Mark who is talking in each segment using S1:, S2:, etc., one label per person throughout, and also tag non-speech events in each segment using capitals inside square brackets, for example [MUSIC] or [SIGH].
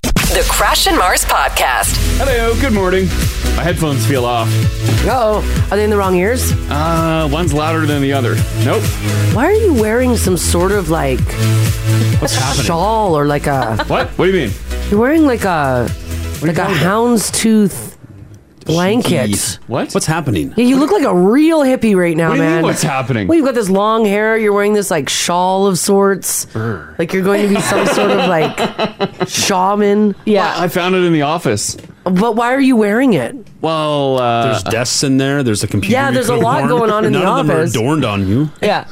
S1: The Crash and Mars
S2: [LAUGHS]
S1: Podcast.
S2: Hello, good morning. My headphones feel off.
S3: oh. Are they in the wrong ears?
S2: Uh, one's louder than the other. Nope.
S3: Why are you wearing some sort of like
S2: What's happening?
S3: shawl or like a.
S2: What? What do you mean?
S3: You're wearing like a. Like a houndstooth blanket.
S2: What?
S4: What's happening?
S3: Yeah, you look like a real hippie right now,
S2: What do you mean,
S3: man.
S2: what's happening?
S3: Well, you've got this long hair. You're wearing this like shawl of sorts. Like you're going to be some sort of like shaman. Yeah.
S2: I found it in the office.
S3: But why are you wearing it?
S2: Well, uh,
S4: There's desks in there. There's a computer.
S3: Yeah,
S4: you
S3: there's a
S4: could
S3: lot
S4: warn-
S3: going on
S4: [LAUGHS]
S3: in
S4: None
S3: the
S4: of them are
S3: office.
S4: adorned on you.
S2: [LAUGHS]
S3: Yeah.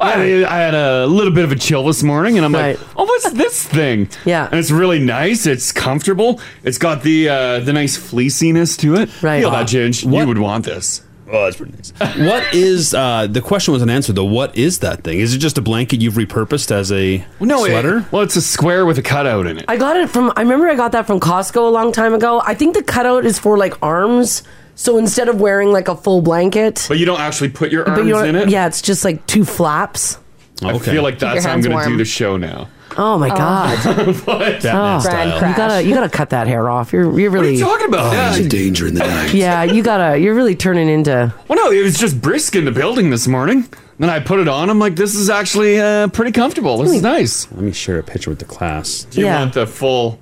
S2: I, I had a little bit of a chill this morning, and I'm
S3: Right.
S2: like, "Oh, what's this thing?"
S3: Yeah.
S2: and it's really nice. It's comfortable. It's got the uh, the nice fleeciness to it.
S3: Right.
S2: Feel that, Ginge. You
S4: What-
S2: would want this.
S4: Oh, that's pretty nice. what is uh, the question wasn't answered though? What is that thing? Is it just a blanket you've repurposed as a
S2: it-
S4: sweater?
S2: well, it's a square with a cutout in it.
S3: I got it from. I remember I got that from Costco a long time ago. I think the cutout is for like arms. So instead of wearing like a full blanket,
S2: but you don't actually put your arms
S3: you know
S2: in
S3: what?
S2: it.
S3: yeah, it's just like two flaps.
S2: I
S4: Okay.
S2: feel like that's how I'm
S5: hands
S2: going to do
S5: warm.
S2: the show [LAUGHS] now.
S3: Oh
S5: [LAUGHS]
S2: [LAUGHS]
S3: my god!
S4: Batman
S3: Oh.
S4: style.
S5: Brad Craft.
S3: You gotta you gotta cut that hair off. You're you're really Oh,
S2: about?
S4: There's a danger in the night.
S3: yeah. You gotta you're really
S2: [LAUGHS]
S3: turning into
S2: Well, no, it was just brisk in the building this morning. Then I put it on. I'm like, this is actually uh, pretty comfortable. This is nice.
S4: Let me share a picture with the class.
S2: Do you
S3: Yeah.
S2: want the full?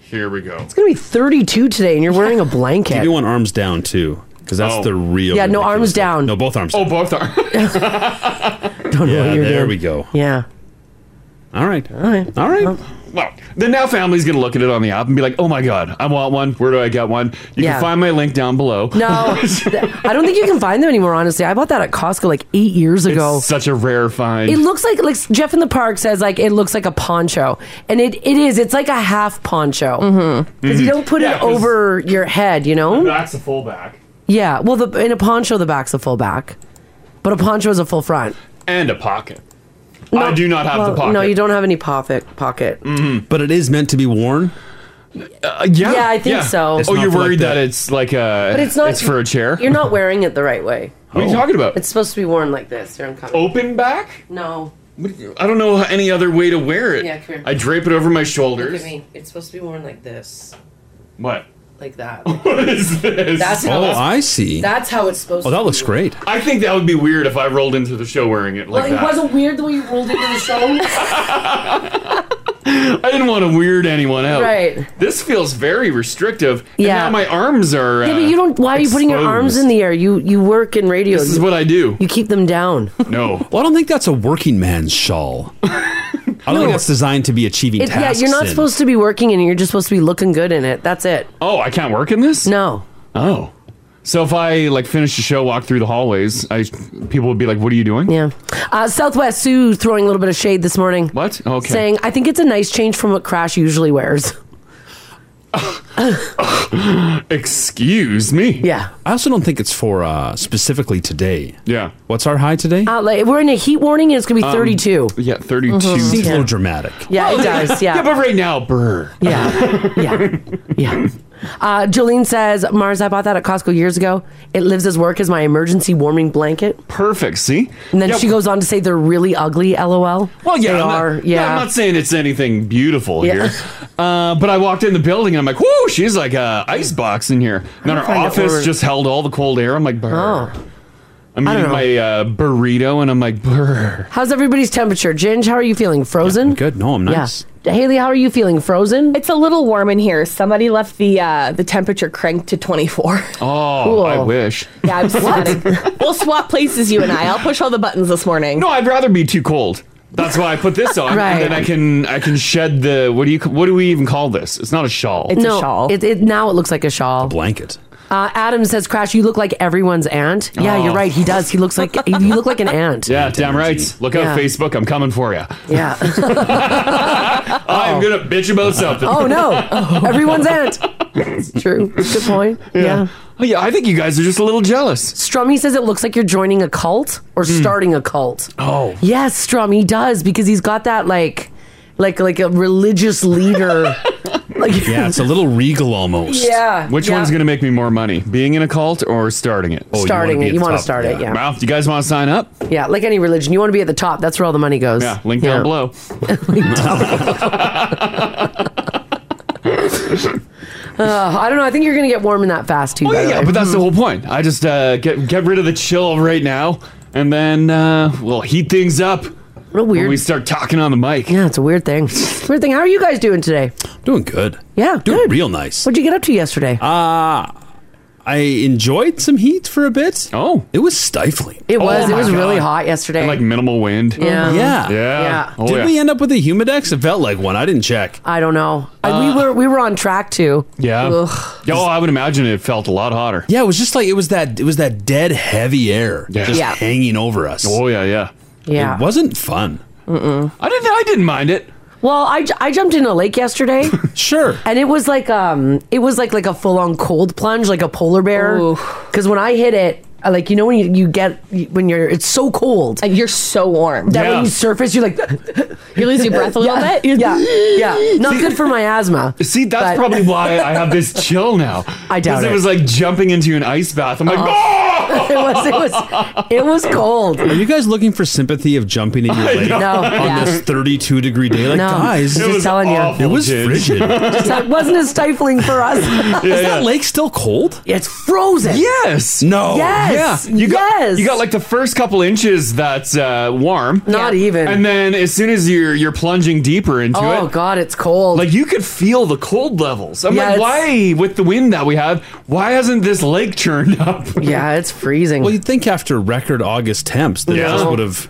S2: Here we go.
S3: gonna be 32 today, and
S2: [LAUGHS]
S3: you're wearing a blanket.
S4: You do want arms down too, because that's
S2: Oh.
S4: the real.
S3: Yeah, no,
S4: ridiculous
S3: arms
S4: look.
S3: down.
S4: No, both arms.
S2: Oh,
S4: down. [LAUGHS]
S2: both are.
S3: [LAUGHS] Don't know
S4: yeah,
S3: what you're
S4: there
S3: doing.
S4: we go.
S3: Yeah.
S4: All right, all
S3: right.
S4: all right.
S2: Well, the Now family's gonna look at it on the app and be like, "Oh my god, I want one. Where do I get one?" You
S3: Yeah.
S2: can find my link down below. [LAUGHS]
S3: No, th- I don't think you can find them anymore. Honestly, I bought that at Costco like eight years ago.
S2: it's such a rare find.
S3: It looks like like Jeff in the Park says like it looks like a poncho, and it, it is. It's like a half poncho because
S5: Mm-hmm.
S3: you don't put
S2: Mm-hmm. Yeah,
S3: it
S2: 'cause-
S3: over your head. You know?
S2: That's a fullback
S3: Yeah. Well, the, in a poncho, the back's a full back, but a poncho is a full front.
S2: and a pocket. I do not have
S3: Well,
S2: the pocket.
S3: No, you don't have any pocket. Pocket.
S4: But it is meant to be worn.
S2: Mm-hmm. Uh, yeah,
S3: Yeah, I think so. It's
S2: oh,
S4: not
S2: you're
S4: for like
S2: worried that.
S4: that.
S2: it's like a.
S3: But it's not.
S2: Uh, It's for a chair.
S3: You're not wearing it the right way.
S2: What are you
S4: Oh.
S2: talking about?
S3: It's supposed to be worn like this. Here I'm coming.
S2: open back.
S3: No.
S2: I don't know any other way to wear it.
S3: Yeah, come here.
S2: I drape it over my
S3: Look at
S2: shoulders.
S3: me. It's supposed to be worn like this,
S2: What?
S3: like that.
S2: [LAUGHS] What is this?
S3: That's how.
S4: Oh,
S3: it's,
S4: I see.
S3: that's how it's supposed.
S4: oh,
S3: to
S4: that looks
S3: be.
S4: great.
S2: I think that would be weird if I rolled into the show wearing it like
S3: Well, it
S2: that.
S3: wasn't weird the way you rolled into the
S4: [LAUGHS]
S3: show.
S2: [LAUGHS] I didn't want to weird anyone out.
S3: Right.
S2: This feels very restrictive. And
S3: Yeah.
S2: now my arms are. uh,
S3: Yeah, but you don't. Why are you putting your arms in the air? You you work in radio.
S2: This is
S3: You-
S2: what I do.
S3: you keep them down.
S2: [LAUGHS] No.
S4: Well, I don't think that's a working man's
S2: [LAUGHS]
S4: shawl. I don't think that's designed to be achieving
S3: It- yeah,
S4: tasks.
S3: you're not
S4: in.
S3: supposed to be working in it. You're just supposed to be looking good in it. That's it.
S2: Oh, I can't work in this.
S3: No.
S2: Oh. So if I like finish the show, walk through the hallways, I people would be like, "What are you doing?"
S3: Yeah. Uh, Southwest Sue throwing a little bit of shade this morning.
S2: What? Okay.
S3: Saying, I think it's a nice change from what Crash usually wears.
S2: [GASPS] Excuse me.
S3: Yeah.
S4: I also don't think it's for uh, specifically today.
S2: Yeah. Um,
S4: What's our high today?
S3: Uh, like, we're in a heat warning and it's going to be 32.
S2: Yeah. 32
S4: Seems a little dramatic.
S3: Yeah, it does.
S2: Yeah,
S3: Yeah.
S2: but right now, brr. [LAUGHS]
S3: Yeah. Yeah. Yeah. Uh, Jolene says, Mars, I bought that at Costco years ago. It lives as work as my emergency warming blanket.
S2: Perfect. See.
S3: And then
S2: Yeah,
S3: she goes on to say they're really ugly, lol.
S2: Well, Oh, yeah,
S3: They
S2: I'm not-
S3: are.
S2: no,
S3: yeah.
S2: I'm not saying it's anything beautiful
S3: Yeah.
S2: here, uh, but I walked in the building and I'm like, "Whoa, she's like a ice box in here." And then our
S3: find out where-
S2: office just held all the cold air. I'm like, "Brr."
S3: Oh.
S2: I'm
S3: I
S2: eating
S3: don't
S2: my uh, burrito and I'm like, "Brr."
S3: How's everybody's temperature? Ginge, how are you feeling? Frozen?
S4: Good. No, I'm
S3: Yeah.
S4: nice.
S3: Haley, how are you feeling? Frozen?
S5: It's a little warm in here. Somebody left the uh, the temperature cranked to 24.
S2: Oh, I
S3: Cool.
S2: wish.
S5: Yeah, I'm sweating. we'll swap places, you and I. I'll push all the buttons this morning.
S2: No, Oh, I'd rather be too cold. That's why I put this on,
S3: [LAUGHS] Right.
S2: and then I can I can shed the what do you what do we even call this? It's not a shawl.
S5: It's a shawl.
S3: It, it, now it looks like a shawl.
S4: Blanket.
S3: Uh, Adam says, "Crash, you look like everyone's aunt." Yeah,
S2: Oh.
S3: you're right. He does. He looks like you look like an aunt.
S2: [LAUGHS] yeah, damn right. Look out,
S3: Yeah.
S2: Facebook. I'm coming for you. [LAUGHS]
S3: Yeah.
S2: I'm gonna bitch about something. [LAUGHS]
S3: oh no, everyone's aunt. It's true. Good point. Yeah.
S2: Oh, [LAUGHS] yeah, I think you guys are just a little jealous.
S3: Strummy says it looks like you're joining a cult or starting a cult.
S2: Hmm. Oh.
S3: Yes, Strummy does because he's got that like, like like a
S2: [LAUGHS]
S3: religious leader. [LAUGHS] like
S4: Yeah, it's a little regal almost.
S3: yeah.
S2: Which
S3: yeah.
S2: one's going to make me more money, being in a cult or starting it?
S4: Oh, you wanna
S3: starting
S4: be
S3: it?
S4: at
S3: You
S4: the
S3: want to
S4: top,
S3: start it? Yeah.
S2: Well, you guys want to sign up?
S3: Yeah, like any religion, you want to be at the top. That's where all the money goes.
S2: Yeah, link down below.
S3: Uh, I don't know. I think you're gonna get warm in that fast too.
S2: Oh,
S3: by
S2: yeah,
S3: the
S2: yeah,
S3: way.
S2: but that's the whole point. I just uh, get get rid of the chill right now, and then uh, we'll heat things up.
S3: Real weird.
S2: When we start talking on the mic.
S3: Yeah, it's a weird thing. Weird thing. How are you guys doing today?
S4: Doing good.
S3: Yeah,
S4: doing real nice.
S3: What'd you get up to yesterday?
S4: Uh I enjoyed some heat for a bit.
S2: Oh,
S4: it was stifling.
S3: It was.
S4: Oh
S3: it
S4: my
S3: was really
S4: God.
S3: hot yesterday.
S4: And, like,
S2: minimal wind.
S3: Yeah.
S4: Yeah.
S3: Yeah. Yeah. Oh,
S4: Did
S3: yeah.
S4: we end up with a humidex? It felt like one. I didn't check.
S3: I don't know. I-
S4: Uh,
S3: we were we were on track too.
S2: Yeah. Yo, I would imagine it felt a lot hotter.
S4: Yeah, it was just like it was that it was that dead heavy air just
S2: Yeah.
S4: hanging over us. Oh
S2: yeah, yeah.
S3: Yeah.
S4: It wasn't fun.
S3: Mm-mm.
S2: I didn't. I didn't mind it.
S3: Well, I, j- I jumped in a lake yesterday.
S4: [LAUGHS] sure.
S3: And it was like um it was like like a full on cold plunge, like a polar bear. Because when I hit it, I, like you know when you, you get when you're it's so cold,
S5: like you're so warm
S3: that
S2: Yeah.
S3: when you surface, you're like
S5: [LAUGHS] You lose your breath a little
S3: yeah,
S5: bit.
S3: Yeah, yeah, not good for my
S4: [LAUGHS]
S3: asthma.
S2: See, that's
S3: But-
S2: probably why I have
S3: [LAUGHS]
S2: this chill now.
S3: I doubt
S2: 'Cause
S3: it. Uh-huh.
S2: was like jumping into an ice bath. I'm like,
S3: it was it was it was cold.
S4: Are you guys looking for sympathy of jumping in your
S3: I
S4: lake
S3: know. No.
S4: on
S3: Yeah.
S4: this 32 degree day? Like,
S3: No.
S4: guys,
S3: Just It was telling you.
S4: [LAUGHS]
S3: awful,
S4: it was
S3: dude. [LAUGHS]
S4: frigid.
S3: Just that wasn't as stifling for us.
S4: Is that lake still cold?
S3: It's frozen.
S2: Yes.
S4: No.
S3: Yes.
S2: Yeah. You got,
S3: Yes.
S2: You got like the first couple inches that's uh, warm.
S3: Not Yeah. even.
S2: And then as soon as you're you're plunging deeper into it.
S3: Oh, God, it's cold.
S2: Like you could feel the cold levels. I'm like,
S3: Yeah, it's-
S2: why with the wind that we have, why hasn't this lake churned [LAUGHS] up?
S3: Yeah, it's freezing.
S4: Well, you'd think after record August temps that
S2: Yeah.
S4: it just would have.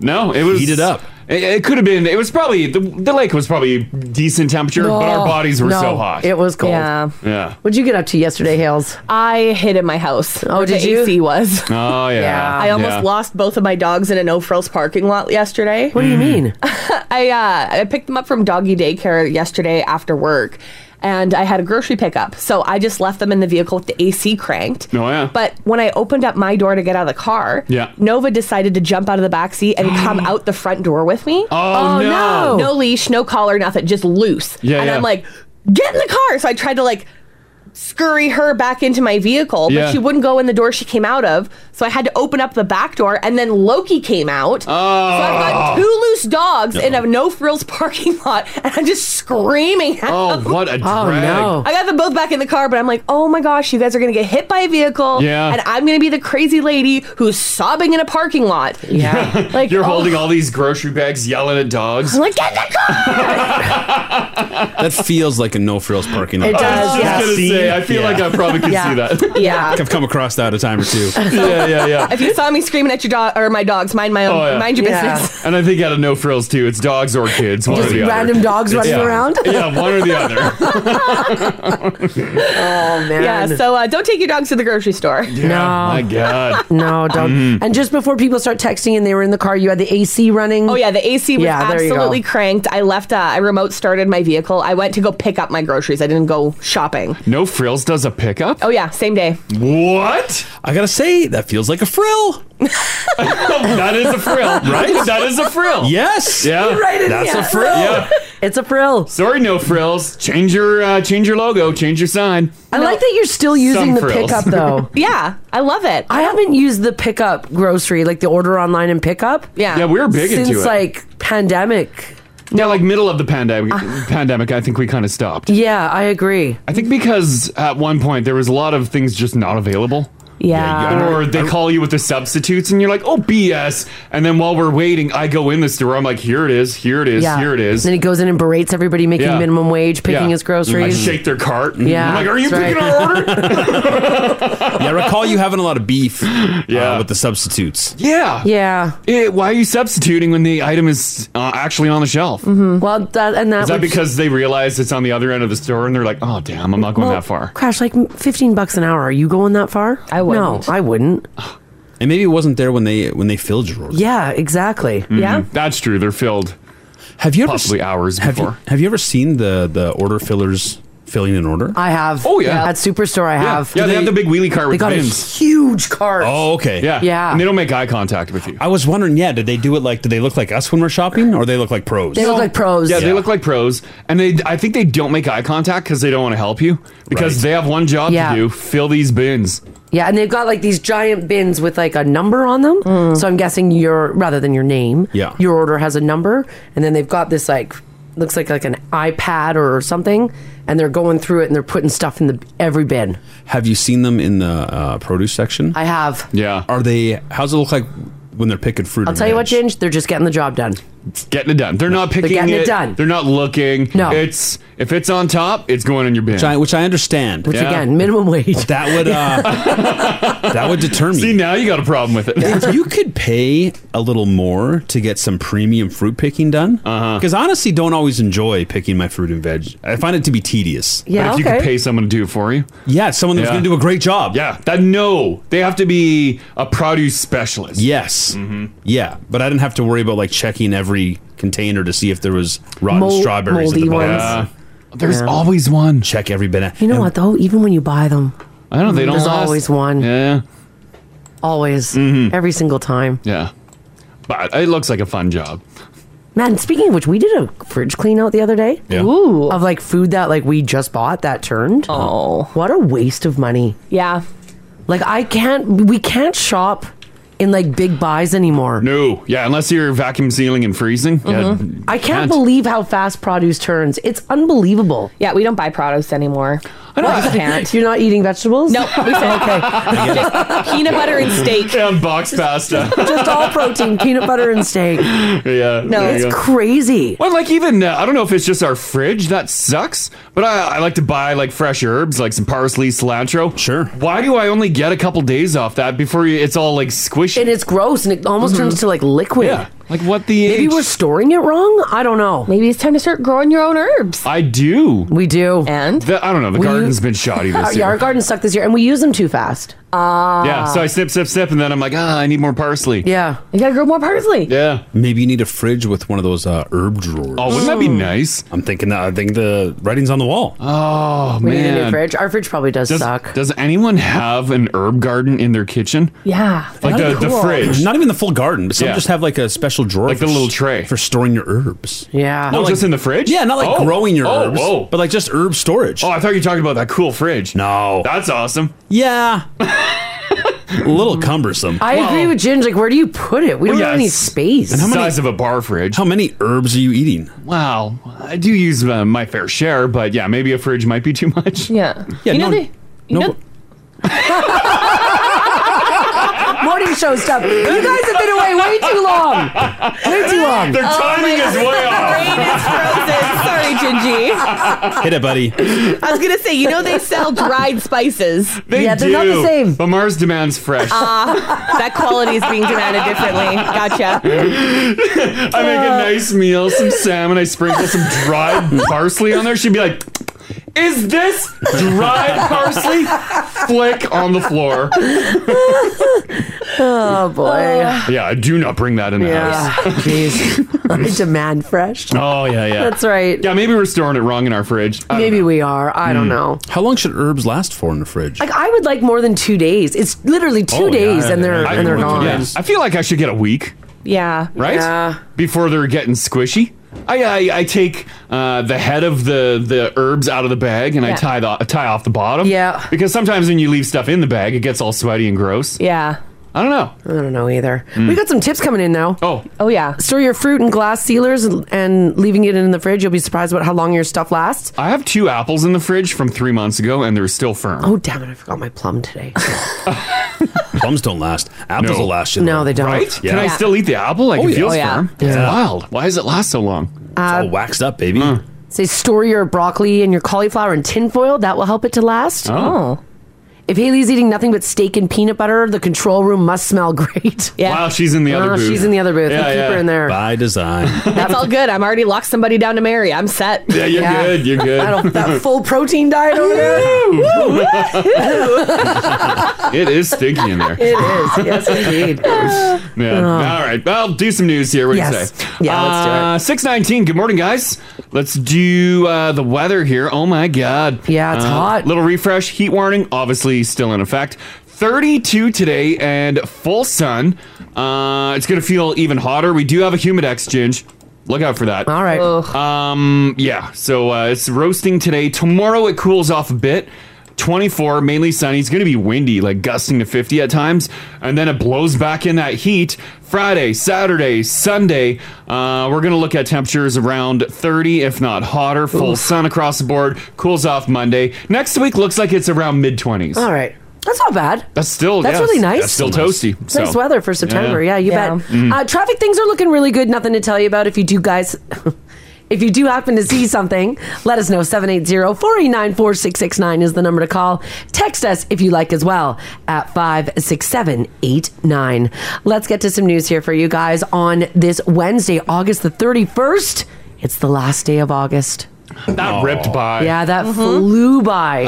S2: No, it was heated up. It, it could have been. It was probably the, the lake was probably decent temperature, but our
S3: No,
S2: bodies were so
S3: no,
S2: hot.
S3: It was cold.
S5: Yeah.
S2: Yeah.
S3: What'd you get up to yesterday, Hales?
S5: I hid in my house.
S3: Oh,
S5: where
S3: did
S5: the
S3: you?
S5: AC was. [LAUGHS]
S2: Oh yeah.
S5: I almost
S2: Yeah.
S5: lost both of my dogs in a no frills parking lot yesterday. What
S3: do you mean?
S5: [LAUGHS] I uh, I picked them up from doggy daycare yesterday after work, and I had a grocery pickup, so I just left them in the vehicle with the AC cranked.
S2: Oh, yeah.
S5: But when I opened up my door to get out of the car,
S2: Yeah.
S5: Nova decided to jump out of the back seat and
S2: [GASPS]
S5: come out the front door with me.
S2: Oh, Oh, no. no.
S5: No leash, no collar, nothing, just loose.
S2: Yeah,
S5: and
S2: yeah.
S5: I'm like, get in the car. So I tried to like scurry her back into my vehicle, but
S2: Yeah.
S5: she wouldn't go in the door she came out of. So I had to open up the back door, and then Loki came out. Oh. So I've
S2: Oh.
S5: got two loose dogs in a no frills [LAUGHS] parking lot, and I'm just screaming at
S2: Oh,
S5: them.
S2: what a Oh, drag. no.
S5: I got them both back in the car, but I'm like, oh my gosh, you guys are going to get hit by a vehicle.
S2: Yeah.
S5: And I'm going to be the crazy lady who's sobbing in a parking lot.
S2: [LAUGHS]
S5: Yeah. like,
S2: You're
S5: oh.
S2: holding all these grocery bags, yelling at dogs.
S5: I'm like, get in the car.
S4: That
S3: [LAUGHS] um,
S4: feels like a no frills parking lot.
S2: It does, I was just yeah. gonna say, I feel like I probably could
S5: Yeah. see that. [LAUGHS] Yeah.
S4: I've come across that a time
S5: [LAUGHS]
S4: or two.
S5: If you saw me screaming at your dog or my dogs, mind my own,
S2: Oh, yeah.
S5: mind your
S2: Yeah.
S5: business.
S2: And I think out of no frills too, it's dogs or kids. [LAUGHS] One
S3: Just
S2: or the other.
S3: random dogs
S2: It's-
S3: running
S2: yeah.
S3: around?
S2: [LAUGHS] Yeah, one or the other.
S3: [LAUGHS]
S5: [LAUGHS]
S3: Oh man.
S5: Yeah, so uh, don't take your dogs to the grocery store.
S3: no.
S2: My God.
S3: [LAUGHS]
S2: Mm-hmm.
S3: No, don't.
S5: Hmm.
S3: And just before people start texting and they were in the car, you had the AC running. Oh
S5: yeah, the AC was absolutely cranked. I left. Uh, I remote started my vehicle. I went to go pick up my groceries. I didn't go shopping.
S2: No frills does a pickup?
S5: Oh yeah, same day.
S2: What?
S4: I gotta say, that feels like a
S3: [LAUGHS]
S4: frill.
S2: that is
S4: [LAUGHS]
S2: a frill, [LAUGHS] right? That is a frill.
S4: Yes.
S2: Yeah.
S3: Right in
S2: That's
S3: the
S2: a frill.
S3: ass.
S2: Yeah.
S3: It's a frill.
S2: Sorry, no frills. Change your uh, change your logo. Change your sign.
S3: I like that you're still
S2: Some
S3: using the
S2: frills. [LAUGHS]
S3: pickup though.
S5: yeah, I love it.
S3: I haven't used the pickup grocery, like the order online and pickup.
S5: Yeah.
S2: Yeah, we were big into
S3: since
S2: it.
S3: like pandemic.
S2: Yeah, like middle of the pandemic. pandemic, I think we kind of stopped.
S3: Ah. Yeah, I agree.
S2: I think because at one point there was a lot of things just not available.
S5: Yeah.
S2: Or they call you with the substitutes and you're like, oh, BS. And then while we're waiting, I go in the store. I'm like, here it is, here it is,
S3: yeah.
S2: here it is.
S3: And then he goes in and berates everybody making
S2: Yeah.
S3: minimum wage, picking
S2: Yeah. Mm-hmm.
S3: his groceries.
S2: I shake their cart.
S3: Yeah,
S2: I'm like, are you
S3: that's
S2: picking
S3: right.
S2: our order?
S3: [LAUGHS]
S4: Yeah, I recall you having a lot of beef yeah. with the substitutes.
S2: Yeah.
S3: Yeah.
S2: Eh, why are you substituting when the item is uh, actually on the shelf?
S3: Mm-hmm. Well, that, and that
S2: Is that
S3: would-
S2: because they realize it's on the other end of the store and they're like, oh, damn, I'm not going
S3: Well,
S2: that far?
S3: Crash, like fifteen bucks an hour. Are you going that far? I
S4: wouldn't.
S3: No, I wouldn't.
S4: And maybe it wasn't there when they when they filled your Mm-hmm. order.
S3: Yeah, exactly.
S2: Mhm. That's true. They're filled.
S4: Have you ever
S2: possibly hours
S4: Have you,
S2: before?
S4: have you ever seen the the order fillers filling an order?
S3: I have.
S2: Oh, yeah.
S3: At Superstore, I
S2: Yeah.
S3: have.
S2: Yeah, they have the big wheelie cart
S3: They
S2: with
S3: got
S2: bins.
S3: a huge cart.
S4: Oh, okay.
S2: Yeah.
S3: Yeah.
S2: And they don't make eye contact with you.
S4: I was wondering, yeah, did they do it like? Do they look like us when we're shopping, or they look like pros?
S3: They look like pros.
S2: Yeah, they look like pros, and they I think they don't make eye contact because they don't want to help you because they have one job
S3: Yeah.
S2: to do: fill these bins.
S3: Yeah, and they've got like these giant bins with like a number on them. So I'm guessing your rather than your name,
S2: Mm. Yeah.
S3: your order has a number, and then they've got this like looks like like an iPad or something, and they're going through it and they're putting stuff in the every bin.
S4: Have you seen them in the uh, produce section? I
S3: have.
S4: Yeah. Are they? How's it look like when they're picking fruit?
S3: I'll
S4: and
S3: tell you
S4: veg?
S3: what, Ginge, they're just getting the job done.
S2: Getting it done. They're not
S3: They're
S2: picking
S3: getting it done.
S2: They're not looking.
S3: No.
S2: It's if it's on top, it's going in your bin. Which
S4: I, which I understand.
S3: Which again, minimum wage.
S4: That
S3: [LAUGHS]
S4: would uh, [LAUGHS] that would deter me. See,
S2: now you got a problem with it.
S4: If you could pay a little more to get some premium fruit picking done,
S2: Uh-huh.
S4: because honestly, don't always enjoy picking my fruit and veg. I find it to be tedious.
S2: Yeah, But if you could okay. pay
S4: someone to do it for you, yeah, someone that's
S2: Yeah.
S4: going to do a great job.
S2: Yeah, that no, they have to be a produce specialist.
S4: Yes.
S2: Mm-hmm.
S4: Yeah, but I didn't have to worry about like checking every container to see if there was rotten
S3: Mold-
S4: strawberries. in
S3: moldy
S4: the bottom.
S3: ones. Yeah. There's Yeah.
S2: always one.
S4: Check every banana.
S3: You know what though? Even when you buy them,
S2: I know, they don't
S3: Mm, There's
S2: last.
S3: always one.
S2: Yeah, Mm-hmm.
S3: always, every single time.
S2: Yeah, but it looks like a fun job.
S3: Man, speaking of which, we did a fridge clean out the other day.
S2: Yeah.
S3: Ooh. Of like food that like we just bought that turned. Oh. What a waste of money.
S5: Yeah.
S3: Like I can't we can't shop in like big buys anymore.
S2: No, yeah, unless you're vacuum sealing and freezing.
S5: Mm-hmm.
S3: Mhm.
S2: Yeah,
S3: I can't believe how fast produce turns. It's unbelievable.
S5: Yeah, we don't buy produce anymore. I
S3: know.
S5: just can't.
S3: You're not eating vegetables? No. [LAUGHS]
S5: We said
S3: okay.
S5: just peanut butter and steak.
S2: [LAUGHS] and box pasta.
S3: Just all protein, peanut butter and steak.
S2: yeah,
S3: No,
S2: there you
S3: it's
S2: go.
S3: crazy.
S2: Well, like even uh, I don't know if it's just our fridge that sucks, but I, I like to buy like fresh herbs, like some parsley, cilantro. Sure. Why do I only get a couple days off that before you, it's all like squishy?
S3: And it's gross and it almost
S2: Mhm.
S3: turns to like liquid.
S2: Yeah. Like what the
S3: Maybe we're storing it wrong? I don't know.
S5: Maybe it's time to start growing your own herbs.
S2: I do.
S3: We do.
S5: And
S2: I don't know. The
S3: We-
S2: garden's been shoddy
S3: [LAUGHS] Our,
S2: this
S3: yeah, our
S2: year.
S3: garden sucked this year and we use them too fast.
S5: Ah.
S2: Yeah. So I sip, sip, sip, and then I'm like, ah, I need more parsley.
S3: Uh, Yeah.
S5: You gotta grow more parsley.
S2: Yeah.
S4: Maybe you need a fridge with one of those uh, herb drawers.
S2: Oh, wouldn't that be nice?
S4: I'm thinking that. I think the writing's on the wall.
S2: Oh
S3: we
S2: man.
S3: need a new fridge. Our fridge probably does,
S2: Does,
S3: suck.
S2: does anyone have an herb garden in their kitchen?
S5: Yeah.
S2: Like the, the fridge.
S4: Not even the full garden, but some
S2: Yeah.
S4: just have like a special drawer.
S2: Like the
S4: for
S2: little
S4: s-
S2: tray.
S4: For storing your herbs.
S3: Yeah.
S2: Oh, just in the fridge?
S4: Yeah, not like
S2: Oh.
S4: growing your
S2: Oh,
S4: herbs.
S2: oh.
S4: But like just herb storage.
S2: Oh, I thought you were talking about that cool fridge.
S4: No.
S2: That's awesome. [LAUGHS]
S4: Yeah. a little cumbersome.
S3: I agree with Ginge. Like, where do you put it?
S2: Oh,
S3: We don't have any space.
S2: size of a bar fridge.
S4: How many herbs are you eating?
S2: Wow. I do use uh, my fair share, but yeah, maybe a fridge might be too much.
S5: Yeah.
S2: Yeah,
S5: you know
S2: no-
S5: the you know
S3: [LAUGHS] Morning show stuff.
S2: [LAUGHS]
S3: You guys have been away way too long. Way too long.
S2: Their timing is way
S5: Sorry,
S3: [LAUGHS]
S5: Gingy.
S4: Hit it, buddy.
S5: I was gonna say, you know they sell dried spices.
S2: They do, But Mars demands fresh. [LAUGHS]
S5: Ah, that quality is being demanded differently. Gotcha.
S2: I make
S5: Uh.
S2: a nice meal, some salmon, I sprinkle some
S5: [LAUGHS]
S2: dried parsley on there. She'd be like, Is this dried parsley? Flick on the
S3: [LAUGHS]
S2: floor.
S3: [LAUGHS] Oh boy.
S2: Yeah, I do not bring that in the
S3: Yeah.
S2: house.
S3: Jeez. [LAUGHS] I demand fresh.
S2: Oh yeah, yeah.
S3: That's right.
S2: Yeah, maybe we're storing it wrong in our fridge.
S3: Maybe we are. I
S2: Hmm.
S3: don't know.
S4: How long should herbs last for in the fridge?
S3: Like I would like more than two days. It's literally two
S4: Oh, yeah,
S3: days,
S4: yeah,
S3: and they're
S4: yeah,
S3: and they're
S4: yeah.
S3: gone.
S2: Yeah. I feel like I should get a week,
S5: Yeah.
S2: right? Before they're getting squishy. I I, I take uh, the head of the the herbs out of the bag and
S5: Yeah.
S2: I tie the tie off the bottom. Yeah. Because sometimes when you leave stuff in the bag, it gets all sweaty and gross.
S5: Yeah.
S2: I don't know.
S3: I don't know either.
S2: Mm.
S3: We got some tips coming in though.
S2: Oh.
S5: Oh yeah.
S3: Store your fruit in glass sealers and, and leaving it in the fridge. You'll be surprised about how long your stuff lasts.
S2: I have two apples in the fridge from three months ago, and they're still firm.
S3: Oh damn it! I forgot my
S2: [LAUGHS]
S3: plum today.
S4: Plums don't last. Apples
S2: No.
S4: will last you.
S3: No, they don't.
S2: Right?
S4: Yeah.
S2: Can I
S4: Yeah.
S2: still eat the apple? Like
S4: Oh,
S2: it
S4: yeah.
S2: feels
S4: Oh, yeah.
S2: firm. It's
S4: Yeah.
S2: wild. Why does it last so long?
S4: It's all waxed up, baby.
S3: Uh, Say store your broccoli and your cauliflower in tinfoil. That will help it to last.
S2: Oh.
S3: If Haley's eating nothing but steak and peanut butter, the control room must smell [LAUGHS] great.
S2: Wow, she's in the other
S3: Oh,
S2: booth.
S3: She's in the other booth.
S2: Yeah,
S3: we keep
S2: yeah.
S3: her in there.
S4: By design.
S5: That's all good. I'm already locked somebody down to marry. I'm set.
S2: [LAUGHS] Yeah, you're
S3: Yeah.
S2: good. You're good.
S3: That, that full protein diet over there.
S2: [LAUGHS]
S3: [LAUGHS]
S2: it is stinky in there.
S3: It is. Yes, indeed.
S2: [LAUGHS] Yeah.
S3: Oh.
S2: All right. Well, do some news here. What do
S3: Yes.
S2: you say?
S3: Yeah, let's do it.
S2: let's do it. 619. Good morning, guys. Let's do uh, the weather here. Oh, my God. Yeah,
S3: it's hot.
S2: Little refresh. Heat warning, obviously, still in effect. 32 today and full sun. Uh, it's going to feel even hotter. We do have a humidex, Ginge. Look out for that. All
S3: right.
S2: Um. Yeah. So uh, it's roasting today. Tomorrow it cools off a bit. 24, mainly sunny. It's going to be windy, like gusting to 50 at times. And then it blows back in that heat. Friday, Saturday, Sunday, uh, we're going to look at temperatures around 30, if not hotter. Full
S3: Oof.
S2: sun across the board. Cools off Monday. Next week looks like it's around mid 20s.
S3: All right. That's not bad.
S2: That's still
S3: That's
S2: Oh, yeah,
S3: really nice.
S2: That's still toasty.
S3: It's Nice weather for September. Yeah, you bet.
S2: Mhm.
S3: Uh, traffic things are looking really good. Nothing to tell you about. If you do, guys, [LAUGHS] if you do happen to see something, let us know. 780-489-4669 is the number to call. Text us if you like as well at 56789. Let's get to some news here for you guys on this Wednesday, August the 31st. It's the last day of August.
S2: That ripped by.
S3: Yeah, that
S5: Mhm.
S3: flew by.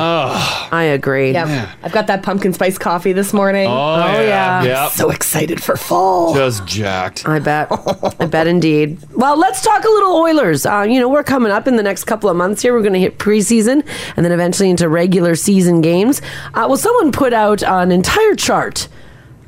S3: I agree.
S5: Yep. I've got that pumpkin spice coffee this morning.
S3: Oh, Oh, yeah. yeah. Yep.
S5: So excited for fall.
S2: Just jacked.
S3: I bet. I bet indeed. Well, let's talk a little Oilers. Uh, you know, we're coming up in the next couple of months here. We're going to hit preseason and then eventually into regular season games. Uh, well, someone put out an entire chart.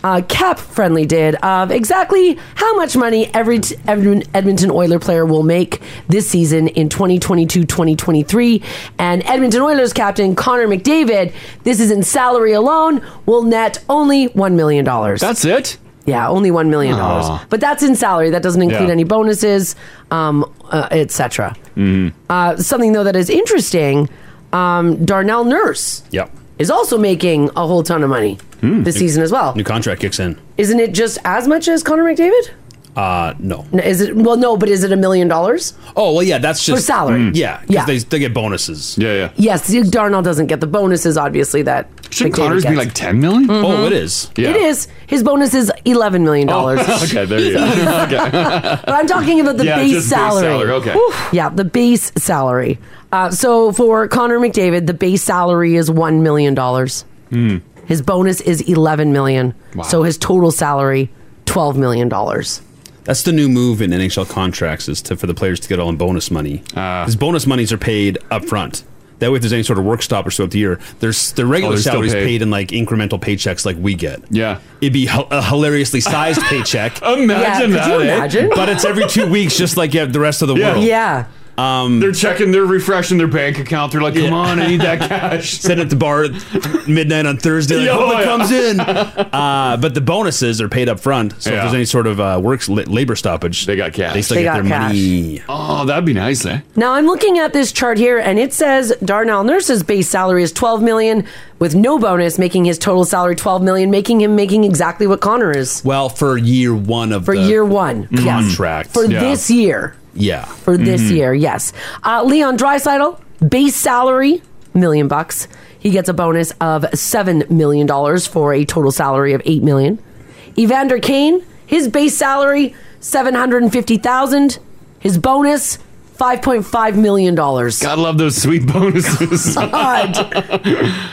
S3: Uh, cap friendly did of exactly how much money every t- Edmon- Edmonton Oiler player will make this season in 2022-2023 and Edmonton Oilers captain Connor McDavid this is in salary alone will net only 1 million dollars that's
S2: it
S3: yeah only 1 million
S6: Aw.
S3: dollars but that's in salary. That doesn't include
S6: Yeah.
S3: any bonuses, um, uh, etc.
S2: mm-hmm.
S3: Uh, something though that is interesting: um, Darnell Nurse
S4: Yep.
S3: is also making a whole ton of money
S4: Hmm.
S2: Hmm.
S3: this season as well.
S4: New contract kicks in.
S3: Isn't it just as much as Connor McDavid?
S4: Uh, no.
S3: N- Is it? Well, no, but is it a million dollars?
S4: Oh well, yeah, that's
S3: For
S4: just
S3: salary. Mm.
S4: Yeah, 'cause
S3: Yeah.
S4: They, they get bonuses.
S2: Yeah, yeah.
S3: Yes, Darnell doesn't get the bonuses. Obviously, that
S4: Shouldn't
S3: McDavid
S4: Connor's be
S3: gets.
S4: like
S2: 10 million?
S4: Oh, it is.
S3: Mm-hmm.
S4: Oh,
S3: It is. His bonus is
S4: [LAUGHS]
S3: eleven million dollars.
S2: Oh, [LAUGHS] okay, there you go.
S3: [LAUGHS]
S2: okay.
S3: But I'm talking about the
S2: Yeah,
S3: base,
S2: just base
S3: salary.
S2: salary, okay.
S3: Oof. Yeah, the base salary. Uh, so for Connor McDavid, the base salary is one million dollars. His bonus is eleven million.
S4: Hmm. Wow.
S3: So his total salary twelve million dollars.
S4: That's the new move in NHL contracts is to for the players to get all in bonus money.
S2: Ah.
S4: Because bonus monies are paid up front. That way, if there's any sort of work stoppers throughout the year, there's their regular
S2: Oh, they're still
S4: salaries
S2: paid.
S4: paid. in like incremental paychecks, like we get.
S2: Yeah,
S4: it'd be h- a hilariously
S2: [LAUGHS]
S4: sized paycheck.
S2: Imagine Yeah, could you that, eh? imagine?
S4: But it's every two weeks, just like you have the rest of the
S2: Yeah.
S4: world.
S2: Yeah.
S4: Um,
S2: they're checking, they're refreshing their bank account. They're like, come on, I need that
S4: [LAUGHS]
S2: cash.
S4: Send it to bar at midnight on Thursday. Like,
S2: Yeah,
S4: hope
S2: oh,
S4: it
S2: yeah.
S4: comes
S2: [LAUGHS]
S3: [LAUGHS]
S4: in. Uh, but the bonuses are paid up front. So
S2: Yeah.
S4: if there's any sort of uh, works la- labor stoppage, they
S2: got cash.
S4: They still
S3: They
S4: get
S3: got
S4: their money.
S2: Oh, that'd be nice, eh?
S3: Now I'm looking at this chart here, and it says Darnell Nurse's base salary is 12 million with no bonus, making his total salary 12 million, making him making exactly what Connor is
S4: Well, for year one of
S3: for
S4: the
S3: year one
S4: Mm-hmm.
S3: Yes.
S4: contract
S2: Mm-hmm.
S3: for this year.
S4: Yeah,
S3: for this
S4: Mm-hmm.
S3: year. Yes, uh, Leon Dreisaitl base salary million bucks. He gets a bonus of seven million dollars for a total salary of eight million. Evander Kane, his base salary seven hundred and fifty thousand. His bonus five point five million dollars.
S2: Gotta love those sweet
S3: [LAUGHS]
S2: bonuses.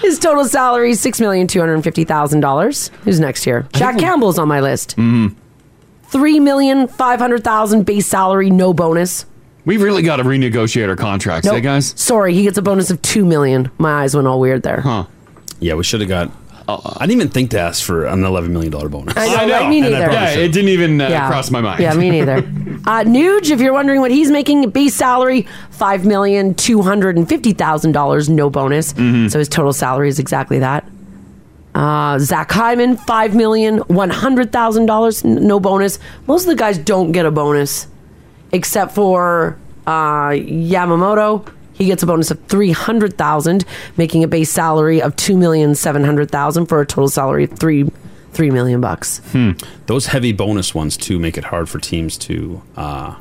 S3: His total salary six million two hundred fifty thousand dollars. Who's next here? Jack Campbell's on my list.
S2: Mm.
S3: Three million five hundred thousand base salary, no bonus.
S2: We've really got to renegotiate our contracts, eh,
S3: Nope.
S2: guys?
S3: Sorry, he gets a bonus of two million. My eyes went all weird there.
S2: Huh. Uh-uh.
S4: Yeah, we should have got. I didn't even think to ask for an $11 million bonus.
S3: I know, I know. right? Me
S4: And
S3: neither.
S4: probably
S3: Yeah,
S4: should.
S2: it didn't even uh, cross my mind.
S3: Yeah, me
S2: [LAUGHS]
S3: neither. uh, Nuge, if you're wondering what he's making, base salary five million two hundred and fifty thousand dollars, no bonus.
S2: Mm-hmm.
S3: So his total salary is exactly that. Uh, Zach Hyman five million one hundred thousand dollars, no bonus. Most of the guys don't get a bonus, except for uh, Yamamoto. He gets a bonus of three hundred thousand, making a base salary of two million seven hundred thousand for a total salary of three three million bucks.
S4: Hmm. Those heavy bonus ones, too, make it hard for teams to uh,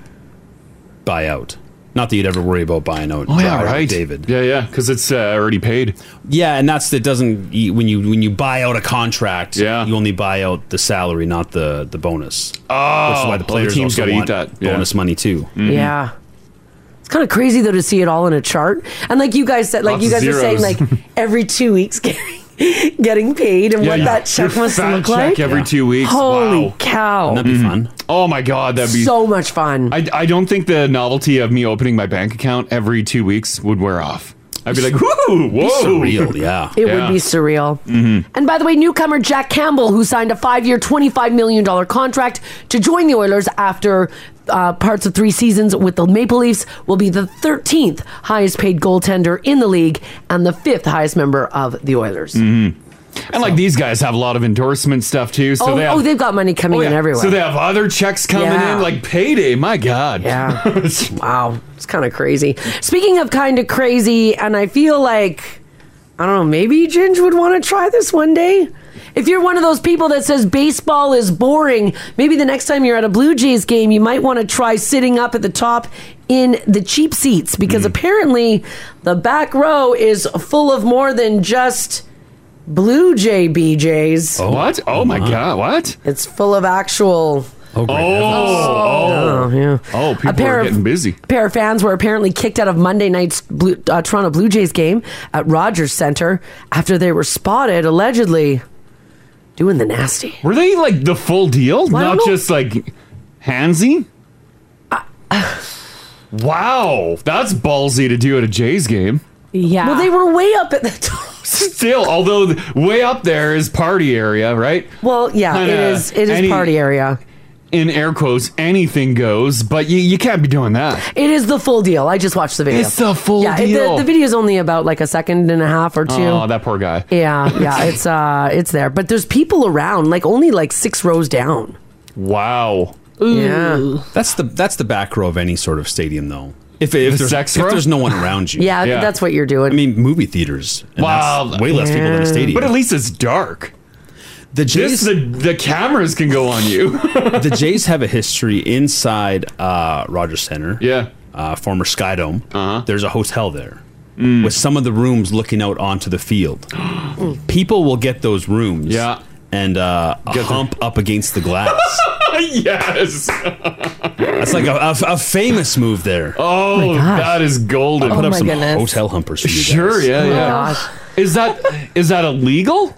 S4: buy out. Not that you'd ever worry about buying out.
S2: Oh, yeah,
S4: Dreisaitl,
S2: right.
S4: David.
S2: Yeah, yeah, because it's uh, already paid.
S4: Yeah, and that's it. Doesn't you- when you when you buy out a contract, yeah. you only buy out the salary, not the the bonus.
S2: Oh,
S4: which is why
S2: well, the
S4: the players
S2: team's
S4: got
S2: gotta
S4: to
S2: eat that, yeah. Mm-hmm.
S4: bonus money too.
S3: Yeah. It's kind of crazy though to see it all in a chart. And like you guys said, like
S4: Lots
S3: you
S4: of
S3: guys were saying, like
S4: zeros.
S2: [LAUGHS]
S3: every two weeks getting, getting paid and what
S2: Yeah,
S3: that
S2: your
S3: check must
S2: fat
S3: look
S2: check
S3: like.
S2: every two weeks.
S3: Holy
S2: Wow.
S3: cow.
S2: Mhm. Oh my god, that'd be
S3: So much fun.
S2: I, I don't think the novelty of me opening my bank account every two weeks would wear off. I'd be like, whoo,
S4: Be
S2: whoa,
S4: surreal, yeah.
S3: It would be surreal. Mm-hmm. And by the way, newcomer Jack Campbell, who signed a five year, $25 million contract to join the Oilers after uh, parts of three seasons with the Maple Leafs, will be the 13th highest paid goaltender in the league and the fifth highest member of the Oilers.
S2: Mhm. And like these guys have a lot of endorsement stuff too. So
S3: oh,
S2: they have,
S3: oh, they've got money coming
S2: Oh, yeah.
S3: in everywhere.
S2: So they have other checks coming
S3: Yeah.
S2: in, like payday. My God. [LAUGHS]
S3: Yeah. wow. It's kind of crazy. Speaking of kind of crazy, and I feel like, I don't know, maybe Ginge would want to try this one day. If you're one of those people that says baseball is boring, maybe the next time you're at a Blue Jays game, you might want to try sitting up at the top in the cheap seats because
S2: Mm.
S3: apparently the back row is full of more than just Blue Jay BJs.
S2: What? Oh my God. What?
S3: It's full of actual.
S2: Oh, oh,
S3: yeah.
S2: Oh, people
S3: A pair
S2: are
S3: of-
S2: getting busy.
S3: A pair of fans were apparently kicked out of Monday night's Blue, uh, Toronto Blue Jays game at Rogers Center after they were spotted allegedly doing the nasty.
S2: Were they like the full deal?
S3: Well, I don't
S2: Not
S3: know.
S2: just like handsy? wow. That's ballsy to do at a Jays game.
S5: Yeah.
S3: Well, they were way up at the [LAUGHS] top.
S2: Still, although th- way up there is party area, right?
S3: Well, yeah, it is. It is party area.
S2: In air quotes, anything goes, but you, you can't be doing that.
S3: It is the full deal. I just watched the video.
S2: It's the full
S3: yeah, it-
S2: deal.
S3: The, the video is only about like a second and a half or two.
S2: Oh, that poor guy.
S3: yeah,
S2: [LAUGHS]
S3: yeah, it's uh, it's there, but there's people around, like only like six rows down.
S2: Wow.
S3: Yeah.
S4: That's the that's the back row of any sort of stadium though. If if,
S2: The
S4: there's,
S2: sex
S4: if
S2: row?
S4: there's no one around you.
S3: [LAUGHS] Yeah, that's what you're doing.
S4: I mean, movie theaters. and
S2: Wow.
S4: that's way less people than a stadium.
S2: But at least it's dark. [GASPS]
S4: The
S2: Jays, the, the cameras can go on
S4: [LAUGHS]
S2: you.
S4: the
S2: [LAUGHS]
S4: Jays have a history inside uh, Rogers Center.
S2: Yeah.
S4: Uh, former Skydome. Uh-huh. There's a hotel there
S2: Mm.
S4: with some of the rooms looking out onto the field. People will get those rooms. Yeah. And uh, hump up against the glass.
S2: yes.
S4: That's like a, a, a famous move there.
S2: Oh,
S4: my gosh.
S2: that is golden.
S4: I'll put up some hotel humpers for you. Guys.
S2: Sure, yeah,
S4: Oh my
S2: yeah.
S4: gosh.
S2: Is that is that illegal?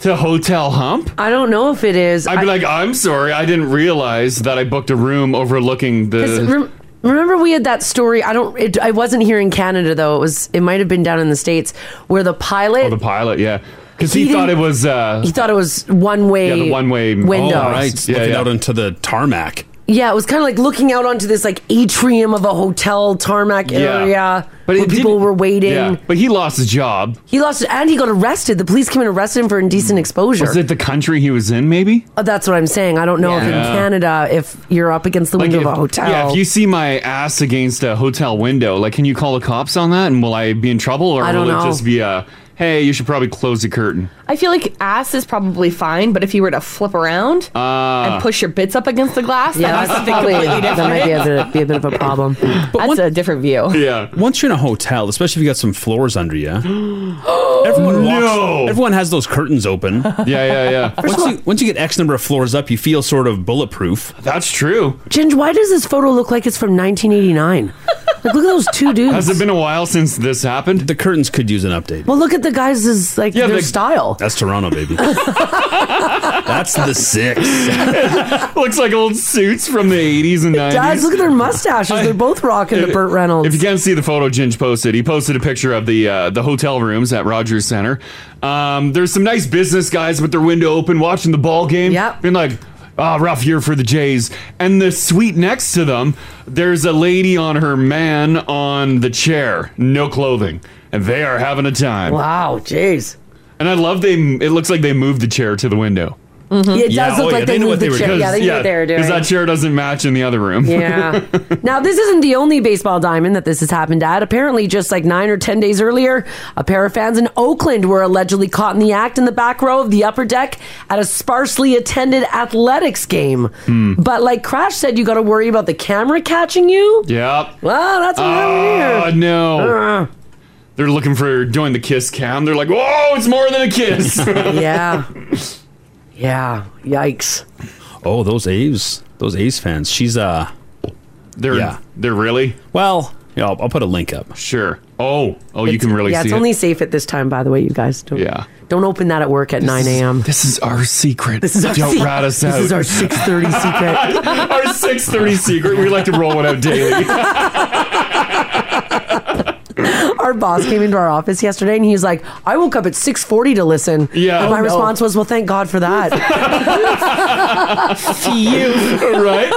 S2: To hotel hump?
S3: I don't know if it is.
S2: I'd be like, I'm sorry, I didn't realize that I booked a room overlooking
S3: Because
S2: the.
S3: rem- remember we had that story. I don't. It, I wasn't here in Canada though. It was. It might have been down in the states where the pilot.
S2: oh, the pilot, yeah, because
S3: He
S2: he, thought it
S3: didn't-
S2: was. Uh,
S3: he thought it was one way.
S2: yeah, the one way
S3: window.
S4: Oh, right. Looking out into the tarmac.
S3: Yeah, it was kind of like looking out onto this like atrium of a hotel tarmac
S2: Yeah.
S3: area,
S2: But
S3: where
S2: it
S3: people
S2: didn't-
S3: were waiting.
S2: Yeah, but he lost his job.
S3: He lost it, and he got arrested. The police came and arrested him for indecent exposure.
S2: Mm. Was it the country he was in? Maybe.
S3: Uh, That's what I'm saying. I don't know if in
S2: Yeah.
S3: Canada, if you're up against the window
S2: if,
S3: of a hotel,
S2: Yeah, if you see my ass against a hotel window, like, can you call the cops on that? And will I be in trouble, or
S5: I don't
S2: will
S5: know.
S2: it just be a, hey, you should probably close the curtain?
S5: I feel like ass is probably fine, but if you were to flip around
S2: Uh,
S5: and push your bits up against the glass,
S3: Yeah,
S5: yeah, that's
S3: that's
S5: something
S3: probably-
S5: completely different.
S3: that might be a bit, be
S2: [LAUGHS]
S3: a bit of a problem.
S5: [LAUGHS] that's a different
S4: Oh.
S5: view.
S2: Yeah.
S4: Once you're in a hotel, especially if you got some floors under [GASPS] you, everyone walks, everyone has those curtains open. Yeah,
S2: [LAUGHS] yeah, yeah.
S4: [LAUGHS] Once you, once you get X number of floors up, you feel sort of bulletproof.
S2: That's true.
S3: Ginge, why does this photo look like it's from 1989? like, look at those
S2: [LAUGHS]
S3: two dudes.
S2: Has it been a while since this happened?
S4: The curtains could use an update.
S3: well, look at the guys' is, like their
S4: the-
S3: style.
S4: That's Toronto, [LAUGHS] baby. That's the six.
S2: Looks like old suits from the 80s and 90s.
S3: Guys, look at [LAUGHS] their mustaches. They're both rocking the Burt Reynolds.
S2: If you can't see the photo Ginge posted, he posted a picture of the uh, the hotel rooms at Rogers Center. Um, there's some nice business guys with their window open watching the ball game. Yep. Being like, ah, rough year for the Jays. And the suite next to them, there's a lady on her man on the chair, no clothing. And they are having a time.
S3: Wow, jeez.
S2: And I love they, it looks like they moved the chair to the window. Mm-hmm.
S3: Yeah, It does
S2: oh,
S3: look like they, moved the chair. Yeah, they knew what they were doing.
S2: Because that chair doesn't match in the other room. [LAUGHS]
S3: [LAUGHS] Yeah. now, this isn't the only baseball diamond that this has happened at. Apparently, just like nine or 10 days earlier, a pair of fans in Oakland were allegedly caught in the act in the back row of the upper deck at a sparsely attended athletics game.
S2: Hmm.
S3: But like Crash said, you got to worry about the camera catching you.
S2: Yep.
S3: Well, that's what happened
S2: Oh,
S3: here. Ah. Uh-uh.
S2: no. They're looking for doing the kiss cam. They're like, whoa, it's more than a kiss.
S3: [LAUGHS] yeah. Yeah. Yikes.
S4: Oh, those A's, those A's fans. She's uh,
S2: they're they're really
S4: well. Yeah, I'll, I'll put a link up.
S2: Sure. Oh, oh, you can really
S3: yeah,
S2: see
S3: it's
S2: it.
S3: only safe at this time, by the way, you guys. Don't,
S2: Yeah.
S3: Don't open that at work at 9 a.m.
S2: This is our secret.
S3: This is our
S2: Don't
S3: secret.
S2: rat us
S3: This
S2: out.
S3: is our 6.30 secret.
S2: [LAUGHS] our 6.30 secret. We like to roll one out daily.
S3: our boss came into our office yesterday and he's like, I woke up at 6.40 to listen.
S2: Yeah.
S3: And my
S2: Oh, no.
S3: response was, well, thank God for that.
S2: [LAUGHS] you. right?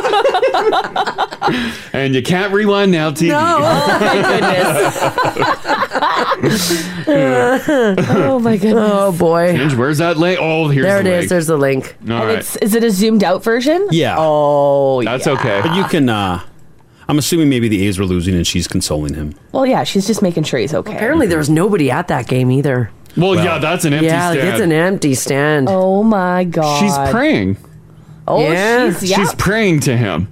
S2: and you can't rewind now, TV. [LAUGHS]
S5: [LAUGHS] oh my goodness.
S3: Oh boy.
S2: Where's that link? Oh, here's
S3: There
S2: the
S3: it is.
S2: link.
S3: There's the link.
S2: All
S5: and
S2: right.
S5: it's is it a zoomed out version?
S3: [LAUGHS]
S4: Yeah.
S3: Oh,
S4: that's
S5: okay.
S4: But you can. uh I'm assuming maybe the A's were losing and she's consoling him.
S5: Well, yeah, she's just making sure he's okay.
S3: Apparently there was nobody at that game either.
S2: Well, yeah, that's an empty
S3: yeah, like,
S2: stand.
S3: it's an empty stand.
S5: Oh my god.
S2: She's praying.
S5: Oh,
S3: Yeah.
S5: she's yeah.
S2: She's praying to him.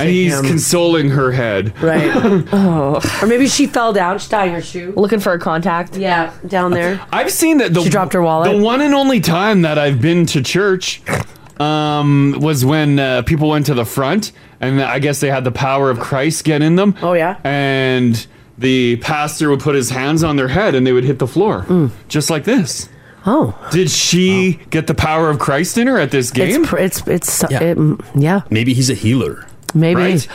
S2: and he's
S3: him.
S2: consoling her head. [LAUGHS]
S3: Right. oh. Or maybe she fell down. She's tying her shoe.
S5: Looking for a contact.
S3: Yeah, down there.
S2: I've seen that the
S3: She dropped her wallet.
S2: The one and only time that I've been to church um, was when uh, people went to the front, and I guess they had the power of Christ get in them. Oh yeah, and the pastor would put his hands on their head, and they would hit the floor, just like this.
S3: Mm. Oh,
S2: did she get the power of Christ in her at this game?
S3: It's pr- it's it's yeah. It, mm, yeah.
S4: Maybe he's a healer.
S3: Maybe.
S2: Right?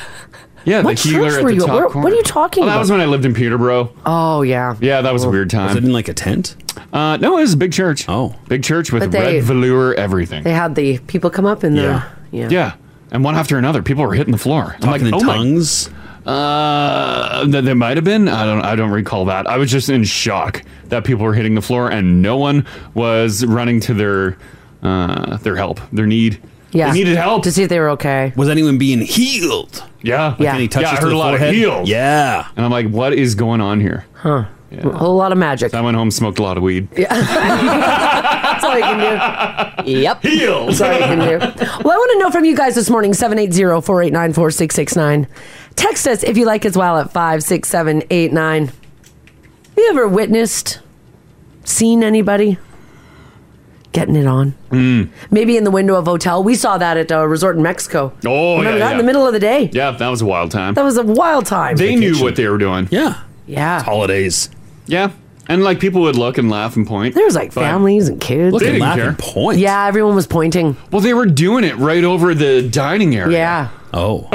S2: Yeah,
S3: What
S2: the healer
S3: church
S2: at
S3: were
S2: the
S3: you at?
S2: top
S3: Where- what
S2: corner.
S3: are you talking
S2: Oh, that
S3: about?
S2: was when I lived in Peterborough.
S3: Oh yeah.
S2: Yeah, that was a weird time.
S4: Was it in like a tent?
S2: Uh, no, it was a big church. Oh, big church with
S3: But they-
S2: red velour, everything.
S3: They had the people come up in the yeah.
S2: Yeah. And one after another, people were hitting the floor. I'm like,
S4: Talking in
S2: "Oh my-"
S4: tongues?
S2: Uh, th- there might have been. I don't. I don't recall that. I was just in shock that people were hitting the floor and no one was running to their uh, their help, their need.
S3: Yeah.
S2: They needed help.
S3: to see if they were okay.
S4: Was anyone being healed?
S2: Yeah.
S3: Yeah. any
S2: yeah.
S4: touches
S2: I
S4: to
S2: heard
S4: the
S2: a lot of
S4: forehead?
S2: heels.
S4: Yeah.
S2: And I'm like, what is going on here?
S3: Huh. A whole lot of magic.
S2: I went home, smoked a lot of weed.
S3: That's all you can
S5: Yep.
S3: do. That's all you can do. [LAUGHS]
S2: [LAUGHS]
S3: Well, I want to know from you guys this morning 780 489 4669. Text us if you like as well at 56789. Have you ever witnessed, seen anybody getting it on?
S2: Mm.
S3: Maybe in the window of a hotel. We saw that at a resort in Mexico.
S2: Oh,
S3: Remember
S2: yeah,
S3: that
S2: yeah.
S3: in the middle of the day?
S2: Yeah, that was a wild time.
S3: That was a wild time.
S2: they knew what they were doing.
S4: Yeah.
S3: Yeah.
S4: Holidays.
S2: Yeah. And like people would look and laugh and point.
S3: There was like families and kids.
S2: Look, they didn't care.
S4: point.
S3: Yeah, everyone was pointing.
S2: Well, they were doing it right over the dining area.
S3: Yeah.
S4: Oh.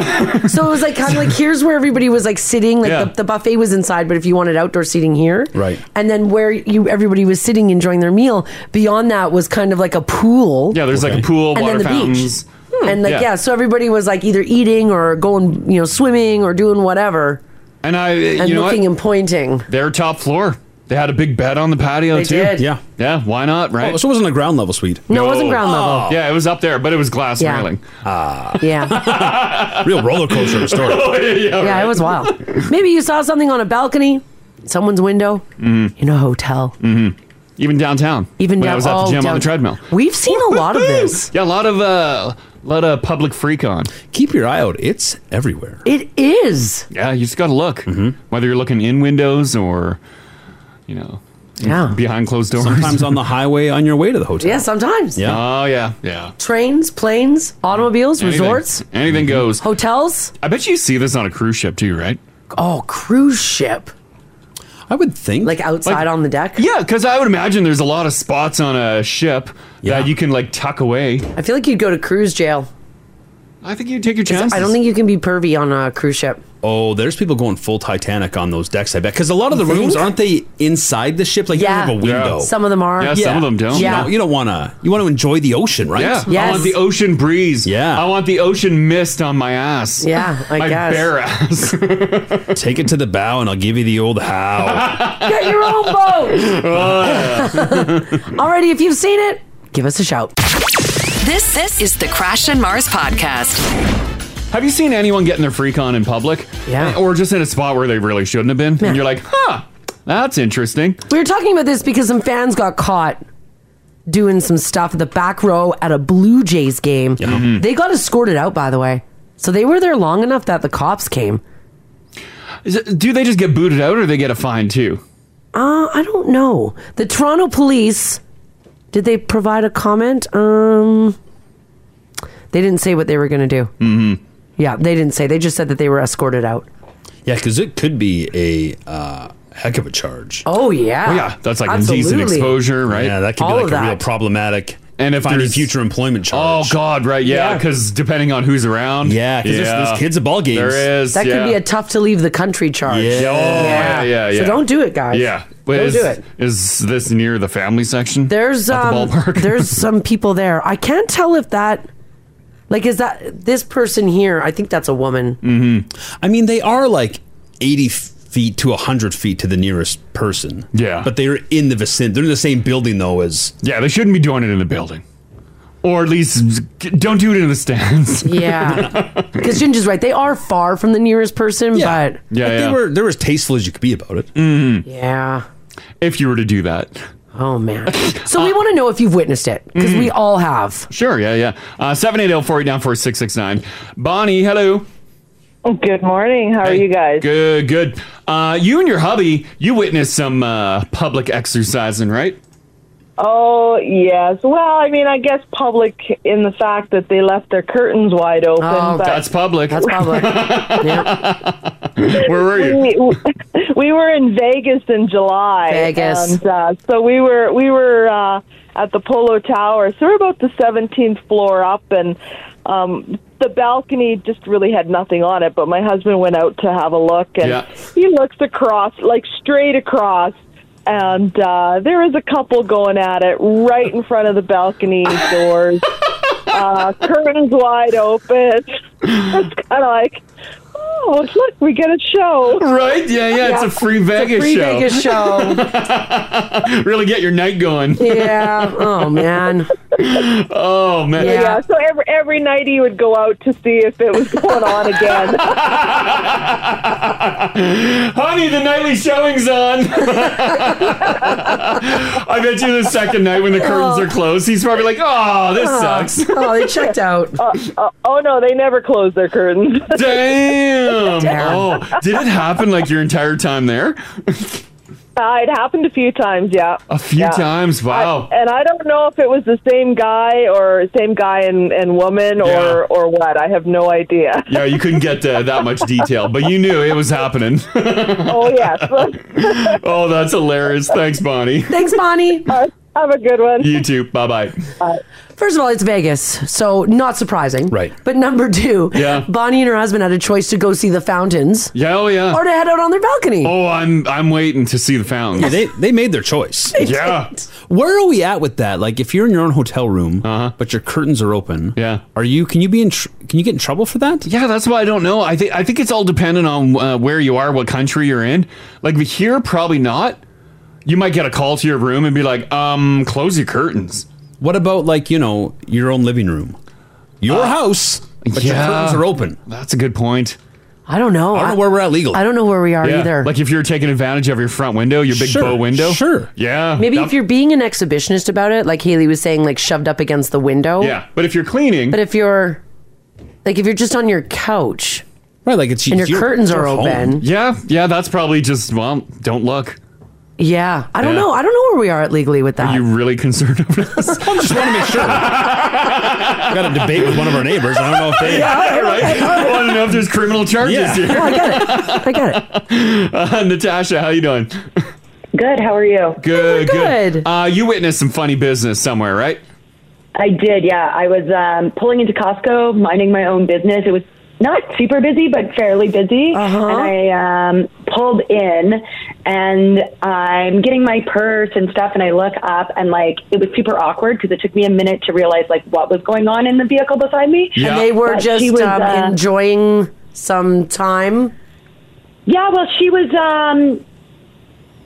S3: So it was like kind of like here's where everybody was like sitting. Like
S2: Yeah.
S3: the, the buffet was inside, but if you wanted outdoor seating here,
S2: Right.
S3: And then where you everybody was sitting enjoying their meal. Beyond that was kind of like a pool.
S2: Yeah, there's like a pool,
S3: and
S2: water
S3: then the
S2: fountains.
S3: beach. Hmm. And like yeah.
S2: Yeah.
S3: so everybody was like either eating or going, you know, swimming or doing whatever,
S2: And I,
S3: and
S2: you know
S3: looking
S2: what?
S3: and pointing.
S2: Their top floor. They had a big bed on the patio
S3: They
S2: too.
S3: did. Yeah.
S2: Yeah. Why not? Right.
S4: Oh, so it wasn't a ground level suite.
S3: No, it wasn't ground level.
S2: Yeah, it was up there, but it was glass
S3: Yeah.
S2: railing.
S4: Ah. [LAUGHS]
S3: Yeah.
S4: Real roller coaster of a story.
S2: [LAUGHS] Oh, yeah, yeah,
S3: yeah,
S2: right.
S3: it was wild. Maybe you saw something on a balcony, someone's window, in a hotel.
S2: Mm-hmm. Even downtown.
S3: Even
S2: when
S3: down-
S2: I was at
S3: oh,
S2: the gym on
S3: down-
S2: the treadmill.
S3: We've seen a lot of this.
S2: Yeah, a lot of uh, a lot of public freak on.
S4: Keep your eye out. It's everywhere. Mm-hmm.
S3: It is.
S2: Yeah, you just got to look. Whether you're looking in windows or, you know,
S3: Yeah.
S2: behind closed doors.
S4: Sometimes on
S2: [LAUGHS]
S4: the highway on your way to the hotel.
S3: Yeah, sometimes.
S2: yeah. Oh yeah. Yeah.
S3: Trains, planes, automobiles,
S2: Anything-
S3: resorts,
S2: Anything
S4: Mm-hmm.
S2: goes.
S3: hotels.
S2: I bet you see this on a cruise ship too, right?
S3: Oh, cruise ship.
S4: I would think.
S3: Like outside on the deck.
S2: Yeah, because I would imagine there's a lot of spots on a ship that you can like tuck away.
S3: I feel like you'd go to cruise jail.
S2: I think you take your
S3: It's-
S2: chances.
S3: I don't think you can be pervy on a cruise ship.
S4: Oh, there's people going full Titanic on those decks, I bet. Because a lot of the rooms aren't they inside the ship? Like you
S3: Yeah.
S4: don't have a window.
S3: Some of them are.
S4: You
S3: Yeah.
S4: don't, you don't want to. You want to enjoy the ocean, right?
S2: Yeah, I
S3: Yes.
S2: want the ocean breeze.
S4: Yeah.
S2: I want the ocean mist on my ass.
S3: Yeah, I
S2: my
S3: guess.
S2: bare ass. [LAUGHS]
S4: Take it to the bow, and I'll give you the old how.
S3: Get your own boat.
S2: [LAUGHS]
S3: Alrighty, if you've seen it, give us a shout.
S1: This this is the Crash and Mars
S2: [LAUGHS]
S1: podcast.
S2: Have you seen anyone getting their freak on in public? Yeah. Or just in a spot where they really shouldn't have been? And you're like, huh, that's interesting.
S3: We were talking about this because some fans got caught doing some stuff in the back row at a Blue Jays game. They got escorted out, by the way. So they were there long enough that the cops came.
S2: Is it- Do they just get booted out or they get a fine too?
S3: Uh, I don't know. The Toronto police, did they provide a comment? Um, they didn't say what they were going to do. Mm-hmm. Yeah, they didn't say. They just said that they were escorted out.
S4: yeah, because it could be a uh, heck of a charge.
S3: Oh, yeah.
S4: Yeah,
S2: That's like indecent exposure, right?
S4: Yeah, that could
S3: All
S4: be
S3: of
S4: like a real
S3: that.
S4: problematic
S2: And if
S4: Finding
S2: there's
S4: future employment
S2: Oh
S4: charge.
S2: God, right? Yeah,
S4: Yeah.
S2: because depending on who's around, yeah,
S4: 'cause there's- there's kids at ball games.
S2: There is
S3: That
S2: yeah.
S3: could be a tough to leave the country charge.
S2: Yeah. Oh, yeah, yeah, yeah.
S3: So don't do it, guys.
S2: yeah.
S3: Don't
S2: is,
S3: do it.
S2: Is this near the family section?
S3: There's
S2: At the
S3: um,
S2: ballpark? [LAUGHS]
S3: there's some people there. I can't tell if that, like, is that this person here? I think that's a woman.
S4: Mm-hmm. I mean, they are like 80 feet to 100 feet to the nearest person. Yeah. But they're in the vicinity. They're in the same building, though, as.
S2: Yeah, they shouldn't be doing it in the building. Or at least don't do it in the stands.
S3: [LAUGHS]
S2: [LAUGHS]
S3: Yeah, because Ginger's right. They are far from the nearest person, but
S2: Yeah,
S4: Like,
S2: yeah.
S4: They were they were as tasteful as you could be about it.
S2: Mm-hmm.
S3: Yeah.
S2: If you were to do that. [LAUGHS]
S3: Oh man. So
S2: Uh,
S3: we want to know if you've witnessed it because we all have.
S2: Mm-hmm. Sure. Yeah. Yeah. Uh, Seven eight zero four eight nine four six six nine. Bonnie, hello.
S6: Oh, good morning. How are you guys?
S2: Good. Good. Uh, you and your hubby, you witnessed some uh, public exercising, right?
S6: Oh, yes. Well, I mean, I guess public in the fact that they left their curtains wide open. but
S2: that's public. That's
S3: Oh, public.
S2: [LAUGHS] Where were you?
S6: We, [LAUGHS] we were in Vegas in July.
S7: Vegas.
S6: And, uh, so we were we were uh, at the Polo Tower. So we're about the 17th floor up, and um, the balcony just really had nothing on it. But my husband went out to have a look, and
S8: Yeah.
S6: he looks across, like straight across. And uh, there was a couple going at it right in front of the balcony
S2: [LAUGHS]
S6: doors, uh, curtains wide open. It's kind of like, oh, look, we get a show.
S2: Right? Yeah, yeah. It's a free Vegas
S6: free
S2: show. [LAUGHS]
S6: Vegas
S2: show. [LAUGHS] really get your night going. [LAUGHS]
S3: Yeah. Oh man.
S2: Oh [LAUGHS] man.
S6: Yeah. So every every night he would go out to see if it was going on again.
S2: Honey, the nightly showing's on. I bet you the second night when the curtains are closed, he's probably like, [LAUGHS] "Oh, this sucks."
S3: [LAUGHS] Oh, they checked out.
S6: Uh, uh, oh no, they never close their curtains.
S2: [LAUGHS] Damn.
S6: Damn.
S2: Oh, did it happen like your entire time there?
S6: Uh, it happened a few times, yeah.
S2: A few
S6: Yeah.
S2: times. Wow.
S6: And I don't know if it was the same guy or same guy and, and woman or or what. I have no idea.
S2: yeah, you couldn't get uh, that much detail, but you knew it was happening.
S6: oh yes.
S2: [LAUGHS] oh, that's hilarious. Thanks, Bonnie.
S3: Thanks,
S6: [LAUGHS]
S3: Bonnie.
S6: Uh, have a good one.
S2: You too. Bye bye.
S3: First of all, it's Vegas, so not surprising. Right. But number two,
S2: Yeah.
S3: Bonnie and her husband had a choice to go see the fountains.
S2: Yeah, oh yeah.
S3: Or to head out on their balcony.
S2: Oh, I'm I'm waiting to see the fountains.
S4: Yeah, they they made their choice.
S2: [LAUGHS] yeah.
S4: Where are we at with that? Like, if you're in your own hotel room,
S2: Uh-huh.
S4: but your curtains are open, yeah, are you? Can you be in? Tr- can you get in trouble for
S2: [LAUGHS]
S4: that?
S2: Yeah, that's why I don't know. I think I think it's all dependent on uh, where you are, what country you're in. Like here, probably not. You might get a call to your room and be like, "Um, close your curtains."
S4: What about like you know your own living room, your house, but
S2: Uh, yeah.
S4: your curtains are open?
S2: That's a good point.
S3: I don't know.
S4: I don't know where we're at legally.
S3: I don't know where we are
S2: Yeah,
S3: either.
S2: Like if you're taking advantage of your front window, your big
S3: Sure,
S2: bow window.
S4: sure.
S2: Yeah.
S3: Maybe
S2: that-
S3: if you're being an exhibitionist about it, like Haley was saying, like shoved up against the window.
S2: Yeah, but if you're cleaning,
S3: But if you're, like, if you're just on your couch,
S4: right? Like it's
S3: and your
S2: it's your-
S3: curtains
S2: it's
S3: are
S2: your home.
S3: open.
S2: Yeah, yeah, that's probably just well, don't look.
S3: Yeah, I don't
S2: Yeah.
S3: know. I don't know where we are at legally with that.
S2: Are you really concerned [LAUGHS] over
S4: [LAUGHS]
S2: this? I
S4: just want to make sure. got a debate with one of our neighbors. I don't know if they. [LAUGHS]
S2: yeah, right. I want to know if there's criminal charges
S4: Yeah.
S2: here.
S4: Oh, I
S3: got it. I got
S2: it. [LAUGHS] Uh, Natasha, how you doing?
S9: Good. How are you?
S2: Good. Good. Uh, you witnessed some funny business somewhere, right?
S9: I did, yeah. I was um, pulling into Costco, minding my own business. It was not super busy, but fairly busy.
S3: Uh-huh.
S9: And I um, pulled in, and I'm getting my purse and stuff, and I look up, and like it was super awkward because it took me a minute to realize like what was going on in the vehicle beside me.
S3: And they were
S9: But she
S3: just
S9: was,
S3: um,
S9: uh,
S3: enjoying some time.
S9: yeah. Well, she was um,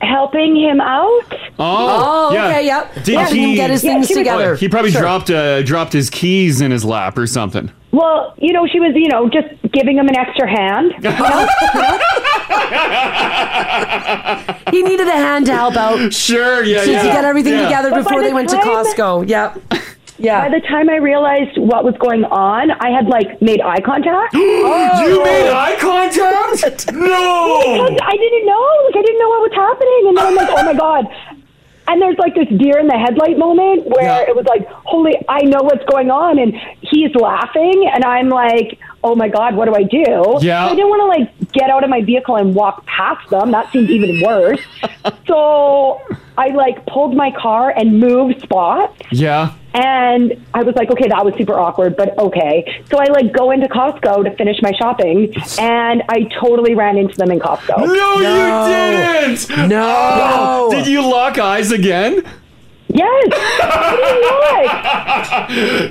S9: helping him out.
S2: Oh, yeah. Did he
S9: Yeah, she was-
S2: He probably dropped uh, dropped his keys in his lap or something.
S9: Well, you know, she was, you know, just giving him an extra hand. you know?
S2: [LAUGHS]
S3: He needed a hand to help out.
S2: Sure, yeah,
S3: So
S2: yeah.
S3: To get everything
S2: Yeah.
S3: together
S9: But by
S3: before
S9: the
S3: they went to
S9: time-
S3: Costco. Yep. Yeah.
S9: By the time I realized what was going on, I had like made eye
S2: [GASPS]
S9: contact.
S2: You made eye
S9: [LAUGHS]
S2: contact? No.
S9: Because I didn't know. Like I didn't know what was happening, and then I'm like, oh my god. And there's like this deer in the headlight moment where it was like, holy, I know what's going on, and he's laughing, and I'm like, oh my god, what do I do?
S10: Yeah.
S9: So I didn't want to like get out of my vehicle and walk past them. That seemed even worse. so I like pulled my car and moved spots.
S2: Yeah.
S9: And I was like, okay, that was super awkward, but okay. So I like go into Costco to finish my shopping, and I totally ran into them in Costco.
S2: No, you didn't.
S3: No.
S2: Oh, Did you lock eyes again? [LAUGHS]
S9: Yes.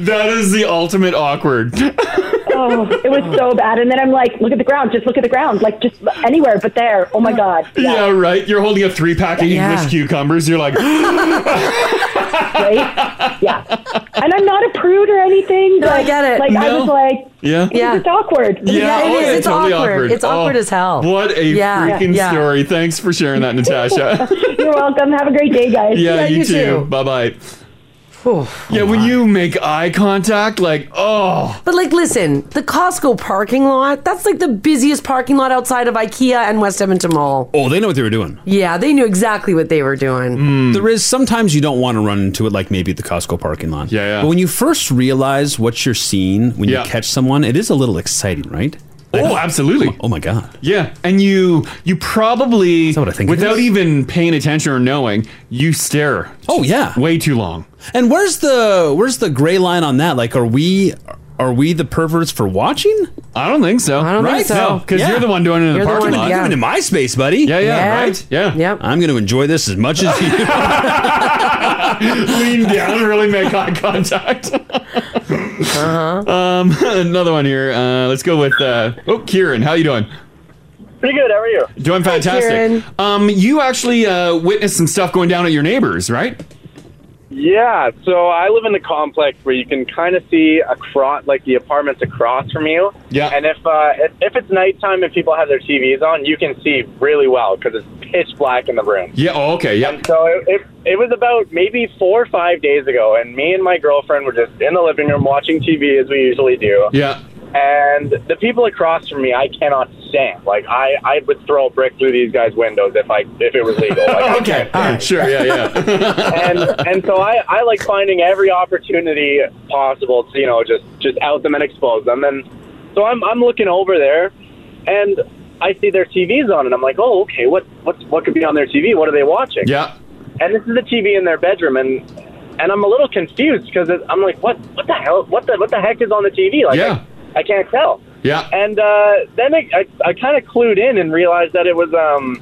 S2: that is the ultimate awkward.
S9: oh, it was so bad. And then I'm like, look at the ground, just look at the ground, like just anywhere but there. Oh
S2: [LAUGHS]
S9: my god.
S2: Yeah, right. You're holding a three pack of
S9: Yeah.
S2: English cucumbers. You're like, [GASPS]
S9: And I'm not a prude or anything.
S3: No, I
S9: but,
S3: get it.
S9: Like I
S2: No.
S9: was like,
S2: yeah,
S9: yeah, it's awkward.
S2: oh, totally Oh, What a freaking
S9: Yeah.
S2: story! Thanks for sharing that, Natasha.
S9: [LAUGHS] You're welcome. Have a great day, guys.
S2: yeah, you, too. Bye bye. yeah, when you make eye contact, like, oh,
S3: But like, listen, the Costco parking lot—that's like the busiest parking lot outside of IKEA and West Edmonton Mall.
S4: Oh, they know what they were doing.
S3: Yeah, they knew exactly what they were doing.
S2: Hmm.
S4: There is sometimes you don't want to run into it, like maybe at the Costco parking lot. Yeah, yeah. But when you first realize what you're seeing when you catch someone, it is a little exciting, right?
S2: Oh, absolutely.
S4: Oh my god.
S2: yeah. And you, you probably, without even paying attention or knowing, you stare.
S4: Oh yeah.
S2: Way too long.
S4: And where's the where's the gray line on that? Like, are we are we the perverts for watching?
S2: I don't think so. I
S4: don't
S2: think so. because you're the one doing it in the parking lot.
S4: I'm in my space, buddy.
S2: yeah, Yeah. right? Yeah.
S3: Yep.
S4: I'm going to enjoy this as much as you. [LAUGHS]
S2: [LAUGHS] lean down and really make eye contact. uh-huh. Um, [LAUGHS] another one here. Uh, let's go with uh, oh, Kieran. How you doing?
S7: Pretty good. How are you?
S2: Doing fantastic.
S7: Kieran.
S2: um, you actually uh, witnessed some stuff going down at your neighbors, right?
S7: Yeah. So I live in the complex where you can kind of see across, like the apartments across from you.
S2: Yeah.
S7: And if uh, if- if it's nighttime and people have their TVs on, you can see really well because it's pitch black in the room.
S2: Yeah. Oh, okay. Yeah.
S7: So it, it, it was about maybe four or five days ago, and me and my girlfriend were just in the living room watching TV as we usually do.
S3: [LAUGHS]
S2: Yeah.
S7: And the people across from me, I cannot stand. Like I, I would throw a brick through these guys' windows if I if it was legal. Like, I
S2: [LAUGHS] okay. All right. Sure. Yeah. Yeah.
S7: and and so I, I like finding every opportunity possible to you know just just out them and expose them and so I'm I'm looking over there and I see their TVs on and I'm like oh okay what what what could be on their TV what are they watching
S2: [LAUGHS] yeah
S7: and this is the TV in their bedroom and and I'm a little confused because I'm like what what the hell what the what the heck is on the TV like
S2: Yeah.
S7: I, I can't tell
S2: Yeah.
S7: and uh, then I, I, I kind of clued in and realized that it was um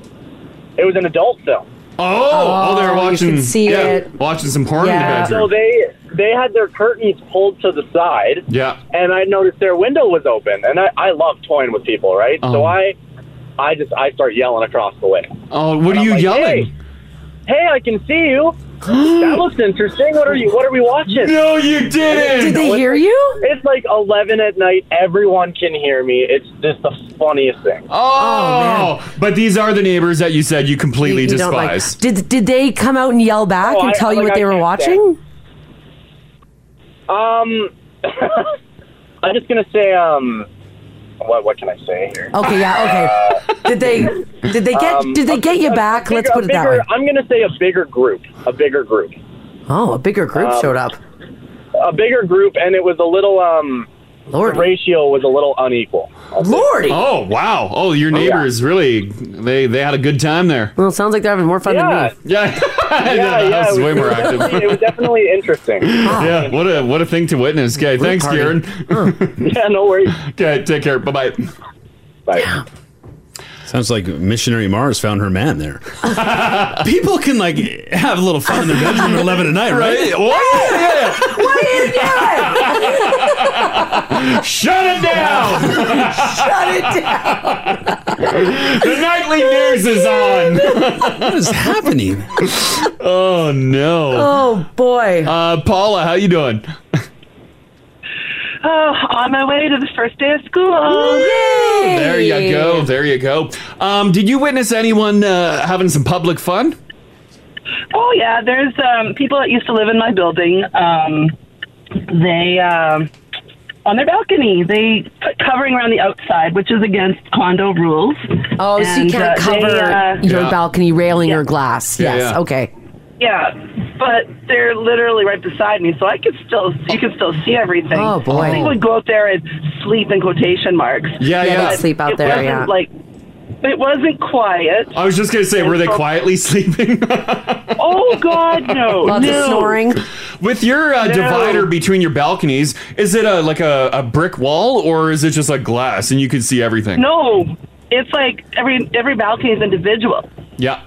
S7: it was an adult film
S2: Oh, oh, they're watching. yeah, Watching some porn in the
S7: so
S2: bedroom.
S7: Oh, they they had their curtains pulled to the side,
S2: yeah.
S7: and I noticed their window was open. And I, I love toying with people, right?
S2: Oh.
S7: So I I just I start yelling across the way.
S2: Oh, [LAUGHS] what are you yelling?
S7: Hey, I can see
S6: [GASPS]
S7: you. that looks interesting. What are you? What are we watching?
S2: No, you didn't.
S3: Did they hear you?
S7: It's like eleven at night. Everyone can hear me. It's just the funniest thing.
S2: Oh, but these are the neighbors that you said you completely
S3: You don't like-
S2: despise.
S3: Did did they come out and yell back
S7: Oh,
S3: and
S7: I-
S3: tell you
S7: like,
S3: what
S7: I
S3: they were
S7: can't
S3: watching?
S7: Um, [LAUGHS] I'm just gonna say um, what what can I say here? Uh,
S3: Okay, yeah, okay. Did they did they get
S7: Um,
S3: did they
S7: a-
S3: get you
S7: a
S3: back?
S7: bigger-
S3: Let's put
S7: a
S3: it that way.
S7: bigger- I'm going to say a bigger group. A bigger group.
S3: Oh, a bigger group
S7: Um,
S3: showed up.
S7: A bigger group, and it was a little. um
S3: Lordy.
S7: The ratio was a little unequal. I'll say.
S3: [LAUGHS] Lordy.
S2: Oh wow! [LAUGHS] Oh, your
S7: yeah.
S2: neighbors really they they had a good time there.
S3: Well, it sounds like they're having more fun
S7: Yeah.
S3: than me.
S2: Yeah, yeah,
S7: Yeah,
S2: the house
S7: yeah,
S2: is
S7: it
S2: way
S7: was- [LAUGHS]
S2: more
S7: it was
S2: active.
S7: definitely- it was definitely interesting.
S2: yeah, what a what a thing to witness. Okay, thanks,
S7: party.
S2: Kieran.
S7: yeah, no worries.
S2: Okay, take care. Bye bye.
S7: Bye.
S4: Sounds like missionary Mars found her man there. [LAUGHS] People can like have a little fun in their bedroom at eleven at night, right?
S2: What? Yeah. [LAUGHS] Shut it down!
S3: Shut it down.
S2: [LAUGHS] the nightly news is on.
S4: What is happening?
S2: oh no.
S3: Oh boy.
S2: Uh, Paula, how you doing?
S8: Oh, on my way to the first day of school.
S3: Yay!
S2: There you go. There you go. Um, did you witness anyone uh, having some public fun?
S8: Oh yeah, there's um, people that used to live in my building. Um, they um, on their balcony, they put covering around the outside, which is against condo rules.
S3: Oh, so you
S8: And,
S3: can't
S8: uh, they,
S3: cover
S8: uh,
S3: your
S2: Yeah.
S3: balcony railing or glass.
S2: Yeah,
S3: yes.
S2: yeah.
S3: Okay.
S8: Yeah, but they're literally right beside me, so I could still you can still see everything.
S3: Oh, boy.
S8: They would go out there and sleep in quotation marks.
S2: Yeah,
S3: Yeah,
S2: yeah.
S3: they sleep out
S8: it
S3: there.
S8: wasn't
S3: Yeah.
S8: like It wasn't quiet.
S2: I was just gonna say, were they quietly [LAUGHS] sleeping?
S8: Oh God,
S3: [LAUGHS]
S8: no!
S2: Lots of
S8: no.
S2: snoring. With your uh,
S8: No.
S2: divider between your balconies, is it a like a, a brick wall or is it just like glass and you can see everything?
S8: No, it's like every every balcony is individual.
S2: Yeah.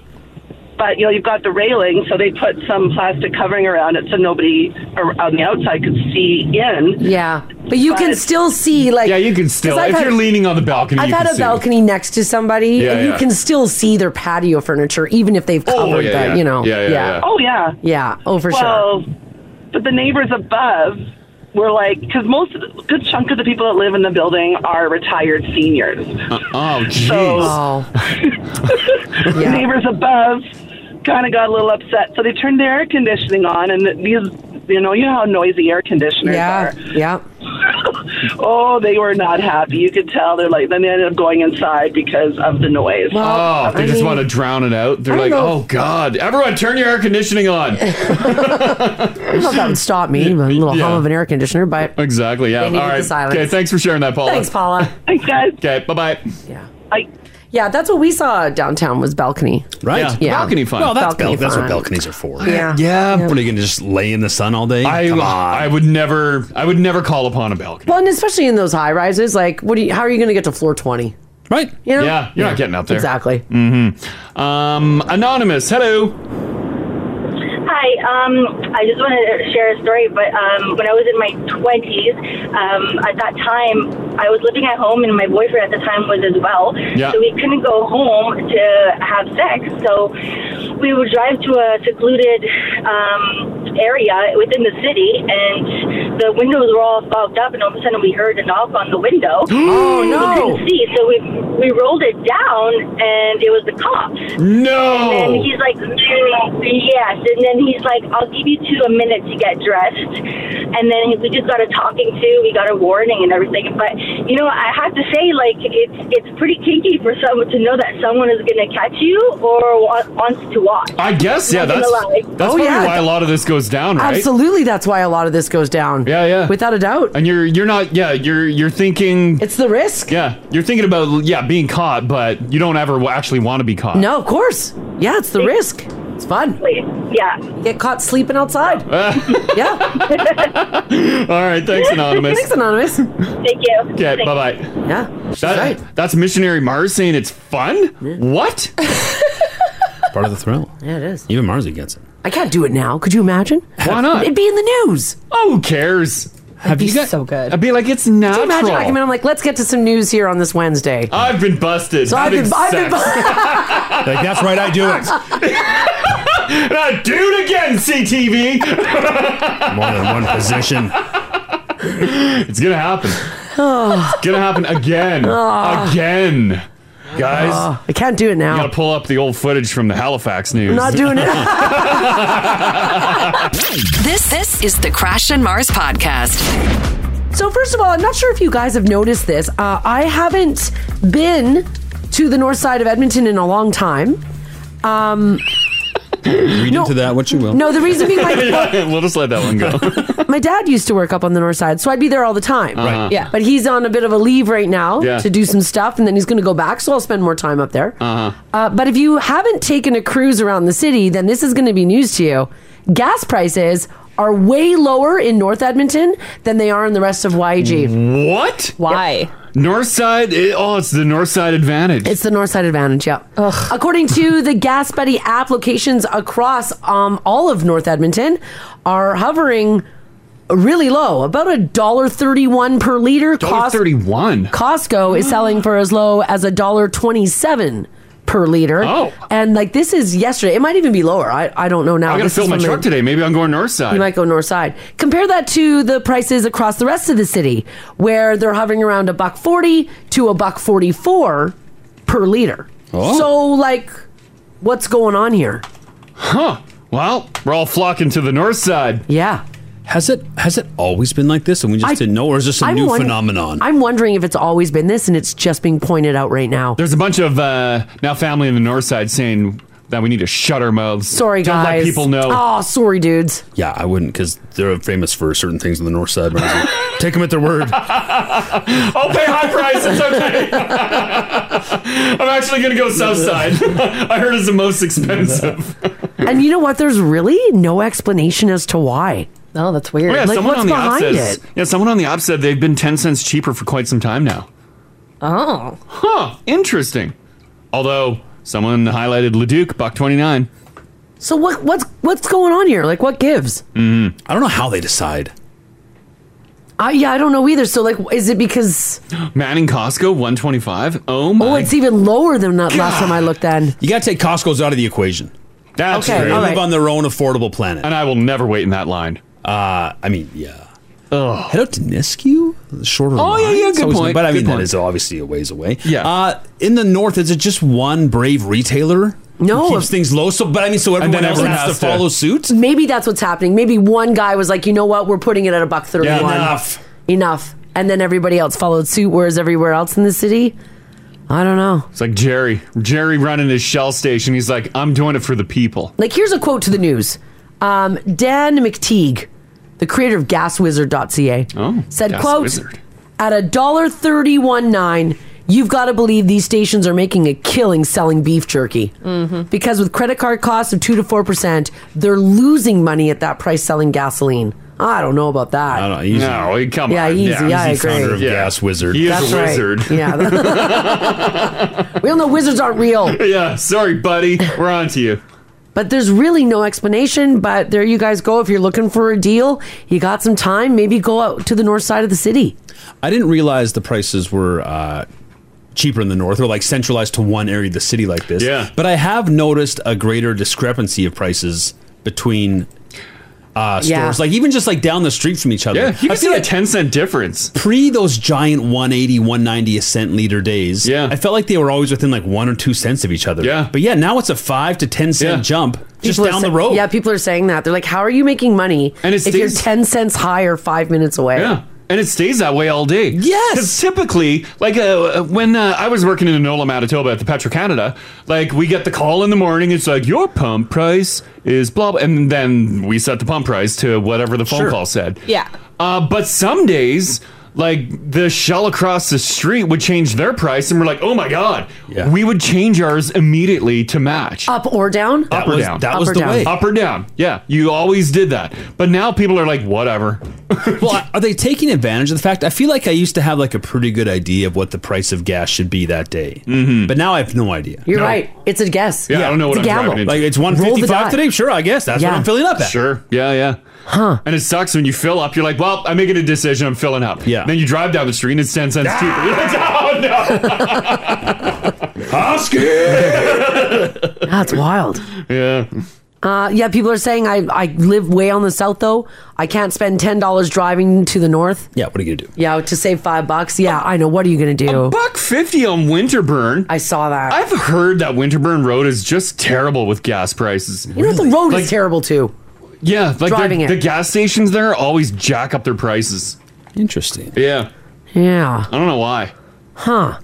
S8: But you know, you've got the railing, so they put some plastic covering around it, so nobody ar- on the outside could see in.
S3: Yeah, but you can still see like
S2: Yeah, you can still.
S3: 'Cause I've
S2: If
S3: had-
S2: you're leaning on the balcony,
S3: I've
S2: you
S3: had
S2: can
S3: a
S2: see.
S3: balcony next to somebody,
S2: Yeah,
S3: and you
S2: yeah. Oh,
S3: can still see their patio furniture, even if they've covered
S2: yeah,
S3: that.
S2: yeah.
S3: You know,
S2: Yeah, yeah, yeah.
S8: Oh yeah.
S3: yeah. Oh, for sure.
S8: well, but the neighbors above were like, because most of the, good chunk of the people that live in the building are retired
S3: [LAUGHS]
S8: seniors.
S2: Uh, oh, jeez.
S3: Oh.
S8: The neighbors above kind of got a little upset, so they turned their air conditioning on, and these, you know, you know how noisy air conditioners
S3: Yeah,
S8: are.
S3: yeah.
S8: [LAUGHS] Oh, they were not happy. You could tell. They're like, then they ended up going inside because of the noise.
S2: oh, they just want to drown it out. They're
S8: I
S2: like,
S8: don't know
S2: oh
S8: if-
S2: god, everyone, turn your air conditioning
S3: [LAUGHS]
S2: on.
S3: I don't know if that would stop me, a little hum of an air conditioner, but
S2: exactly. Yeah.
S3: They needed
S2: All
S3: the
S2: right.
S3: silence.
S2: Okay. Thanks for sharing that, Paula.
S3: Thanks, Paula.
S8: Thanks, guys.
S2: Okay. Bye bye.
S3: Yeah. yeah, that's what we saw downtown was balcony.
S4: Right?
S3: Yeah.
S4: Balcony fun. Well, that's,
S3: Balcony
S4: bal- that's what
S3: fun.
S4: balconies are for.
S3: Yeah.
S4: Yeah. What are you going to just lay in the sun all day?
S2: I,
S4: Come on.
S2: I would never, I would never call upon a balcony.
S3: Well, and especially in those high rises, like, what do you? How are you going to get to floor twenty?
S4: Right.
S3: You know?
S2: Yeah, you're not getting up there.
S3: Exactly.
S2: Mm-hmm. Um, anonymous. Hello.
S10: Hi, um, I just want to share a story. But um, when I was in my 20s, um, at that time, I was living at home, and my boyfriend at the time was as well.
S11: Yeah.
S10: So we couldn't go home to have sex. So we would drive to a secluded um, area within the city, and the windows were all fogged up, and all of a sudden we heard a knock on the window.
S11: Oh,
S10: We
S11: no.
S10: couldn't see, so we, we rolled it down, and it was the cops.
S2: No.
S10: And then he's like, yes. And then he's like, I'll give you two a minute to get dressed. And then we just got a talking to, we got a warning and everything. But you know, I have to say, like, it's it's pretty kinky for someone to know that someone is gonna catch you or wa- wants to watch.
S2: I guess. Yeah.
S10: Not gonna
S2: That's
S10: lie.
S2: that's probably why a lot of this goes down, right?
S3: Absolutely, that's why a lot of this goes down. Yeah, yeah, without a doubt.
S2: And you're you're not. Yeah. You're you're thinking.
S3: It's the risk.
S2: Yeah. You're thinking about yeah being caught, but you don't ever wa- actually want to be [LAUGHS] caught.
S3: No, of course. Yeah, it's the risk. It's fun.
S10: Yeah.
S3: Get caught sleeping outside.
S2: [LAUGHS]
S3: [LAUGHS]
S2: All right. Thanks, anonymous.
S3: Thanks, anonymous.
S10: Thank you.
S2: Okay. Bye bye.
S3: Yeah.
S2: That, That's missionary Mars saying it's fun. What?
S4: Part of the thrill.
S3: Yeah, it is.
S4: Even Marzi gets it.
S3: I can't do it now. Could you imagine?
S4: Why not?
S3: It'd be in the news.
S2: Oh, who cares?
S3: Have you got so good? I'd
S2: be like, it's natural.
S3: Could you
S2: [LAUGHS]
S3: imagine? I come in, I'm like, let's get to some news here on this Wednesday.
S2: I've been busted.
S3: So I've been- I've been
S4: like that's right. I do it.
S2: Uh, do it again, CTV.
S4: More than one position.
S2: [LAUGHS] it's gonna happen.
S3: Ah.
S2: It's gonna happen again,
S3: Oh.
S2: again, guys.
S3: Oh, I can't do it now.
S2: You gotta pull up the old footage from the Halifax news.
S1: I'm not doing
S2: [LAUGHS] it.
S1: This this is the Crash and Mars podcast.
S3: [LAUGHS] So, first of all, I'm not sure if you guys have noticed this. Uh, I haven't been to the north side of Edmonton in a long time. Um,
S4: Read
S3: No.
S4: into that what you will.
S3: No, the reason being, like-
S2: yeah, [LAUGHS] we'll just let that one go.
S3: my dad used to work up on the north side, so I'd be there all the time.
S2: Right.
S3: Yeah. But he's on a bit of a leave right now
S2: Uh-huh. Yeah.
S3: to do some stuff, and then he's going to go back, so I'll spend more time up there.
S2: Uh huh.
S3: Uh, but if you haven't taken a cruise around the city, then this is going to be news to you. Gas prices are way lower in North Edmonton than they are in the rest of YG.
S2: [LAUGHS] What?
S3: Why?
S2: North side. It, oh, it's the North side advantage.
S3: It's the North Side Advantage, yeah. According to the Gas Buddy app, locations across um, all of North Edmonton are hovering really low, about a dollar thirty-one per liter. Cos-
S2: thirty-one.
S3: Costco is selling for as low as a dollar twenty-seven per liter. Oh, and like this is yesterday. It might even be lower. I, I don't know now.
S2: I gotta
S3: This is
S2: fill my
S3: from the-
S2: truck today. Maybe I'm going north side.
S3: you might go north side. Compare that to the prices across the rest of the city, where they're hovering around a buck forty to a buck forty-four per liter.
S2: Oh.
S3: So, like, what's going on here?
S2: Huh. Well, we're all flocking to the north side.
S3: Yeah.
S4: Has it has it always been like this, and we just
S3: I-
S4: didn't know, or is this a new
S3: wonder-
S4: phenomenon?
S3: I'm wondering if it's always been this, and it's just being pointed out right now.
S2: There's a bunch of uh, now family in the north side saying that we need to shut our mouths.
S3: Sorry,
S2: Don't
S3: guys.
S2: let people know.
S3: Oh, sorry, dudes.
S4: Yeah, I wouldn't because they're famous for certain things on the north side. but I was like, Take them at their
S2: [LAUGHS]
S4: word.
S2: [LAUGHS] I'll pay high price. It's okay. [LAUGHS] I'm actually gonna go south side. [LAUGHS] I heard it's the most expensive.
S3: and you know what? There's really no explanation as to why.
S5: No, that's weird.
S2: yeah, someone on the app
S3: behind
S2: says.
S3: it?
S2: Yeah, someone on the app said they've been ten cents cheaper for quite some time now.
S5: Oh.
S2: Huh. Interesting. Although someone highlighted Leduc buck twenty nine.
S3: So what what's what's going on here? Like what gives?
S2: Mm.
S4: I don't know how they decide.
S3: I yeah, I don't know either. So like, is it because
S2: Manning Costco one twenty five. Oh my.
S3: oh, it's even lower than that last time I looked? Then
S4: You got to take Costco's out of the equation.
S2: That's
S3: Okay,
S4: They
S3: all
S4: live
S3: right.
S4: on their own affordable planet. And
S2: I will never wait in that line.
S4: Uh, I mean, yeah. Head out to Nisku? The Shorter
S2: Oh, yeah,
S4: line?
S2: yeah,
S4: It's
S2: good
S4: always-
S2: point,
S4: But I
S2: good
S4: mean,
S2: point.
S4: that is obviously a ways away.
S2: Yeah.
S4: Uh, in the north, is it just one brave retailer? No. Who keeps things low. So, but I mean, so everyone
S2: then
S4: else
S2: everyone
S4: has,
S2: has
S4: to,
S2: to-
S4: follow suit?
S3: Maybe that's what's happening. Maybe one guy was like, you know what, we're putting it at a buck thirty-one.
S4: Yeah, enough.
S3: enough. And then everybody else followed suit. Whereas everywhere else in the city, I don't know.
S2: It's like Jerry. Jerry running his shell station. He's like, I'm doing it for the people.
S3: Like, here's a quote to the news um, Dan McTeague, the creator of gaswizard.ca,
S4: Oh,
S3: said,
S2: Gas
S3: quote,
S2: Wizard.
S3: at a dollar thirty-one nine, you've got to believe these stations are making a killing selling beef jerky. Because with credit card costs of 2 to 4%, they're losing money at that price selling gasoline. I don't know about that.
S4: I don't know. Easy.
S2: No, come
S3: Yeah,
S2: on.
S3: easy. Yeah, I
S4: he's the
S3: agree.
S4: founder of
S2: Yeah.
S4: Gas Wizard.
S2: He is a That's right. wizard.
S3: Yeah.
S2: [LAUGHS]
S3: [LAUGHS] we all know wizards aren't real.
S2: yeah, sorry, buddy. We're on to you.
S3: But there's really no explanation. But there you guys go. If you're looking for a deal, you got some time, maybe go out to the north side of the city.
S4: I didn't realize the prices were uh, cheaper in the north or like centralized to one area of the city like this. Yeah. But I have noticed a greater discrepancy of prices between uh, stores,
S2: Yeah.
S4: like even just like down the street from each other.
S2: Yeah,
S4: I
S2: you can see
S4: feel
S2: a 10 cent difference.
S4: Pre those giant 180, 190 a cent liter days, yeah. I felt like they were always within like one or two cents of each other. Yeah. But yeah, now it's a five to 10 cent jump just
S3: People are
S4: down
S3: sa-
S4: the road.
S3: Yeah, people are saying that. They're like, how are you making money
S2: And it
S3: if you're
S2: stays-
S3: 10 cents higher five minutes away?
S2: Yeah. And it stays that way all day. Yes. Because typically, like uh, when uh, I was working in Enola, Manitoba at the Petro Canada, like we get the call in the morning. It's like, your pump price is blah, blah. And then we set the pump price to whatever the phone
S5: Sure.
S2: call said.
S5: Yeah.
S2: Uh, but some days, like the shell across the street would change their price, and we're like, oh my God. We would change ours immediately to match.
S3: Up or down?
S2: Up or down.
S3: Up or down.
S2: Up or down. Yeah. You always did that. But now people are like, whatever.
S4: [LAUGHS] well, are they taking advantage of the fact? I feel like I used to have like a pretty good idea of what the price of gas should be that day, mm-hmm. but now I have no idea.
S3: You're right. It's a guess. it's a gamble.
S4: Like it's one
S3: Roll the
S4: fifty-five [LAUGHS]
S3: die.
S4: today. Sure, I guess that's
S3: Yeah.
S4: what I'm filling up at.
S2: Sure. Yeah, yeah. Huh. And it sucks when you fill up. You're like, well, I'm making a decision. I'm filling up. Yeah. Then you drive down the street and it's 10 cents cheaper.
S4: Ah.
S2: You're like, [LAUGHS]
S4: [LAUGHS]
S2: oh, no.
S3: [LAUGHS] That's wild.
S2: Yeah.
S3: Uh, yeah, people are saying I, I live way on the south though. I can't spend ten dollars driving to the north.
S4: Yeah, what are you gonna do?
S3: Yeah, to save five bucks. Yeah, I know. What are you gonna do?
S2: Buck 50 on Winterburn.
S3: I saw that.
S2: I've heard that Winterburn Road is just terrible with gas prices.
S3: You know what? The road is terrible too.
S2: Yeah, like
S3: Driving
S2: the,
S3: it.
S2: the gas stations there always jack up their prices.
S4: Interesting.
S2: Yeah.
S3: Yeah.
S2: I don't know why.
S3: Huh.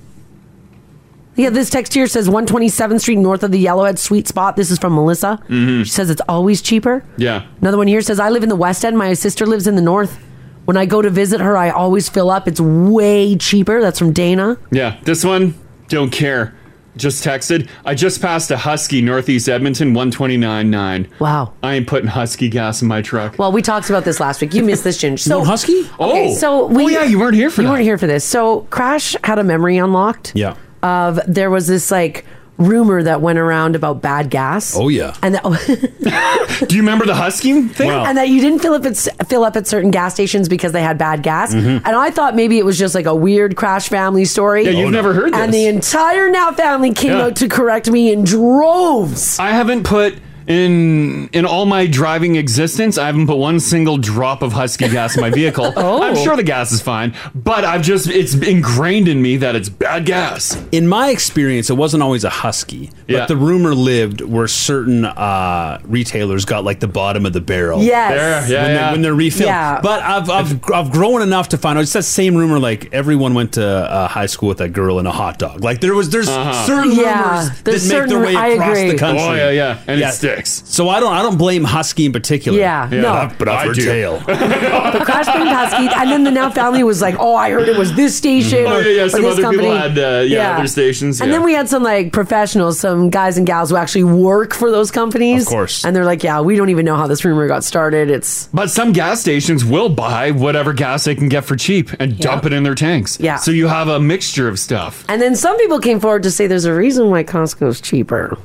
S3: Yeah, this text here says 127th Street north of the Yellowhead Sweet Spot. This is from Melissa. She says it's always cheaper.
S2: Mm-hmm. Yeah.
S3: Another one here says I live in the West End. My sister lives in the north. When I go to visit her, I always fill up. It's way cheaper. That's from Dana.
S2: Yeah, this one, don't care. Just texted. I just passed a Husky Northeast Edmonton 129.9.
S3: Wow.
S2: I ain't putting Husky gas in my truck.
S3: Well, we talked about this last week. You missed this, Ginge.
S2: [LAUGHS]
S3: So
S2: No Husky?
S3: Okay,
S2: Oh.
S3: so
S2: Oh,
S3: we,
S2: yeah, you weren't here for
S3: you
S2: that.
S3: weren't here for this. So Crash had a memory unlocked.
S4: Yeah.
S3: Of there was this like rumor that went around about bad gas.
S4: Oh, yeah.
S3: And that,
S2: Do you remember the Husky thing?
S3: and that you didn't fill up at s- fill up at certain gas stations because they had bad gas.
S2: Mhm.
S3: And I thought maybe it was just like a weird Crash family story.
S2: Yeah, you've Oh, no. never heard
S3: And
S2: this.
S3: the entire now family came
S2: Yeah.
S3: out to correct me in droves.
S2: I haven't put In in all my driving existence, I haven't put one single drop of husky gas in my
S3: [LAUGHS]
S2: vehicle.
S4: Oh.
S2: I'm sure the gas is fine, but I've just it's ingrained in me that it's bad gas.
S4: In my experience, it wasn't always a husky, but
S2: Yeah.
S4: the rumor lived where certain uh, retailers got like the bottom of the barrel.
S2: Yes. There, yeah,
S4: when,
S2: yeah.
S4: They, when they're refilled.
S2: Yeah.
S4: But I've, I've I've grown enough to find out it's that same rumor. Like everyone went to uh, high school with that girl and a hot dog. Like there was there's
S2: Uh-huh.
S4: certain
S2: Yeah,
S4: rumors that make
S2: there's
S4: their
S2: certain-
S4: way
S2: I
S4: across
S2: agree.
S4: the country.
S2: Oh, yeah, yeah. And it sticks.
S4: So I don't I don't blame husky in particular.
S3: Yeah, Yeah. no.
S4: But I've heard
S2: do. [LAUGHS]
S4: tail.
S3: the Crash Bandicoot Husky, and then the Now family was like, "Oh, I heard it was this station."
S2: Oh,
S3: or-
S2: yeah, yeah,
S3: or
S2: some
S3: this
S2: other people
S3: company."
S2: had, uh, yeah, other stations,
S3: And
S2: yeah.
S3: then we had some like professionals, some guys and gals who actually work for those companies,
S2: Of course.
S3: And they're like, "Yeah, we don't even know how this rumor got started. It's
S2: But some gas stations will buy whatever gas they can get for cheap and dump it in their tanks.
S3: Yeah.
S2: So you have a mixture of stuff.
S3: And then some people came forward to say there's a reason why Costco's cheaper.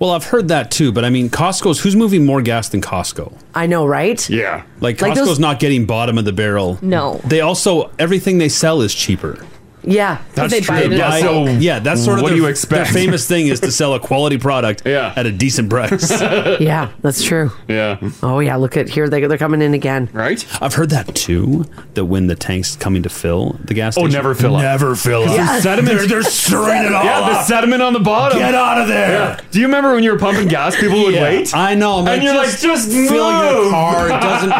S4: Well, I've heard that too, but I mean, Costco's who's moving more gas than Costco?
S3: I know, right?
S2: Yeah.
S4: Like Costco's
S3: Like those-
S4: not getting bottom of the barrel.
S3: No.
S4: They also everything they sell is cheaper.
S3: Yeah,
S4: Yeah, so- yeah, that's sort of
S2: what
S4: their,
S2: do you expect? [LAUGHS]
S4: their [LAUGHS] famous thing is to sell a quality product at a decent price.
S3: [LAUGHS] yeah, that's true.
S2: [LAUGHS] Yeah.
S3: Oh yeah, look at here they they're coming in again.
S2: Right?
S4: I've heard that too. That when the tank's coming to fill, the gas
S2: Oh,
S4: station,
S2: never fill up.
S4: Never fill up.
S2: Because the sediment-
S4: They're, they're stirring it all
S2: Yeah, the
S4: up.
S2: sediment on the bottom.
S4: Get out of there.
S2: Do you remember when you were pumping gas, people would
S4: Yeah,
S2: wait?
S4: I know. I'm
S2: and you're like, just
S4: fill
S2: move."
S4: your car. It
S2: [LAUGHS]
S4: doesn't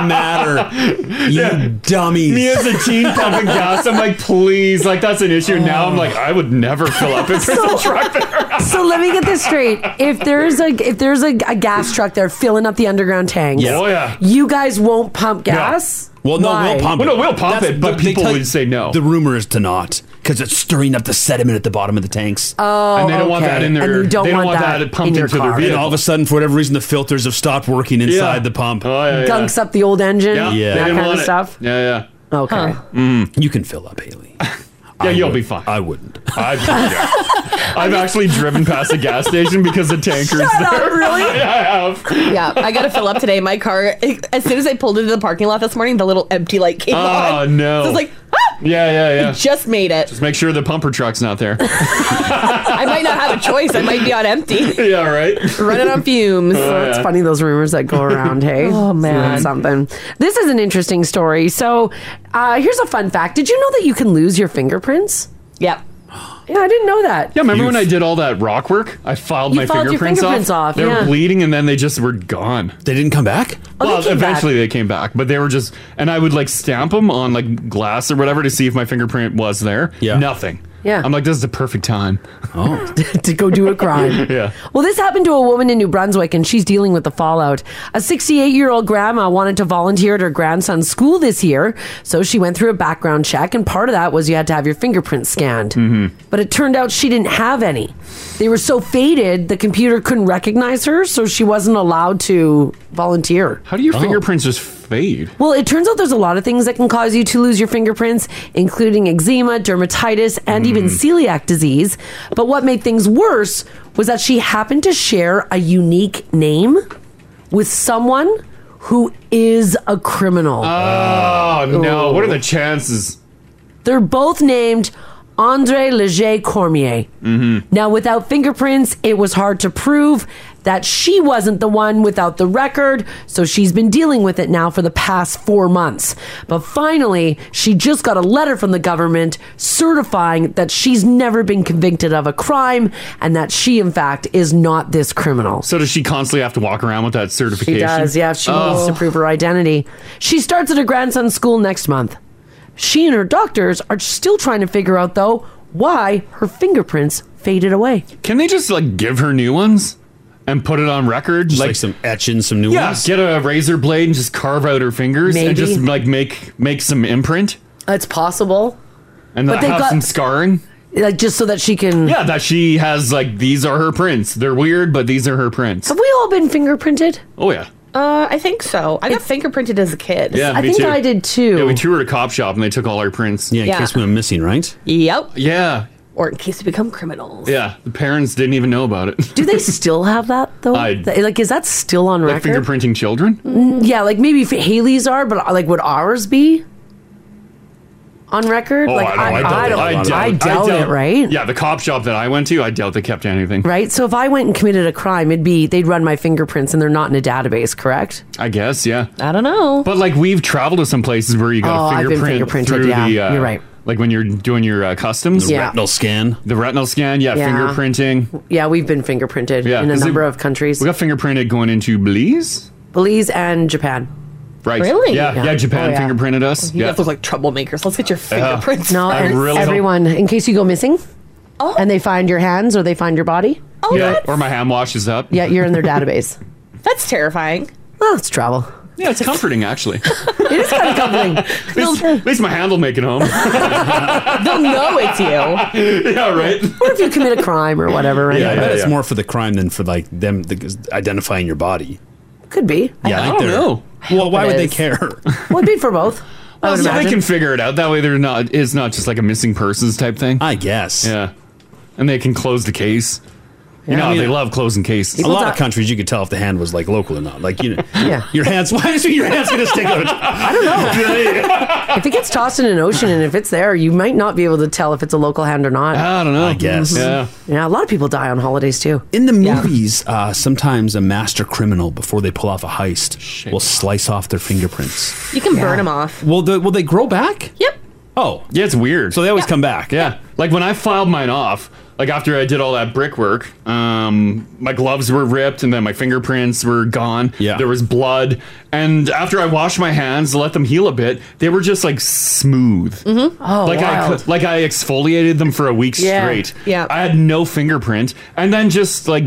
S4: matter. You dummies.
S2: Me as a teen pumping gas, I'm like, please, like that's an issue. Now I'm like, I would never fill up if there's a truck there.
S3: so let me get this straight. If there's a if there's a, a gas truck there filling up the underground tanks,
S2: Yeah. Oh, yeah.
S3: you guys won't pump gas.
S4: Well, no,
S3: Why?
S4: we'll pump it.
S2: Well, no, we'll pump it, but
S4: they
S2: people
S4: tell
S2: would
S4: you-
S2: say no.
S4: The rumor is to not because it's stirring up the sediment at the bottom of the tanks.
S3: Oh,
S2: And they don't want okay. that in their- And you don't they don't want want that that pumped in your into their car.
S4: And
S2: vehicle.
S4: all of a sudden, for whatever reason, the filters have stopped working inside the pump. Oh,
S2: yeah,
S3: Gunks up the old engine.
S4: Yeah. Mm. Yeah. They
S3: That
S4: didn't
S3: kind
S4: want
S3: of
S4: it.
S3: stuff.
S2: Yeah,
S3: yeah. Okay.
S4: You can fill up, Haley.
S2: [LAUGHS] Yeah,
S4: I
S2: you'll
S4: would-
S2: be fine.
S4: I wouldn't.
S2: [LAUGHS] I've, I've actually driven past a gas station because the tanker's
S5: Shut up,
S2: there.
S5: really?
S2: yeah, I have.
S5: yeah, I gotta fill up today. My car, as soon as I pulled into the parking lot this morning, the little empty light came on.
S2: Oh, no.
S5: So it's like,
S2: [LAUGHS] yeah, yeah, yeah.
S5: just made it.
S2: Just make sure the pumper truck's not there.
S5: I might not have a choice. I
S3: [LAUGHS]
S5: might be on empty.
S2: [LAUGHS] yeah, right. Oh,
S5: Running on fumes.
S3: So it's funny those rumors that go around, hey?
S5: [LAUGHS] Oh, man.
S3: It's Something. This is an interesting story. So, uh, here's a fun fact. Did you know that you can lose your fingerprints?
S5: Yep.
S3: Yeah, I didn't know that.
S2: Yeah, remember when I did all that rock work? I filed
S3: You
S2: my
S3: filed your
S2: fingerprints,
S3: fingerprints off,
S2: They
S3: yeah.
S2: were bleeding, and then they just were gone.
S4: They didn't come back.
S3: Oh, they
S2: well,
S3: came back.
S2: eventually they came back, but they were just, and I would like stamp them on like glass or whatever to see if my fingerprint was there. Yeah, nothing.
S3: Yeah.
S2: I'm like, this is the perfect time.
S4: Oh,
S3: [LAUGHS] to go do a
S2: [LAUGHS]
S3: crime.
S2: yeah.
S3: Well, this happened to a woman in New Brunswick, and she's dealing with the fallout. A 68 year old grandma wanted to volunteer at her grandson's school this year, so she went through a background check, and part of that was you had to have your fingerprints scanned.
S2: Mm-hmm.
S3: But it turned out she didn't have any. They were so faded, the computer couldn't recognize her, so she wasn't allowed to volunteer.
S2: How do
S4: Oh.
S2: your fingerprints just fade?
S3: Well, it turns out there's a lot of things that can cause you to lose your fingerprints, including eczema, dermatitis, and even
S2: Mm.
S3: celiac disease. But what made things worse was that she happened to share a unique name with someone who is a criminal.
S2: Oh no! What are the chances?
S3: They're both named Andre Leger Cormier.
S2: Mm-hmm.
S3: Now, without fingerprints, it was hard to prove that she wasn't the one without the record, so she's been dealing with it now for the past four months. But finally, she just got a letter from the government certifying that she's never been convicted of a crime and that she, in fact, is not this criminal.
S2: So does she constantly have to walk around with that certification?
S3: She does, yeah, if she wants to
S2: Oh.
S3: prove her identity. She starts at her grandson's school next month. She and her doctors are still trying to figure out, though, why her fingerprints faded away.
S2: Can they just like give her new ones and put it on record?
S4: Just, like, some etch in some new
S2: yeah,
S4: ones?
S2: Get a razor blade and just carve out her fingers
S3: Maybe.
S2: and just like make make some imprint
S3: It's possible.
S2: and
S3: But
S2: then
S3: they
S2: have
S3: got- Mm.
S2: some scarring.
S3: Like just so that she can.
S2: Yeah, that she has like these are her prints. They're weird, but these are her prints.
S3: Have we all been fingerprinted?
S2: Oh yeah.
S5: Uh, I think so. I got fingerprinted as a kid.
S2: Yeah, me too. Yeah, we
S3: too.
S2: toured a cop shop and they took all our prints.
S5: in Yeah. case we
S4: went missing, right?
S5: Yep.
S2: Yeah,
S5: Or in case we become criminals.
S2: yeah. The parents didn't even know about it.
S3: Do they still have that though?
S2: I-
S3: Th- like, is that still on
S2: like
S3: record?
S2: fingerprinting children?
S3: uh, Mm, yeah, like maybe if Haley's are, but like, would ours be? on record?
S2: Oh,
S3: like
S2: I, don't, I, doubt it.
S3: I
S2: I
S3: doubt it, right?
S2: Yeah, the cop shop that I went to, I doubt they kept anything.
S3: Right. So if I went and committed a crime, it'd be they'd run my fingerprints and they're not in a database, correct?
S2: I guess, yeah.
S5: I don't know.
S2: But like we've traveled to some places where you got
S3: Oh,
S2: a
S3: I've been
S2: fingerprint
S3: fingerprinted,
S2: through
S3: yeah,
S2: the. Uh,
S3: you're right.
S2: Like when you're doing your uh, customs,
S3: The Yeah. retinal
S2: scan, the retinal scan, yeah,
S3: Yeah.
S2: fingerprinting,
S3: Yeah, we've been fingerprinted
S2: yeah,
S3: in a
S2: 'cause it-
S3: number of countries.
S2: We got fingerprinted going into Belize,
S3: Belize and Japan.
S2: right?
S3: Really?
S2: Yeah, yeah.
S3: Yeah.
S2: Japan
S3: Oh, yeah.
S2: fingerprinted us.
S5: You
S2: yeah,
S5: guys look like troublemakers. Let's get your
S2: Yeah.
S5: fingerprints.
S3: No,
S2: Uh-huh. I
S3: and
S2: really don't-
S3: everyone, in case you go missing and they find your hands or they find your body,
S2: yeah. Or my hand washes up.
S3: yeah, you're
S2: [LAUGHS]
S3: in their [LAUGHS] database.
S5: That's terrifying.
S3: Well, it's Oh, travel.
S2: Yeah, it's comforting actually.
S3: [LAUGHS] It is kind of comforting.
S2: at, least, at least my hand will make it home.
S5: They'll know it's
S4: [LAUGHS]
S5: you.
S2: yeah, right.
S3: Or if you commit a crime or whatever, right?
S4: Yeah, I bet it's more for the crime than for like them the, identifying your body.
S3: Could be.
S4: Yeah, think they're- Well, why would they care?
S3: Well, it'd be for both. [LAUGHS] I
S2: Well,
S3: would
S2: so they
S4: [LAUGHS]
S3: imagine.
S2: can figure it out. That way, they're not. It's not just like a missing persons type thing. I guess. Yeah, and they can close the case. You
S4: Yeah.
S2: know,
S4: I mean,
S2: they love closing cases.
S4: a lot of countries, you could tell if the hand was like local or not. Like you, know,
S3: Yeah.
S4: your hands. [LAUGHS] Why is your hands going to stick out?
S2: [LAUGHS]
S3: I don't know. if it gets tossed in an ocean and if it's there, you might not be able to tell if it's a local hand or not. Mm-hmm.
S2: I don't know. I
S4: guess.
S2: Yeah.
S3: Yeah, a lot of people die on holidays too.
S4: In the movies, uh, sometimes a master criminal, before they pull off a heist, will slice off their fingerprints.
S5: You can burn them off.
S4: Will the, will they grow back?
S5: Yep.
S4: Oh,
S2: yeah, it's weird. So
S4: they always come back.
S2: Yeah. like when I filed mine off, like after I did all that brickwork, um, my gloves were ripped and then my fingerprints were gone. Yeah, there was blood, and after I washed my hands, let them heal a bit, they were just like smooth.
S5: Mm-hmm. Oh,
S2: like I cl- like I exfoliated them for a week
S5: Yeah.
S2: straight.
S5: Yeah.
S2: I had no fingerprint, and then just like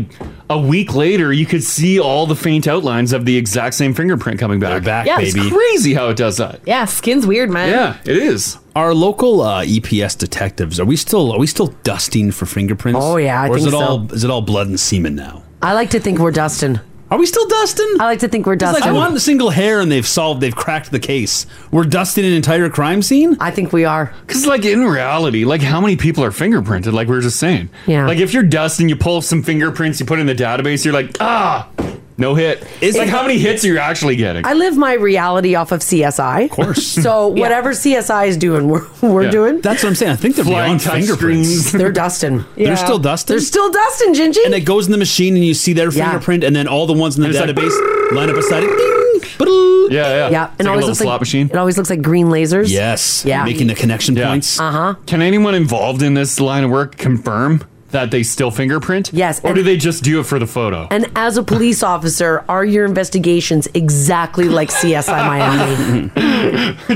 S2: a week later, you could see all the faint outlines of the exact same fingerprint coming back. back,
S5: Yeah.
S2: It's
S5: baby.
S2: crazy how it does that.
S5: yeah, skin's weird, man.
S2: it is.
S4: Our local uh, EPS detectives are we still are we still dusting for fingerprints?
S3: Oh, yeah, I
S4: or is it
S3: think so.
S4: all is it all blood and semen now?
S3: I like to think we're Dustin.
S4: Are we still Dustin?
S3: I like to think we're
S4: It's
S3: Dustin.
S4: like one single hair and they've solved they've cracked the case. We're dusting an entire crime scene.
S3: I think we are.
S2: Because like in reality, like how many people are fingerprinted? Like we were just saying.
S3: Yeah.
S2: Like if you're dusting, you pull some fingerprints, you put in the database, you're like, ah, no hit. It's like how many hits are you actually getting?
S3: I live my reality off of CSI. Of
S4: course.
S2: [LAUGHS]
S3: So whatever CSI is doing, we're, we're
S4: Yeah.
S3: doing.
S4: That's what I'm saying. I think they're Flying beyond touch fingerprints. screens.
S3: [LAUGHS] They're Dustin.
S4: [LAUGHS] They're still dusting.
S3: They're still Dustin, Gingy.
S4: and it goes in the machine and you see their fingerprint and then all the ones in the
S2: And it's like,
S4: database
S3: [LAUGHS]
S4: line up beside it. Ding,
S2: Yeah, yeah.
S3: Yeah,
S2: It's like a little
S3: looks
S2: slot
S3: like,
S2: machine.
S3: It always looks like green lasers.
S4: Yes.
S3: Yeah.
S4: connection
S2: points.
S3: Uh huh.
S2: Can anyone involved in this line of work confirm that they still fingerprint? Yes. Or do they just do it for the
S3: [LAUGHS]
S2: photo?
S3: And as a police officer, are your investigations exactly like CSI
S2: [LAUGHS]
S3: Miami?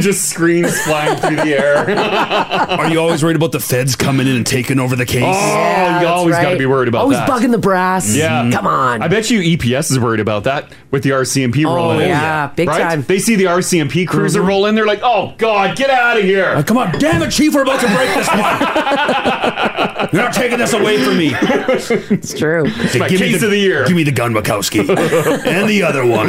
S2: just screens flying through the air. [LAUGHS]
S4: Are you always worried about the feds coming in and taking over the case? Oh,
S2: you always got to be worried about
S3: always
S2: that.
S3: bugging the brass.
S2: Yeah.
S3: Mm-hmm. Come on.
S2: I bet you EPS is worried about that with the RCMP
S3: Oh,
S2: rolling in.
S3: yeah, big time. Mm-hmm.
S2: They see the RCMP cruiser roll in, they're like, oh, God, get out of here.
S4: come on, damn it, Chief, we're about to break this one. You're not taking this away from me.
S3: It's true.
S2: [LAUGHS] It's my case of the year.
S4: Give me the gun, Wachowski. and the other one.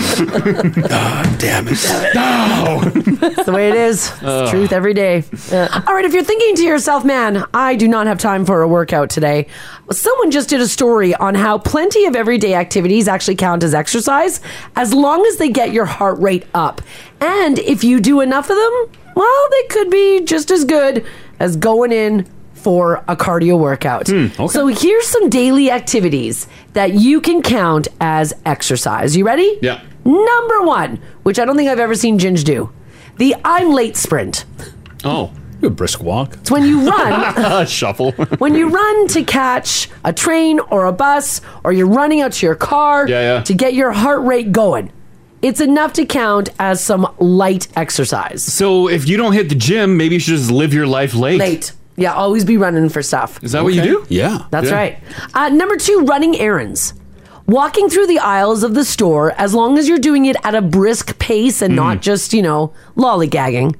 S4: [LAUGHS] Ah, damn it.
S3: It's the way it is. It's the
S4: Ugh.
S3: truth every day. All right, if you're thinking to yourself, man, I do not have time for a workout today, someone just did a story on how plenty of everyday activities actually count as exercise as long as they get your heart rate up. And if you do enough of them, well, they could be just as good as going in for a cardio workout. So here's some daily activities that you can count as exercise. You ready?
S2: Yeah.
S3: Number one, which I don't think I've ever seen Ginge do, the I'm late sprint.
S2: Oh. A brisk walk.
S3: It's when you run,
S2: [LAUGHS] Shuffle.
S3: [LAUGHS] when you run to catch a train or a bus, or you're running out to your car
S2: Yeah, yeah.
S3: to get your heart rate going. It's enough to count as some light exercise.
S2: [LAUGHS] So if you don't hit the gym, maybe you should just live your life late.
S3: Late. Yeah, always be running for stuff.
S2: Is that what you do? Yeah.
S3: That's right. Uh, number two, running errands. Walking through the aisles of the store, as long as you're doing it at a brisk pace and
S2: Mm.
S3: not just, you know, lollygagging,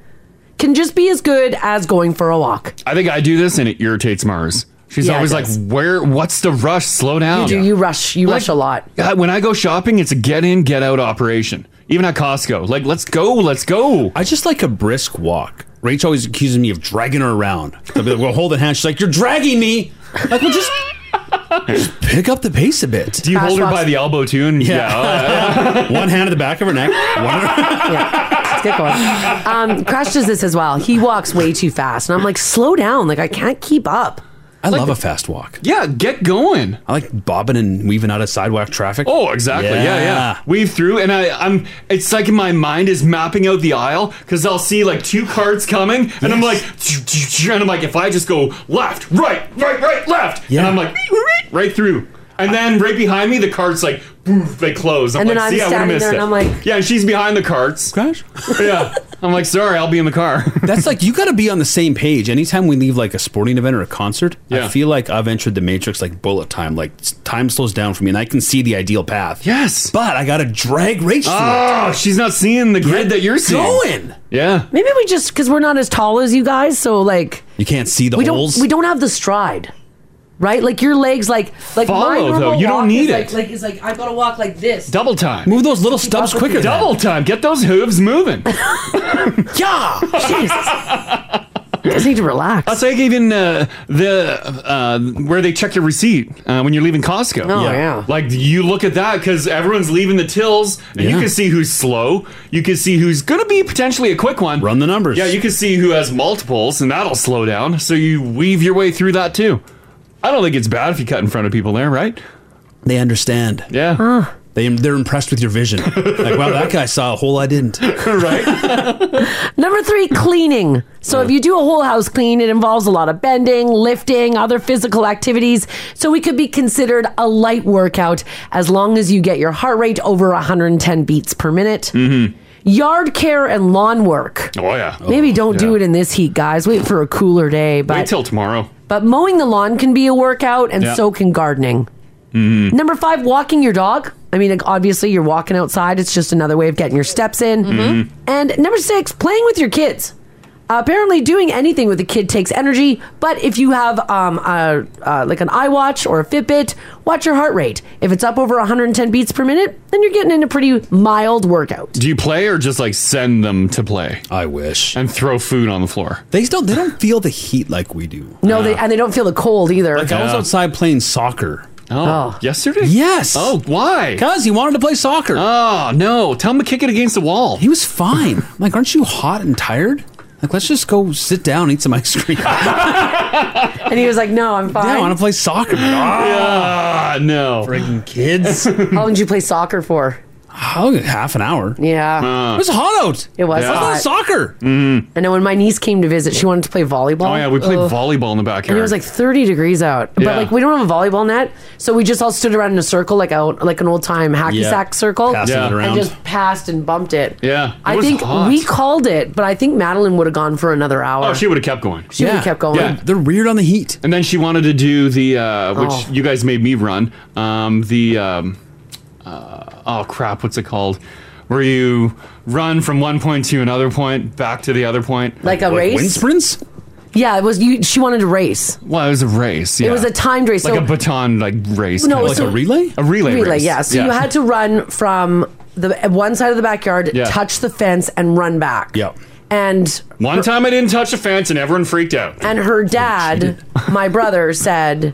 S3: can just be as good as going for a walk.
S2: I think I do this and it irritates Mars. She's
S3: Yeah, it
S2: always like,
S3: does.
S2: "Where? What's the rush? Slow down."
S3: You do, you rush, you rush a lot.
S2: God, when I go shopping, it's a get in, get out operation. Even at Costco, like let's go, let's go.
S4: I just like a brisk walk. Rach always accuses me of dragging her around. I'll be like, well, hold the hand. She's like, you're dragging me. Like, well, just, just pick up the pace a bit. Do [LAUGHS]
S2: you hold her by the elbow too? And yeah,
S4: one hand at the back of her neck. One
S3: let's get going. Um, Crash does this as well. He walks way too fast, and I'm like, slow down. Like I can't keep up.
S4: I love a fast walk.
S2: [LAUGHS] Yeah, get going.
S4: I like bobbing and weaving out of sidewalk traffic.
S2: Oh, exactly. Yeah, yeah. Weave through, and I, I'm. It's like my mind is mapping out the aisle because I'll see like two cards coming, and I'm like, and I'm like, if I just go left, right, right, right, left, and I'm like, right through, and then right behind me, the cards like, poof, they close. I'm
S3: And then
S2: like,
S3: I'm
S2: see, I would have
S3: standing
S2: missed
S3: there,
S2: it.
S3: and I'm like-
S2: yeah, and she's behind the carts.
S4: Crash.
S2: [LAUGHS] Yeah, I'm like, sorry, I'll be in the car. [LAUGHS]
S4: That's like you got to be on the same page. Anytime we leave like a sporting event or a concert,
S2: Yeah.
S4: I feel like I've entered the matrix like bullet time. Like s- time slows down for me, and I can see the ideal path.
S2: Yes,
S4: but I got to drag Rach. through
S2: Oh,
S4: it.
S2: she's not seeing the grid that you're seeing.
S4: Going.
S2: Yeah.
S3: Maybe we just because we're not as tall as you guys, so like
S4: You can't see the
S3: we
S4: holes.
S3: don't we don't have the stride, right? Like your legs, like like my
S2: Follow,
S3: normal
S2: though. You don't
S3: walk
S2: need
S3: is
S2: it.
S3: Like, like is like I gotta walk like
S2: [LAUGHS]
S3: this.
S2: Double time.
S4: Move those little stubs
S3: up with quicker, you.
S2: Double time. Get those
S4: [LAUGHS]
S2: hooves moving.
S3: yeah. Just need to relax.
S2: That's like even uh, the uh, where they check your receipt uh, when you're leaving Costco.
S3: Oh, Yeah. yeah.
S2: Like you look at that because everyone's leaving the tills, and you
S4: Yeah.
S2: can see who's slow. You can see who's going to be potentially a quick one. Run
S4: the numbers.
S2: Yeah, you can see who has multiples, and that'll slow down. So you weave your way through that too. I don't think it's bad if you cut in front of people there, right?
S4: They understand.
S2: Yeah.
S3: uh.
S4: They they're impressed with your vision. like wow, that guy saw a hole I didn't.
S2: [LAUGHS] right.
S3: Number three, cleaning. So if you do a whole house clean, it involves a lot of bending, lifting, other physical activities. So we could be considered a light workout as long as you get your heart rate over 110 beats per minute. Mm-hmm. Yard care and lawn work.
S2: Oh yeah.
S3: Maybe don't do it in this heat, guys. Wait for a cooler day. But
S2: Wait till tomorrow.
S3: but mowing the lawn can be a workout, and
S2: Yeah.
S3: so can gardening.
S2: Mm-hmm.
S3: Number five, walking your dog. I mean, like, obviously, you're walking outside. It's just another way of getting your steps in.
S2: Mhm.
S3: And number six, playing with your kids. apparently, doing anything with a kid takes energy. But if you have um, a, uh, like an iWatch or a Fitbit, watch your heart rate. If it's up over 110 beats per minute, then you're getting in a pretty mild workout.
S2: Do you play or just like send them to play?
S4: I wish.
S2: And throw food on the floor.
S4: They don't. They don't feel the heat like we do.
S3: No, they, and they don't feel the cold
S2: [LAUGHS]
S3: either.
S4: Like I was outside playing soccer.
S2: Oh, yesterday?
S4: Yes.
S2: Oh, why?
S4: Cause he wanted to play soccer.
S2: Oh no! Tell him to kick it against the wall.
S4: He was fine.
S2: [LAUGHS]
S4: I'm like, aren't you hot and tired? Like, let's just go sit down, and eat some ice cream. [LAUGHS] I
S3: and he was like, "No, I'm fine."
S4: want to play soccer.
S2: [LAUGHS] Ah, no.
S4: Freaking
S2: [LAUGHS]
S4: kids.
S3: How long did you play soccer for?
S4: Oh, half an hour.
S3: Yeah,
S2: Uh.
S4: it was hot out.
S3: It was
S4: I thought
S3: hot.
S4: soccer.
S3: I know when my niece came to visit, she wanted to play volleyball.
S2: Mm-hmm. Oh yeah, we played
S3: Ugh.
S2: volleyball in the backyard.
S3: And it was like 30 degrees out. But
S2: Yeah.
S3: like we don't have a volleyball net, so we just all stood around in a circle like a, like an old time hacky
S2: Yeah.
S3: sack circle
S2: Passing it
S3: and
S2: around.
S3: just passed and bumped it.
S2: yeah, it
S3: I
S2: was
S3: think
S2: hot.
S3: we called it, but I think Madeline would have gone for another hour.
S2: Oh, she would have kept going.
S3: She would've kept going.
S4: They're weird on the heat.
S2: And then she wanted to do the uh, which
S3: Oh.
S2: you guys made me run. Um, the um, uh, oh crap, what's it called? Where you run from one point to another point, back to the other point,
S3: Like a Like race? wind
S4: sprints.
S3: yeah, it was you she wanted to race.
S2: Well, it was a race.
S3: It
S2: Yeah.
S3: was a timed race,
S2: like
S3: so-
S2: a baton like race.
S3: No,
S2: kinda
S3: Like so- a
S4: relay.
S2: A relay. race.
S3: yeah. So you had to run from the one side of the backyard,
S2: Yeah.
S3: touch the fence and run back.
S2: Yep.
S3: And
S2: One time I didn't touch a fence and everyone freaked out.
S3: And
S2: [LAUGHS]
S3: her dad, my brother, said,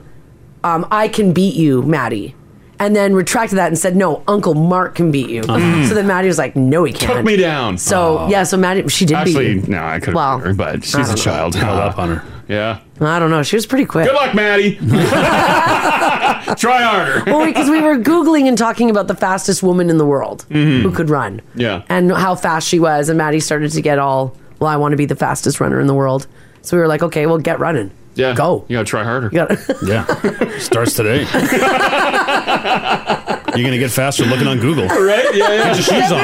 S3: um, I can beat you, Maddie. And then retracted that and said, No, Uncle Mark can beat you.
S2: Mm.
S3: So then Maddie was like, No, he
S2: Took
S3: can't.
S2: me down.
S3: So,
S2: Oh.
S3: yeah, so Maddie, she did
S2: Actually,
S3: beat you.
S2: no, I could have
S3: Well,
S2: her, but
S3: I
S2: she's
S3: don't
S2: a
S3: know.
S2: child.
S4: Held up on her.
S2: Yeah.
S3: I don't know. She was pretty quick.
S2: Good luck,
S3: [LAUGHS]
S2: Maddie. Try harder.
S3: well, because we were Googling and talking about the fastest woman in the world
S2: Mm-hmm.
S3: who could run
S2: Yeah.
S3: and how fast she was. And Maddie started to get all, Well, I want to be the fastest runner in the world. So we were like, Okay, well, get running.
S2: Yeah. Go. You gotta try harder.
S3: [LAUGHS]
S4: yeah. Starts
S2: [LAUGHS]
S4: today. You're gonna get faster looking on Google.
S2: Right? Yeah, yeah.
S4: Get your shoes on.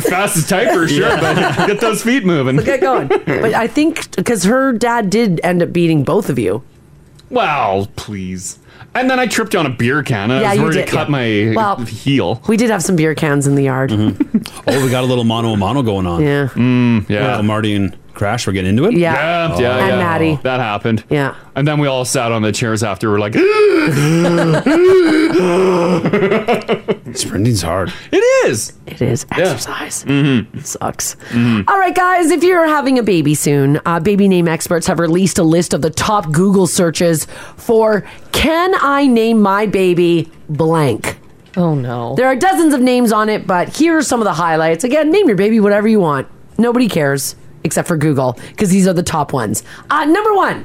S2: [LAUGHS] Fastest typer, sure, but get those feet moving.
S3: Get going. but I think because her dad did end up beating both of you.
S2: Wow, please. And then I tripped on a beer can and
S3: Yeah,
S2: I was
S3: you
S2: worried
S3: did,
S2: to cut
S3: yeah.
S2: my
S3: Well-
S2: heel.
S3: We did have some beer cans in the yard. [LAUGHS]
S4: Oh, we got a little mono a mono going on.
S3: Yeah.
S2: Mm, yeah.
S4: Uncle Marty and Crash were getting into it.
S3: Yeah.
S2: Yeah, yeah,
S3: And
S2: yeah.
S3: Maddie.
S2: That happened.
S3: Yeah.
S2: And then we all sat on the chairs after. We're like, [GASPS]
S3: Mm-hmm.
S2: [LAUGHS]
S4: sprinting's hard. Mm-hmm.
S2: It is.
S3: It is exercise. It sucks.
S2: Mhm.
S3: All right, guys, if you're having a baby soon, uh, baby name experts have released a list of the top Google searches for Can I name my baby blank?
S5: Oh no.
S3: There are dozens of names on it, but here are some of the highlights. Again, name your baby whatever you want. Nobody cares except for Google because these are the top ones. Uh, number one,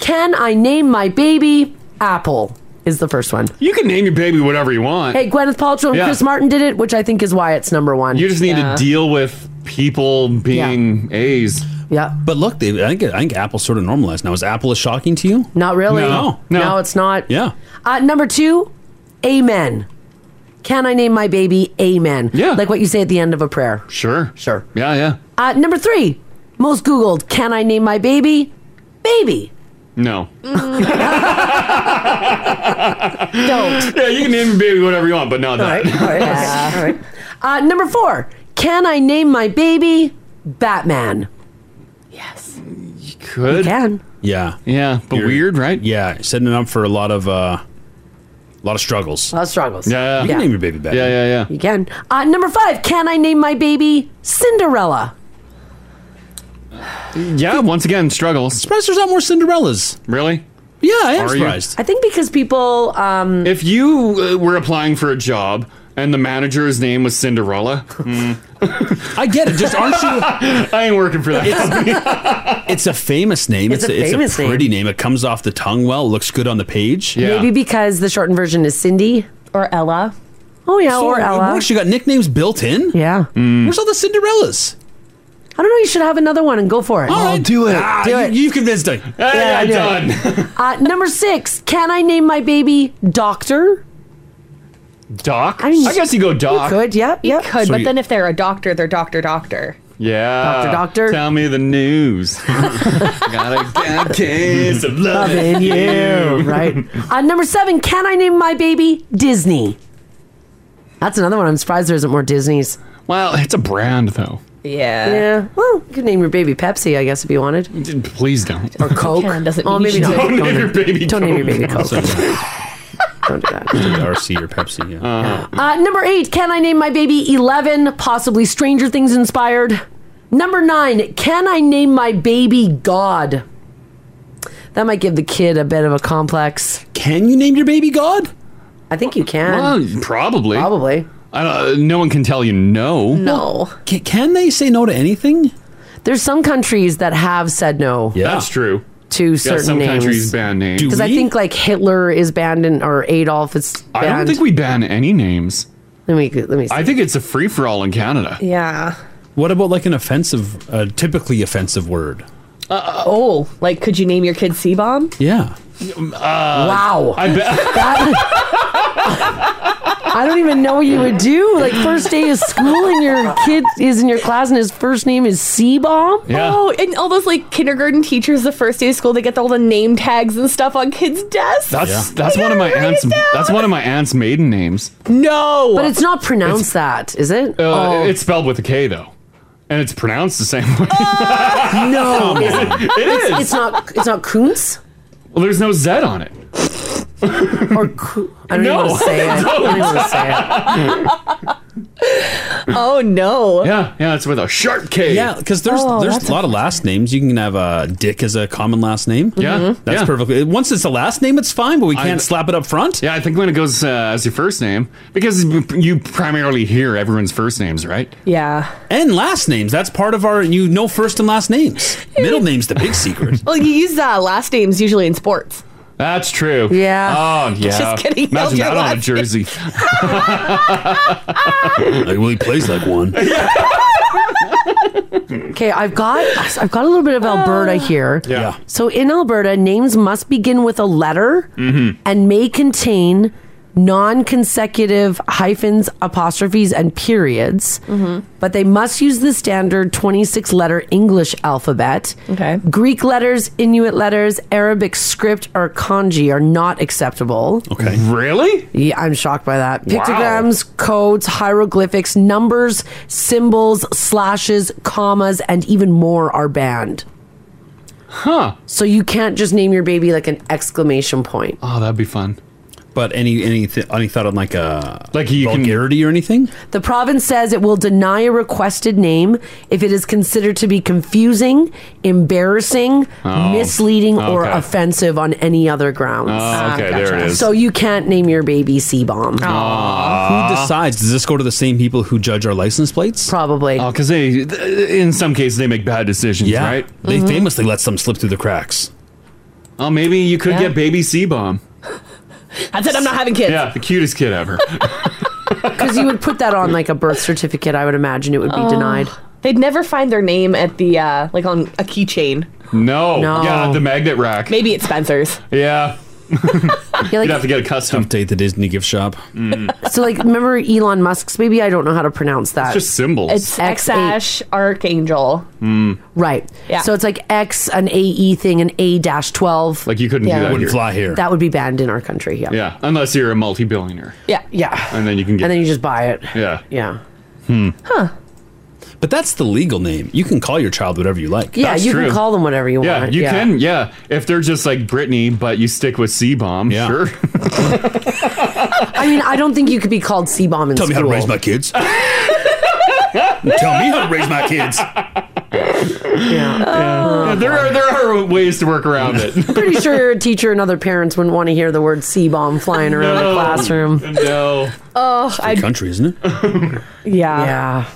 S3: can I name my baby Apple? Is the first one.
S2: You can name your baby whatever you want.
S3: Hey, Gwyneth Paltrow and
S2: Yeah.
S3: Chris Martin did it, which I think is why it's number one.
S2: you just need to deal with people being A's.
S3: Yeah.
S4: But look, they, I think I think Apple's sort of normalized now. Is Apple is shocking to you?
S3: Not really.
S4: No.
S3: No, it's not.
S4: Yeah.
S3: Uh, number two, Amen. Can I name my baby Amen? Yeah. Like what you say at the end of a prayer.
S2: Sure.
S3: Sure.
S2: Yeah, yeah.
S3: Uh, number three, most Googled, can I name my baby? Baby.
S2: No.
S3: Mm-hmm. [LAUGHS] Don't.
S2: Yeah, you can name your baby whatever you want, but not that. [LAUGHS]
S3: Uh, number four, can I name my baby Batman?
S2: Could
S3: can.
S4: Yeah.
S2: Yeah. But weird, right?
S4: Yeah. Setting it up for a lot of uh a lot of struggles. A
S3: lot of struggles.
S4: Yeah. You can
S3: Yeah.
S4: name your baby back.
S2: Yeah, yeah, yeah.
S3: You can. Uh, number five, can I name my baby Cinderella?
S2: Yeah, once again, struggles.
S4: surprised there's not more Cinderellas.
S2: Really?
S4: Yeah,
S3: I
S4: am
S2: Are you?
S4: surprised.
S3: I think because people. Um,
S2: If you uh, were applying for a job and the manager's name was Cinderella,
S4: I get it. Hmm. Just aren't you? [LAUGHS]
S2: [LAUGHS] I ain't working for that.
S4: It's a famous name.
S3: It's
S4: It's,
S3: a
S4: a,
S3: famous
S4: it's a
S3: name.
S4: pretty name. It comes off the tongue well. It looks good on the page.
S3: Maybe because the shortened version is Cindy
S5: or Ella.
S3: Oh yeah,
S4: So
S3: or
S4: it
S3: Ella.
S4: works. You got nicknames built in.
S3: Yeah.
S4: Where's all the Cinderellas?
S3: I don't know. You should have another one and go for it.
S4: I'll do it. Ah,
S3: do
S4: you,
S3: it.
S4: You've convinced me.
S3: Yeah, I do uh, number six. Can I name my baby Doctor?
S2: Doc?
S3: I
S2: I,
S3: mean,
S2: guess you go Doc.
S3: You could. Yep. Yep.
S5: You could, but then if they're a doctor, they're doctor doctor.
S2: Yeah.
S5: Doctor, doctor.
S2: Tell me the news. Got a kiss of love
S3: Loving
S2: in
S3: you.
S2: you.
S3: Right. Uh, number seven. Can I name my baby Disney? That's another one. I'm surprised there isn't more Disney's.
S2: Well, it's a brand, though.
S5: Yeah.
S3: Yeah. Well, you could name your baby Pepsi, I guess, if you wanted.
S2: Please don't.
S3: Or Coke.
S5: doesn't
S3: oh,
S5: mean
S3: maybe
S5: you
S3: not.
S5: should. Don't name
S2: your baby
S3: Don't name your baby
S4: [LAUGHS]
S3: Coke.
S4: Also,
S3: Don't do that.
S4: RC or Pepsi. Yeah.
S3: [LAUGHS] Uh, number eight, can I name my baby 11, possibly Stranger Things inspired? Number nine, can I name my baby God? That might give the kid a bit of a complex.
S4: Can you name your baby God?
S3: I think you can.
S2: Well, probably.
S3: Probably.
S2: I don't, no one can tell you no.
S5: No.
S4: Can, can they say no to anything?
S3: There's some countries that have said no
S2: That's true.
S3: to certain
S2: some
S3: names.
S2: countries ban names.
S3: Because I think like Hitler is banned and, or Adolf is
S2: I
S3: banned.
S2: don't think we ban any names.
S3: Let me let me. See.
S2: I think it's a free for all in Canada.
S5: Yeah.
S4: What about like an offensive, uh, typically offensive word?
S5: oh, like could you name your kid C bomb?
S4: Yeah.
S2: Uh,
S3: wow.
S2: I bet.
S3: [LAUGHS] I don't even know what you would do. Like first day of school and your kid is in your class and his first name is C bomb.
S5: Oh, and all those like kindergarten teachers, the first day of school, they get all the name tags and stuff on kids' desks.
S2: That's that's one of my aunt's. That's one of my aunt's maiden names.
S5: No,
S3: But it's not pronounced that, is it?
S2: Uh,
S5: Oh.
S2: It's spelled with a K though, and it's pronounced the same way.
S3: no,
S2: it
S3: it's,
S2: is.
S3: it's not. It's not Koontz
S2: well, there's no Z on it.
S3: or Koo- I don't
S2: [LAUGHS]
S3: even
S2: No.
S3: want to say it. I don't even want to say
S5: [GASPS]
S3: it.
S5: oh no.
S2: Yeah, yeah, it's with a sharp K.
S4: Yeah, because there's
S5: Oh,
S4: there's
S5: that's
S4: a lot of last names. You can have uh, Dick as a common last name.
S2: Yeah,
S5: Mm-hmm.
S2: Mhm.
S4: that's
S2: yeah.
S4: perfectly. Once it's a last name, it's fine, but we can't
S2: I-
S4: slap it up front.
S2: Yeah, I think when it goes uh, as your first name, because you primarily hear everyone's first names, right?
S5: Yeah.
S4: And last names. That's part of our. You know first and last names. Middle name's the big secret.
S5: Well, you use uh, last names usually in sports.
S2: [LAUGHS] That's true.
S3: Yeah.
S2: Oh
S5: [LAUGHS]
S2: yeah.
S5: Just kidding, held
S2: Imagine
S5: your
S2: that on a
S5: last name. [LAUGHS]
S2: jersey.
S4: like, well, he plays like one.
S3: Okay, I've got I've got a little bit of Alberta here.
S4: Yeah.
S3: So in Alberta, names must begin with a letter
S4: Mm-hmm.
S3: and may contain non-consecutive hyphens, apostrophes, and periods. But they must use the standard 26-letter English alphabet.
S5: Okay.
S3: Greek letters, Inuit letters, Arabic script, or kanji are not acceptable.
S4: Okay.
S2: Really?
S3: Yeah, I'm shocked by that. Pictograms, codes, hieroglyphics, numbers, symbols, slashes, commas, and even more are banned.
S2: Huh.
S3: So you can't just name your baby like an exclamation point.
S2: Oh, that'd be fun.
S4: But any any th- any thought on like a like vulgarity or anything?
S3: The province says it will deny a requested name if it is considered to be confusing, embarrassing,
S2: Oh,
S3: misleading, or
S2: okay.
S3: offensive on any other grounds.
S2: Oh, okay, there it is.
S3: So you can't name your baby C bomb.
S4: Who decides? Does this go to the same people who judge our license plates?
S3: Probably.
S4: Oh,
S2: because they, in some cases, they make bad decisions, right?
S4: They
S5: Mm-hmm.
S4: famously let some slip through the cracks.
S2: Oh, maybe you could
S5: Yeah.
S2: get baby C bomb.
S5: I said I'm not having kids.
S2: Yeah, the cutest kid ever.
S3: Because you would put that on like a birth certificate, I would imagine it would be
S5: Oh.
S3: denied.
S5: They'd never find their name at the uh like on a keychain.
S2: No.
S5: No.
S2: Yeah, Uh,
S4: Oh.
S2: the magnet rack.
S5: Maybe it's Spencer's.
S2: Yeah. [LAUGHS]
S3: like-
S2: You'd have to get a custom.
S4: Update the Disney gift shop.
S3: So, like, remember Elon Musk's baby? I don't know how to pronounce that.
S2: It's just symbols.
S3: It's X
S5: X-Ash Archangel.
S2: Hmm.
S3: Right.
S5: Yeah.
S3: So it's like X, an AE thing, an A 12.
S2: Like, you couldn't do Yeah. that Wouldn't here. fly here.
S3: That would be banned in our country. Yeah.
S2: Yeah, unless you're a multi-billionaire,
S3: Yeah. Yeah.
S2: and then you can get.
S3: And then you just buy it.
S2: Yeah.
S3: Yeah.
S4: [LAUGHS] Hmm.
S3: Huh.
S4: But that's the legal name. You can call your child whatever you like.
S3: Yeah, you can call them whatever you
S2: Yeah,
S3: want.
S2: you can. Yeah, if they're just like Britney, but you stick with C
S4: [LAUGHS]
S2: bomb. Sure.
S3: I mean, I don't think you could be called C bomb in
S2: Tell me
S3: school.
S2: how to raise my [LAUGHS]
S4: kids.
S2: Oh,
S4: Tell me how to raise my kids.
S3: Yeah.
S2: Yeah, there are there are ways to work around it.
S3: Pretty sure your teacher and other parents wouldn't want to hear the word C bomb flying [LAUGHS] around the classroom.
S2: [LAUGHS] No.
S5: Oh, I'd,
S4: country, isn't it?
S5: yeah.
S3: Yeah.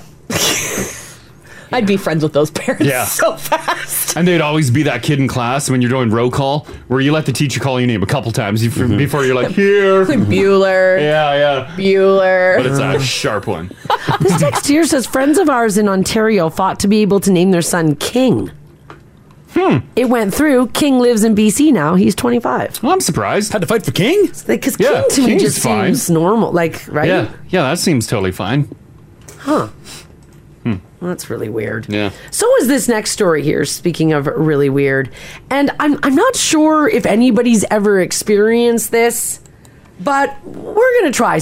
S5: I'd be friends with those parents [LAUGHS]
S2: Yeah.
S5: so fast.
S2: [LAUGHS] And they'd always be that kid in class when you're doing roll call, where you let the teacher call your name a couple times before,
S4: Mm-hmm.
S2: before you're
S3: [LAUGHS]
S2: like here.
S5: Bueller.
S2: Yeah, yeah.
S5: Bueller.
S2: But it's a sharp one.
S3: This text here says friends of ours in Ontario fought to be able to name their son King. Hmm. It went through. King lives in BC now. He's 25.
S2: Well, I'm surprised.
S4: Had to fight for King?
S3: Because King
S2: Yeah,
S3: to me
S2: King's
S3: just
S2: fine.
S3: seems normal. Like, right?
S2: Yeah, yeah. That seems totally fine.
S3: Huh.
S2: Hmm.
S3: That's really weird.
S2: Yeah.
S3: So is this next story here. Speaking of really weird, and I'm I'm not sure if anybody's ever experienced this, but we're gonna try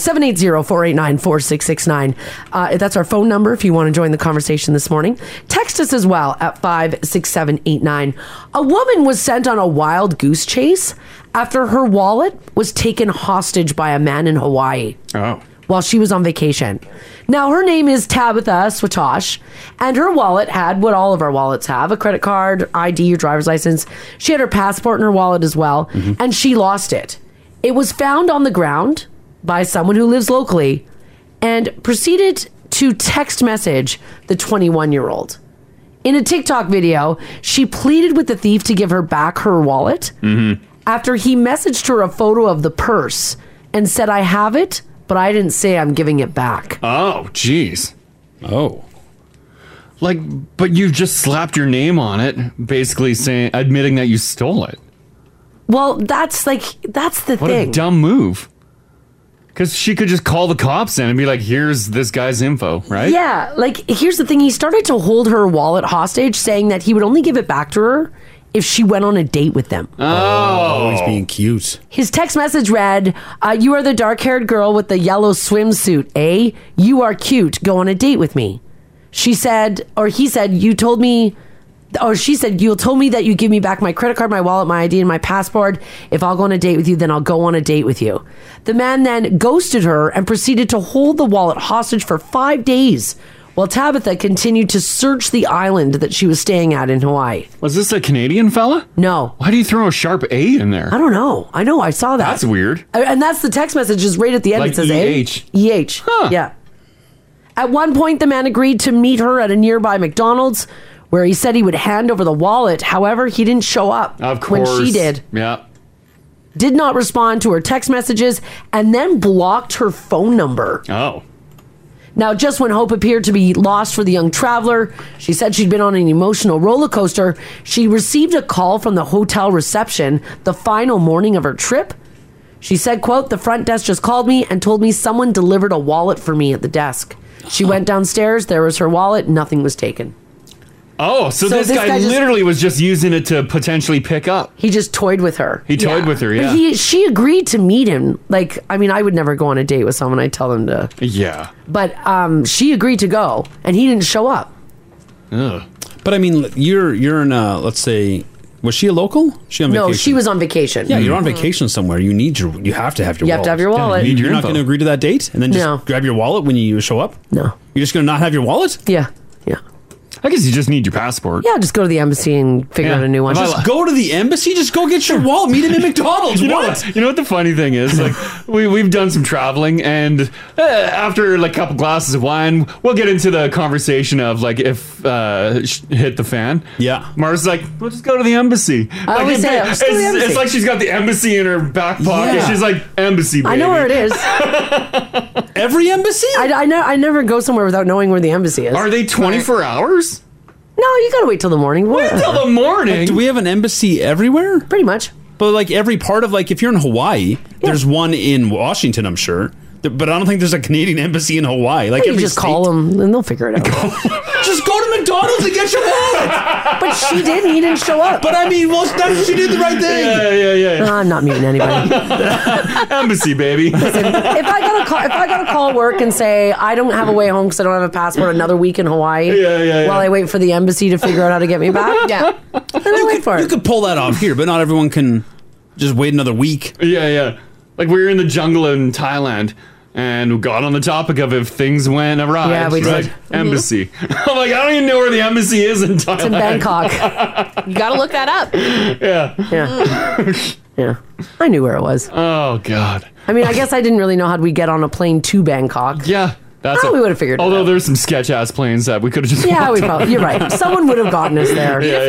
S3: 780-489-4669. Uh, that's our phone number if you want to join the conversation this morning. Text us as well at five six seven eight nine. A woman was sent on a wild goose chase after her wallet was taken hostage by a man in Hawaii.
S2: Oh.
S3: While she was on vacation. Now, her name is Tabitha Swatosh, and her wallet had what all of our wallets have a credit card, ID, your driver's license. She had her passport in her wallet as well, and she lost it. It was found on the ground by someone who lives locally and proceeded to text message the 21 year old. In a TikTok video, she pleaded with the thief to give her back her wallet
S11: Mm-hmm.
S3: after he messaged her a photo of the purse and said, I have it, but I didn't say I'm giving it back.
S2: Oh, jeez. Oh. Like, but you just slapped your name on it, basically saying, admitting that you stole it.
S3: Well, that's like, that's the
S2: What
S3: thing.
S2: a dumb move. Because she could just call the cops in and be like, here's this guy's info, right?
S3: Yeah, like here's the thing. He started to hold her wallet hostage, saying that he would only give it back to her if she went on a date with them.
S4: Oh, he's being cute.
S3: His text message read, uh, You are the dark haired girl with the yellow swimsuit, eh? You are cute. Go on a date with me. She said, or he said, You told me, or she said, You told me that you give me back my credit card, my wallet, my ID, and my passport. If I'll go on a date with you, then I'll go on a date with you. The man then ghosted her and proceeded to hold the wallet hostage for five days while Tabitha continued to search the island that she was staying at in Hawaii.
S2: Was this a Canadian fella?
S3: No.
S2: Why do you throw a sharp A in there?
S3: I don't know. I know. I saw that.
S2: That's weird.
S3: Uh, And that's the text message is right at the end.
S2: Like
S3: it says
S2: EH.
S3: Eh? EH. Yeah. At one point, the man agreed to meet her at a nearby McDonald's where he said he would hand over the wallet. However, he didn't show up
S2: Of course.
S3: when she did.
S2: Yeah.
S3: Did not respond to her text messages and then blocked her phone number.
S2: Oh.
S3: Now, just when hope appeared to be lost for the young traveler, she said she'd been on an emotional roller coaster. She received a call from the hotel reception the final morning of her trip. She said, quote, the front desk just called me and told me someone delivered a wallet for me at the desk. She went downstairs, there was her wallet, nothing was taken.
S2: Oh, so,
S3: So
S2: this,
S3: this
S2: guy,
S3: guy just-
S2: literally was just using it to potentially pick up.
S3: He just toyed with her.
S2: He toyed with her, yeah.
S3: But he she agreed to meet him. Like, I mean, I would never go on a date with someone I tell them to
S2: yeah.
S3: but um she agreed to go and he didn't show up.
S2: Ugh.
S4: But I mean, you're you're in a let's say Was she a local? She on vacation?
S3: No, she was on vacation.
S4: Yeah,
S2: Mm-hmm.
S4: you're on vacation somewhere. You need your. You have to have your.
S3: You have
S4: wallet.
S3: to have your wallet.
S4: you
S3: Need your
S4: are not
S3: info.
S4: going to agree to that date and then just
S3: No.
S4: grab your wallet when you show up.
S3: No.
S4: You're just going to not have your wallet.
S3: Yeah. Yeah.
S2: I guess you just need your passport.
S3: Mm. Yeah, just go to the embassy and figure out a new one.
S4: Just go to the embassy. Just go get your wallet. Meet him
S2: [LAUGHS]
S4: at McDonald's.
S2: You know
S4: what?
S2: what? You know what the funny thing
S4: [LAUGHS]
S2: is? Like we we've done some traveling, and uh, after like a couple glasses of wine, we'll get into the conversation of like if uh, sh- hit the fan. Yeah, Mars like we'll just go to the embassy.
S3: I
S2: like,
S3: always
S2: it-
S3: say,
S2: it's,
S3: "Let's go to the embassy."
S2: it's like she's got the embassy in her back pocket.
S3: Yeah.
S2: She's like embassy. Baby.
S3: I know where it is.
S4: [LAUGHS] Every embassy?
S3: I, I, ne- I never go somewhere without knowing where the embassy is.
S2: Are they 24 hours?
S3: No, you gotta wait till the morning. Wait
S2: till the morning?
S4: do we have an embassy everywhere?
S3: Pretty much.
S4: But like every part of like if you're in Hawaii, there's one in Washington, I'm sure. Th- But I don't think there's a Canadian embassy in Hawaii. Like
S3: Like you
S4: every
S3: just
S4: state-
S3: call them and they'll
S4: [LAUGHS]
S3: figure it out.
S4: Just go to McDonald's and get your wallet.
S3: but she didn't. He didn't show up.
S4: But I mean, well, that, she did the
S3: [LAUGHS]
S4: right thing. Uh,
S2: Yeah, yeah, yeah.
S3: No, I'm not muting anybody.
S2: [LAUGHS] embassy, baby.
S3: [LAUGHS] if I gotta call, if I gotta call work and say I don't have a way home because I don't have a passport, another week in Hawaii,
S4: Yeah, yeah, yeah.
S3: while I wait for the embassy to figure out how to get me
S5: [LAUGHS]
S3: back,
S5: yeah,
S3: you wait for it.
S4: You could pull that off here, but not everyone can just wait
S2: [LAUGHS]
S4: another week.
S2: Yeah, yeah. Like we were in the jungle in Thailand and we got on the topic of if things went awry.
S3: Yeah, we
S2: right?
S3: did. Mm-hmm.
S2: Embassy. [LAUGHS] I'm like, I don't even know where the embassy is in Thailand.
S3: It's in Bangkok.
S5: you gotta look that up.
S2: yeah.
S3: Yeah. yeah. I knew where it was.
S2: Oh God.
S3: I mean, I guess I didn't really know how we get on a plane to Bangkok.
S2: Yeah. That's
S3: Probably
S2: it.
S3: would have figured it
S2: Although there's some sketch ass planes that we could have just.
S3: Yeah,
S2: walked
S3: we
S2: on.
S3: probably.
S2: [LAUGHS]
S3: You're right. Someone would have gotten us there.
S2: Yeah, yeah.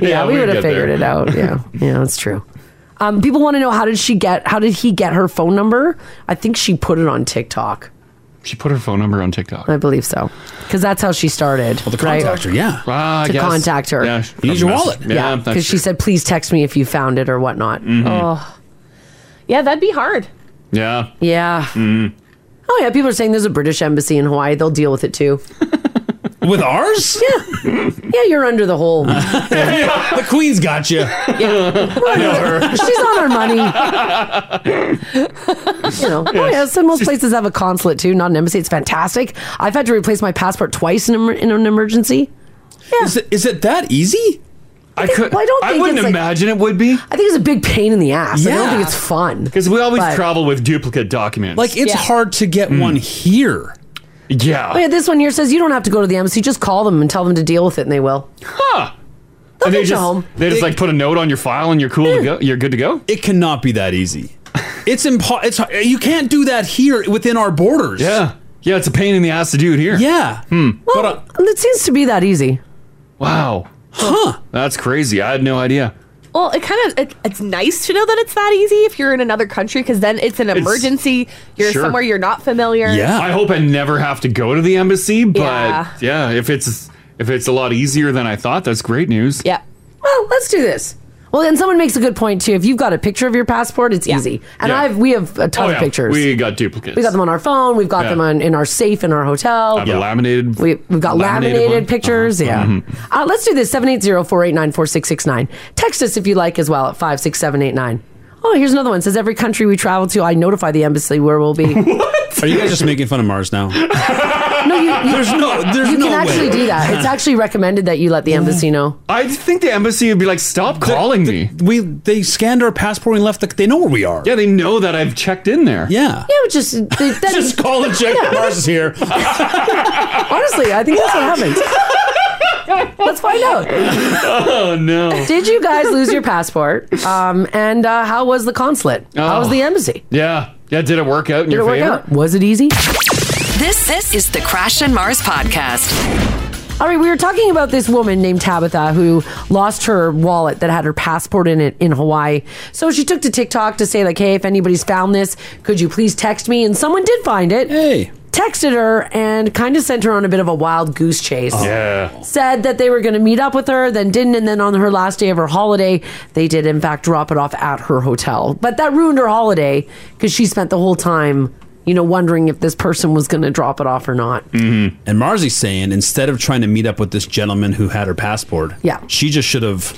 S3: Yeah, we
S2: we'd
S3: would have
S2: get there.
S3: figured it out. Yeah, yeah, that's true. Um, people want to know how did she get? How did he get her phone number? I think she put it on TikTok.
S2: She put her phone number on TikTok.
S3: I believe so, because that's how she started. Well,
S4: to contact her, yeah.
S2: Ah, I
S3: to
S2: guess.
S3: contact her.
S2: Yeah, You need your message. wallet. Yeah,
S3: Yeah,
S2: that's
S3: because she
S2: true.
S3: said, "Please text me if you found it or whatnot."
S2: Mhm.
S5: Oh, yeah, that'd be hard.
S2: Yeah.
S3: Yeah.
S2: Mm.
S3: Oh yeah, people are saying there's a British embassy in Hawaii. They'll deal with it too.
S4: With ours?
S3: Yeah. Yeah, you're under the whole.
S4: the Queen's got you. [LAUGHS]
S3: I know her. [LAUGHS] She's on her money. you know, oh yeah. So most places have a consulate too, not an embassy. It's fantastic. I've had to replace my passport twice in, em- in an emergency.
S4: Is it is it that easy?
S2: I could.
S3: Well, I don't.
S2: I
S3: Think
S2: wouldn't
S3: it's like-
S2: imagine it would be.
S3: I think it's a big pain in the ass. I don't
S2: Yeah.
S3: think it's fun
S2: Because we always
S3: But-
S2: travel with duplicate documents. Mm.
S3: Like, it's Yeah.
S4: hard to get one here.
S2: Yeah.
S3: Oh, yeah, this one here says you don't have to go to the embassy. Just call them and tell them to deal with it, and they will.
S2: Huh. And they
S3: get you
S2: just
S3: home.
S2: they just like put a note on your file and you're cool to go. You're good to go.
S4: It cannot be that easy. It's impo- It's you can't do that here within our borders.
S2: Yeah, yeah. It's a pain in the ass to do it here.
S4: Yeah. Hmm.
S3: Well, it seems to be that easy.
S2: Wow.
S4: Huh.
S2: That's crazy. I had no idea.
S5: Well, it kind of it, it's nice to know that it's that easy if you're in another country because then it's an emergency. you're
S2: sure.
S5: somewhere you're not familiar.
S2: I hope I never have to go to the embassy, but
S5: Yeah.
S2: yeah, if it's if it's a lot easier than I thought, that's great news.
S5: Yeah.
S3: Well, let's do this. Well, and someone makes a good point too. If you've got a picture of your passport, it's easy. And
S2: Yeah.
S3: I've we have a ton
S2: Oh,
S3: of
S2: yeah.
S3: pictures.
S2: We got duplicates.
S3: We got them on our phone. We've got
S2: Yeah.
S3: them on, in our safe in our hotel.
S2: I have a laminated.
S3: We, we've got laminated,
S2: one.
S3: pictures.
S2: Uh-huh.
S3: Yeah.
S2: Mhm.
S3: Uh, let's do this 780 489 4669. Text us if you like as well at 56789. Oh, here's another one. It says every country we travel to, I notify the embassy where
S4: [LAUGHS]
S3: we'll be.
S4: Are you guys just making fun of Mars now?
S3: No, you, you-
S4: There's no- there's
S3: you
S4: no
S3: can
S4: way. Mm-hmm.
S3: actually do that. It's actually recommended that you let the embassy know.
S2: I think the embassy would be like, stop calling me.
S4: We they scanned our passport and left. The, they know where we are.
S2: Yeah, they know that I've checked in there.
S4: Yeah.
S3: Yeah,
S4: [LAUGHS]
S3: but just they, that-
S4: Just call and check.
S3: Yeah.
S4: Mars is here.
S3: [LAUGHS] Honestly, I think that's what happened.
S4: [LAUGHS]
S3: Let's find out.
S2: [LAUGHS] oh no.
S3: Did you guys lose your passport? Um, and uh, how was the consulate? How was
S2: Oh.
S3: the embassy?
S2: Yeah, yeah. Did it work out in
S3: Did
S2: your
S3: it work
S2: favor?
S3: out? Was it easy?
S1: This this is the Crash and Mars podcast.
S3: All right, we were talking about this woman named Tabitha who lost her wallet that had her passport in it in Hawaii. So she took to TikTok to say like, "Hey, if anybody's found this, could you please text me?" And someone did find it.
S4: Hey.
S3: Texted her and kind of sent her on a bit of a wild goose chase.
S2: Yeah.
S3: Said that they were going to meet up with her, then didn't, and then on her last day of her holiday, they did in fact drop it off at her hotel. But that ruined her holiday because she spent the whole time, you know, wondering if this person was going to drop it off or not.
S4: Mm-hmm. And Marzi's saying instead of trying to meet up with this gentleman who had her passport,
S3: Yeah.
S4: she just should have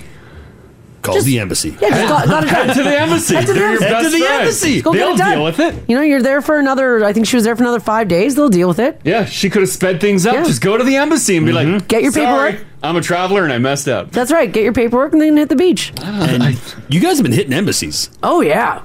S4: Call the embassy.
S3: Yeah, just got, got it
S4: [LAUGHS]
S3: done.
S4: Head to the embassy.
S3: Head to the
S4: They're your
S3: embassy.
S4: best Head to the friend. embassy.
S3: Go
S4: They'll
S3: get it done.
S4: deal
S2: with it.
S3: You know, you're there for another. I think she was there for another five days. They'll deal with it.
S2: Yeah, she could have sped things up. Just go to the embassy and be like,
S3: Mm-hmm. Get your
S2: "Sorry,
S3: paperwork."
S2: I'm a traveler and I messed up.
S3: That's right. Get your paperwork and then hit the beach.
S2: [SIGHS]
S4: And you guys have been hitting embassies.
S3: Oh yeah,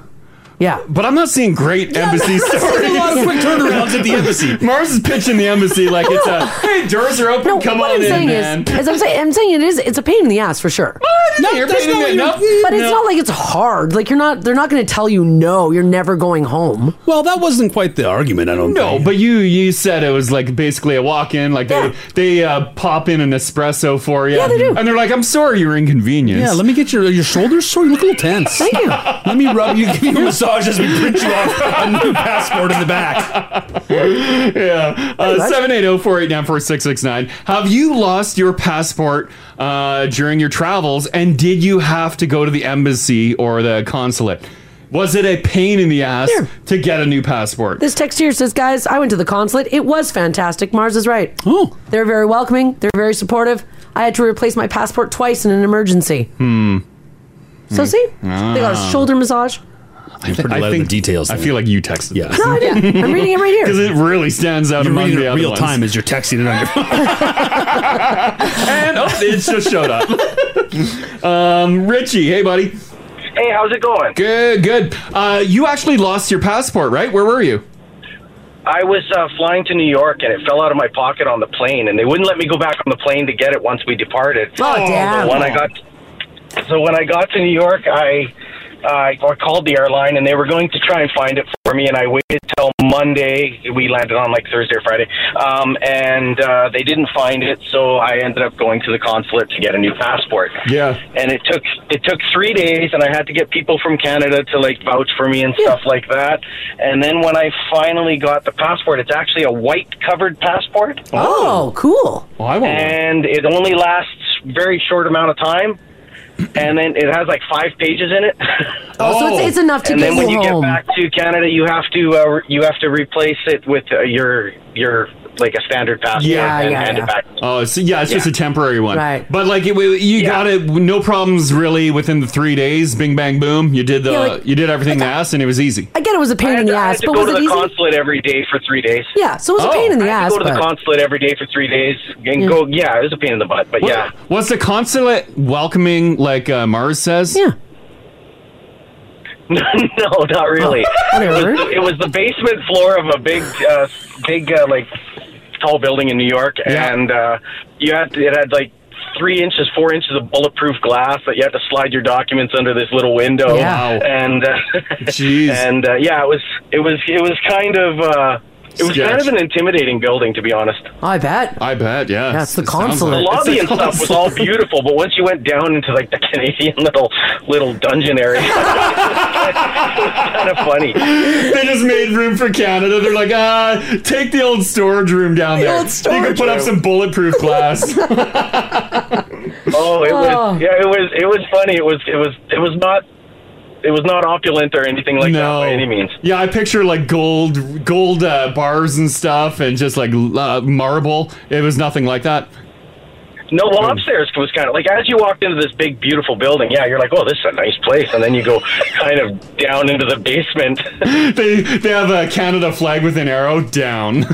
S3: yeah.
S2: But I'm not seeing great embassy
S4: I'm not seeing a
S2: stories.
S4: lot of quick turnarounds at the embassy.
S2: [LAUGHS] Mars is pitching the embassy like it's a hey, doors are open.
S3: No,
S2: come
S3: what
S2: on
S3: I'm
S2: in,
S3: saying
S2: man.
S3: is, as
S2: [LAUGHS]
S3: I'm saying, I'm saying it is. It's a pain in the ass for sure.
S2: No, you're that's paying not me what enough. you're-
S3: But it's
S2: No.
S3: not like it's hard. Like you're not. They're not going to tell you no. You're never going home.
S4: Well, that wasn't quite the argument. I don't
S2: no, but you you said it was like basically a walk in. Like they they uh, pop in an espresso for you. Yeah, they do. And they're like, I'm sorry you were inconvenienced.
S4: Yeah, let me get your your shoulders sore. You look a little tense. Thank
S3: you.
S4: Let me rub you. [LAUGHS] Give you a massage as we print you off a new passport in the back.
S2: [LAUGHS] yeah. Uh,
S4: that's-
S2: 780-489-4669. Have you lost your passport uh, during your travels and did you have to go to the embassy or the consulate? Was it a pain in the ass to get a new passport?
S3: This text here says, guys, I went to the consulate. It was fantastic. Mars is right.
S4: Oh.
S3: They're very welcoming. They're very supportive. I had to replace my passport twice in an emergency.
S2: Hmm.
S3: So see? They got
S2: Ah.
S3: a shoulder massage.
S2: I'm pretty loud in the details. I feel like you texted. Yeah.
S3: No, I didn't. I'm reading it
S2: [LAUGHS]
S3: right here.
S2: Because it really stands out
S4: You're
S2: among
S4: reading it
S2: the other
S4: real
S2: ones.
S4: time as you're texting it on your phone.
S2: [LAUGHS] and oh, it just showed up. [LAUGHS] um, Richie, hey buddy.
S11: Hey, how's it going?
S2: Good, good. Uh, you actually lost your passport, right? Where were you?
S11: I was uh, flying to New York and it fell out of my pocket on the plane, and they wouldn't let me go back on the plane to get it once we departed.
S3: Oh, damn.
S11: So when I got, so when I got to New York, I uh, I called the airline and they were going to try and find it for me, and I waited till Monday. We landed on like Thursday or Friday, um, and uh, they didn't find it, so I ended up going to the consulate to get a new passport.
S2: Yeah.
S11: and it took it took three days, and I had to get people from Canada to like vouch for me and stuff like that. And then when I finally got the passport, it's actually a white covered passport.
S3: Oh, cool.
S2: Well, I
S11: And it only lasts very short amount of time. And then it has like five pages in it.
S3: Oh, so it's- it's enough to
S11: and
S3: get
S11: then when
S3: you
S11: you
S3: home.
S11: get back to Canada, you have to uh, re- you have to replace it with uh, your your like a standard passport Uh, and hand it back.
S2: Oh, so yeah, it's just a
S11: Yeah.
S2: temporary one.
S11: Right.
S2: But like, it, you got it. No problems really within the three days. Bing bang boom. You did the
S3: Yeah, like-
S2: you did everything asked, and it was easy.
S3: I get it was a pain in the
S11: I
S3: ass,
S11: had to
S3: but
S11: go
S3: was
S11: to
S3: it
S11: the
S3: easy?
S11: consulate every day for three days.
S3: yeah, so it was a pain in the
S11: I had
S3: ass.
S11: to go to
S2: Uh,
S11: the
S3: but-
S11: consulate every day for three days and go. Yeah, it was a pain in the butt, but yeah. [LAUGHS]
S2: Was the consulate welcoming, like uh, Mars says? Yeah.
S11: no,
S2: Oh,
S11: not really. it, was, it was the basement floor of a big, uh, big uh, like tall building in New York, and uh, you had to, it had like three inches, four inches of bulletproof glass that you had to slide your documents under this little window.
S2: Yeah. Wow.
S11: And
S2: [LAUGHS]
S11: uh, and uh, yeah, it was it was it was kind of. Uh, it was kind of an intimidating building, to be honest.
S3: I bet.
S2: I bet. Yeah.
S3: That's the
S11: It sounds
S3: consulate.
S11: like- The lobby and stuff was all beautiful, but once you went down into like the [LAUGHS] Canadian little little dungeon area, [LAUGHS] it was kind of funny.
S2: [GASPS] they just made room for Canada. They're like, ah, take the old storage room down
S11: The
S2: there.
S11: old
S2: you can
S11: storage
S2: put up
S11: room.
S2: some bulletproof glass.
S11: [LAUGHS] Oh, it
S2: Oh.
S11: was yeah, it was it was funny. It was it was it was not it was not opulent or anything like that by any means.
S2: Yeah, I picture like gold, gold uh, bars and stuff, and just like l- uh, marble. It was nothing like that.
S11: [LAUGHS] No, well, upstairs was kind of like as you walked into this big, beautiful building. Yeah, you're like, oh, this is a nice place, and then you go kind of down into the basement. [LAUGHS]
S2: they they have a Canada flag with an arrow down. [LAUGHS]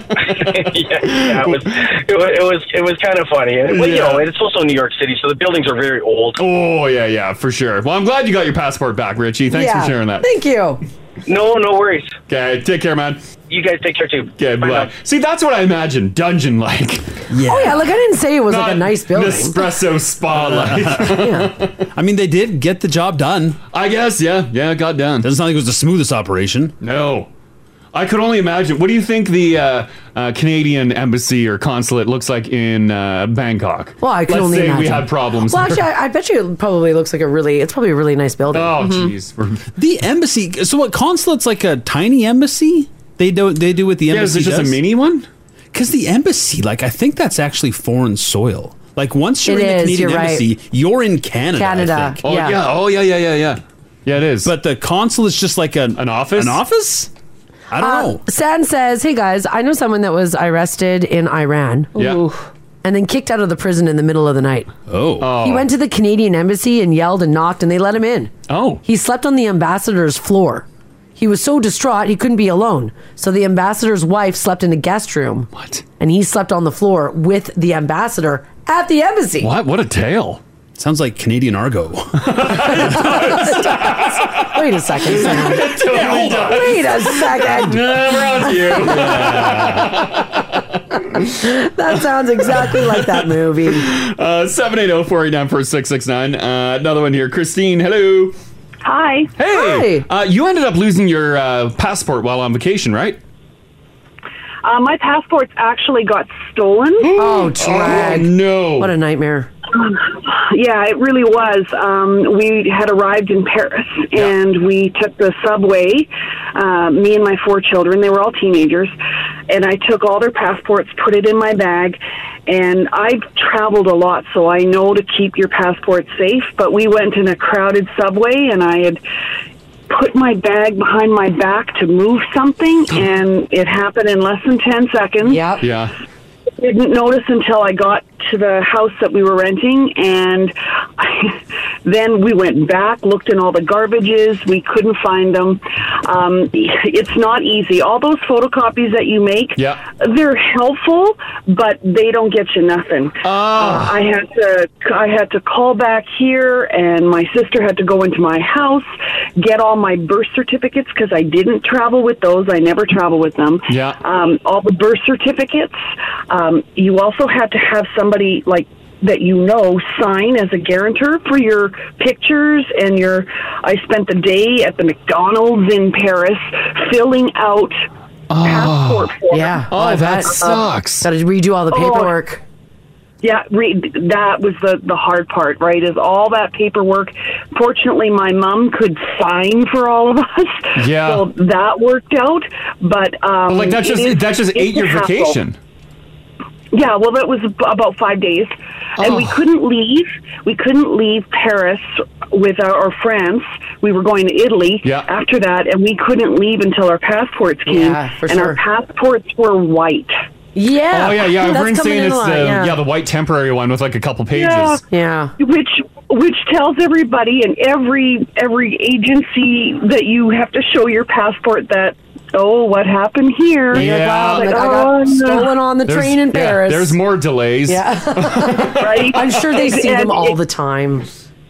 S11: yeah, yeah, it was it was it was, it was kind of funny. And, well, you
S2: Yeah.
S11: know, it's also New York City, so the buildings are very old.
S2: oh yeah, yeah, for sure. Well, I'm glad you got your passport back, Richie. Thanks
S11: Yeah.
S2: for sharing that.
S3: Thank you.
S11: No, no worries.
S2: Okay, take care, man.
S11: You guys take care too.
S2: Okay, bye. See, that's what I imagine dungeon like. Yeah. [LAUGHS]
S3: Oh yeah, like I didn't say it was like a
S2: Not
S3: nice building.
S2: Nespresso spa
S4: [LAUGHS] I mean, they did get the job done.
S2: I guess, yeah, yeah, it got done.
S4: Doesn't sound like it was the smoothest operation.
S2: No. I could only imagine. What do you think the uh, uh, Canadian embassy or consulate looks like in uh, Bangkok?
S3: Well, I can
S2: Let's
S3: only
S2: say
S3: imagine.
S2: we had problems. [LAUGHS]
S3: Well, actually, I, I bet you it probably looks like a really. It's probably a really nice building. Mm-hmm.
S2: Oh, jeez.
S4: The embassy. So what? Consulate's like a tiny embassy. They do. They do what the
S2: Yeah, is
S4: embassy
S2: it just a
S4: does.
S2: mini one?
S4: Because the embassy, like I think that's actually foreign soil. Like once you're
S3: It
S4: in
S3: is,
S4: the Canadian
S3: you're right.
S4: embassy, you're in Canada. I
S3: Canada,
S4: think.
S3: Oh, yeah. yeah.
S2: Oh yeah. Yeah. Yeah. Yeah. Yeah. It is.
S4: But the consul is just like an
S2: an office.
S4: An office. I don't
S3: Uh,
S4: know.
S3: San says, "Hey guys, I know someone that was arrested in Iran.
S2: Yeah.
S3: and then kicked out of the prison in the middle of the night.
S4: Oh.
S3: He went to the Canadian embassy and yelled and knocked, and they let him in.
S2: Oh.
S3: He slept on the ambassador's floor. He was so distraught he couldn't be alone. So the ambassador's wife slept in a guest room. What? And he slept on the floor with the ambassador at the embassy.
S2: What? What a tale.
S4: Sounds like Canadian Argo.
S3: [LAUGHS] Wait a second. Sam. Wait a second. [LAUGHS] that sounds exactly like that movie.
S2: Uh, 780-489-4669. Uh, another one here. Christine, hello.
S12: Hi.
S2: Hey. Uh, you ended up losing your uh, passport while on vacation, right?
S12: Uh, my passports actually got
S2: [GASPS]
S12: stolen.
S3: Oh, drag.
S2: no.
S3: What a nightmare.
S12: Um, Yeah, it really was. Um, we had arrived in Paris and we took the subway, uh, me and my four children. They were all teenagers. And I took all their passports, put it in my bag. And I've traveled a lot, so I know to keep your passport safe. But we went in a crowded subway and I had put my bag behind my back to move something. And it happened in less than 10 seconds. Yep
S2: Yeah.
S12: didn't notice until I got to the house that we were renting, and [LAUGHS] I, then we went back, looked in all the garbages. We couldn't find them. Um, it's not easy. All those photocopies that you make,
S2: Yeah.
S12: they're helpful, but they don't get you nothing.
S2: Ah.
S12: Uh, I had to I had to call back here, and my sister had to go into my house, get all my birth certificates because I didn't travel with those. I never travel with them.
S2: Yeah.
S12: Um, all the birth certificates. Um, you also had to have somebody like that you know sign as a guarantor for your pictures and your. I spent the day at the McDonald's in Paris filling out passport forms.
S3: Yeah. Oh, uh, Gotta redo all the
S12: Oh.
S3: paperwork.
S12: Yeah, re- that was the the hard part, right? Is all that paperwork. Fortunately, my mom could sign for all of us.
S2: Yeah.
S12: so that worked out. But um,
S2: But, like that's
S12: it
S2: just
S12: is-
S2: that's just
S12: it's
S2: eight
S12: a
S2: your
S12: hassle.
S2: [LAUGHS] vacation.
S12: Yeah, well, that was ab- about five days, and
S3: Oh.
S12: we couldn't leave. We couldn't leave Paris with our or France. We were going to Italy after that, and we couldn't leave until our passports came.
S2: Yeah, for
S12: and our passports were white.
S3: Yeah.
S2: Oh yeah, yeah. I've heard saying it's the yeah.
S12: yeah
S2: the white temporary one with like a couple pages.
S3: Yeah.
S12: Which which tells everybody and every every agency that you have to show your passport that oh what happened here?
S2: Yeah.
S12: Like,
S3: I got
S12: oh, no.
S3: stolen on the train in
S2: yeah,
S3: Paris.
S2: there's more delays.
S3: [LAUGHS] Yeah.
S12: right?
S3: I'm sure they see them
S12: And
S3: all
S12: it-
S3: the time.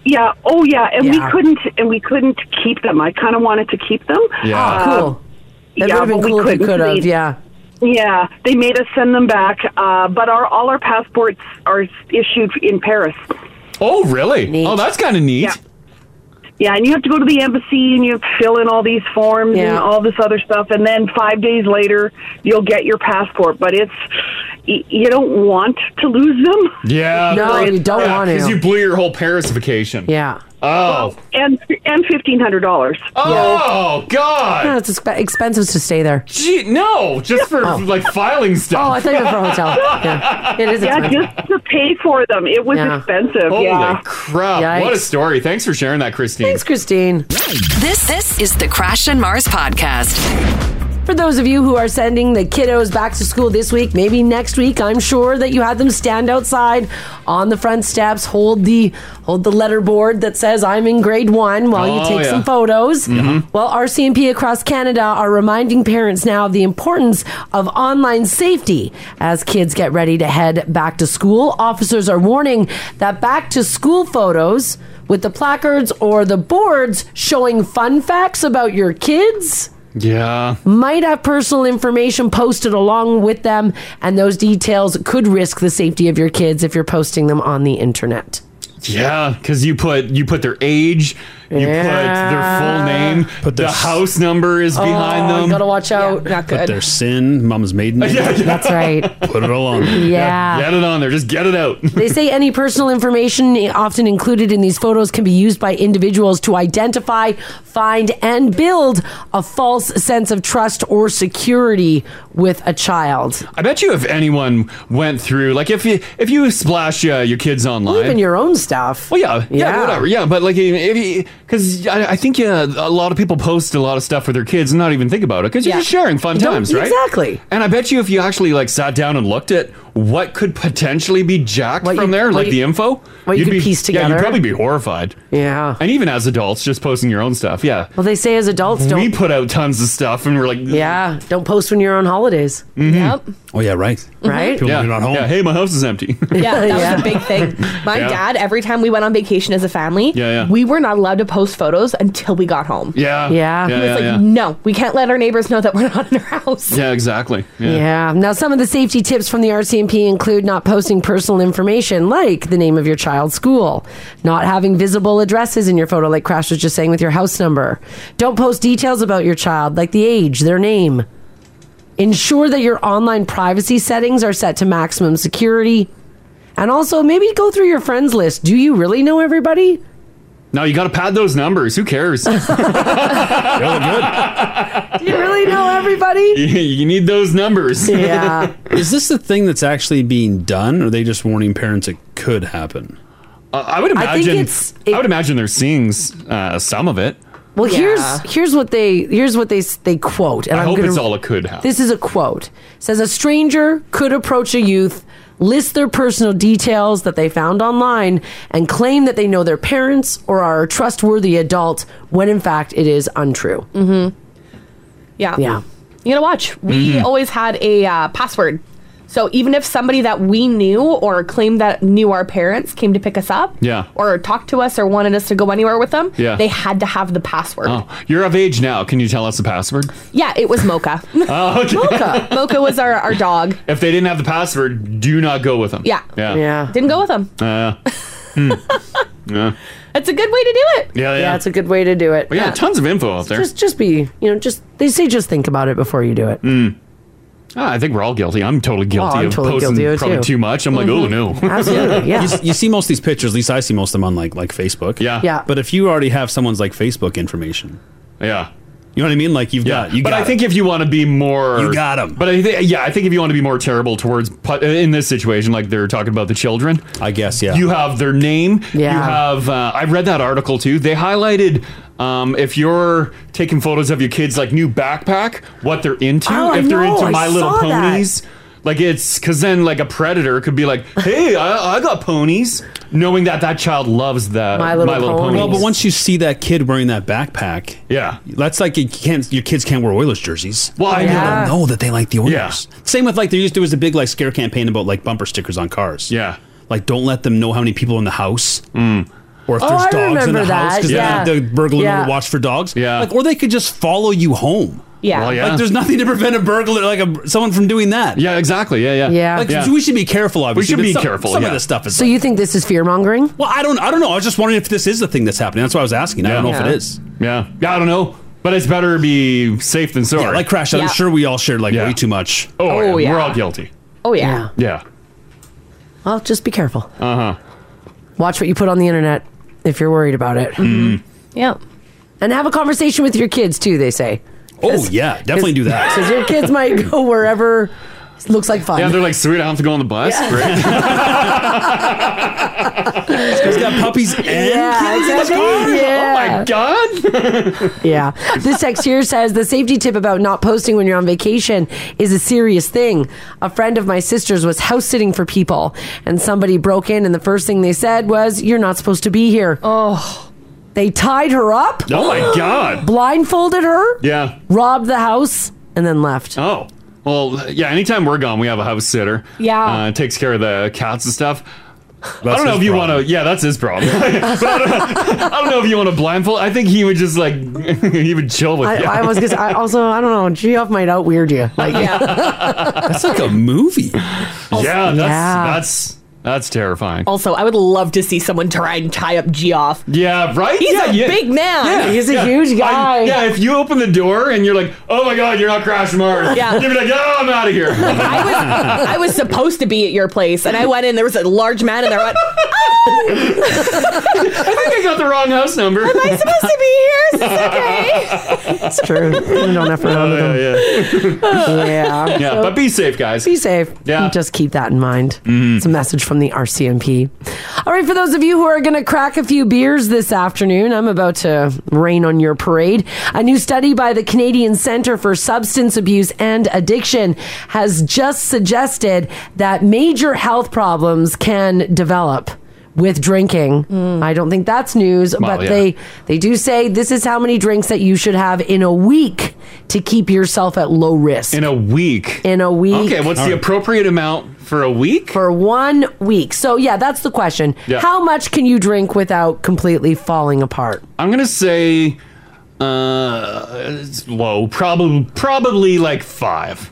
S12: Yeah. Oh, yeah. And
S3: Yeah.
S12: we couldn't. And we couldn't keep them. I kind of wanted to keep them. Um,
S3: Yeah. Ah, cool. That would've been
S12: but we
S3: cool if you
S12: couldn't.
S3: could've,
S12: They-
S3: yeah.
S12: Yeah. They made us send them back. Uh, but our all our passports are issued in Paris.
S2: Oh really? Oh, that's kind of neat.
S12: Yeah. Yeah, and you have to go to the embassy and you have to fill in all these forms and
S2: Yeah.
S12: all this other stuff, and then five days later you'll get your passport. But it's y- you don't want to lose them. [LAUGHS]
S2: Yeah.
S12: No, you don't want
S2: Because
S12: to.
S2: you blew your whole Paris vacation.
S3: Yeah.
S2: Oh.
S12: And and fifteen hundred dollars.
S2: Oh God.
S3: No, it's exp- expensive to stay there.
S2: Gee, no, just for
S3: Oh.
S2: like filing stuff.
S3: Oh, I thought you were for a hotel. Yeah, it is
S12: Yeah,
S3: expensive.
S12: just to pay for them. It was
S3: Yeah.
S12: expensive.
S2: Holy
S12: yeah.
S2: crap! What a
S3: Yikes.
S2: story. Thanks for sharing that, Christine.
S3: Thanks, Christine.
S1: This this is the Crash and Mars podcast.
S3: For those of you who are sending the kiddos back to school this week, maybe next week, I'm sure that you had them stand outside on the front steps, hold the hold the letter board that says I'm in grade one while
S13: Oh,
S3: you take
S13: yeah.
S3: some photos.
S13: Mhm.
S3: Well, RCMP across Canada are reminding parents now of the importance of online safety as kids get ready to head back to school. Officers are warning that back to school photos with the placards or the boards showing fun facts about your kids
S2: Yeah.
S3: might have personal information posted along with them, and those details could risk the safety of your kids if you're posting them on the internet.
S2: Yeah, because you put you put their age, you
S3: Yeah. Oh,
S2: put their full name, put the
S4: their-
S2: house number is behind them.
S3: Gotta watch out. not
S4: Put their sin, mom's maiden. name.
S2: [LAUGHS] Yeah, yeah.
S3: That's right.
S4: Put it along.
S3: Yeah.
S2: Get it on there. Just get it out. [LAUGHS]
S3: they say any personal information often included in these photos can be used by individuals to identify, find, and build a false sense of trust or security with a child.
S2: I bet you if anyone went through, like if you if you splash uh, your kids online,
S3: Even your own stuff.
S2: Well, yeah, yeah,
S3: Yeah.
S2: whatever, yeah. But like, if because I, I think yeah, a lot of people post a lot of stuff with their kids and not even think about it because you're
S3: Yeah.
S2: just sharing fun
S3: Don't-
S2: times, right?
S3: exactly.
S2: And I bet you if you actually like sat down and looked at what could potentially be jacked
S3: What
S2: from
S3: you-
S2: there,
S3: what
S2: like
S3: you-
S2: the info.
S3: what you
S2: You'd
S3: could
S2: be,
S3: piece
S2: Yeah,
S3: together.
S2: you'd probably be horrified.
S3: Yeah.
S2: And even as adults, just posting your own stuff. Yeah.
S3: Well, they say as adults don't.
S2: We put out tons of stuff and we're like,
S3: yeah, don't post when you're on holidays.
S5: Yep.
S2: Oh, yeah, right.
S3: Right?
S2: People
S3: Yeah.
S2: are not home. Yeah, hey, my house is
S3: [LAUGHS]
S2: empty.
S5: Yeah, that
S2: [LAUGHS]
S5: was a big thing. My
S2: Yeah.
S5: dad, every time we went on vacation as a family,
S2: Yeah, yeah.
S5: we were not allowed to post photos until we got home.
S2: Yeah. Yeah.
S5: He
S2: Yeah,
S5: was
S2: yeah,
S5: like,
S2: yeah.
S5: no, we can't let our neighbors know that we're not in our house.
S2: yeah, exactly.
S3: Yeah. Now, some of the safety tips from the RCMP include not posting personal information like the name of your child's school, not having visible addresses in your photo, like Crash was just saying with your house number. Don't post details about your child, like the age, their name. Ensure that your online privacy settings are set to maximum security. And also, maybe go through your friends list. Do you really know everybody?
S2: No, you got to pad those numbers. Who cares? They look good.
S3: Do you really know everybody?
S2: [LAUGHS] you need those numbers.
S3: Yeah.
S2: [LAUGHS]
S4: Is this the thing that's actually being done, or are they just warning parents it could happen?
S2: Uh, I would
S3: I
S2: imagine. I,
S3: think it's-
S2: would imagine they're seeing uh, some of it.
S3: Well, here's here's what they here's what they s- they quote, and
S2: I
S3: am
S2: hope
S3: gonna,
S2: it's all it could happen.
S3: This is a quote. It says a stranger could approach a youth, list their personal details that they found online, and claim that they know their parents or are a trustworthy adult when in fact it is untrue.
S5: Mm-hmm. Yeah.
S3: Yeah.
S5: You gotta watch. We
S2: Mm-hmm.
S3: Mhm.
S5: always had a uh, password. So even if somebody that we knew or claimed that knew our parents came to pick us up
S2: Yeah.
S5: or talked to us or wanted us to go anywhere with them,
S2: Yeah.
S5: they had to have the password.
S2: Oh, you're of age now. Can you tell us the password? [LAUGHS]
S5: Yeah, it was Mocha.
S2: Oh, okay.
S5: Mocha. Mocha was our, our dog.
S2: If they didn't have the password, do not go with them.
S5: Yeah.
S2: Yeah.
S5: Didn't go with him.
S2: Uh, hmm. yeah.
S5: That's a good way to do it.
S2: Yeah, yeah.
S3: Yeah, it's a good way to do it.
S2: But yeah, tons of info out there.
S3: Just just be, you know, just they say just think about it before you do it.
S2: Mm. Ah, I think we're all guilty. I'm totally guilty
S3: Oh, I'm
S2: of
S3: totally
S2: posting
S3: guilty of it
S2: probably
S3: too.
S2: too much. I'm like,
S3: Mhm.
S2: oh no.
S3: [LAUGHS]
S2: [LAUGHS]
S3: Absolutely, yeah.
S4: You, s- you see most of these pictures. At least I see most of them on like like Facebook. Yeah.
S3: Yeah.
S4: But if you already have someone's like Facebook information,
S2: yeah.
S4: You know what I mean? Like you've got you.
S2: but
S4: got
S2: I
S4: it.
S2: think if you want to be more,
S4: You got 'em.
S2: But I think, yeah, I think if you want to be more terrible towards pu- in this situation, like they're talking about the children,
S4: I guess yeah.
S2: You have their name.
S4: Yeah.
S2: You have. Uh, I read that article too. They highlighted um, if you're taking photos of your kids like new backpack, what they're into.
S13: Oh, I
S2: if they're
S13: know,
S2: into
S13: I
S2: My Little
S13: saw that.
S2: Ponies. Like it's because then like a predator could be like, hey, I, I got ponies, knowing that that child loves that Ponies.
S4: Well, but once you see that kid wearing that backpack,
S2: yeah,
S4: that's like you can't. Your kids can't wear Oilers jerseys.
S2: Well,
S3: Oh,
S2: I
S4: They
S2: know.
S4: don't know that they like the Oilers. Same with like there used to was a big like scare campaign about like bumper stickers on cars.
S2: Yeah. Mm.
S4: Like don't let them know how many people in the house. Or if
S3: Oh,
S4: there's
S3: I
S4: dogs in the
S3: remember
S4: house
S3: that,
S4: because
S3: yeah.
S4: the burglar
S3: Yeah.
S4: would watch for dogs. Yeah. Like, or they could just follow you home.
S5: Yeah. Well, yeah.
S4: Like there's nothing to prevent a burglar like a, someone from doing that.
S2: Yeah, exactly. Yeah, yeah.
S3: Yeah.
S4: Like
S3: Yeah.
S4: we should be careful. Obviously,
S2: should
S4: but
S2: be
S4: some-
S2: careful,
S4: Some
S2: yeah.
S4: of this stuff is
S3: So you think this is fear mongering?
S4: Well, I don't. I don't know. I was just wondering if this is the thing that's happening. That's why I was asking. I don't know if
S3: Yeah.
S4: it is.
S2: Yeah. Yeah, I don't know. But it's better to be safe than sorry.
S4: Yeah, like Crash.
S5: Yeah.
S4: I'm sure we all shared like way too much.
S2: Oh,
S5: Oh, yeah.
S2: we're all guilty.
S5: Oh, yeah.
S2: Yeah.
S3: Well, just be careful.
S2: Uh huh.
S3: Watch what you put on the internet if you're worried about
S4: Hmm.
S3: it.
S5: Yeah.
S3: And have a conversation with your kids too, they say.
S4: Oh yeah, definitely do
S3: [LAUGHS]
S4: that.
S3: Because
S2: [LAUGHS]
S3: your kids might go wherever looks like fun.
S2: Yeah, they're like, sweet, I don't have to go on the bus.
S3: [LAUGHS]
S4: [LAUGHS]
S2: Great.
S4: He's got puppies and
S3: Yeah,
S2: kids in the
S3: exactly.
S2: car? Oh my
S3: Yeah.
S2: god.
S3: [LAUGHS] yeah. This text here says the safety tip about not posting when you're on vacation is a serious thing. A friend of my sister's was house sitting for people, and somebody broke in, and the first thing they said was, "You're not supposed to be here." Oh. They tied her up.
S2: Oh my God.
S3: Blindfolded her.
S2: Yeah.
S3: Robbed the house and then left.
S2: Oh. Well, yeah, anytime we're gone, we have a house sitter.
S3: Yeah.
S2: Uh, takes care of the cats and stuff. I
S4: That's
S2: don't know
S4: his
S2: if you
S4: problem.
S2: want to. Yeah, that's his problem. [LAUGHS] But I, don't know, I don't know if you want to blindfold. I think he would just like [LAUGHS] he would chill with
S3: I,
S2: you.
S3: I was gonna. I also, I don't know. G off might out weird you. Like,
S4: That's like a movie.
S2: yeah, that's
S5: Oh, Yeah.
S2: that's that's terrifying.
S5: Also, I would love to see someone try and tie up G off.
S2: Yeah, Uh, right?
S5: He's
S2: yeah,
S5: a
S2: yeah.
S5: big man.
S2: yeah. I- yeah, if you open the door and you're like, oh my God, you're not crashing Mars.
S5: Yeah.
S2: You'd be like, oh, I'm out
S5: [LAUGHS]
S2: of here.
S5: I was I was supposed to be at your place, and I went in. There was a large man in there. I went, "Oh!"
S2: I think I got the wrong house number. Am
S5: I supposed to be here? Is this okay?
S3: It's true. You don't
S2: [LAUGHS]
S3: have to run with them.
S2: Oh, yeah,
S3: [LAUGHS] Yeah.
S2: Yeah, but be safe, guys.
S3: Be safe. Yeah. Just keep that in mind. It's a message from from the RCMP. All right, for those of you who are going to crack a few beers this afternoon, I'm about to rain on your parade. A new study by the Canadian Centre for Substance Abuse and Addiction has just suggested that major health problems can develop with drinking. I don't think that's news,
S13: Well,
S3: but
S13: yeah.
S3: they they do say this is how many drinks that you should have in a week to keep yourself at low risk.
S2: In a week.
S3: In a week.
S2: Okay, what's the appropriate amount for a week?
S3: For one week. So yeah, that's the question.
S2: Yeah.
S3: How much can you drink without completely falling apart?
S2: I'm gonna say uh it's low. Probably probably like five.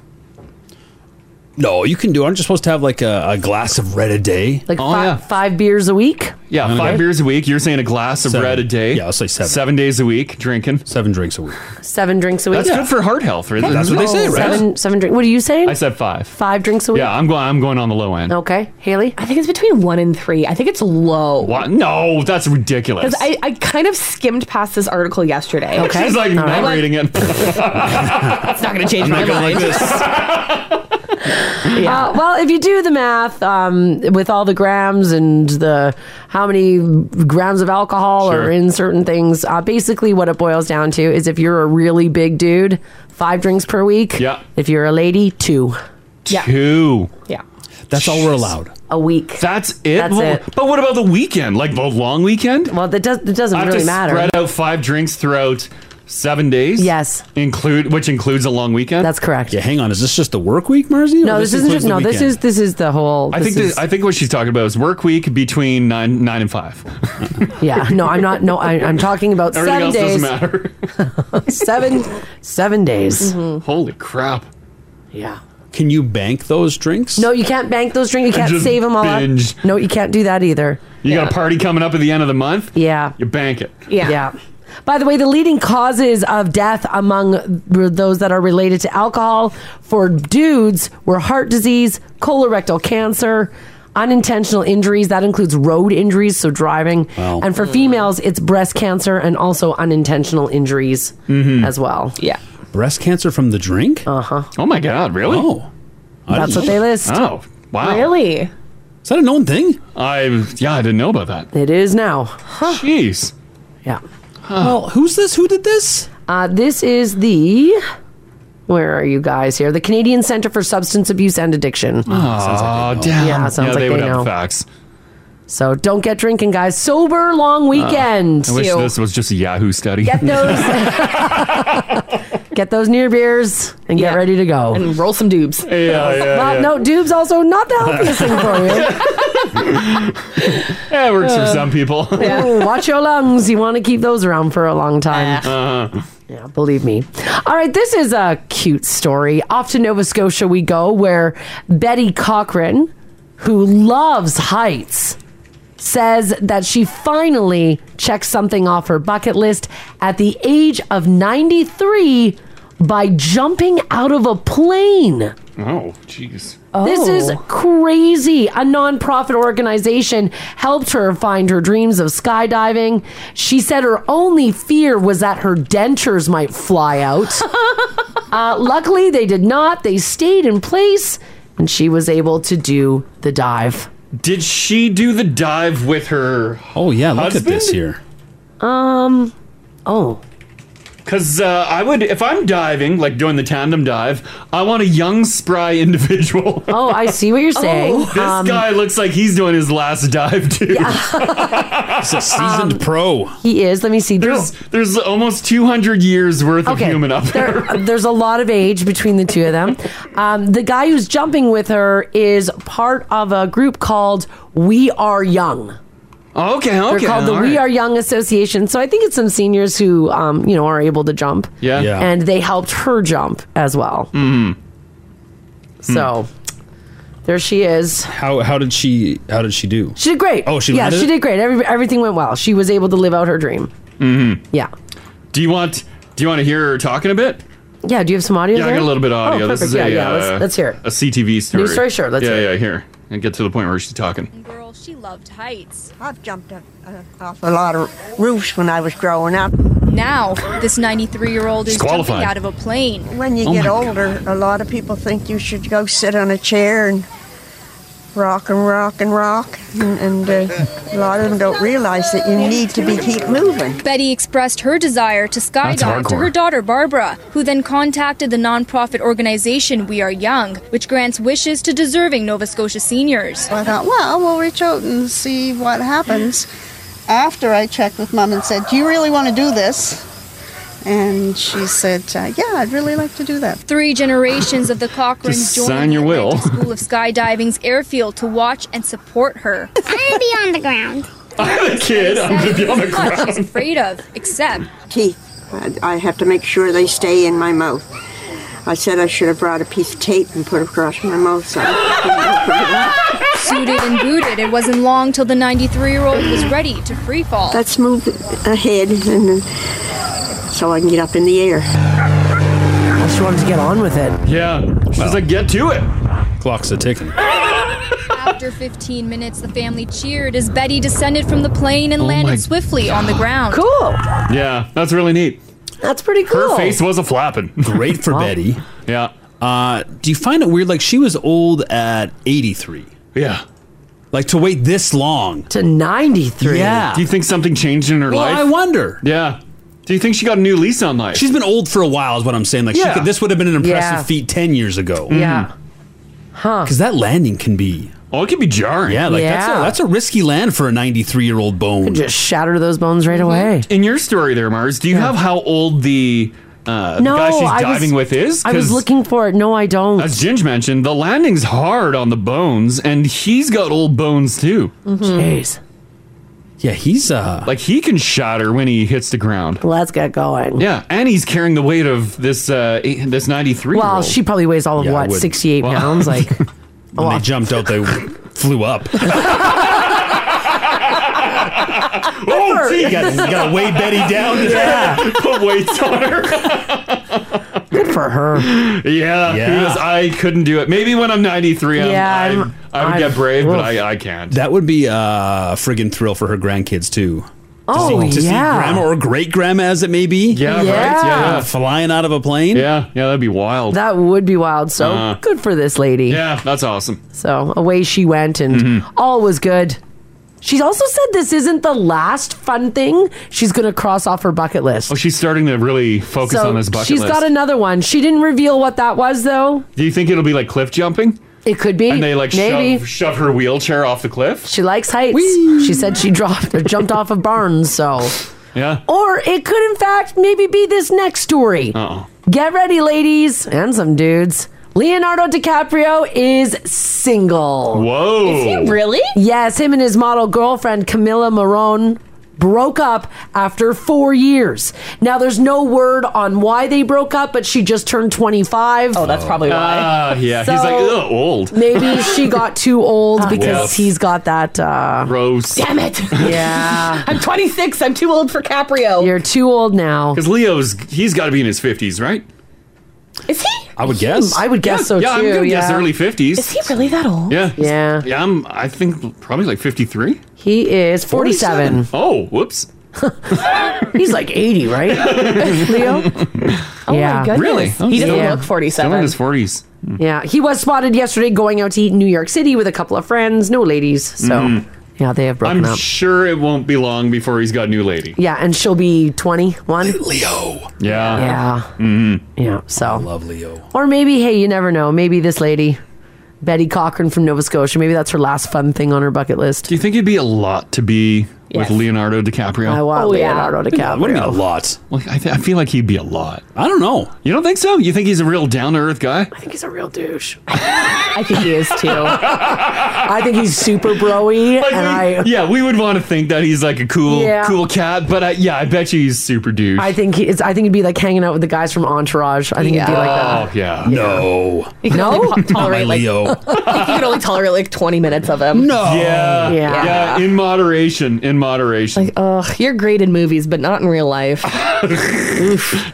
S4: No, you can do. Aren't you supposed to have like a, a glass of red a day?
S3: Like five five beers a week?
S2: Yeah,
S4: Okay.
S2: five beers a week. You're saying a glass of
S4: Seven.
S2: red a day. Yeah, I'll say seven. Seven days a week drinking.
S4: Seven drinks a week.
S3: Seven drinks a week.
S2: That's good for heart health. Right?
S4: That's what they say, right?
S3: Seven seven drink. What are you saying?
S2: I said five.
S3: Five drinks a week.
S2: Yeah, I'm going. I'm going on the low end.
S3: Okay, Haley.
S5: I think it's between one and three. I think it's low.
S2: What? No, that's ridiculous.
S5: Because I, I kind of skimmed past this article yesterday.
S2: [LAUGHS] She's like not
S5: [LAUGHS]
S2: reading it.
S5: It's not
S2: [LAUGHS]
S5: going to change
S2: I'm
S5: my
S2: not gonna
S5: mind.
S2: like this.
S3: Uh, well, if you do the math um, with all the grams and the how many grams of alcohol
S13: Sure.
S3: are in certain things, uh, basically what it boils down to is if you're a really big dude, five drinks per week. Yeah. If you're a lady, two.
S2: Two.
S5: Yeah.
S4: That's all we're allowed.
S3: A week.
S2: That's it.
S3: That's
S2: Well,
S3: it.
S2: But what about the weekend? Like the long weekend?
S3: Well, that does that doesn't
S2: I have
S3: really
S2: to
S3: matter.
S2: Spread out five drinks throughout seven days. Yes. Include which includes a long weekend. That's
S3: correct.
S2: Yeah.
S4: Hang on, is this just the work week, Marzi?
S3: No, this, isn't just no. This is this is the whole.
S2: I think
S3: this
S2: this, I think what she's talking about is work week between nine nine and five. [LAUGHS]
S3: yeah. No, I'm not. No, I, I'm talking about
S2: Everything
S3: seven
S2: else
S3: days.
S2: doesn't matter. Mm-hmm.
S3: [LAUGHS] seven, seven days.
S2: Holy crap!
S3: Mm-hmm. Yeah.
S4: Can you bank those drinks?
S3: No, you can't bank those drinks. You can't
S2: Just
S3: save them all. up.
S2: binge.
S3: No, you can't do that either.
S2: You got a party coming up at the end of the month.
S3: Yeah.
S2: You bank it.
S5: Yeah.
S3: Yeah. By the way, the leading causes of death among those that are related to alcohol for dudes were heart disease, colorectal cancer, unintentional injuries. That includes road injuries, so driving.
S13: Wow.
S3: And for females, it's breast cancer and also unintentional injuries as well.
S5: Yeah.
S4: Mm-hmm. Breast cancer from the drink?
S3: Uh huh.
S2: Oh my God! Really?
S4: Oh, I
S3: That's what
S4: didn't know that.
S3: they list.
S2: Oh, wow.
S5: Really?
S4: Is that a known thing?
S2: I yeah, I didn't know about that.
S3: It is now. Huh.
S2: Jeez.
S3: Yeah.
S4: Well, who's this? Who did this?
S3: Uh, this is the. Where are you guys here? The Canadian Center for Substance Abuse and Addiction.
S2: Oh, damn.
S3: Yeah, sounds like
S2: they
S3: they
S2: would
S3: know.
S2: have the facts.
S3: So don't get drinking, guys. Sober long weekend.
S2: Uh, I wish
S3: Ew.
S2: this was just a Yahoo study.
S3: Get those. [LAUGHS] get those near beers and get ready to go.
S5: And roll some dubes.
S4: Oh,
S2: Yeah, Oh, yeah,
S3: Well,
S2: yeah.
S3: No, dubes also not the healthiest thing for
S2: [LAUGHS]
S3: you.
S2: Yeah, it works for
S3: Uh,
S2: some people.
S3: Ooh, watch your lungs. You want to keep those around for a long time.
S5: Uh-huh.
S2: Uh,
S3: yeah, believe me. All right, this is a cute story. Off to Nova Scotia we go, where Betty Cochran, who loves heights, says that she finally checked something off her bucket list at the age of 93 by jumping out of a plane.
S2: [LAUGHS] oh, jeez.
S3: This is
S2: Oh.
S3: crazy. A nonprofit organization helped her find her dreams of skydiving. She said her only fear was that her dentures might fly out. uh, luckily, they did not. They stayed in place and she was able to do the dive.
S2: Did she do the dive with her?
S4: Oh yeah,
S2: look
S4: at this here.
S3: Um, oh.
S2: Cause uh, I would, if I'm diving, like doing the tandem dive, I want a young, spry [LAUGHS] individual.
S3: Oh, I see what you're saying.
S2: this
S3: Um,
S2: guy looks like he's doing his last dive too. [LAUGHS]
S4: He's a seasoned pro.
S3: He is. Let me see.
S2: There's there's almost 200 years worth of human up there.
S3: [LAUGHS] there- there's a lot of age between the two of them. Um, the guy who's jumping with her is part of a group called We Are Young.
S2: Oh, Okay, okay,
S3: They're called the
S2: all
S3: We
S2: right.
S3: Are Young Association. So I think it's some seniors who, um, you know, are able to jump.
S2: Yeah. Yeah.
S3: And they helped her jump as well.
S2: Mm-hmm.
S4: Mm.
S3: So there she is.
S4: How how did she how did she do?
S3: She did great.
S4: Oh, she
S3: yeah,
S4: landed
S3: she
S4: it?
S3: did great. Every, everything went well. She was able to live out her dream.
S2: hmm
S3: Yeah.
S2: Do you want Do you want to hear her talking a bit?
S3: Yeah. Do you have some audio?
S2: yeah, I
S3: there?
S2: got a little bit of
S3: Oh,
S2: audio. this
S3: perfect.
S2: is
S3: yeah,
S2: a
S3: yeah.
S2: uh,
S3: Let's, let's hear it.
S2: a CTV story.
S3: story? Sure, let's
S2: yeah,
S3: hear
S2: yeah,
S3: it.
S2: here and get to the point where she's talking.
S14: girl, she loved heights. I've jumped up, uh, off a lot of roofs when I was growing up. Now, this 93 year old
S2: is She's jumping qualified. out
S14: of a plane. When you
S2: Oh
S14: get
S2: my
S14: older, a lot of people think you should go sit on a chair and
S13: rock and rock and rock, and, and uh, a lot of them don't realize that you need to be keep moving.
S14: Betty expressed her desire to skydive to
S13: hardcore.
S14: her daughter Barbara, who then contacted the nonprofit organization We Are Young, which grants wishes to deserving Nova Scotia seniors.
S15: I thought, well, we'll reach out and see what happens. After I checked with mom and said, Do you really want to do this? And she said, uh, Yeah, I'd really like to do that.
S14: Three generations of the Cochrans
S2: Just
S14: joined
S2: sign
S14: the
S2: your will.
S14: Atlantic School of Skydiving's airfield to watch and support her. I'm gonna be on the ground.
S2: I'm a kid. I'm gonna be on the
S14: What she's
S2: ground.
S14: afraid of, except
S13: Teeth. I, I have to make sure they stay in my mouth. I said I should have brought a piece of tape and put it across my mouth. So
S14: suited and booted, it wasn't long till the 93-year-old was ready to free fall.
S13: let's move ahead, and uh, so I can get up in the air.
S3: Well, she wanted to get
S2: [LAUGHS]
S3: on with it.
S2: Yeah. She's like, get to it.
S4: Clock's a ticking.
S14: After 15 minutes, the family cheered as Betty descended from the plane and
S2: Oh my
S14: landed swiftly on the ground.
S3: Cool.
S2: [LAUGHS] Yeah, that's really neat.
S3: That's pretty
S2: Her face was a flapping.
S4: Great for Betty.
S2: Yeah.
S4: Uh, do you find it weird? Like she was old at 83.
S2: Yeah.
S4: Like to wait this long
S3: to 93.
S4: Yeah.
S2: Do you think something changed in her
S4: Well,
S2: life?
S4: I wonder.
S2: Yeah. Do you think she got a new lease on life?
S4: She's been old for a while, is what I'm saying. Like
S2: Yeah.
S4: she could, this would have been an impressive
S2: Yeah.
S4: feat 10 years ago.
S2: Yeah.
S3: Huh.
S4: Because that landing can be.
S2: Mm-hmm. Oh, it can be jarring.
S4: Yeah, like That's,
S3: Yeah.
S4: a, that's a risky land for a 93 year old bone.
S3: Just shatter those bones right away.
S2: Mm-hmm. In your story there, Mars, do you have how old the uh,
S3: No,
S2: the guy she's
S3: I was-
S2: diving with is?
S3: I was
S2: 'Cause
S3: looking for it. No, I don't.
S2: As Ginge mentioned, the landing's hard on the bones, and he's got old bones too.
S3: Mm-hmm. Jeez.
S4: Yeah, he's uh
S2: like he can shatter when he hits the ground.
S3: Let's get going.
S2: Yeah, and he's carrying the weight of this uh eight- this ninety three.
S3: Well, she probably weighs all of what,
S2: [LAUGHS]
S3: 68 pounds? Like,
S4: when they jumped out,
S3: [LAUGHS]
S4: they Oh, flew up.
S2: Oh,
S4: gee, you gotta- you gotta weigh
S2: [LAUGHS]
S4: Betty down.
S2: Yeah. Put weights on her.
S3: Good for her.
S2: Yeah,
S4: Yeah.
S2: because I couldn't do it. Maybe when I'm 93, I'm,
S4: Yeah,
S2: I'm,
S4: I'm-
S2: I would
S4: I'm-
S2: get brave, but
S4: Oof.
S2: I, I can't.
S4: That would be uh, a friggin' thrill for her grandkids, too. To
S2: Oh,
S4: see, to
S2: yeah.
S4: see grandma or great grandma, as it may be.
S2: Yeah, right, Yeah. yeah.
S4: Flying out of a plane.
S2: Yeah, yeah, that'd be wild.
S3: That would be wild. So
S2: Uh.
S3: good for this lady.
S2: Yeah, that's awesome.
S3: So away she went, and
S2: Mm-hmm.
S3: all was good. She's also said this isn't the last fun thing she's going to cross off her bucket list.
S2: Oh, she's starting to really focus
S3: so
S2: on this bucket
S3: she's
S2: list.
S3: got another one. She didn't reveal what that was, though.
S2: do you think it'll be like cliff jumping?
S3: It could be.
S2: And they like
S3: maybe
S2: shove, shove her wheelchair off the cliff?
S3: she likes heights. She said she dropped or jumped off of barns. So,
S2: Yeah.
S3: or it could, in fact, maybe be this next story.
S2: Uh-oh.
S3: Get ready, ladies and some dudes. Leonardo DiCaprio is single.
S2: Whoa. Is he
S5: really?
S3: Yes, him and his model girlfriend, Camilla Marone, broke up after four years. Now, there's no word on why they broke up, but she just turned 25. Oh,
S5: that's probably
S2: Ah, yeah. he's like, ugh, old.
S3: Maybe she got
S5: [LAUGHS]
S3: too old
S2: Wolf.
S3: because he's got that. Uh,
S2: Gross.
S5: Damn it.
S3: [LAUGHS] Yeah.
S5: I'm 26. I'm too old for Caprio.
S3: You're too old now.
S2: Because Leo's, he's got to be in his 50s, right?
S5: Is he?
S2: I would guess.
S3: I would guess
S2: yeah,
S3: so
S2: yeah,
S3: too,
S2: I'm gonna guess
S3: yeah.
S2: early 50s.
S5: Is he really that old?
S2: Yeah.
S3: Yeah.
S2: Yeah, I'm, I think probably like 53.
S3: He is 47.
S2: Oh, whoops.
S3: [LAUGHS] He's like
S2: [LAUGHS]
S3: 80, right? [LAUGHS] Leo? Oh, yeah.
S2: Really?
S3: He doesn't look
S2: Still in
S3: 47.
S2: his 40s.
S3: Yeah. He was spotted yesterday going out to eat in New York City with a couple of friends, no ladies. So,
S2: Mhm.
S3: yeah, they have broken
S2: I'm
S3: up.
S2: sure it won't be long before he's got a new lady.
S3: Yeah, and she'll be [LAUGHS] 21.
S4: Leo.
S2: Yeah.
S3: Yeah.
S2: Mm-hmm.
S3: Yeah. So.
S4: love Leo.
S3: Or maybe, hey, you never know. Maybe this lady, Betty Cochran from Nova Scotia, maybe that's her last fun thing on her bucket list.
S2: Do you think it'd be a lot to be with Leonardo DiCaprio?
S3: I want Oh, yeah. Leonardo DiCaprio.
S2: What do you
S3: mean
S2: a
S4: lot?
S2: Well, I, th- I feel like he'd be a lot.
S4: I don't know.
S2: You don't think so? You think he's a real down to earth guy?
S3: I think he's a real [LAUGHS] douche.
S5: I think he is
S2: [LAUGHS]
S5: too.
S3: I think he's super broy,
S2: Like,
S3: and
S2: we-
S3: I,
S2: yeah, we would want to think that he's like a cool,
S3: Yeah.
S2: cool cat, but I, yeah, I bet you he's super douche.
S3: I think he, it's, I think it'd be like hanging out with the guys from Entourage. I think it'd be like that.
S2: Oh, yeah.
S4: No.
S5: You can
S3: No?
S5: only po-
S3: Not my
S5: tolerate like,
S4: Leo.
S5: I think [LAUGHS] you can only tolerate like 20 minutes of him.
S2: Yeah, yeah. in moderation. In moderation.
S5: Ugh, you're great in movies, but not in real
S2: [LAUGHS]
S5: life.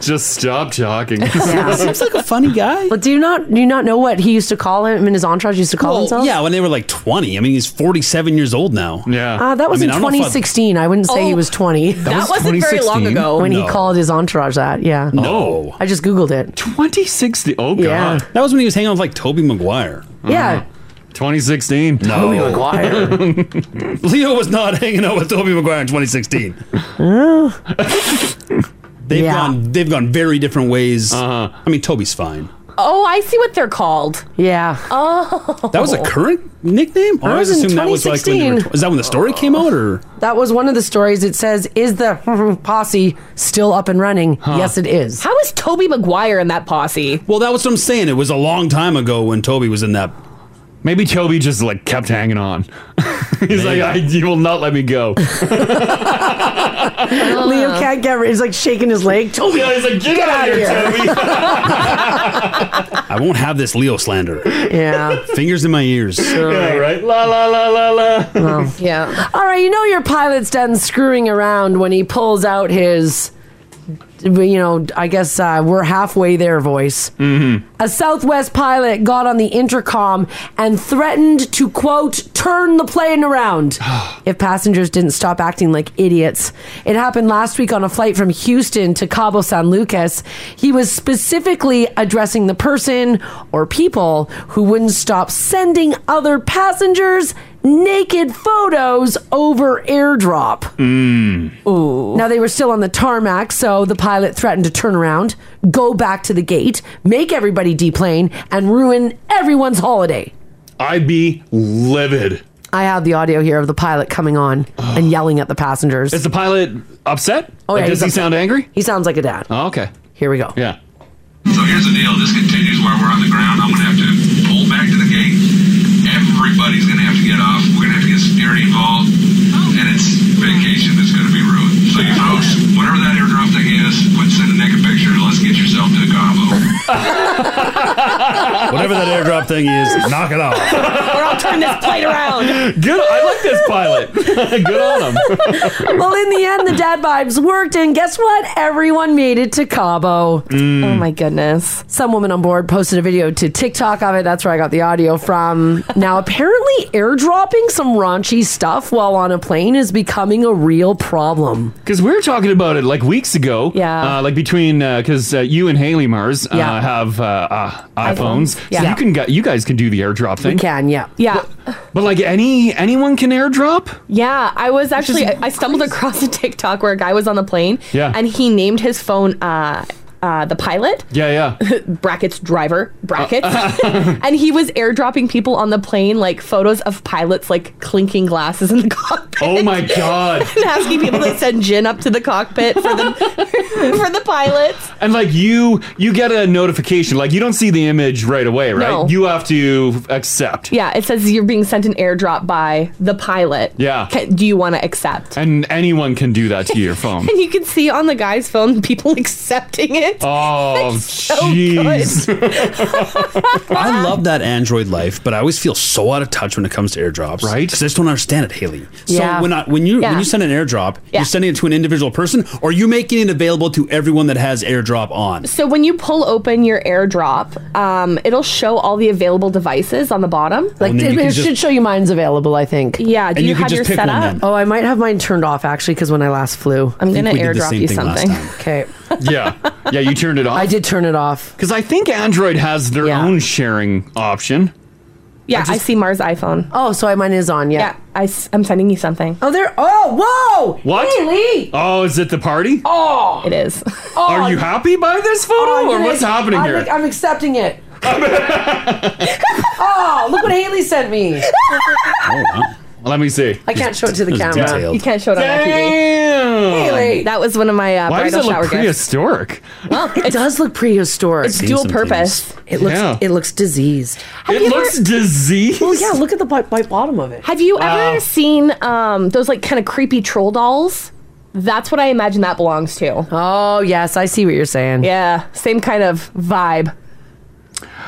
S2: Just stop
S3: [LAUGHS]
S2: talking.
S4: Seems like a funny guy.
S3: But do you not do you not know what he used to call him and his entourage used to call himself?
S4: Yeah, when they were like 20. I mean, he's 47 years old now.
S2: Yeah.
S3: Uh, that
S4: I
S3: was
S4: mean, I
S3: in
S4: don't know if I-
S3: 2016. I, wouldn't say he
S4: Oh,
S3: was 20.
S4: that That was wasn't very long 2016? ago.
S3: when he
S4: No.
S3: called his entourage that. Yeah.
S5: Oh.
S4: No.
S3: I just googled it.
S2: 2016. Oh, God. Uh-huh.
S3: Yeah.
S4: That was when he was hanging out with like Toby Maguire.
S3: Yeah.
S2: 2016.
S4: No. Tobey
S2: [LAUGHS]
S4: Maguire. Leo was [LAUGHS] not hanging out with Toby Maguire in
S3: [LAUGHS]
S4: 2016. they've gone they've gone very different ways.
S2: Uh-huh.
S4: I mean, Toby's fine.
S5: Oh, I see what they're called.
S3: Yeah.
S5: Oh.
S4: That was a current nickname? Or I
S3: That
S4: always
S3: was in
S4: assumed that was like when you were
S3: 2016.
S4: tw- is that when the story came out or
S3: That was one of the stories. It says, "Is the [LAUGHS] posse still up and running?" Yes, it is.
S5: How is Toby Maguire in that posse?
S4: Well, that was what I'm saying. It was a long time ago when Toby was in that.
S2: Maybe Toby just like kept hanging on. He's like, I, you will not let me go.
S3: [LAUGHS]
S5: Uh.
S3: Leo can't get. He's like shaking his leg. Toby,
S2: Yeah, he's like, "Get out of here,
S4: [LAUGHS] I won't have this Leo slander.
S3: Yeah.
S4: Fingers in my ears.
S2: Yeah, right? La la la la la.
S5: yeah.
S3: All right, you know your pilot's done screwing around when he pulls out his, you know, I guess uh, we're halfway there voice.
S16: Mm-hmm.
S3: A Southwest pilot got on the intercom and threatened to, quote, turn the plane around if passengers didn't stop acting like idiots. It happened last week on a flight from Houston to Cabo San Lucas. He was specifically addressing the person or people who wouldn't stop sending other passengers naked photos over airdrop.
S2: Mm.
S3: Ooh. Now they were still on the tarmac, so the pilot threatened to turn around, go back to the gate, make everybody deplane, and ruin everyone's holiday.
S2: I'd be livid.
S3: I have the audio here of the pilot coming on and yelling at the passengers.
S2: Is the pilot upset?
S3: Oh,
S2: Like,
S3: yeah,
S2: does
S3: he's
S2: he
S3: upset.
S2: sound angry?
S3: He sounds like a dad.
S2: Oh, okay.
S3: Here we go.
S2: Yeah.
S17: So here's the deal. This continues while we're on the ground. I'm going to have to pull back to the gate. Everybody's going to have to get off. We're going to have to get security involved. And it's vacation that's going to be ruined. So you folks, whatever that airdrop thing is, quit sending naked pictures. Let's get yourself to Cabo.
S4: Whatever that airdrop thing is, knock it off.
S5: or I'll turn this plane around.
S2: [LAUGHS] Good. I like this pilot. [LAUGHS] Good on him.
S3: [LAUGHS] well, in the end, the dad vibes worked, and guess what? Everyone made it to Cabo.
S5: Oh my goodness!
S3: Some woman on board posted a video to TikTok of it. That's where I got the
S5: [LAUGHS]
S3: audio from. now, apparently, airdropping some raunchy stuff while on a plane is becoming a real problem.
S2: Because we were talking about it like weeks ago.
S3: Yeah.
S2: Uh, like between because uh, you and Haley Mars uh,
S3: Yeah.
S2: have uh, uh,
S3: iPhones.
S2: iPhones,
S3: Yeah.
S2: so you can gu- you guys can do the airdrop thing.
S3: We can, yeah.
S5: Yeah.
S2: But like any anyone can airdrop.
S5: Yeah, I was actually I I stumbled across a [LAUGHS] TikTok where a guy was on the plane.
S2: Yeah.
S5: and he named his phone uh, uh, the pilot.
S2: Yeah, yeah.
S5: [LAUGHS] brackets driver brackets
S2: Uh,
S5: [LAUGHS] and he was airdropping people on the plane like photos of pilots like clinking glasses in the cockpit
S2: Oh my God.
S5: [LAUGHS] and asking people to send gin up to the cockpit for the [LAUGHS] for the pilots
S2: And like you, you get a notification. Like you don't see the image right away, right?
S5: No.
S2: You have to accept.
S5: yeah it says you're being sent an airdrop by the pilot
S2: Yeah.
S5: Can, do you want to accept
S2: And anyone can do that to your
S3: [LAUGHS]
S2: phone.
S5: and you can see on the guy's phone people [LAUGHS] accepting it
S2: [LAUGHS] Oh,
S5: so
S2: jeez.
S4: I love that Android life, but I always feel so out of touch when it comes to airdrops. Right? Because I just don't understand it, Haley. So
S5: Yeah.
S4: when I, when you
S5: Yeah.
S4: when you send an airdrop,
S5: Yeah.
S4: you're sending it to an individual person, or you making it available to everyone that has airdrop on.
S5: So when you pull open your AirDrop, um, it'll show all the available devices on the bottom.
S3: Like it, it should show Oh, you mine's available, I think.
S5: Yeah, do And you you could have just your pick one setup? then.
S3: Oh, I might have mine turned off actually because when I last flew,
S5: I'm gonna airdrop you something.
S3: Okay.
S2: yeah, yeah. You
S3: [LAUGHS]
S2: turned it off. I
S3: did turn it off
S2: because I think Android has their own sharing option.
S5: Yeah, I, see Mars iPhone.
S3: Oh, so mine is on. Yeah.
S5: I, am sending you something.
S3: Oh, there. Oh, whoa.
S2: What?
S3: Haley.
S2: Oh, is it the party?
S3: Oh,
S5: it is.
S2: Are you happy by this photo,
S3: Oh, I
S2: or
S3: did
S2: what's
S3: it.
S2: happening
S3: I'm,
S2: here?
S3: I'm accepting it.
S5: [LAUGHS]
S3: [LAUGHS] oh, look what Haley
S5: [LAUGHS]
S3: sent me.
S2: Let me see.
S3: I can't show it to the
S2: It's
S3: camera.
S2: detailed.
S5: You can't show it on
S2: Damn.
S5: ITV.
S2: Haley.
S5: That was one of my uh,
S2: Why does
S5: bridal
S2: it look
S5: shower gifts.
S2: prehistoric? [LAUGHS]
S5: Well,
S3: it does look prehistoric.
S5: It's dual purpose.
S3: It looks
S2: Yeah.
S3: it looks diseased.
S2: it looks diseased.
S3: Well, yeah. Look at the bi- bi- bottom of it.
S5: Have you
S3: Wow.
S5: ever seen um, those like kind of creepy troll dolls? That's what I imagine that belongs to.
S3: Oh yes, I see what you're saying.
S5: Yeah, same kind of vibe.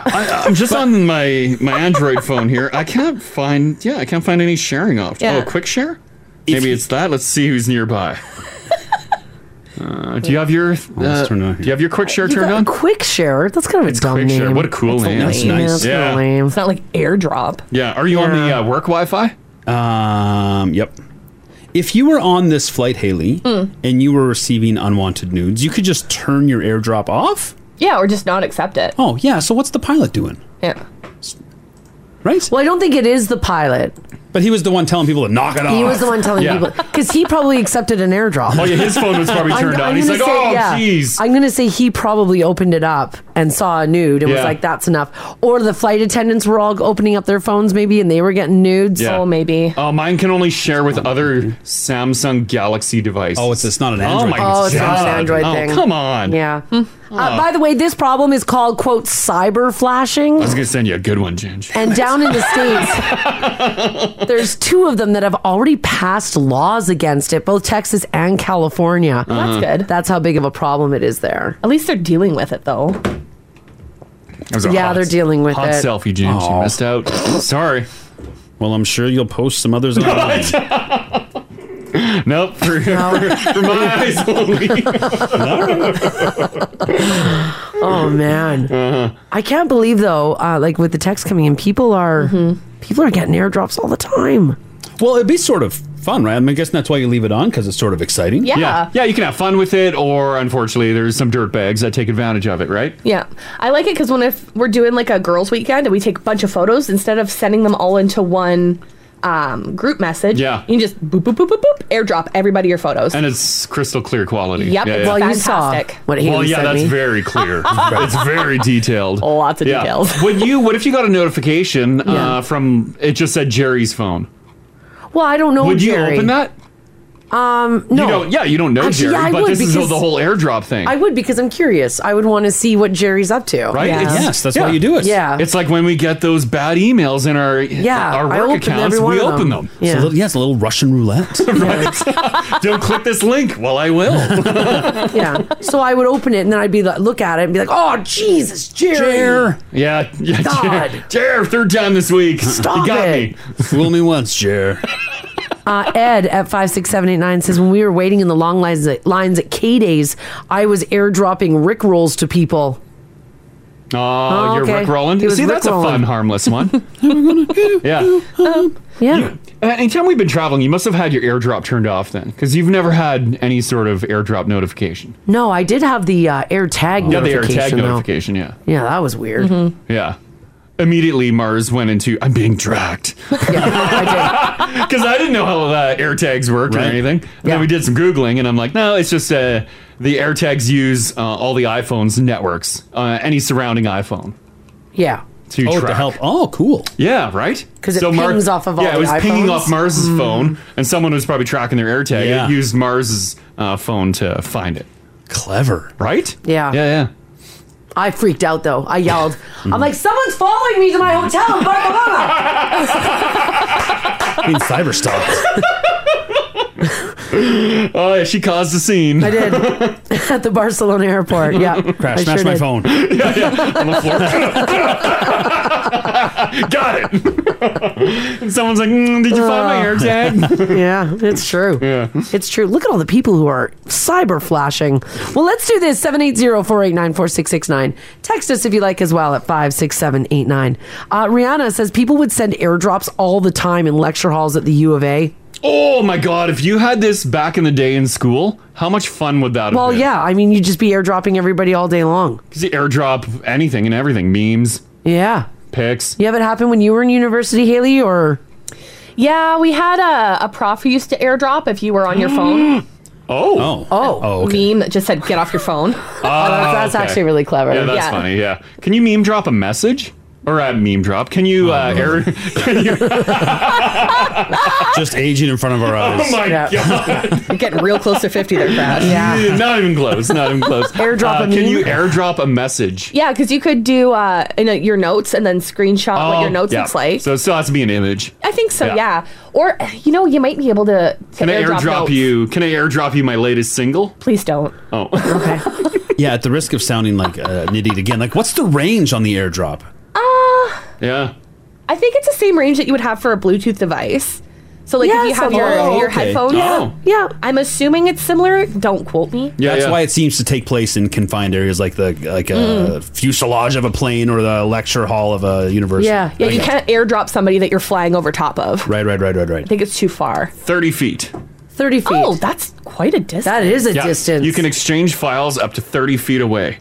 S2: I, I'm just on my my Android phone here. I can't find. Yeah, I can't find any sharing option.
S5: Yeah.
S2: Oh, quick share. Maybe it's that. Let's see who's nearby. [LAUGHS] Uh, do you have your uh, Do you have your quick share
S3: You
S2: turned
S3: got
S2: on?
S3: Quick share. That's kind of a dumb
S2: Quick
S3: name.
S2: share. What a cool name.
S3: That's lame. That's kinda
S2: Yeah.
S3: lame.
S5: It's not like AirDrop.
S2: Yeah. Are you on the uh, work Wi-Fi?
S4: Um. Yep. If you were on this flight, Haley,
S3: Hmm.
S5: Mm.
S4: and you were receiving unwanted nudes, you could just turn your airdrop off.
S5: Yeah, or just not accept it.
S4: Oh yeah. So what's the pilot doing?
S5: Yeah.
S4: Right.
S3: Well, I don't think it is the pilot.
S4: But he was the one telling people to knock it off.
S3: He was the one telling
S4: Yeah.
S3: people because he probably accepted an airdrop.
S4: Oh, yeah, his phone was probably turned on. He's
S3: gonna
S4: like, "Oh, jeez."
S3: I'm gonna say he probably opened it up and saw a nude and was
S2: Yeah.
S3: like, "That's enough." Or the flight attendants were all opening up their phones maybe and they were getting nudes.
S5: maybe.
S2: Oh, mine can only share with other Samsung Galaxy devices. Oh, it's
S4: it's not an
S2: Oh
S4: Android
S2: my
S4: thing.
S2: god!
S4: Oh, it's not an Android
S2: Oh,
S3: thing.
S2: Come on.
S3: Yeah.
S2: Oh.
S3: Uh, by the way, this problem is called quote cyber flashing.
S2: I was gonna send you a good one, Ginge.
S3: And down in the States,
S2: [LAUGHS]
S3: there's two of them that have already passed laws against it, both Texas and California. Mm-hmm.
S5: Well, that's Uh-huh. good.
S3: That's how big of a problem it is there.
S5: At least they're dealing with it, though.
S3: Yeah, they're dealing with
S2: hot
S3: it.
S2: selfie, James. You
S4: Aw.
S2: missed out. Sorry.
S4: Well, I'm sure you'll post some others online. [LAUGHS]
S2: nope. For, for- for my eyes [LAUGHS] only.
S3: Oh man,
S2: Uh-huh.
S3: I can't believe though. Uh, like with the text coming in, people are
S5: Mm-hmm.
S3: people are getting airdrops all the time.
S4: Well, it'd be sort of fun, right? I mean, I guess that's why you leave it on because it's sort of exciting.
S2: yeah. Yeah, you can have fun with it, or unfortunately, there's some dirtbags that take advantage of it, right?
S5: Yeah, I like it because when if we're doing like a girls' weekend and we take a bunch of photos instead of sending them all into one um, group message,
S2: Yeah.
S5: you can just boop boop boop boop boop airdrop everybody your photos.
S2: And it's crystal clear quality.
S5: Yep, it's Well, you saw fantastic. what Haley
S2: well, yeah,
S5: sent
S2: that's
S5: me.
S2: very clear. it's very detailed. Lots
S5: of details.
S2: When you, what if you got a notification uh, from? It just said Jerry's phone.
S3: Well, I don't know.
S2: Would you
S3: Jerry.
S2: open that?
S3: Um, no.
S2: You don't, yeah, you don't know
S3: Actually,
S2: Jerry,
S3: yeah, I
S2: but
S3: would
S2: this is
S3: because-
S2: the whole airdrop thing.
S3: I would because I'm curious. I would want to see what Jerry's up to.
S2: Right? It's- yeah.
S3: Oh, Yeah.
S2: It's like when we get those bad emails in our
S3: Yeah,
S2: our
S3: I
S2: work
S3: opened
S2: accounts,
S3: every one
S2: we
S3: of them.
S2: open them.
S3: Yeah. It's
S2: [LAUGHS]
S3: a little-
S4: yeah, it's a little Russian roulette.
S2: Don't click this link. Well, I
S3: [LAUGHS]
S2: will.
S3: yeah. So I would open it and then I'd be like, look at it and be like, oh Jesus, Jerry.
S4: Jer.
S2: Yeah, yeah
S3: God.
S2: Jer, Jer, third time this week.
S3: Stop
S2: you got
S3: it.
S2: me.
S4: Fool me once, Jer.
S3: Uh, Ed at 56789 says, When we were waiting in the long lines at, lines at K Days, I was airdropping Rick rolls to people.
S2: [LAUGHS] Oh,
S3: Oh,
S2: you're
S3: okay.
S2: Rick Rolland.
S3: He was
S2: See,
S3: Rick
S2: that's a fun,
S3: Rolling.
S2: harmless
S3: [LAUGHS]
S2: one. yeah.
S3: Uh,
S2: Uh,
S3: yeah.
S2: anytime we've been traveling, you must have had your airdrop turned off then, because you've never had any sort of airdrop notification.
S3: No, I did have the uh, air tag
S2: yeah, the
S3: notification.
S2: AirTag
S3: though.
S2: notification. Yeah.
S3: Yeah, that was weird.
S2: Yeah. Immediately, Mars went into I'm being
S3: [LAUGHS]
S2: tracked [LAUGHS] because I didn't know how uh, air tags worked or anything. And then we did some googling, and I'm like, no, it's just uh, the air tags use uh, all the iPhone's networks, uh, any surrounding iPhone.
S3: Yeah.
S2: To
S4: Oh, to
S2: track.
S4: help. Oh, cool.
S2: Yeah, right.
S3: 'Cause it pings off of all
S2: Yeah, it
S3: the
S2: was pinging
S3: iPhones?
S2: off Mars's
S3: Mm.
S2: phone, and someone was probably tracking their AirTag.
S4: Yeah.
S2: It used Mars's uh, phone to find it.
S4: Clever,
S2: right?
S3: Yeah.
S2: yeah, yeah.
S3: I freaked out though. I
S2: [LAUGHS]
S3: yelled. I'm like, someone's following me to my hotel
S2: [LAUGHS]
S3: in Barcelona.
S4: I mean, cyber stuff.
S2: oh yeah, she caused a scene.
S3: I did
S2: [LAUGHS]
S3: at the Barcelona airport. Yeah,
S2: Crash,
S3: I
S2: smash my
S3: [LAUGHS]
S2: phone. [LAUGHS] Yeah, yeah, on the
S4: [LAUGHS]
S2: Got it. And someone's like, mm, "Did you find my air tag?"
S3: Uh, [LAUGHS] yeah, it's true.
S2: Yeah.
S3: It's true. Look at all the people who are cyber flashing. Well, let's do this 780 489 4669. Text us if you like as well at 56789. Uh, Rihanna says people would send airdrops all the time in lecture halls at the U of A.
S2: Oh my god! If you had this back in the day in school, how much fun would that have
S3: Well,
S2: been?
S3: yeah. I mean, you'd just be airdropping everybody all day long.
S2: Because you airdrop anything and everything, memes,
S3: Yeah.
S2: pics.
S3: You have it happen when you were in university, Haley, or?
S5: Yeah, we had a, a prof who used to airdrop if you were
S2: [GASPS]
S5: on your phone.
S2: Oh.
S5: Oh,
S2: Oh,
S5: meme that just said "get off your
S2: [LAUGHS]
S5: phone." oh,
S2: that's
S5: actually really clever.
S2: Ah, Yeah, that's
S5: Yeah.
S2: funny. Yeah. Can you meme drop a message? Or a meme drop? Can you
S4: Oh,
S2: uh, air? [LAUGHS] Can you?
S4: [LAUGHS] Just aging in front of our eyes.
S2: [LAUGHS] Oh my god!
S5: [LAUGHS] You're getting real close to fifty there, Crash.
S2: [LAUGHS] Not even close. Not even
S5: [LAUGHS]
S2: close.
S5: Airdrop
S2: Uh,
S5: a
S2: Can
S5: meme?
S2: you airdrop a message?
S5: Yeah, because you could do uh, in a, your notes and then screenshot what your notes
S2: Oh, yeah.
S5: looks like.
S2: So it still has to be an image.
S5: I think so,
S2: Yeah.
S5: yeah. Or eh, you know, you might be able to. to
S2: Can I airdrop
S5: notes.
S2: you? Can I airdrop you my latest single?
S5: [LAUGHS] Please don't.
S2: Oh,
S4: [LAUGHS] Yeah, at the risk of sounding like uh, an idiot again, like what's the range on the airdrop?
S5: Uh,
S2: Yeah.
S5: I think it's the same range that you would have for a Bluetooth device. So like
S4: Yeah,
S5: if you have your,
S4: something.
S5: your
S4: Oh, okay.
S5: headphones,
S4: Oh.
S3: yeah,
S5: I'm assuming it's similar. Don't quote me.
S4: Yeah, that's
S5: yeah.
S4: why it seems to take place in confined areas like the like a
S5: Mm.
S4: fuselage of a plane or the lecture hall of a university.
S5: Yeah, yeah. You can't airdrop somebody that you're flying over top of.
S4: Right, right, right, right, right.
S5: I think it's too far.
S2: Thirty feet.
S3: 30 feet.
S5: Oh, that's quite a distance. That
S2: Yeah. You can exchange files up to thirty feet away,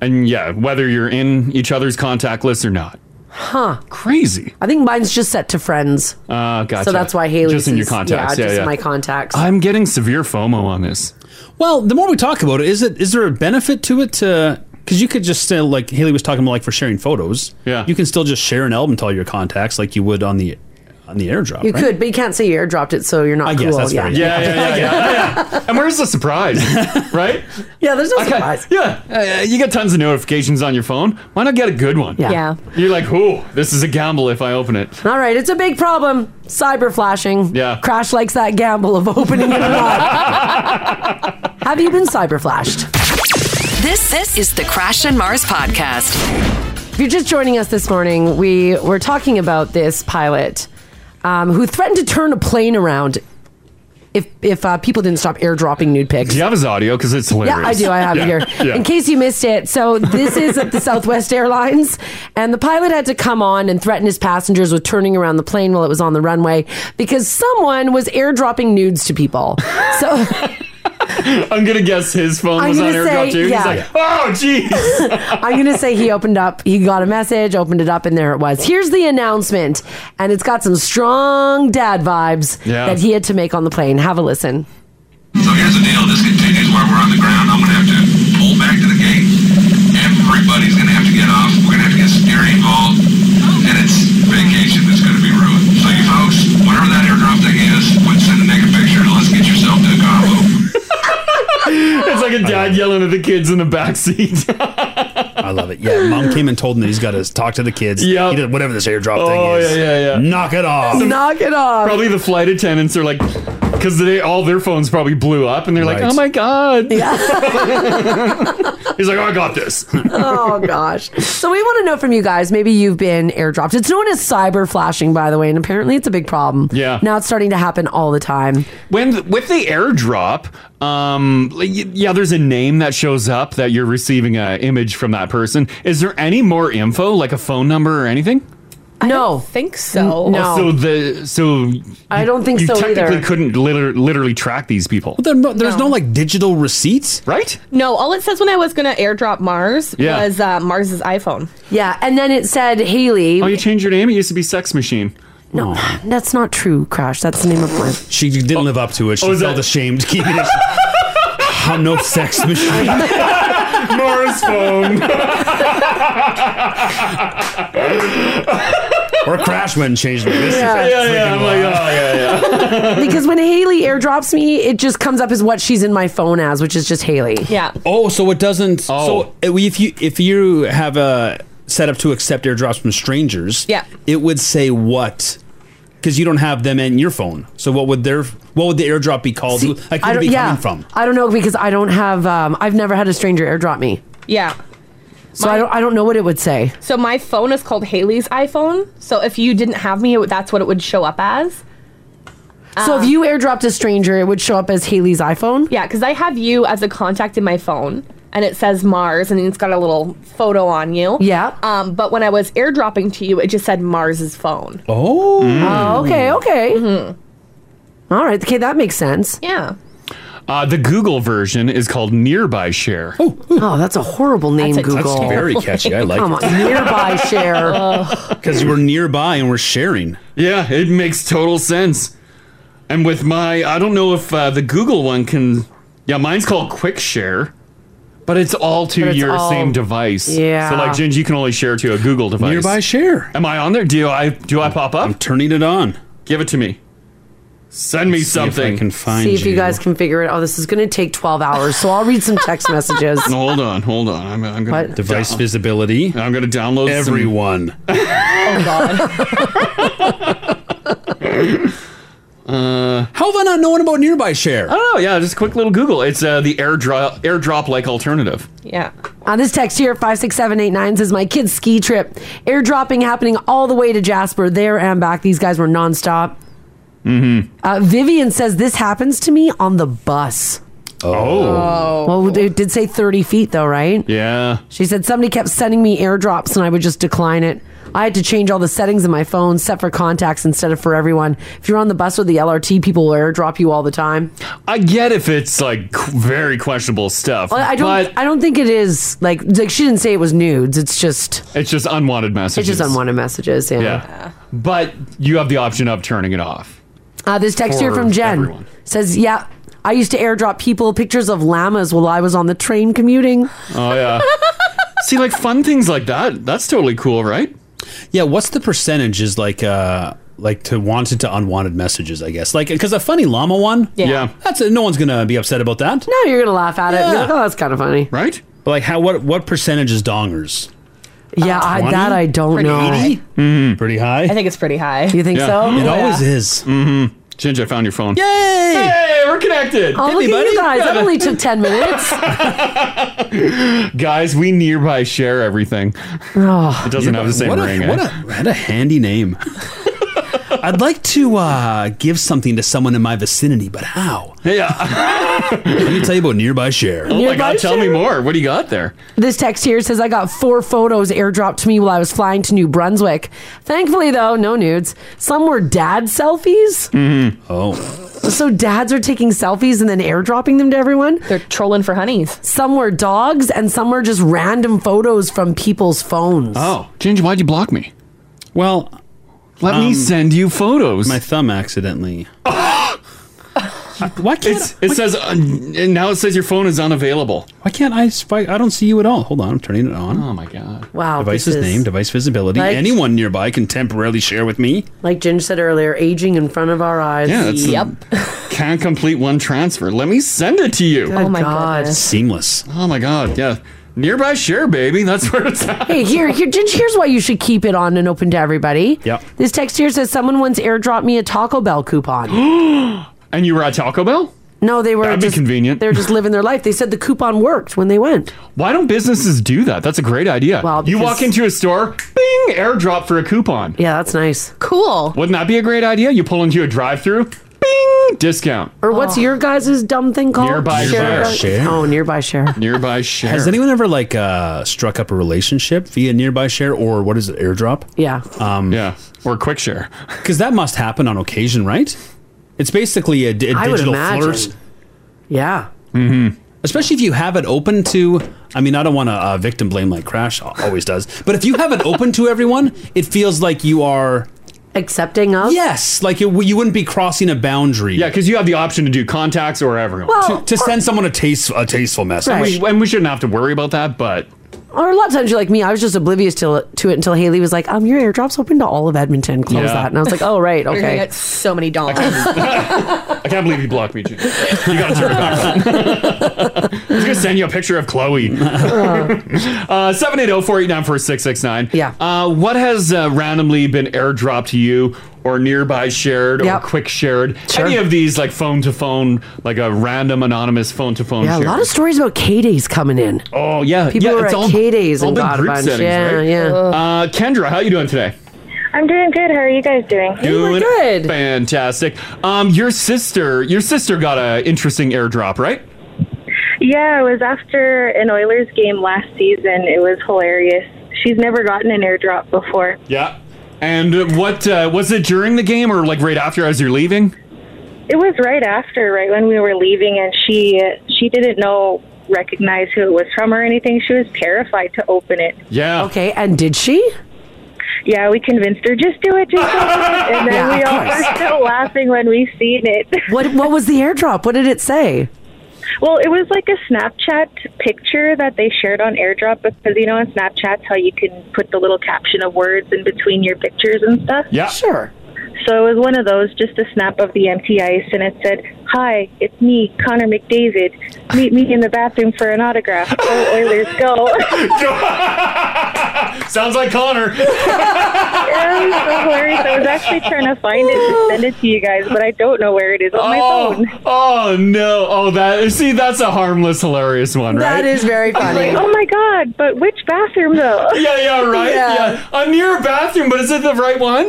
S2: and yeah, whether you're in each other's contact list or not.
S3: Huh.
S2: Crazy.
S3: I think mine's just set to friends.
S2: Uh, gotcha.
S3: So that's why Haley's
S2: Just in your
S3: is-
S2: contacts.
S3: Yeah,
S2: Yeah,
S3: just
S2: yeah.
S3: my contacts.
S2: I'm getting severe FOMO on this.
S4: Well, the more we talk about it, is it is there a benefit to it to because you could just still like Haley was talking about like for sharing photos. Yeah, you can still just share an album to all your contacts like you would on the on the airdrop.
S3: you
S4: right?
S3: could, but you can't say you airdropped it, so you're not
S4: I
S3: cool.
S4: guess that's
S3: yeah.
S4: fair. Yeah, yeah, yeah,
S2: And where's the surprise? right?
S3: Yeah, there's no
S2: Okay,
S3: surprise.
S2: Yeah. Uh, you got tons of notifications on your phone. Why not get a good one?
S3: Yeah. Yeah.
S2: You're like, ooh, this is a gamble if I open it.
S3: All right, it's a big problem. Cyber flashing.
S2: Yeah.
S3: Crash likes that gamble of opening it
S2: [LAUGHS]
S3: or not. Have you been cyber flashed?
S1: This this is the Crash and Mars podcast.
S3: If you're just joining us this morning, we were talking about this pilot um, who threatened to turn a plane around if if uh, people didn't stop airdropping nude pics.
S2: Do you have his audio? Because it's hilarious.
S3: Yeah, I do. I have
S2: Yeah,
S3: it here.
S2: yeah.
S3: In case you missed it, so this is at the Southwest Airlines, and the pilot had to come on and threaten his passengers with turning around the plane while it was on the runway because someone was airdropping nudes to people.
S2: [LAUGHS]
S3: So
S2: [LAUGHS] I'm gonna guess his phone
S3: I'm
S2: was on
S3: gonna
S2: airdrop
S3: say-
S2: too.
S3: yeah.
S2: He's like, [LAUGHS] oh jeez.
S3: [LAUGHS] I'm going to say he opened up, he got a message, opened it up, and there it was. Here's the announcement, and it's got some strong dad vibes
S17: Yeah.
S3: that he had to make on the plane. Have a listen.
S17: So here's the deal. This continues while we're on the ground. I'm going to have to pull back to the gate. Everybody's going to have to get off. We're going to have to get security involved. And it's vacation that's going to be ruined. So you folks, whatever that airdrop thing is, would send a naked picture. Let's get yourself to a combo.
S2: it's like a dad yelling at the kids in the back
S3: [LAUGHS]
S2: seat. [LAUGHS]
S4: I love it. Yeah, mom came and told him that he's got to talk to the kids. Yeah, whatever this airdrop
S2: Oh,
S4: thing is.
S2: yeah, yeah, yeah.
S4: Knock it off.
S3: Knock it off.
S2: Probably the flight attendants are like, because they all their phones probably blew up, and they're like,
S4: Right.
S2: oh my [LAUGHS] god. He's like, oh, I got this. [LAUGHS]
S3: oh gosh. So we want to know from you guys. Maybe you've been airdropped. It's known as cyber flashing, by the way, and apparently it's a big problem.
S2: Yeah.
S3: Now it's starting to happen all the time.
S2: When with the airdrop, um, like, y- yeah, there's a name that shows up that you're receiving an image from that person. Is there any more info, like a phone number or anything?
S3: no,
S5: think so.
S2: Oh, so the so
S3: I don't think
S2: you
S3: so
S2: technically
S3: either.
S2: couldn't liter- literally track these people.
S4: there's no. like digital receipts,
S2: right?
S5: No, all it says when I was gonna airdrop Mars
S2: Yeah.
S5: was uh, Mars's iPhone.
S3: Yeah, and then it said Haley.
S2: Oh, you changed your name. It used to be Sex Machine.
S3: No, that's not true. Crash. That's the name of my.
S4: Oh. She didn't live up to it. She
S2: Oh, is
S4: felt
S2: that-
S4: ashamed keeping
S2: [LAUGHS]
S4: it. I'm no sex machine.
S2: Mars [LAUGHS] phone.
S4: or Crash went and changed it. This
S3: Yeah.
S4: is
S3: Yeah, yeah,
S4: freaking
S3: I'm
S2: oh,
S3: like,
S4: wild.
S2: [LAUGHS]
S3: because when Haley airdrops me, it just comes up as what she's in my phone as, which is just Haley.
S5: Yeah.
S4: Oh, so it doesn't.
S2: Oh.
S4: So if you if you have a set up to accept airdrops from strangers,
S5: Yeah.
S4: it would say what. Because you don't have them in your phone, so what would their what would the airdrop be called? like who would
S3: I don't,
S4: it be
S3: yeah,
S4: coming from?
S3: I don't know because I don't have. Um, I've never had a stranger airdrop me,
S5: Yeah.
S3: so I don't. I don't know what it would say.
S5: So my phone is called Haley's iPhone. So if you didn't have me, it, would- that's what it would show up as.
S3: So if you airdropped a stranger, it would show up as Haley's iPhone.
S5: Uh-huh. Yeah, because I have you as a contact in my phone, and it says Mars, and it's got a little photo on you.
S3: Yeah.
S5: Um, but when I was airdropping to you, it just said Mars's phone. Mm-hmm.
S4: Oh.
S2: Mm.
S3: Oh, okay, okay. All right, okay, that makes sense.
S5: Yeah.
S2: Uh, the Google version is called Nearby Share.
S4: Oh,
S3: that's a horrible name,
S2: That's a
S3: Google.
S2: terrible
S3: [LAUGHS]
S4: Very catchy. I like
S3: Come
S4: it. [LAUGHS]
S3: on, nearby share.
S4: Because we're nearby and we're sharing.
S2: Yeah, it makes total sense. And with my, I don't know if uh, the Google one can. Yeah, mine's called Quick Share, but it's all to
S4: But it's
S2: your
S4: all-
S2: same device.
S4: Yeah.
S2: So like, Ginge, you can only share to a Google device.
S4: Nearby share.
S2: Am I on there? Do I do I pop up? I'm
S4: turning it on.
S2: Give it to me. Send me
S4: Let's see if I
S2: something.
S4: can find
S3: See if you guys can figure it. Oh, this is going to take twelve hours, so I'll read some
S5: [LAUGHS]
S3: text messages.
S2: No, hold on, hold on. I'm, I'm gonna
S3: What?
S4: Device visibility.
S2: I'm gonna download some-
S4: everyone.
S2: Uh,
S4: How have I not known about nearby share?
S2: I don't know. Yeah, just a quick little Google. It's uh, the airdrop airdrop like alternative.
S5: Yeah.
S3: On this text here, 56789 says, My kid's ski trip. Airdropping happening all the way to Jasper, there and back. These guys were nonstop.
S2: Mm-hmm.
S3: Uh, Vivian says, This happens to me on the bus.
S2: Oh.
S3: Well, it did say 30 feet, though, right?
S2: Yeah.
S3: She said, Somebody kept sending me airdrops and I would just decline it. I had to change all the settings in my phone, set for contacts instead of for everyone. If you're on the bus with the LRT, people will airdrop you all the time.
S2: I get if it's like qu- very questionable stuff.
S3: Well, I don't.
S2: But
S3: I don't think it is like like she didn't say it was nudes. It's just
S2: it's just unwanted messages.
S3: It's just unwanted messages. Yeah.
S2: But you have the option of turning it off.
S3: Uh, this text here
S2: For
S3: from Jen
S2: everyone.
S3: says, "Yeah, I used to airdrop people pictures of llamas while I was on the train commuting."
S2: Oh yeah. See, like fun things like that. That's totally cool, right?
S4: Yeah. What's the percentage? Is like uh like to wanted to unwanted messages, I guess. Like because a funny llama one.
S3: Yeah. Yeah.
S4: That's no one's gonna be upset about that.
S3: No, you're gonna laugh at it. [LAUGHS] You're like, oh, that's kind of funny,
S2: right?
S4: But like how what what percentage is dongers?
S3: Yeah, I,
S4: 20?
S3: that I don't
S4: Pretty Mm-hmm.
S3: know.
S4: high. [LAUGHS] Pretty high.
S5: I think it's pretty high.
S3: You think so?
S4: It always is.
S2: Mm-hmm. Ginge, I found your phone.
S4: Yay!
S2: Hey, we're connected.
S3: Oh,
S2: Hit
S3: look
S2: me,
S3: at you
S2: buddy.
S3: guys. That
S2: Yeah.
S3: only took
S2: [LAUGHS]
S3: 10 minutes.
S2: [LAUGHS] Guys, we nearby share everything.
S3: Oh.
S2: It doesn't have the same
S4: what
S2: ring.
S4: A,
S2: eh?
S4: what, a, what a handy
S2: [LAUGHS]
S4: name. I'd like to uh, give something to someone in my vicinity, but how?
S2: Yeah.
S4: [LAUGHS] Let me tell you about nearby share.
S2: Oh my god, tell me more. What do you got there?
S3: This text here says I got four photos airdropped to me while I was flying to New Brunswick. Thankfully, though, no nudes. Some were dad selfies.
S4: Mm-hmm. Oh.
S3: So dads are taking selfies and then airdropping them to everyone.
S5: They're trolling for honeys.
S3: Some were dogs, and some were just random photos from people's phones.
S2: Oh, Ginger, why'd you block me? Um,
S4: Well,
S2: let me send you photos.
S4: Um, My thumb accidentally. Why can't
S2: It's, it says uh, and now it says your phone is unavailable.
S4: Why can't I spy? I don't see you at all. Hold on, I'm turning it on. Oh
S2: my god.
S3: Wow,
S4: Device's
S3: this is-
S4: name, device visibility.
S3: Like-
S4: Anyone nearby can temporarily share with me.
S3: Like Ginger said earlier, aging in front of our eyes.
S2: Yeah, that's the-
S3: yep.
S2: Can't complete one transfer. Let me send it to you.
S3: Good Oh my God. goodness.
S4: Seamless.
S2: Oh my god. Yeah. Nearby share, baby. That's where it's at.
S3: Hey, here, here, Ginger, here's why you should keep it on and open to everybody.
S2: Yep.
S3: This text here says someone once airdropped me a Taco Bell coupon.
S2: [GASPS] And you were at Taco Bell?
S3: no, they were
S2: That'd
S3: just,
S2: be convenient.
S3: They're just living their life. They said the coupon worked when they went.
S2: Why don't businesses do that? That's a great idea.
S3: Well,
S2: you
S3: because-
S2: walk into a store, bing, airdrop for a coupon.
S3: Yeah, that's nice.
S5: Cool.
S2: Wouldn't that be a great idea? You pull into a drive-through, bing, discount.
S3: Or what's your guys' dumb thing called?
S2: Nearby share.
S4: Share.
S3: Oh, nearby share.
S2: [LAUGHS] Nearby share.
S4: Has anyone ever like uh, struck up a relationship via nearby share or what is it, airdrop?
S3: Yeah.
S4: Um,
S2: yeah, or quick share.
S4: [LAUGHS] Because that must happen on occasion, right? It's basically a, di- a
S3: I would
S4: digital
S3: imagine.
S4: flirt.
S3: Yeah.
S4: Mm-hmm. Especially if you have it open to. I mean, I don't want to uh, victim blame like Crash al- always does, but if you have it open to everyone, it feels like you are
S3: accepting of.
S4: Yes, like it, you wouldn't be crossing a boundary.
S2: Yeah, because you have the option to do contacts or everyone.
S3: Well,
S4: to, to send someone a taste a tasteful message.
S3: Right.
S2: We- and we shouldn't have to worry about that, but
S3: Or a lot of times you're like me, I was just oblivious to, to it until Haley was like, um, your airdrop's open to all of Edmonton. Close
S2: Yeah.
S3: that. And I was like,
S5: [LAUGHS]
S3: oh, right.
S5: You're gonna
S3: Okay.
S5: get so many dollars. [LAUGHS]
S2: I can't believe you blocked me, Jim. You got to turn it back on. [LAUGHS] I was going to send you a picture of
S3: [LAUGHS]
S2: Chloe. Uh, 780 489 4669. Yeah. Uh, what has uh, randomly been airdropped to you or nearby shared or
S3: Yep.
S2: quick shared?
S3: Sure.
S2: Any of these, like phone to phone, like a random anonymous phone to phone
S3: Yeah, a
S2: share?
S3: lot of stories about K Days coming in.
S2: Oh yeah,
S3: people
S2: yeah,
S3: were
S2: it's
S3: at
S2: all-
S3: K Days
S2: all
S3: and
S2: been
S3: got a
S2: group
S3: bunch.
S2: settings,
S3: yeah,
S2: right?
S3: yeah.
S2: Uh, Kendra, how you doing today?
S16: I'm doing good. How are you guys doing?
S2: Doing good. Fantastic. Um, your sister, your sister got a interesting airdrop, right?
S16: Yeah, it was after an Oilers game last season. It was hilarious. She's never gotten an airdrop before.
S2: Yeah. And what uh, was it during the game or like right after as you're leaving?
S16: It was right after, right when we were leaving, and she she didn't know recognize who it was from or anything. She was terrified to open it.
S2: Yeah.
S3: Okay. And did she?
S16: Yeah, we convinced her just do it, just do it, and then
S3: [LAUGHS] Yeah,
S16: we
S3: of
S16: all
S3: course.
S16: burst out laughing when we seen it.
S3: What What was the airdrop? What did it say?
S16: Well, it was like a Snapchat picture that they shared on AirDrop because you know on Snapchat's how you can put the little caption of words in between your pictures and stuff.
S2: Yeah.
S3: Sure.
S16: So it was one of those, just a snap of the empty ice, and it said, "Hi, it's me, Connor McDavid. Meet me in the bathroom for an
S2: [LAUGHS]
S16: autograph. Oh, Go Oilers, go!"
S2: Sounds like Connor.
S16: yeah, it was so hilarious. I was actually trying to find it to send it to you guys, but I don't know where it is [LAUGHS] on my
S2: oh,
S16: phone.
S2: oh no! Oh, that see, that's a harmless, hilarious one, right?
S3: very
S16: funny. oh my god! But which bathroom though?
S2: [LAUGHS] Yeah, yeah, right. Yeah. I'm near a bathroom, but is it the right one?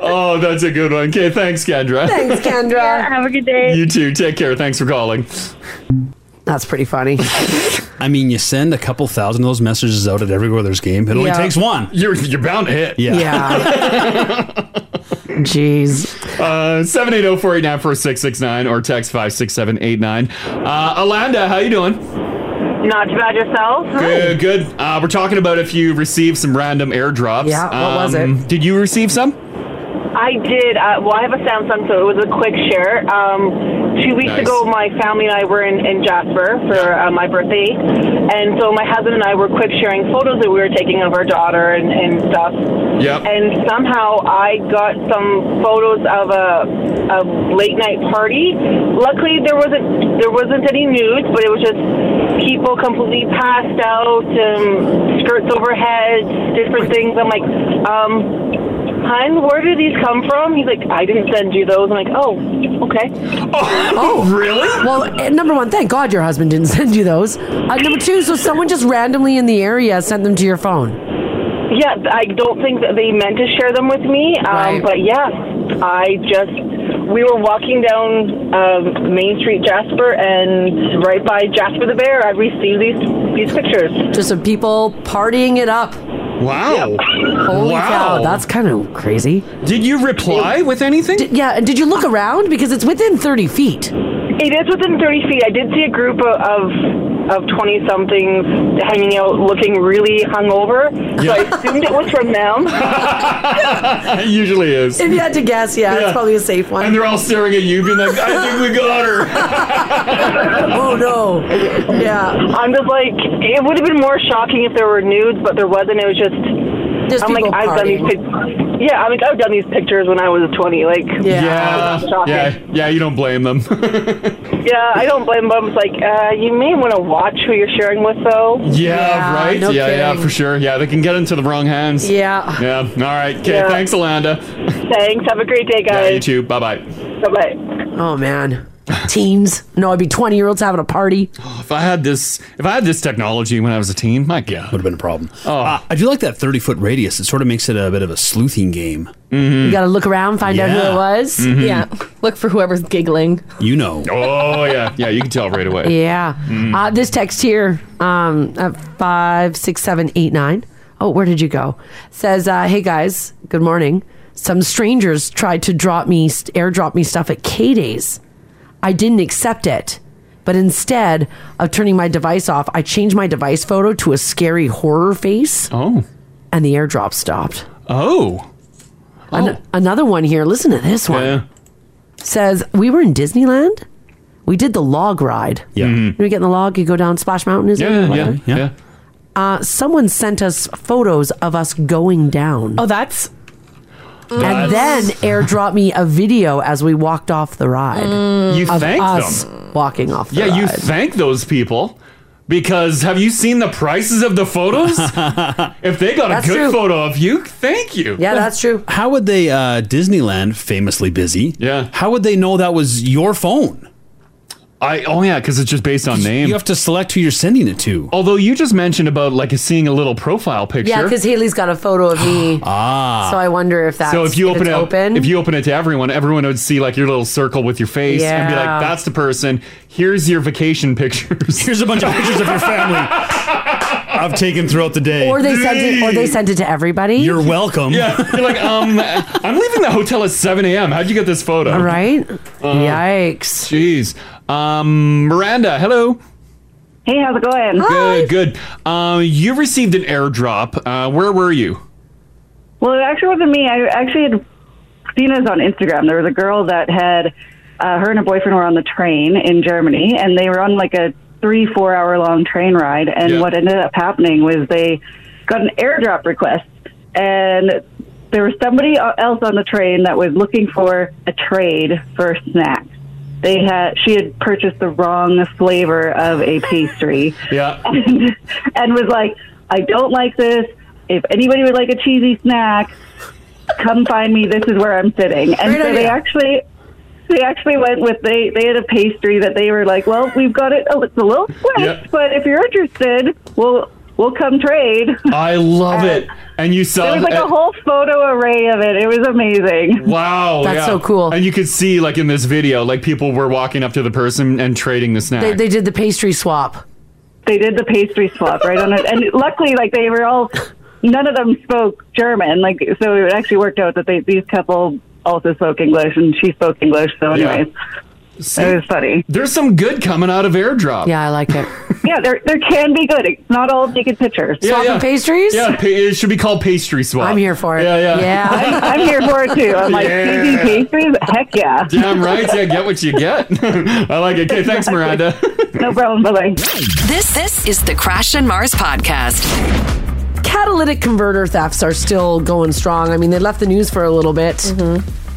S2: [LAUGHS] oh, that's a good one. [LAUGHS] Okay, thanks, Kendra.
S3: Kendra.
S16: have a good day.
S2: You too. Take care. Thanks for calling.
S3: That's pretty funny.
S4: [LAUGHS] I mean, you send a couple thousand of those messages out at every Oilers game. It only
S3: Yeah.
S4: takes one.
S2: You're you're bound to hit.
S4: Yeah.
S2: [LAUGHS]
S3: Jeez.
S2: Uh, 780-489-4669 or text 56789. Uh, Alanda, how you doing?
S18: Not too bad yourself.
S2: Good, good. Uh, we're talking about if you received some random airdrops. Um,
S18: Yeah, what was it?
S2: Did you receive some?
S18: I did. Uh, well, I have a Samsung, so it was a quick share. Um, two weeks
S2: Nice.
S18: ago, my family and I were in, in Jasper for uh, my birthday, and so my husband and I were quick sharing photos that we were taking of our daughter and, and stuff.
S19: Yep.
S18: And somehow I got some photos of a, a late night party. Luckily, there wasn't there wasn't any nudes, but it was just people completely passed out, um, skirts overhead, different things. I'm like, um, Hun, where did these come from? He's like, I didn't send you those. I'm like, oh, okay.
S3: Oh,
S2: [LAUGHS] really?
S3: Well, eh, number one, thank God your husband didn't [LAUGHS] send you those. Uh, number two, so someone just randomly in the area sent them to your phone.
S18: Yeah, I don't think that they meant to share them with me. Um, But yeah, I just, we were walking down um, Main Street, Jasper, and right by Jasper the Bear, I received these, these pictures.
S3: Just some people partying it up.
S2: Wow.
S3: Holy cow, that's kind of crazy.
S2: Did you
S18: [LAUGHS]
S2: reply with anything?
S3: yeah, and did you look around? Because it's within 30 feet.
S18: It is within 30 feet. I did see a group of of of 20 somethings hanging out looking really hungover. So I assumed it was from them.
S2: it usually is.
S3: [LAUGHS] If you had to guess, yeah, it's probably a safe one.
S2: And they're all staring at you, being like, "I think we got her." [LAUGHS]
S3: oh no. Yeah.
S18: I'm just like it would have been more shocking if there were nudes, but there wasn't. It was just,
S3: Just
S18: I'm like
S3: people
S18: I've done these
S3: partying.
S18: pictures. Yeah, I'm like I've done these pictures when I was 20. Like
S2: yeah,
S18: shocking.
S2: yeah, yeah. You don't blame them.
S18: Yeah, I don't blame them. It's like uh, you may want to watch who you're sharing with, though.
S2: Yeah, right. yeah, yeah, for sure. Yeah, they can get into the wrong hands.
S18: Yeah.
S2: Yeah. All right. Okay.
S18: Yeah.
S2: Thanks, Alanda.
S18: Thanks. Have a great day,
S2: Yeah, you
S18: guys.
S2: too. Bye bye.
S18: Bye bye.
S3: Oh man. [LAUGHS] Teens. No, it'd be 20 year olds having a party.
S2: [SIGHS] If I had this, if I had this technology when I was a teen, my God, would have
S4: been a problem. Oh, I do like that thirty foot radius. It sort of makes it a bit of a sleuthing game.
S2: Mm-hmm. Hmm.
S3: You got to look around, find out who
S4: Yeah.
S3: it was.
S4: Mhm.
S5: Yeah. Look for whoever's giggling.
S4: You know.
S2: oh yeah, yeah. You can tell right away.
S3: Yeah.
S2: Mm.
S3: Uh, this text here um, at five six seven eight nine. Oh, where did you go? Says, uh, hey guys, good morning. Some strangers tried to drop me, airdrop me stuff at K Days. I didn't accept it, but instead of turning my device off, I changed my device photo to a scary horror face.
S2: Oh,
S3: and the airdrop stopped.
S2: Oh.
S3: An- another one here. Listen to this one. Says we were in Disneyland. We did the log ride.
S4: Yeah.
S3: You know, you get in the log, you go down Splash Mountain, is it?
S2: Mm-hmm. Yeah, yeah,
S3: Whatever.
S2: yeah.
S3: Uh, someone sent us photos of us going down.
S5: Oh, that's.
S3: And then
S5: That's-
S3: airdropped me a video as we walked off the ride.
S2: Mm. You
S3: of
S2: thanked
S3: us
S2: them.
S3: walking off the
S2: Yeah,
S3: ride.
S2: you thank those people because have you seen the prices of the photos? if they got
S3: That's
S2: a good
S3: true.
S2: photo of you, thank you.
S3: true.
S4: How would they? Uh, Disneyland, famously busy. Yeah. How would they know that was your phone?
S2: I oh yeah, because it's just based on name.
S4: You have to select who you're sending it to.
S2: Although you just mentioned about like seeing a little profile picture.
S3: Yeah, because Haley's got a photo of me.
S2: [GASPS] ah.
S3: So I wonder if that's
S2: so if you open
S3: it's
S2: it,
S3: open.
S2: if you open it to everyone, everyone would see like your little circle with your face and be
S3: Yeah.
S2: like, "That's the person." Here's your vacation pictures.
S4: Here's a bunch of pictures of your
S2: [LAUGHS]
S4: family I've taken throughout the day.
S3: or they sent it or they sent it to everybody.
S4: You're welcome.
S2: Yeah, you're like, um, I'm leaving the hotel at 7 a.m. How'd you get this photo? Uh,
S3: Right? Yikes.
S2: Jeez. Um, Miranda, hello.
S20: Hey, how's it going?
S2: Good, good. Um, you received an airdrop. Uh, where were you?
S20: Well, it actually wasn't me. I actually had seen this on Instagram. There was a girl that had uh, her and her boyfriend were on the train in Germany, and they were on like a three, four hour long train ride. And
S21: Yeah.
S20: what ended up happening was they got an airdrop request, and there was somebody else on the train that was looking for a trade for snacks. They had she had purchased the wrong flavor of a pastry.
S2: Yeah.
S20: and, and was like, I don't like this. If anybody would like a cheesy snack, come find me. This is where I'm sitting. And
S22: Great
S20: so they
S22: idea.
S20: actually they actually went with they they had a pastry that they were like, well, we've got it. Oh, it's a little sweet, but if you're interested, we'll we'll come trade.
S2: I love it. And you saw
S20: Uh, There was like
S2: and-
S20: a whole photo array of it. It was amazing.
S2: Wow, yeah.
S3: cool.
S2: And you could see, like in this video, like people were walking up to the person and trading the snack.
S3: They, they did the pastry swap.
S20: They did the pastry swap right on it, and luckily, like they were all, none of them spoke German. Like so, it actually worked out that they, these couple also spoke English, and she spoke English. So,
S2: Yeah.
S20: anyways,
S2: See,
S20: it was funny.
S2: There's some good coming out of airdrop.
S3: Yeah, I like it.
S20: [LAUGHS] yeah, there there can be good. It's not all taken pictures.
S2: yeah, yeah. Yeah, pa- it should be called pastry swap. I'm here
S3: for it.
S2: Yeah, yeah,
S20: I'm, I'm here for it too. I'm like
S2: Yeah.
S20: yeah. pastries. Heck yeah!
S2: Damn right. Yeah, get what you get. [LAUGHS] I like it. Okay, thanks, Miranda.
S20: no problem. Bye
S1: This this is the Crash and Mars podcast.
S3: Catalytic converter thefts are still going strong. I mean, they left the news for a little bit.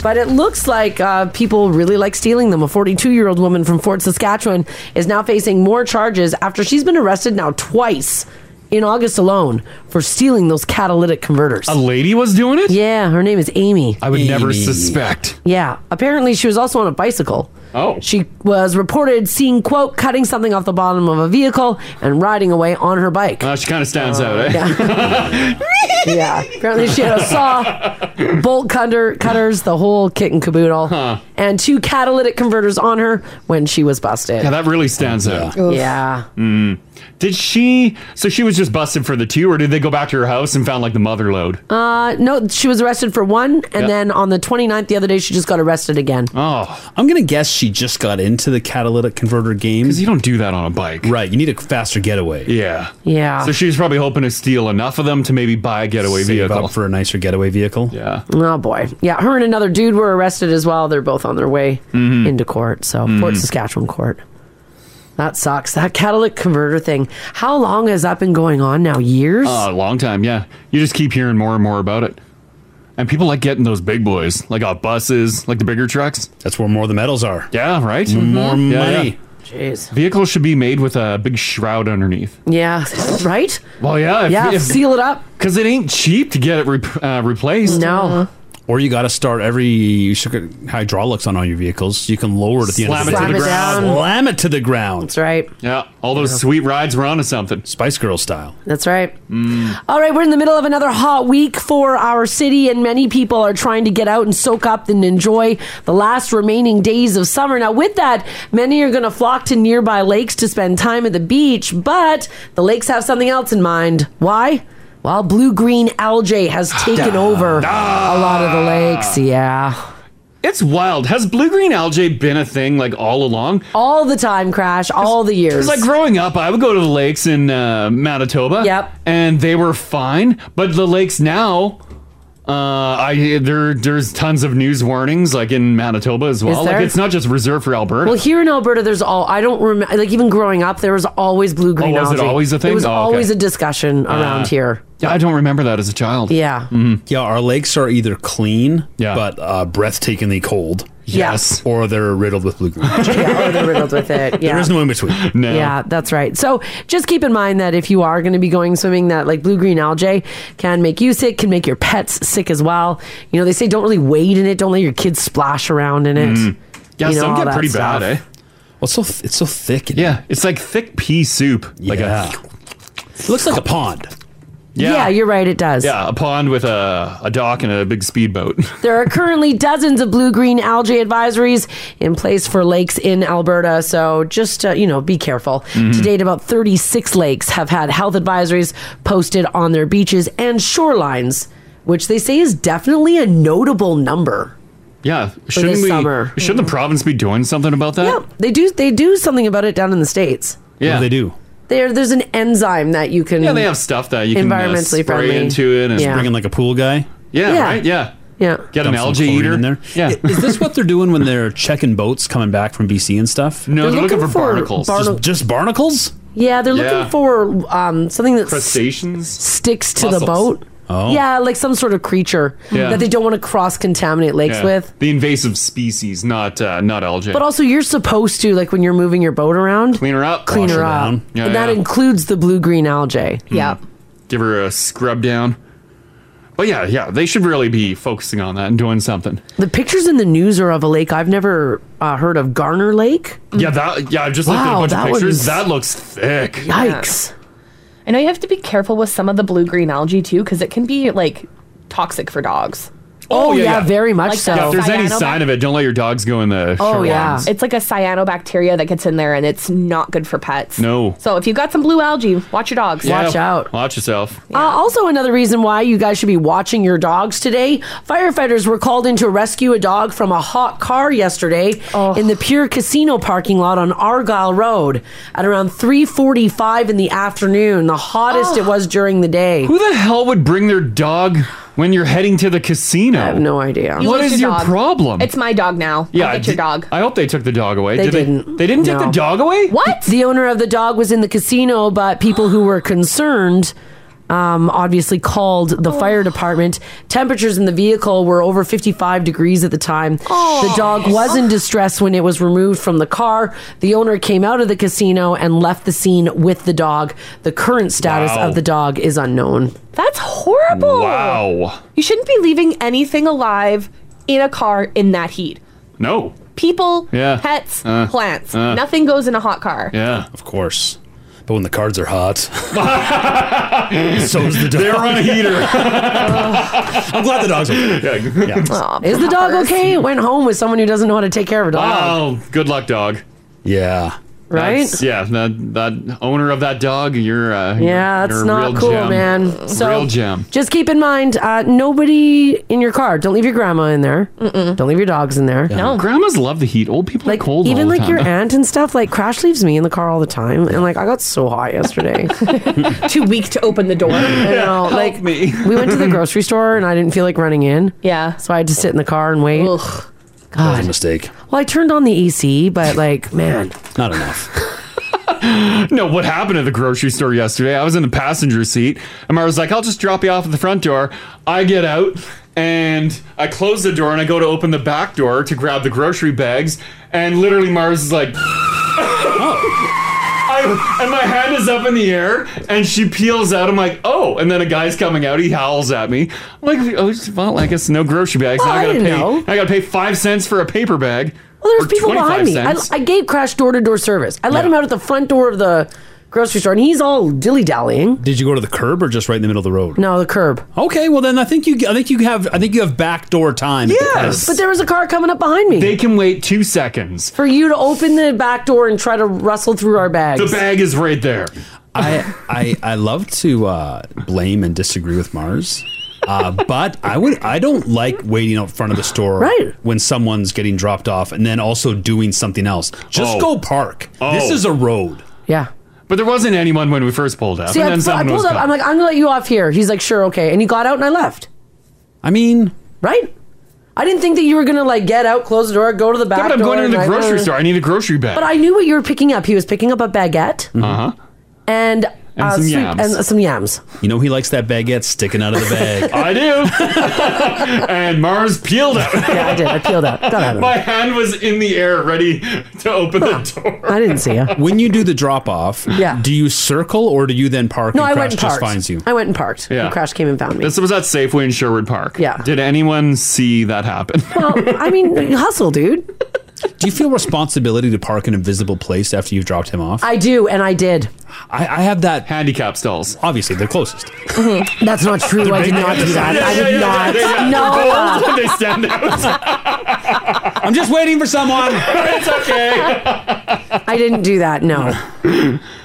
S3: But it looks like uh, people really like stealing them. A 42 year old woman from Fort Saskatchewan is now facing more charges after she's been arrested now twice in August alone for stealing those catalytic converters. A
S2: lady was doing it?
S3: Yeah, her name is Amy.
S2: I would never suspect.
S3: Yeah. Apparently, she was also on a bicycle.
S2: Oh.
S3: She was reported seeing, quote, cutting something off the bottom of a vehicle and riding away on her bike.
S2: Uh, she kind of stands out, eh?
S3: yeah. [LAUGHS] Apparently, she had a saw, bolt cutter, cutters, the whole kit and caboodle, and two catalytic converters on her when she was busted.
S2: Yeah, that really stands out.
S3: Oof. Yeah.
S2: Mm. Did she? So she was just busted for the two, or did they go back to her house and found like the mother load?
S3: Uh, no, she was arrested for one, and
S2: Yeah.
S3: then on the 29th, the other day, she just got arrested again.
S2: Oh,
S4: I'm gonna guess she just got into the catalytic converter game because
S2: you don't do that on a bike,
S4: right? You need a faster getaway.
S2: Yeah,
S3: Yeah.
S2: So she's probably hoping to steal enough of them to maybe buy a getaway
S4: Save
S2: vehicle
S4: up for a nicer getaway vehicle.
S2: Yeah.
S3: Oh boy. Yeah, her and another dude were arrested as well. They're both on their way
S2: Mm-hmm.
S3: into court. So Fort Saskatchewan court. That sucks. That catalytic converter thing. How long has that been going on now? Years?
S2: Oh, a long time, yeah. You just keep hearing more and more about it. And people like getting those big boys, like off buses, like the bigger trucks.
S4: That's where more of the metals are.
S2: Yeah, right?
S4: More
S2: Yeah,
S4: money.
S2: yeah.
S3: Mm-hmm. Jeez.
S2: Vehicles should be made with a big shroud underneath.
S3: yeah. Right?
S2: Well, yeah.
S3: yeah, seal it up.
S2: Because it ain't cheap to get it rep- uh, replaced.
S3: No.
S4: Or you got to start every you should get hydraulics on all your vehicles. You can lower it at the
S2: Slam
S4: end.
S2: it to the
S4: of
S2: ground.
S4: Slam it to the ground. That's
S3: right.
S2: Yeah. All those sweet rides were onto something. Mm.
S4: Spice Girl style.
S3: That's right. All right, we're in the middle of another hot week for our city, and many people are trying to get out and soak up and enjoy the last remaining days of summer. Now, with that, many are going to flock to nearby lakes to spend time at the beach, but the lakes have something else in mind. Why? Well, blue green algae has
S2: Ah,
S3: taken over a lot of the lakes. Yeah.
S2: It's wild. Has blue green algae been a thing like all along?
S3: All the time, Crash, all the years.
S2: It's like growing up, I would go to the lakes in uh, Manitoba. Yep. And they were fine, but the lakes now, uh, I there there's tons of news warnings like in Manitoba as well.
S3: there?
S2: Like it's not just reserved for Alberta.
S3: Well, here in Alberta, there's all I don't remember. Like even growing up, there was always blue green.
S2: Oh, was it
S3: algae.
S2: always a thing?
S3: It was
S2: Oh, okay.
S3: always a discussion
S2: Uh,
S3: around here.
S2: Yeah, I don't remember that as a child.
S3: Yeah.
S2: Mm-hmm.
S4: Yeah, our lakes are either clean, but uh, breathtakingly cold.
S3: Yes.
S4: Or they're riddled with blue green.
S3: yeah,
S2: [LAUGHS]
S3: or they're riddled with it.
S4: [LAUGHS]
S3: Yeah.
S4: There is no in between.
S3: Yeah, that's right. So just keep in mind that if you are going to be going swimming, that like blue green algae can make you sick, can make your pets sick as well. You know, they say don't really wade in it, don't let your kids splash around in it.
S2: Mm. Yeah,
S3: You know,
S2: some
S3: all
S2: get
S3: that
S2: pretty
S3: stuff.
S2: bad, eh?
S4: Well, it's so th- it's so thick.
S2: yeah, it's like thick pea soup. Like a,
S4: it looks like a pond.
S2: Yeah.
S3: you're right. It does.
S2: Yeah, a pond with a, a dock and a big speedboat. [LAUGHS]
S3: There are currently dozens of blue green algae advisories in place for lakes in Alberta. So just, uh, you know, be careful.
S2: Mhm.
S3: To date, about 36 lakes have had health advisories posted on their beaches and shorelines, which they say is definitely a notable number.
S2: Yeah,
S3: this
S2: shouldn't we?
S3: summer. Mm-hmm.
S2: Shouldn't the province be doing something about that?
S3: They do they do something about it down in the states.
S2: Yeah, they
S4: do.
S3: There there's an enzyme that you can
S2: Yeah, they have stuff that you can uh, spray
S3: environmentally friendly.
S2: into it and
S3: yeah.
S4: Bringing like a pool guy.
S2: Yeah,
S3: Yeah.
S2: right. Yeah,
S3: yeah.
S2: Get an
S4: Dump some
S2: algae
S4: chlorine
S2: eater.
S4: in there.
S2: Yeah.
S4: I- Is this what they're doing when they're checking boats coming back from BC and stuff?
S2: No, They're they're looking looking for for barnacles. barna-
S4: just, just barnacles?
S3: Yeah, they're
S4: Yeah.
S3: looking for um, something that
S2: Crustaceans?
S3: sticks to the
S2: Mussels.
S3: boat.
S2: Oh.
S3: Yeah, like some sort of creature
S2: Yeah.
S3: that they don't want to cross contaminate lakes
S2: Yeah.
S3: with.
S2: the invasive species, not uh, not algae.
S3: But also, you're supposed to, like when you're moving your boat around,
S2: clean her up,
S3: clean her up.
S2: Yeah,
S3: and that
S2: yeah. Hmm.
S3: includes the blue green algae. Yeah.
S2: give her a scrub down. But yeah, yeah, they should really be focusing on that and doing something.
S3: The pictures in the news are of a lake I've never uh, heard of, Garner Lake.
S2: Yeah, that yeah, I've just looked at
S3: Wow,
S2: a bunch
S3: that
S2: of pictures.
S3: one's-
S2: That looks thick.
S3: Yikes.
S5: I know you have to be careful with some of the blue green algae too, because it can be like toxic for dogs.
S3: Oh, yeah, very much
S5: Like
S3: so. Oh,
S5: that
S2: Yeah, if there's any
S5: cyanobac-
S2: sign of it, don't let your dogs go in the. shore lines.
S5: it's like a cyanobacteria that gets in there, and it's not good for pets.
S2: No.
S5: So if you've got some blue algae, watch your dogs.
S2: Yeah, Watch yourself.
S3: Uh, also, another reason why you guys should be watching your dogs today. Firefighters were called in to rescue a dog from a hot car yesterday
S5: Oh.
S3: in the Pure Casino parking lot on Argyle Road at around 3:45 in the afternoon. The hottest
S5: Ah.
S3: it was during the day.
S2: Who the hell would bring their dog when you're heading to the casino? I have
S3: no idea.
S5: You
S2: what
S5: lose
S2: is your
S5: dog.
S2: problem?
S5: It's my dog now. Yeah, get your
S2: d-
S5: dog.
S2: I hope they took the dog away.
S3: They
S2: Did
S3: didn't.
S2: They, didn't take
S3: No.
S2: the dog away.
S5: What?
S3: The owner of the dog was in the casino, but people who were concerned um, obviously called the fire department. Temperatures in the vehicle were over 55 degrees at the time. The dog was in distress when it was removed from the car. The owner came out of the casino and left the scene with the dog. The current status
S5: Wow.
S3: of the dog is unknown.
S5: That's horrible.
S2: Wow.
S5: You shouldn't be leaving anything alive in a car in that heat.
S2: No.
S5: People,
S4: Yeah.
S5: pets,
S4: Uh,
S5: plants.
S4: uh.
S5: Nothing goes in a hot car.
S2: Yeah,
S4: of course. But when the cards are
S2: [LAUGHS]
S4: hot, so's the dog.
S2: They're on a heater.
S4: [LAUGHS] I'm glad the dog's okay.
S2: [LAUGHS] Aw,
S3: Is the dog okay? It went home with someone who doesn't know how to take care of a dog.
S2: Wow. Good luck, dog.
S4: Yeah.
S3: Right?
S2: yeah. That that owner of that dog. You're. Uh,
S3: Yeah, that's
S2: you're a
S3: not
S2: real
S3: cool,
S2: gem.
S3: man. So
S2: real gem.
S3: Just keep in mind, uh, nobody in your car. Don't leave your grandma in there. Don't leave your dogs in there.
S2: No. Grandmas love the heat. Old people
S3: Like
S2: are cold.
S3: even
S2: all the
S3: like your
S2: time.
S3: aunt and stuff. Like Crash leaves me in the car all the time, and like I got so hot
S2: [LAUGHS]
S3: yesterday.
S5: [LAUGHS] Too weak to open the door.
S3: I know, like we went to the grocery store, and I didn't feel like running in.
S5: Yeah,
S3: so I had to sit in the car and wait.
S4: That was
S3: God.
S4: a mistake.
S3: Well, I turned on the AC, but like, man,
S4: Not enough.
S2: [LAUGHS] no, what happened at the grocery store yesterday? I was in the passenger seat, and I was like, "I'll just drop you off at the front door." I get out and I close the door, and I go to open the back door to grab the grocery bags, and literally Mars is like. I, and my hand is up in the air, and she peels out. I'm like, oh! And then a guy's coming out. He howls at me. I'm like, oh, well, I guess no grocery bags.
S3: Well,
S2: now
S3: I
S2: I gotta
S3: didn't
S2: pay.
S3: know.
S2: I gotta pay five cents for a paper bag.
S3: Well,
S2: or
S3: there's people
S2: 25
S3: behind me. I,
S2: cents.
S3: I gave Crash door to door service. I let him out at the front door of the grocery store, and he's all dilly dallying.
S4: Did you go to the curb or just right in the middle of the road?
S3: No, the curb.
S4: Okay, well then I think you I think you have I think you have backdoor time. at the curb.
S3: but there was a car coming up behind me.
S2: They can wait two seconds.
S3: for you to open the back door and try to rustle through our bags.
S2: The bag is right there.
S4: I I I love to uh, blame and disagree with Mars. Uh, but I would I don't like waiting out front of the store
S3: Right.
S4: when someone's getting dropped off and then also doing something else. Just
S2: Oh.
S4: go park. This
S2: Oh.
S4: is a road.
S3: Yeah.
S2: But there wasn't anyone when we first pulled up.
S3: See,
S2: and
S3: I,
S2: then
S3: pu- I
S2: someone
S3: pulled
S2: was
S3: up.
S2: gone.
S3: I'm like, I'm gonna let you off here. He's like, sure, okay, and he got out and I left.
S4: I mean,
S3: right? I didn't think that you were gonna like get out, close the door, go to the back.
S2: yeah, but I'm
S3: door,
S2: going into
S3: and
S2: the
S3: I-
S2: grocery store. I need a grocery
S3: [LAUGHS]
S2: bag.
S3: But I knew what you were picking up. He was picking up a baguette
S4: Mm-hmm.
S2: uh huh.
S3: and
S4: And
S3: uh,
S4: some
S3: sweet-
S4: yams.
S3: and some yams.
S4: You know he likes that baguette sticking out of the
S2: [LAUGHS]
S4: bag.
S2: I do. [LAUGHS] and Mars peeled out. yeah,
S3: I did. I peeled out. Got out of
S2: My hand was in the air, ready to open the door.
S3: I didn't see you.
S4: When you do the drop off,
S3: Yeah.
S4: do you circle or do you then park
S3: No,
S4: and
S3: I
S4: Crash
S3: went and
S4: just
S3: parked.
S4: finds you?
S3: I went and parked.
S2: Yeah.
S3: And Crash came and found me.
S2: This was at Safeway in Sherwood Park. Yeah. Did anyone see that happen?
S3: well, I mean, [LAUGHS] hustle, dude.
S4: Do you feel responsibility to park in a visible place after you've dropped him off?
S3: I do, and I did.
S4: I, I have that
S2: handicap stalls.
S4: Obviously, they're closest.
S3: That's not true. I did not
S2: [LAUGHS]
S3: do that. I did not. No.
S2: they stand
S4: out. I'm just waiting for someone.
S2: [LAUGHS] it's okay.
S3: [LAUGHS] I didn't do that. No.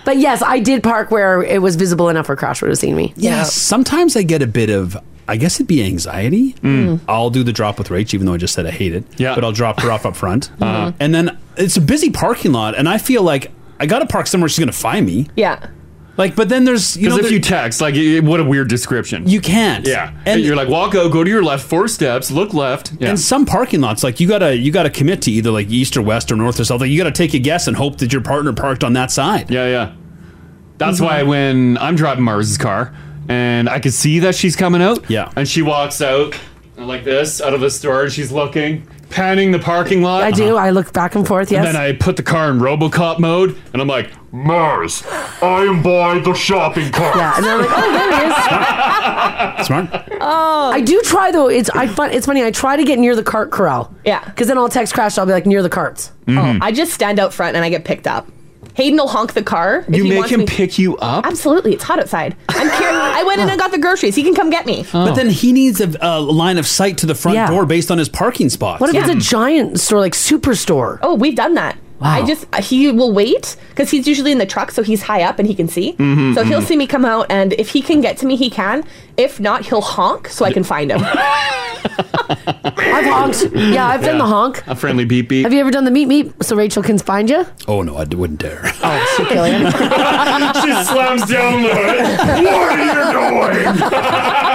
S3: but yes, I did park where it was visible enough for Crash would have seen me.
S4: Yeah. Sometimes I get a bit of, I guess it'd be anxiety.
S2: Mm.
S4: I'll do the drop with Rach, even though I just said I hate it. Yeah. But I'll drop her off up
S2: [LAUGHS]
S4: front.
S5: Uh-huh.
S4: And then it's a busy parking lot, and I feel like I got to park somewhere she's going to find me.
S5: Yeah.
S4: Like, but then there's,
S2: [LAUGHS]
S4: you know,
S2: Because if
S4: there-
S2: you text, like, it- what a weird description.
S4: You can't.
S2: Yeah.
S4: And-
S2: And you're like, walk out, go to your left, four steps, look left. Yeah.
S4: And some parking lots, like you gotta you gotta commit to either like east or west or north or south. Like you gotta take a guess and hope that your partner parked on that side.
S2: Yeah, yeah. That's
S3: Mm-hmm.
S2: why when I'm driving Mars's car and I could see that she's coming out. Yeah. And she walks out like this out of the store and she's looking, panning the parking lot. Uh-huh.
S3: I do. I look back and forth. Yes. [LAUGHS]
S2: And then I put the car in Robocop mode and I'm like, Mars, I am by the shopping cart.
S3: Yeah, and I'm like, oh, there
S2: [LAUGHS]
S4: it is. Smart.
S3: Oh. I do try though. It's I fun, it's funny. I try to get near the cart corral.
S5: Yeah.
S2: Mm-hmm.
S3: Because then I'll text Crash. I'll be like near the carts.
S5: Oh, I just stand out front and I get picked up. Hayden will honk the car. if
S2: You
S5: he
S2: make
S5: wants
S2: him
S5: me-
S2: pick you up?
S5: Absolutely, it's hot outside. I'm carrying. I went in and got the groceries. He can come get me.
S4: But then he needs a, a line of sight to the front door based on his parking spot.
S5: What if it's a Yeah.
S3: giant store like Superstore?
S5: Oh, we've done that.
S4: Wow.
S5: I just he will wait because he's usually in the truck, so he's high up and he can see.
S4: Mhm,
S5: so he'll
S4: mhm.
S5: see me come out, and if he can get to me, he can. If not, he'll honk so I can find
S4: [LAUGHS]
S5: him.
S3: I've honked. Yeah, I've done the honk.
S2: A friendly beep beep.
S3: Have you ever done the meet meet so Rachel can find you?
S4: Oh no, I d- wouldn't dare.
S3: Oh, she'll kill you.
S2: [LAUGHS] she slams down the hood. What are you doing?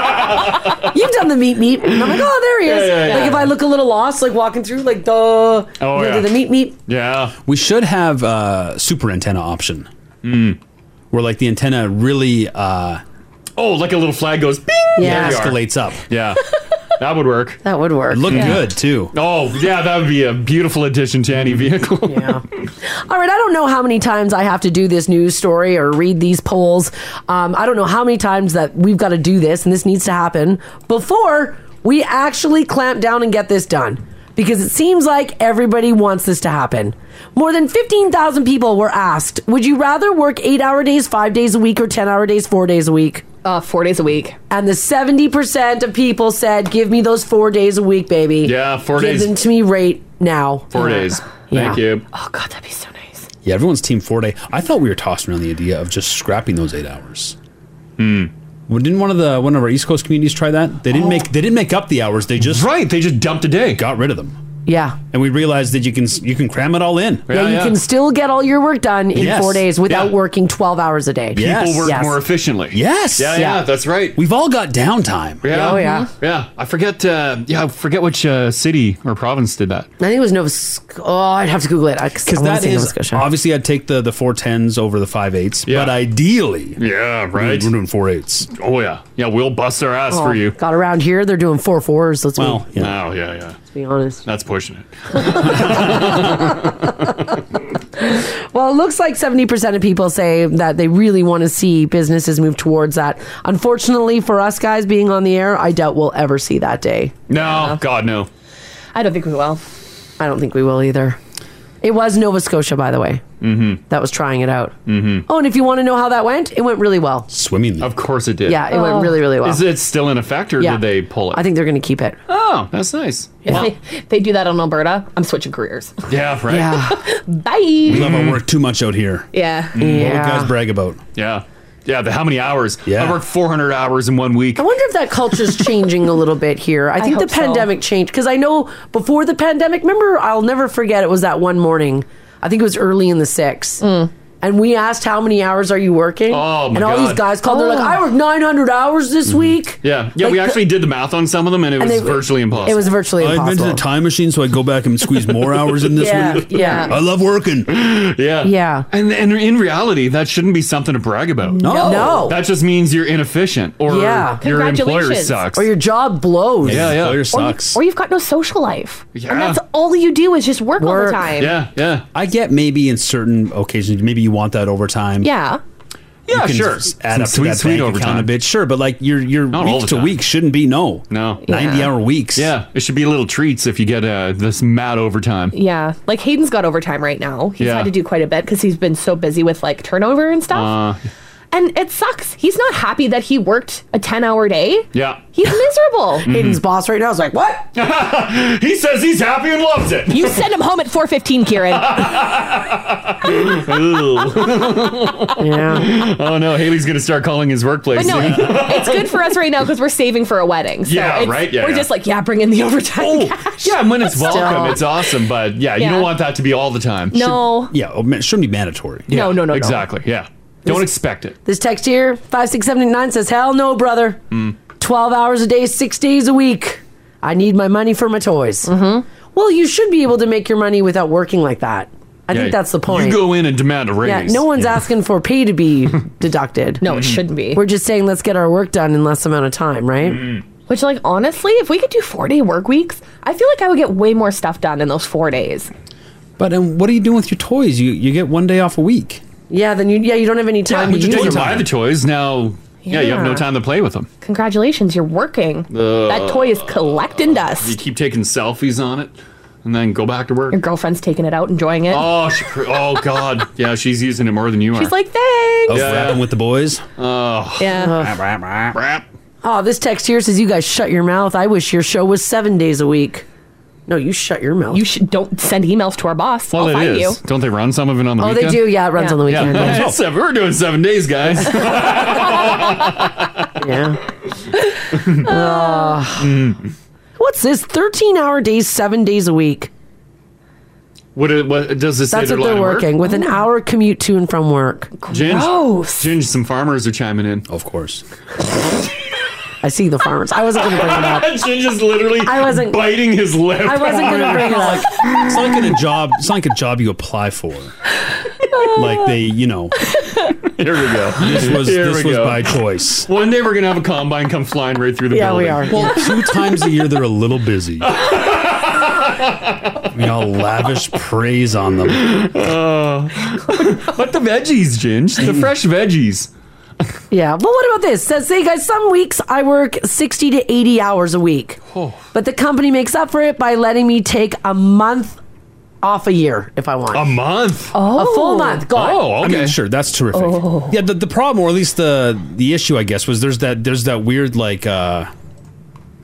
S3: [LAUGHS] You've done the meet meet. And I'm like, oh, there he
S4: Yeah,
S3: is.
S4: yeah, yeah.
S3: Like if I look a little lost, like walking through, like the oh
S4: yeah.
S3: the meet meet.
S2: Yeah.
S4: We should have a super antenna option.
S2: Hmm.
S4: Where like the antenna really uh
S2: Oh, like a little flag goes bing.
S4: Yeah.
S2: There you are.
S4: escalates up.
S2: Yeah. [LAUGHS] That would work.
S3: That would work.
S2: It looked
S3: Yeah.
S4: good too.
S2: Oh yeah, that would be a beautiful addition to any vehicle.
S3: [LAUGHS]
S2: Yeah.
S3: All right, I don't know how many times I have to do this news story or read these polls. Um, I don't know how many times that we've got to do this, and this needs to happen before we actually clamp down and get this done. Because it seems like everybody wants this to happen. More than 15,000 people were asked Would you rather work eight hour days, five days a week, or 10 hour days, four days a week?
S5: Uh, four days a week.
S3: And the 70% of people said, Give me those four days a week, baby.
S2: Yeah, four
S3: Give
S2: days.
S3: them to me right now. Uh-huh.
S2: Four days. Thank you.
S5: Oh god, that'd be so nice.
S4: uh, Yeah, everyone's team four day. I thought we were tossing around the idea of just scrapping those eight hours. Hmm. Well, didn't one of the one of our East Coast communities try that? They didn't make they didn't make up the hours. They just
S2: Oh. right. They just dumped a day,
S4: got rid of them,
S3: Yeah.
S4: and we realized that you can s- you can cram it all in.
S3: Yeah, you can still get all your work done in
S4: Yes.
S3: four days without
S4: Yeah.
S3: working 12 hours a day.
S4: People work
S3: Yes.
S2: More efficiently.
S4: Yes.
S2: Yeah, yeah, that's right.
S4: We've all got downtime.
S2: Yeah. Mm-hmm.
S3: Oh, yeah.
S2: Yeah. I forget. Uh, yeah, I forget which uh, city or province did that.
S3: I think it was Nova Sc- Oh, I'd have to Google it. Because
S4: Because that is obviously I'd take the the four tens over the five eights, but ideally,
S2: yeah,
S4: right, we're doing four eights.
S2: Oh yeah, yeah, we'll bust our ass for you.
S3: oh, Got around here, they're doing four fours. Let's
S2: Well,
S3: be-
S2: yeah. Wow, yeah, yeah. Let's
S3: be honest.
S2: That's pushing it.
S3: Well, it looks like 70% of people say that they really want to see businesses move towards that. Unfortunately for us guys being on the air, I doubt we'll ever see that day.
S2: No, God, no.
S5: I don't think we will.
S3: I don't think we will either. It was Nova Scotia, by the way,
S2: Mm-hmm.
S3: that was trying it out.
S2: Mm-hmm.
S3: Oh, and if you want to know how that went, it went really well.
S4: Swimming.
S2: Of course it did. Oh.
S3: Yeah, it went really, really well.
S2: Is it still in effect, or
S3: Yeah.
S2: did they pull it?
S3: I think they're going to keep it.
S2: Oh, that's nice.
S5: If they, if they do that on Alberta, I'm switching careers.
S2: Yeah, right.
S5: [LAUGHS] Bye.
S4: We love our work too much out here.
S2: Mm,
S5: Yeah.
S4: What would guys brag about?
S2: Yeah, yeah. The, how many hours? Yeah, I worked 400 hours in one week.
S3: I wonder if that
S2: [LAUGHS]
S3: culture's changing a little bit here. I think the pandemic changed because I know before the pandemic, remember, I'll never forget it was that one morning. I think it was early in the six. And we asked how many hours are you working? Oh,
S2: my
S3: and all
S2: God. Mm-hmm.
S3: these guys called. They're like,
S2: Oh.
S3: I worked 900 hours this week.
S2: Yeah, yeah.
S3: Like
S2: we
S3: the-
S2: actually did the math
S3: [LAUGHS]
S2: on some of them, and it
S3: And
S2: was
S3: they-
S2: virtually impossible.
S3: it was virtually
S4: I invented
S3: impossible.
S4: a time machine so I'd go back and squeeze more hours in this
S3: [LAUGHS] Yeah,
S4: week.
S3: yeah.
S4: I love working.
S2: [LAUGHS] Yeah.
S3: Yeah.
S2: And and in reality, that shouldn't be something to brag about.
S3: No. No.
S2: That just means you're inefficient or
S3: yeah,
S2: your employer sucks.
S3: or your job blows.
S2: Yeah, yeah. Employer
S5: Or, you,
S2: sucks.
S5: or you've got no social life.
S2: Yeah.
S5: And that's all you do is just work, all the time.
S2: yeah.
S4: I get maybe in certain occasions, maybe you want that overtime.
S5: Yeah.
S4: You
S5: Yeah,
S4: can
S5: sure.
S4: s-
S2: Some
S4: Add up
S2: sweet,
S4: to that
S2: sweet
S4: bank
S2: overtime.
S4: account a bit, sure, but like your your
S2: Not all
S4: week
S2: the
S4: to
S2: time.
S4: week shouldn't be no
S2: no
S4: ninety hour weeks.
S2: Yeah, it should be little treats if you get uh, this mad overtime.
S5: Yeah. Like Hayden's got overtime right now. He's
S2: Yeah.
S5: had to do quite a bit because he's been so busy with like turnover and stuff.
S2: Uh,
S4: [LAUGHS]
S2: [LAUGHS]
S5: and it sucks. He's not happy that he worked a 10 hour day.
S2: yeah. Mm-hmm.
S5: He's
S2: [LAUGHS]
S5: miserable.
S3: Hayden's boss right now is like, what?
S2: he says he's happy and loves it.
S5: You send him home at 4.15,
S2: [LAUGHS]
S5: Kieran.
S2: yeah. Oh no, Haley's gonna start calling his workplace.
S5: But no,
S2: soon.
S5: it's good for us right now because we're saving for a wedding. So
S2: Yeah,
S5: it's-
S2: right, yeah,
S5: we're
S2: yeah.
S5: just like, yeah, bring in the overtime.
S2: Oh, yeah, and when it's
S5: Still.
S2: welcome, it's awesome. But yeah, you
S5: Yeah.
S2: don't want that to be all the time.
S5: No.
S4: yeah, oh, man, it shouldn't be mandatory.
S2: no, no, no. Exactly. Yeah. Don't expect it.
S3: This text here, 56789 says, Hell no, brother.
S2: Mm.
S3: 12 hours a day, six days a week. I need my money for my toys. Mm-hmm. Well, you should be able to make your money without working like that. I
S2: Yeah,
S3: think that's the point.
S2: You go in and demand a
S3: yeah,
S2: raise.
S3: no one's asking for pay
S2: [LAUGHS]
S3: to be deducted.
S5: No, it shouldn't be.
S3: We're just saying let's get our work done in less amount of time, right?
S2: Mm-hmm.
S5: Which, like, honestly, if we could do four day work weeks, I feel like I would get way more stuff done in those four days.
S4: But and what are you doing with your toys? You you get one day off a week.
S3: Yeah, then you yeah you don't have any time.
S2: But
S3: to
S2: you
S3: use
S2: didn't
S3: it.
S2: buy the toys. Now, Oh, yeah. you have no
S5: Yeah.
S2: time to play with them.
S5: Congratulations, you're working.
S2: Ugh.
S5: that toy is collecting dust.
S2: You keep taking selfies on it. and then go back to work.
S5: Your girlfriend's taking it out, enjoying it.
S2: Oh, she, pr- oh God, yeah, she's using it more than you are.
S5: She's like, thanks.
S2: yeah.
S4: rapping
S2: with the boys. Oh,
S3: Yeah.
S2: Rap, rap.
S3: Oh, this text here says you guys shut your mouth. I wish your show was seven days a week. No, you shut your mouth.
S5: You should don't send emails to our boss.
S2: Well,
S5: I'll
S2: it
S5: find
S2: is.
S5: you.
S2: Don't they run some of it on the
S3: Oh, they
S2: weekend?
S3: do, yeah, it runs on the weekend.
S2: [LAUGHS] Yeah.
S3: Yeah.
S2: Seven- we're doing seven days, guys.
S3: [LAUGHS] yeah.
S2: [LAUGHS]
S3: [LAUGHS]
S2: Hmm.
S3: What's this? Thirteen hour days, seven days a week.
S2: What, it- what does this
S3: That's
S2: say?
S3: what they're working with an hour commute to and from work.
S2: Ginge, Ginge, some farmers are chiming in. Of course.
S3: I see the farmers. I wasn't going to bring it
S2: [LAUGHS]
S3: up.
S2: Ginge is literally
S3: I wasn't
S2: biting his lip.
S3: I wasn't going to
S2: [LAUGHS]
S3: bring it up.
S4: it's not like a job. It's not like a job you apply for. like they, you know.
S2: Here we go. [LAUGHS]
S4: This was
S2: Here
S4: this
S2: we
S4: was
S2: go.
S4: by choice.
S2: One day we're gonna have a combine come flying right through the
S4: Yeah, we
S2: building.
S4: are. Well, two times a year they're a little
S2: [LAUGHS]
S4: busy.
S2: we all lavish praise on them. Uh, but the veggies, Ginge, the fresh veggies.
S3: Yeah. Well, what about this? Says, hey guys, some weeks I work 60 to 80 hours a week.
S2: Oh.
S3: But the company makes up for it by letting me take a month off a year if I want. A
S2: month?
S3: Oh. A full month. God.
S2: Oh,
S4: I mean, sure, that's terrific.
S3: Oh.
S4: Yeah, the, the problem, or at least the the issue, I guess, was there's that there's that weird like uh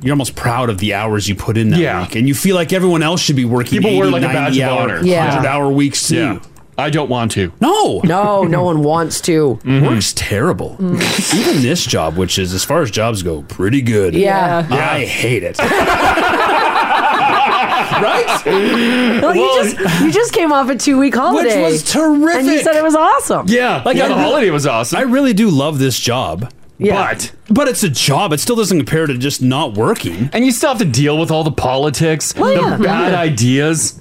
S4: you're almost proud of the hours you put in that week, and you feel like everyone else should be working.
S2: People
S4: 80,
S2: wear like a badge
S4: 90
S2: of
S4: hour,
S2: honor.
S4: 100 hour weeks too.
S2: Yeah. I don't want to.
S4: No,
S3: no, Oh, no one wants to. Mm.
S4: Works terrible. Even this job, which is as far as jobs go, pretty good.
S3: Yeah. Yeah.
S4: I hate it.
S3: [LAUGHS] Right? you, just, you just came off a two week holiday.
S4: was terrific.
S3: And you said it was awesome.
S2: yeah, the
S4: really-
S2: holiday was awesome.
S4: I really do love this job.
S3: Yeah.
S4: But but it's a job. It still doesn't compare to just not working.
S2: And you still have to deal with all the politics,
S4: Well,
S2: the
S4: yeah.
S2: bad
S4: Yeah.
S2: ideas.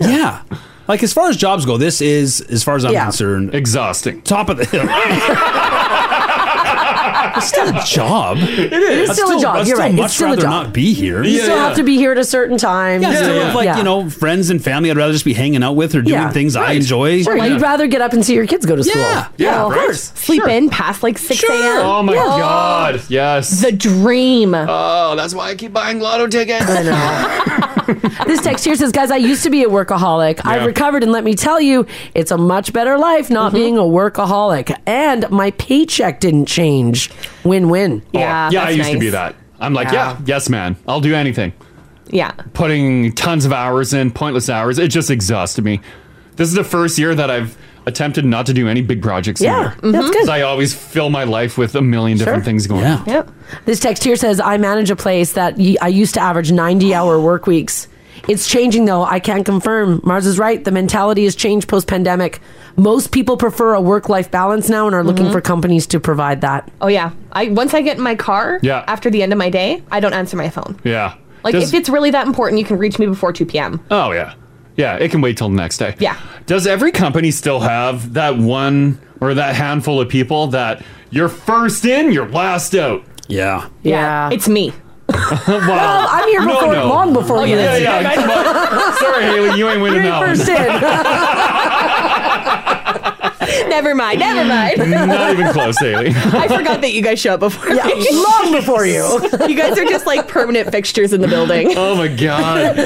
S4: yeah. Like as far as jobs go, this is as far as I'm
S2: Yeah.
S4: concerned
S2: exhausting.
S4: Top of the hill.
S3: [LAUGHS]
S4: it's still a [LAUGHS] job.
S3: It is
S4: I'd
S3: still a job.
S4: I'd
S3: You're right. It's
S4: Much
S3: still a
S4: rather
S3: job.
S4: not be here.
S3: You still have to be here at a certain time.
S4: Yeah, still
S3: yeah,
S4: have, like you know friends and family. I'd rather just be hanging out with or doing
S3: Yeah.
S4: things I enjoy.
S3: Sure, you'd rather get up and see your kids go to school.
S4: Yeah.
S5: Yeah,
S3: of
S5: right.
S3: course.
S5: Sleep in past like six a.m.
S2: Oh my God. Yes.
S5: The dream.
S2: Oh, that's why I keep buying lotto tickets.
S3: I know. this text here says, guys, I used to be a workaholic.
S2: Yeah.
S3: I've recovered, and let me tell you, it's a much better life not being a workaholic. And my paycheck didn't change. Win win.
S2: Oh, yeah, I used to be that. I'm like,
S3: Yeah.
S2: yeah, yes, man, I'll do anything.
S5: Yeah.
S2: Putting tons of hours in, pointless hours. It just exhausted me. This is the first year that I've attempted not to do any big projects. in a
S3: Yeah,
S2: year.
S3: that's good.
S2: 'Cause I always fill my life with a million different things going on.
S3: Yep. This text here says, I manage a place that y- I used to average 90 hour work weeks. It's changing though. I can confirm. Mars is right. The mentality has changed post pandemic. Most people prefer a work life balance now and are looking
S5: Mhm.
S3: for companies to provide that.
S5: Oh yeah. I once I get in my car.
S3: Yeah.
S5: After the end of my day, I don't answer my phone.
S2: Yeah.
S5: Like
S2: Does-
S5: if it's really that important, you can reach me before two p.m.
S2: Oh yeah, yeah. It can wait till the next day.
S5: Yeah.
S2: Does every company still have that one or that handful of people that you're first in, you're last out?
S4: Yeah.
S5: Yeah. It's me.
S2: well,
S3: Well, I'm here
S2: no,
S3: before
S2: no.
S3: long before
S2: Oh,
S3: you.
S2: yeah, yeah, yeah. come
S3: [LAUGHS]
S2: on. Sorry, Haley, you ain't winning
S3: You're
S2: that
S3: first
S2: one.
S5: [LAUGHS]
S2: [LAUGHS]
S5: never mind. Never mind.
S2: [LAUGHS] Not even close, Haley.
S5: I forgot that you guys show up before.
S3: Yeah,
S5: me.
S3: long before you.
S5: you guys are just like permanent fixtures in the building.
S2: [LAUGHS] Oh my god.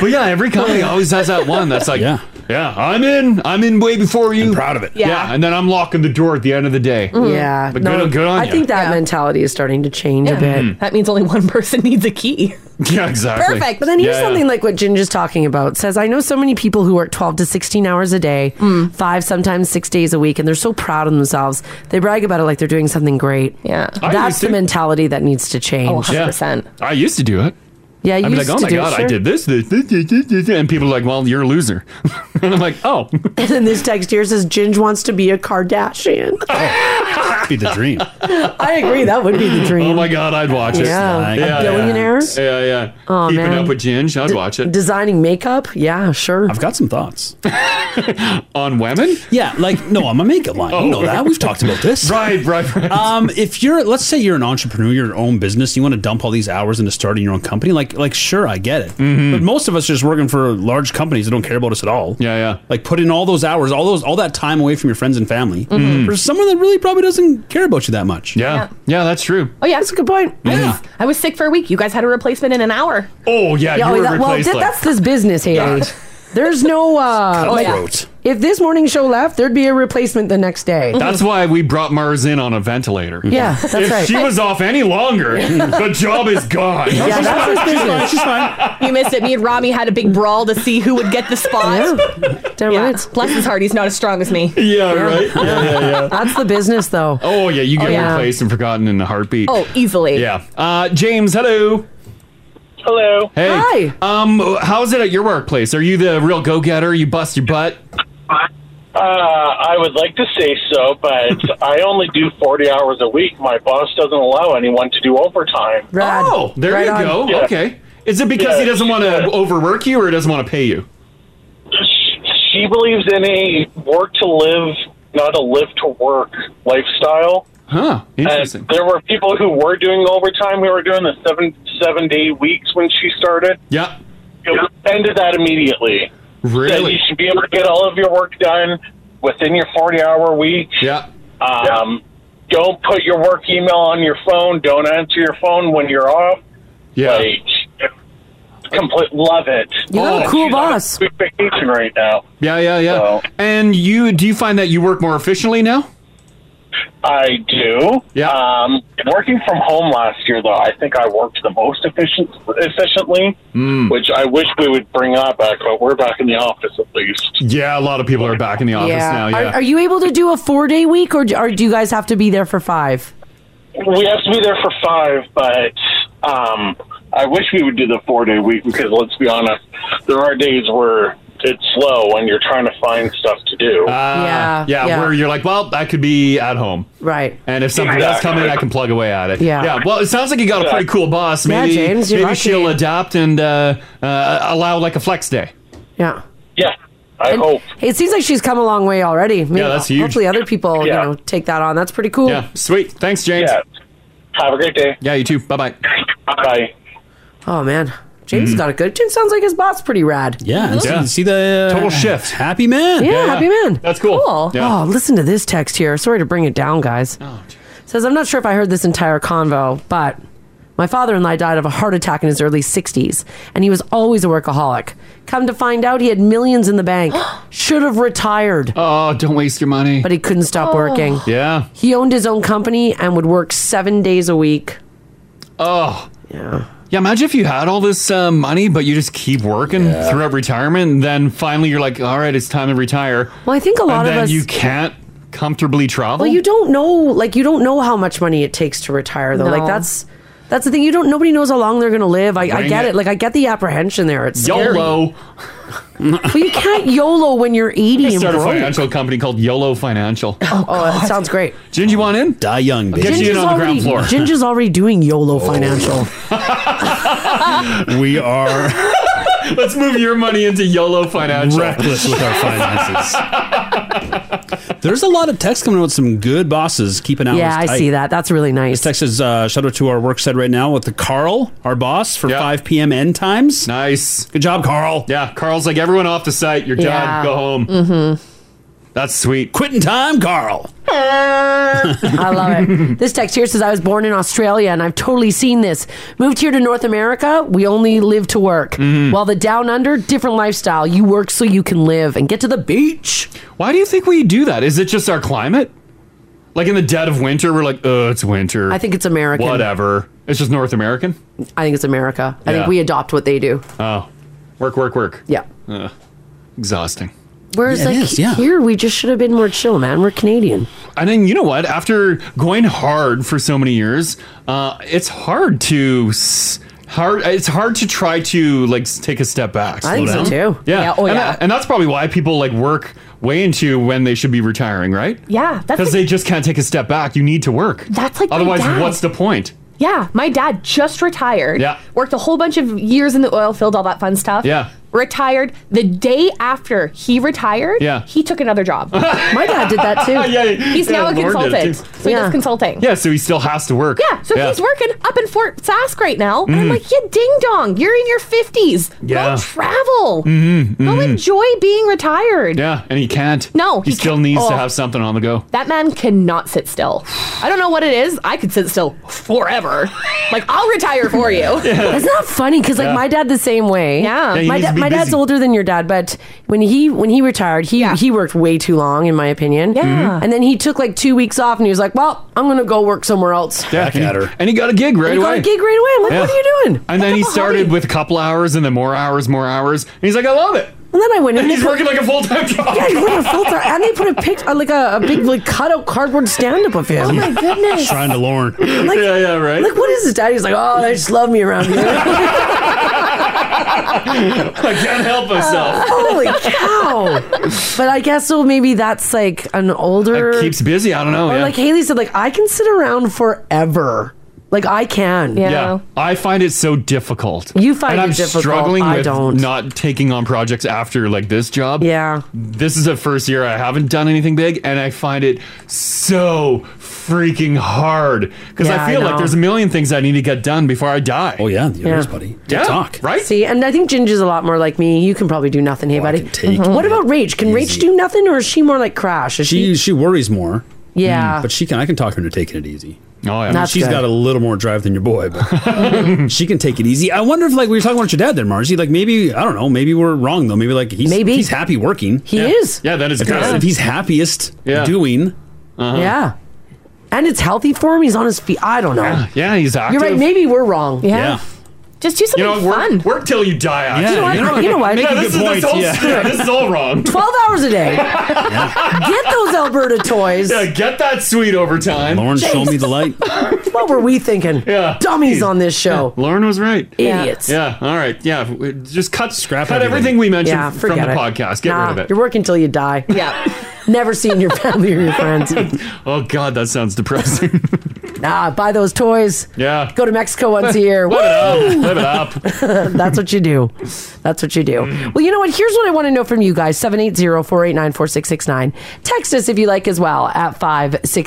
S2: But yeah, every company always has that one that's like, yeah, I'm in, I'm in way before you. proud of it. Yeah.
S3: Yeah.
S2: and then I'm locking the door at the end of the day.
S5: Mm-hmm.
S3: Yeah.
S2: but
S3: no,
S2: good, good on Hmm.
S3: I
S2: you. [LAUGHS]
S3: think that mentality is starting to change a bit.
S5: That means only one [LAUGHS] person needs a key.
S2: Yeah, exactly.
S3: Perfect. But then here's
S2: Yeah, yeah.
S3: something like what Ginger's talking about. Says, I know so many people who work 12 to 16 hours a day, five, sometimes six days a week, and they're so proud of themselves. They brag about it like they're doing something great.
S5: Yeah.
S2: I
S3: That's
S2: used
S3: the
S2: to.
S3: mentality that needs to change.
S2: Oh, I used to do it.
S3: Oh, Yeah, you
S2: I'd be like,
S3: used
S2: oh
S3: to
S2: my
S3: do it,
S2: god, I
S3: sure."
S2: did this, this, this, this, this, this," and people are like, well, you're a loser, [LAUGHS] and I'm like, oh,
S3: [LAUGHS]
S2: [LAUGHS]
S3: And then this text here says, Ginge wants to be a Kardashian. [LAUGHS]
S2: be the dream.
S3: I agree. That would be the
S2: [LAUGHS]
S3: dream.
S2: Oh my god, I'd watch it.
S3: Yeah. A billionaire?
S2: Yeah, yeah.
S3: Aw,
S2: Keeping
S3: man.
S2: up with Ginge, I'd watch it.
S3: Designing makeup? Yeah, sure. I've
S4: got some thoughts.
S2: [LAUGHS] on women? Oh.
S4: Yeah, like no, on my makeup line. You know that we've talked
S2: [LAUGHS]
S4: about this.
S2: right, right, right.
S4: Um, if you're, let's say you're an entrepreneur, you're your own business, you want to dump all these hours into starting your own company. Like, like sure, I get it.
S2: Mm-hmm.
S4: But most of us are just working for large companies that don't care about us at all.
S2: Yeah, yeah.
S4: Like put in all those hours, all those, all that time away from your friends and family
S2: Mhm.
S3: Mm-hmm.
S4: for someone that really probably doesn't didn't care about you that much.
S2: Yeah. Yeah, that's true.
S5: [LAUGHS] Oh yeah, that's
S3: a good point.
S5: I, was, I was sick for a week. You guys had a replacement in an hour.
S2: Oh yeah,
S3: Yeah, oh, that- well, th- that's this business, Haley.
S5: God.
S3: There's no. Uh, like,
S2: Cutthroat.
S3: if this morning show left, there'd be a replacement the next day.
S2: That's why we brought Mars in on a ventilator.
S3: Yeah, that's
S2: if
S3: right.
S2: she was off any longer, the job is gone. [LAUGHS]
S5: Yeah, that's his
S2: She's
S5: business.
S2: fine, she's fine.
S5: You missed it. Me and Rami had a big brawl to see who would get the spot.
S3: Damn
S5: right. Bless his heart, he's not as strong as me.
S2: Yeah, right. Yeah, yeah, yeah.
S3: That's the business, though.
S2: Oh yeah, you get
S5: Oh, yeah.
S2: replaced and forgotten in a heartbeat.
S5: Oh, easily.
S2: Yeah. Uh, James, hello.
S19: Hello.
S2: Hey. Hi. Um, how's it at your workplace? Are you the real go-getter? You bust your butt?
S19: Uh, I would like to say so, but I only do 40 hours a week. My boss doesn't allow anyone to do overtime.
S2: Oh, there you go.
S19: Yeah.
S2: Okay. Is it because
S19: Yeah,
S2: he doesn't want to overwork you or he doesn't want to pay you?
S19: She believes in a work to live, not a live to work lifestyle.
S2: Huh. Interesting.
S19: And there were people who were doing overtime. We were doing the seven seven day weeks when she started.
S2: Yeah.
S19: It ended that immediately.
S2: Really?
S19: Said you should be able to get all of your work done within your forty hour week.
S2: Yeah.
S19: Um, Don't put your work email on your phone. Don't answer your phone when you're off.
S2: Yeah.
S19: Like, complete love it.
S2: You got a
S19: And
S2: cool
S19: she's on
S2: boss.
S19: quick vacation right now.
S2: Yeah, yeah, yeah. And you do you find that you work more efficiently now?
S19: I do. Yeah. Um, working from home last year, though, I think I worked the most efficient, efficiently,
S2: Hmm.
S19: which I wish we would bring that back, but we're back in the office at least.
S2: Yeah, a lot of people are back in the office now. Yeah.
S3: Are, are you able to do a four day week, or do, or do you guys have to be there for five?
S19: We have to be there for five, but um, I wish we would do the four day week because let's be honest, there are days where it's slow when you're trying to find stuff to do.
S2: Uh, yeah, where you're like, well, I could be at home.
S3: Right.
S2: And if something does come in, I can plug away at it.
S3: Yeah.
S2: Yeah. Well, it sounds like you got a pretty cool boss.
S3: Yeah,
S2: Maybe,
S3: James, you're
S2: maybe
S3: lucky.
S2: she'll adapt and uh, uh, allow like a flex day.
S3: Yeah.
S19: Yeah. I hope.
S3: It seems like she's come a long way already. Maybe-
S2: that's huge.
S3: Hopefully, other people you know take that on. That's pretty cool.
S2: Yeah. Sweet. Thanks, James.
S19: Have a great day.
S2: Yeah, you too. Bye bye.
S19: Bye.
S3: Oh man, James
S2: Mhm.
S3: got a good. James sounds like his boss pretty rad.
S4: Yeah, and see- see the uh,
S2: Total shift.
S4: Happy man.
S3: Yeah, happy man.
S2: That's cool. Yeah. Oh,
S3: Oh, listen to this text here. Sorry to bring it down, guys. Says, I'm not sure if I heard this entire convo, but my father in law died of a heart attack in his early 60s, and he was always a workaholic. Come to find out, he had millions in the [GASPS] bank. Should have retired.
S2: Oh, don't waste your money.
S3: But he couldn't stop working.
S2: Yeah.
S3: He owned his own company and would work seven days a week.
S2: Oh.
S3: Yeah.
S2: Yeah, imagine if you had all this uh, money, but you just keep working throughout retirement, and then finally you're like, all right, it's time to retire.
S3: Well, I think a lot
S2: and
S3: of
S2: then
S3: us-
S2: you can't comfortably travel.
S3: Well, you don't know, like you don't know how much money it takes to retire, though. Like
S2: No.
S3: that's that's the thing. You don't. Nobody knows how long they're going to live. I, I
S2: Bring
S3: get
S2: it.
S3: it. Like I get the apprehension there. It's scary.
S2: YOLO.
S3: Well, you can't YOLO when you're 80 and
S2: Start a
S3: broke.
S2: financial company called YOLO Financial.
S3: Oh, that sounds great.
S2: Ginge, you want in?
S4: Die young,
S2: Get you in on the
S3: already,
S2: ground floor. [LAUGHS] Oh.
S3: Ginger's already doing YOLO financial.
S4: we are.
S2: [LAUGHS] Let's move your money into YOLO Financial.
S4: Reckless with our
S2: [LAUGHS]
S4: finances. There's a lot of texts coming out with some good bosses keeping out.
S3: Yeah, I see that. That's really nice.
S4: This text is uh, shout out to our work site right now with the Carl, our boss, for 5 p.m. end times.
S2: Nice.
S4: Good job, Carl.
S2: Yeah, Carl's like, everyone off the site. You're
S4: Yeah.
S2: done. Go home.
S3: Mm-hmm.
S2: That's sweet.
S4: Quitting time, Carl.
S3: I love [LAUGHS] it. This text here says, I was born in Australia and I've totally seen this. Moved here to North America, we only live to work.
S2: Mm-hmm.
S3: While the down under, different lifestyle. You work so you can live and get to the beach.
S2: Why do you think we do that? Is it just our climate? Like in the dead of winter, we're like, oh, it's winter.
S3: I think it's American.
S2: Whatever. It's just North American.
S3: I think it's America. I
S2: Yeah.
S3: think we adopt what they do.
S2: Oh, work, work, work.
S3: Yeah.
S2: Ugh. Exhausting.
S3: Whereas,
S2: Yeah, it
S3: like,
S2: is, yeah.
S3: here we just should have been more chill, man. We're Canadian.
S2: And then you know what? After going hard for so many years, uh, it's hard to s- hard. It's hard to try to like s- take a step back.
S3: I think
S2: slow
S3: so,
S2: down.
S3: too.
S2: Yeah.
S3: Yeah, oh,
S2: and,
S3: yeah.
S2: that- and that's probably why people like work way into when they should be retiring, right?
S5: Yeah, that's
S2: Because
S5: like-
S2: they just can't take a step back. You need to work.
S5: That's like my
S2: otherwise,
S5: dad.
S2: what's the point?
S5: Yeah, my dad just retired.
S2: Yeah.
S5: Worked a whole bunch of years in the oil field, all that fun stuff.
S2: Yeah.
S5: retired. The day after he retired,
S2: Yeah.
S5: he took another
S2: [LAUGHS]
S5: job. My dad did that too.
S2: Yeah,
S5: he's
S2: yeah,
S5: now a
S2: Lauren did.
S5: consultant. So he does consulting.
S2: Yeah, so he still has to work.
S5: Yeah, so he's working up in Fort Sask right now, and I'm
S2: Mhm.
S5: like, yeah, ding dong, you're in your 50s.
S2: Yeah.
S5: Go travel.
S2: Mm-hmm,
S5: Go enjoy being retired.
S2: Yeah, and he can't.
S5: No,
S2: he,
S5: he
S2: still
S5: can't-
S2: needs to
S5: oh.
S2: have something on the go.
S5: That man cannot sit still. I don't know what it is. I could sit still forever. Like, I'll retire for [LAUGHS]
S2: [LAUGHS]
S5: you.
S3: It's not funny because like
S5: Yeah.
S3: my dad the same way.
S5: Yeah. Yeah, he
S3: my
S5: needs
S3: da-
S5: to be
S3: my dad's
S5: busy.
S3: older than your dad, but when he when he retired, he he worked way too long in my opinion. Yeah,
S2: Mhm.
S3: and then he took like two weeks off, and he was like, "Well, I'm gonna go work somewhere else."
S2: Yeah, and, he, and he got a gig right
S3: And he
S2: away.
S3: got a gig right away. I'm
S2: [LAUGHS]
S3: like, "What are you doing?"
S2: And then he started with a couple hours, and then more hours, more hours. And he's like, I love it.
S3: And then I went in.
S2: And he's
S3: they put-
S2: working like a full-time job.
S3: Yeah, he's working a
S2: [LAUGHS]
S3: full time. And they put a picture, like a, a big, like cutout cardboard stand up of him.
S4: Oh my
S3: goodness!
S4: Shrine to Lorne.
S3: Like-
S2: yeah, yeah, right.
S3: Like, what is this, Daddy? He's like, oh, they just love me around here.
S2: [LAUGHS] I can't help myself.
S3: Holy cow! But I guess so. Maybe that's like an older
S2: It keeps busy. I don't know.
S3: Or
S2: yeah.
S3: like Haley said, like I can sit around forever. Like I can.
S2: I find it so difficult.
S3: You find
S2: and
S3: it
S2: I'm
S3: difficult.
S2: struggling
S3: I
S2: with
S3: don't.
S2: not taking on projects after like this job.
S3: Yeah.
S2: This is the first year I haven't done anything big and I find it so freaking hard cuz
S3: Yeah,
S2: I
S3: I
S2: feel like
S3: know.
S2: there's a million things I need to get done before I die. Oh
S4: yeah, the
S3: Yeah. is, buddy.
S2: TikTok, right? Oh,
S3: See, and I think Ginger's a lot more like me. You can probably do nothing, hey buddy. Mhm. What about Rage? Can Rage do nothing, or is she more like Crash? Is she?
S4: She she worries more. Hmm.
S3: Yeah.
S4: But she can. I can talk her into taking it easy.
S2: Oh
S4: yeah,
S3: That's
S4: she's
S3: good.
S4: got a little more drive than your boy,
S3: [LAUGHS]
S4: but she can take it easy. I wonder if, like, we were talking about your dad there, Margie. Like, maybe I don't know. Maybe we're wrong though. Maybe like he's maybe he's happy working.
S3: He is.
S2: Yeah, that is
S4: if,
S2: good.
S4: if he's happiest
S2: Yeah. Uh-huh.
S4: doing.
S2: uh,
S3: Yeah. And it's healthy for him. He's on his feet. I don't know.
S2: Yeah, he's active.
S3: You're right. Maybe we're wrong.
S5: Just do
S2: You
S5: something
S2: know, work,
S5: fun.
S2: work till you die.
S3: You know
S2: actually.
S3: what? You know what?
S2: Yeah,
S3: Making
S2: this,
S3: good
S2: is, this,
S3: points,
S2: whole,
S3: yeah.
S2: yeah, this is all
S3: [LAUGHS]
S2: wrong.
S3: 12 hours a day. Get those Alberta toys.
S2: Yeah, get that sweet overtime.
S4: Lauren, show me the light.
S3: what were we thinking? Yeah. Dummies on this show.
S2: Lauren was right.
S3: Idiots.
S2: Yeah. All right. Yeah. w- Just cut scrap cut
S3: everything.
S2: everything we mentioned
S3: Yeah,
S2: from the
S3: forget it.
S2: podcast. Get
S3: Nah,
S2: rid of it.
S3: You're working till you die.
S5: Yeah.
S3: [LAUGHS] Never seeing your family or
S2: [LAUGHS]
S3: your friends.
S2: oh God, that sounds depressing. [LAUGHS]
S3: Nah, buy those toys.
S2: Yeah.
S3: Go to Mexico once a year.
S2: [LAUGHS] Live it up.
S3: Woo!
S2: Live it up.
S3: [LAUGHS]
S2: Mm.
S3: That's what you do. That's what you do. Well, you know what? Here's what I want to know from you guys 780 489 4669. Text us if you like as well at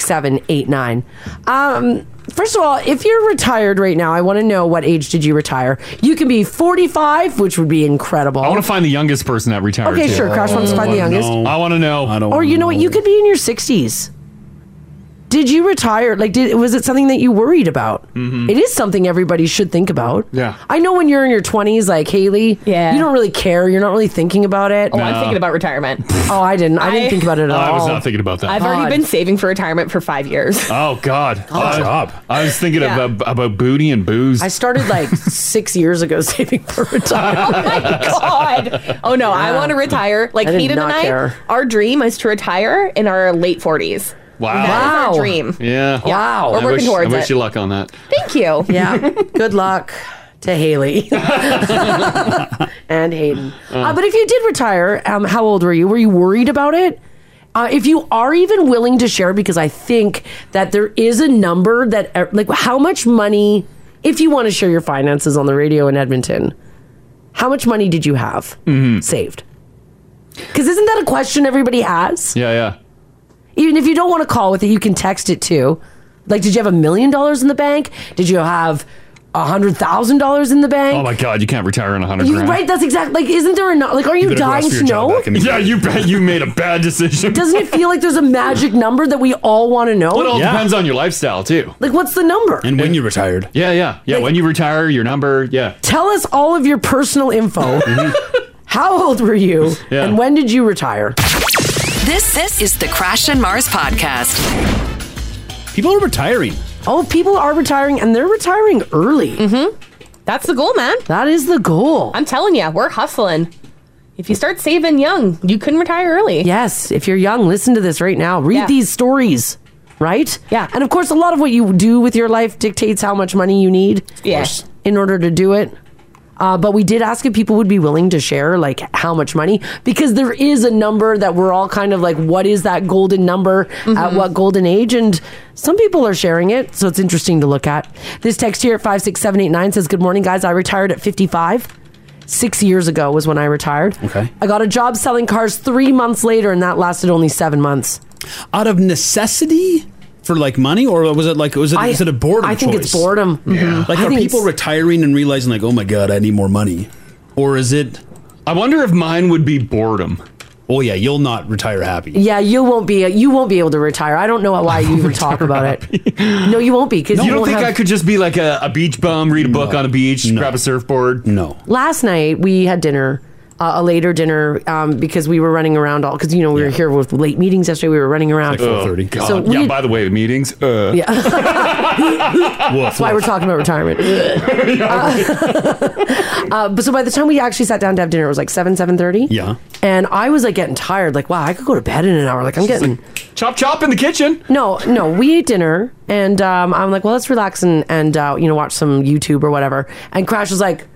S3: 56789. Um, first of all, if you're retired right now, I want to know what age did you retire? You can be 45, which would be incredible.
S2: I want to find the youngest person that retired.
S3: Okay,
S2: too.
S3: sure, Crash wants to find the youngest.
S2: I want to know. I don't.
S3: or you know what? You could be in your 60s. Did you retire? Like, did was it something that you worried about? It is something everybody should think about.
S2: Yeah.
S3: I know when you're in your 20s, like Haley, yeah. you don't really care. You're not really thinking about it.
S5: Oh, I'm thinking about retirement.
S3: Oh, I didn't. I, didn't think about it at all.
S5: I've already been saving for retirement for five years.
S2: [LAUGHS] Oh God.
S5: Oh.
S2: I-
S5: Job.
S2: I was thinking
S5: Yeah.
S2: about about booty and booze.
S3: I started like six years ago saving [LAUGHS] for
S5: oh
S3: retirement.
S5: my god! Oh no, I
S3: Yeah.
S5: want to retire. Like
S3: I did
S5: Hayden and
S3: not
S5: I,
S3: care.
S5: our dream is to retire in our late forties.
S2: wow.
S5: That is our dream.
S2: Yeah.
S5: Yeah. Wow. We're
S2: I
S5: working
S2: wish,
S5: towards
S2: I wish
S5: it.
S2: you luck on that.
S5: Thank you.
S3: [LAUGHS] Yeah. Good luck
S5: [LAUGHS]
S3: to Haley and Hayden.
S5: Mm.
S3: Uh,
S2: Uh.
S3: but if you did retire, um, how old were you? Were you worried about it? Uh, if you are even willing to share, because I think that there is a number that, uh, like, how much money, if you want to share your finances on the radio in Edmonton, how much money did you have
S5: Mm-hmm.
S3: saved? Because isn't that a question everybody has?
S2: Yeah. Yeah.
S3: Even if you don't want to call with it, you can text it too. Like, did you have a million dollars in the bank? Did you have a hundred thousand dollars in the bank?
S2: Oh my God, you can't retire on a hundred
S3: You-
S2: grand.
S3: right? That's exactly like. Isn't there a no- like? Are you, dying to know?
S2: Yeah, you bet you made a bad decision.
S3: [LAUGHS] Doesn't it feel like there's a magic number that we all want to know?
S2: Well, it all depends on your lifestyle too.
S3: Like, what's the number?
S2: And when you retired. Yeah, yeah, yeah. when you retire, your number. Yeah.
S3: Tell us all of your
S2: [LAUGHS]
S3: personal info. How old were you?
S2: Mm-hmm. Yeah.
S3: And when did you retire?
S1: This this is the Crash and Mars podcast.
S4: People are retiring.
S3: Oh, people are retiring, and they're retiring early. Mm-hmm.
S5: That's the goal, man.
S3: That is the goal.
S5: I'm telling you, we're hustling. If you start saving young, you can retire early.
S3: Yes, if you're young, listen to this right now. Read these stories, right? Yeah. And of course, a lot of what you do with your life dictates how much money you need.
S5: Yeah. course.
S3: In order to do it. Uh, but we did ask if people would be willing to share, like, how much money, because there is a number that we're all kind of like, what is that golden number
S4: Mm-hmm.
S3: at what golden age? And some people are sharing it, so it's interesting to look at. This text here at 56789 says, Good morning, guys. I retired at 55. six years ago was when I retired. Okay. I got a job selling cars three months later, and that lasted only seven months.
S4: Out of necessity? For like money, or was it like was it
S3: I-
S4: is it a boredom?
S3: I think it's
S4: choice?
S3: boredom. Mhm.
S4: Like
S3: I
S4: are
S3: think
S4: people retiring and realizing like, oh my god, I need more money, or is it?
S2: I wonder if mine would be boredom.
S4: Oh yeah, you'll not retire happy.
S3: Yeah, you won't be you won't be able to retire. I don't know why you
S2: [LAUGHS]
S3: even talk about it. No, you won't be because
S2: you don't
S3: won't
S2: think
S3: have-
S2: I could just be like a, a beach bum, read a book on a beach, grab a surfboard?
S4: No.
S3: last night we had dinner uh, a later dinner um, because we were running around all because you know we were here with late meetings yesterday we were running around
S2: God.
S3: so we
S2: yeah,
S3: had-
S2: by the way, the meetings. Uh, [LAUGHS]
S3: yeah. [LAUGHS] That's why we're talking about retirement. Uh, [LAUGHS] uh, but so by the time we actually sat down to have dinner, it was like seven, seven thirty.
S4: Yeah.
S3: And I was like getting tired. Like, wow, I could go to bed in an hour. Like, I'm getting
S2: chop chop in the kitchen.
S3: No, no, we ate dinner, and um, I'm like, well, let's relax and and uh, you know watch some YouTube or whatever. And Crash was like,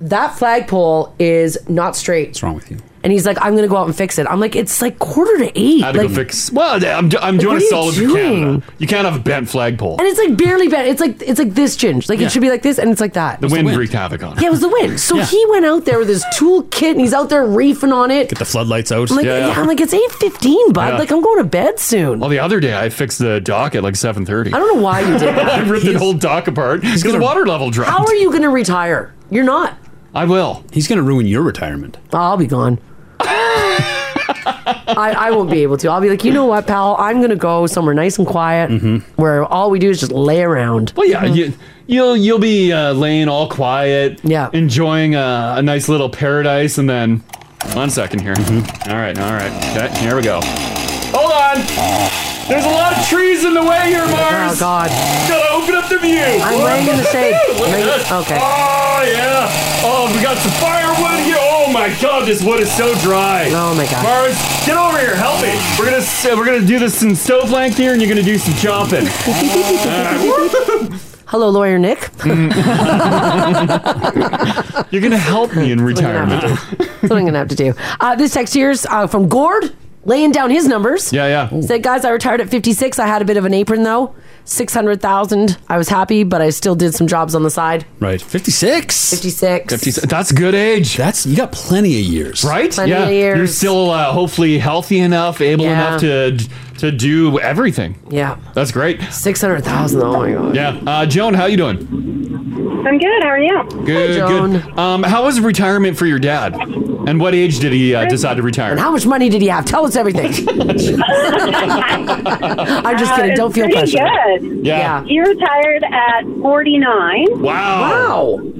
S3: that flagpole is not straight. What's
S4: wrong with you?
S3: And he's like, I'm gonna go out and fix it. I'm like, it's like quarter to eight.
S2: I had to
S3: like,
S2: go fix. Well, I'm, I'm doing
S3: Like, what
S2: a
S3: are you
S2: solid for Canada. You can't have a bent flagpole.
S3: And it's like barely bent. It's like it's like this ginge. Like
S2: Yeah.
S3: it should be like this, and it's like that.
S2: The wind, wreaked havoc on it.
S3: Yeah, it was the wind. So
S2: Yeah.
S3: he went out there with his tool kit and he's out there reefing on it.
S4: Get the floodlights out.
S3: I'm like, yeah, I'm like, it's eight fifteen, bud.
S2: Yeah.
S3: Like I'm going to bed soon.
S2: Well, the other day I fixed the dock at like 7:30.
S3: I don't know why you did that.
S2: I ripped the whole dock apart because the water level [LAUGHS] dropped.
S3: How are you going to retire? You're not.
S2: I will.
S4: He's going to ruin your retirement.
S3: I'll be gone. I, I won't be able to. I'll be like, you know what, pal? I'm going to go somewhere nice and quiet
S2: Mm-hmm.
S3: where all we do is just lay around.
S2: Well, yeah, you, you'll you'll be uh, laying all quiet, yeah, enjoying a, a nice little paradise, and then one second here.
S3: Mm-hmm.
S2: All right, all right, okay, here we go. Hold on. There's a lot of trees in the way here, Mars.
S3: Oh God.
S2: Gotta open up the view.
S3: I'm laying in the shade.
S2: [LAUGHS] Look at
S3: Laying-
S2: this.
S3: okay.
S2: Oh yeah. Oh, we got some firewood here. Oh my God, this wood is so dry.
S3: Oh my God.
S2: Mars, get over here, help me. We're gonna s- we're gonna do this in stove length here, and you're gonna do some
S3: [LAUGHS]
S2: chopping.
S3: Hello,
S2: [LAUGHS]
S3: lawyer Nick.
S2: You're gonna help me in retirement.
S3: That's what I'm gonna have to do. Uh, this text here's uh, from Gord, laying down his numbers.
S2: Yeah, yeah.
S3: Said, guys, I retired at 56. I had a bit of an apron though, 600,000. I was happy, but I still did some jobs on the side.
S4: Right. 56.
S3: 56.
S2: 56. That's good age.
S4: That's you got plenty of years.
S2: Right?
S3: Plenty
S2: yeah.
S3: of years.
S2: You're still uh, hopefully healthy enough, able
S3: Yeah.
S2: enough to to do everything.
S3: Yeah.
S2: That's great.
S3: 600,000. Oh my god.
S2: Yeah. Uh, Joan, how you doing?
S21: I'm good. How are you?
S2: Good, good. Um, how was retirement for your dad? And what age did he uh, decide to retire?
S3: And how much money did he have? Tell
S2: [LAUGHS]
S3: us everything. I'm just
S21: Uh,
S3: kidding.
S21: it's
S3: Don't feel
S21: pretty
S3: pressure.
S21: Good.
S2: Yeah.
S21: He retired at 49.
S2: Wow.
S21: Wow.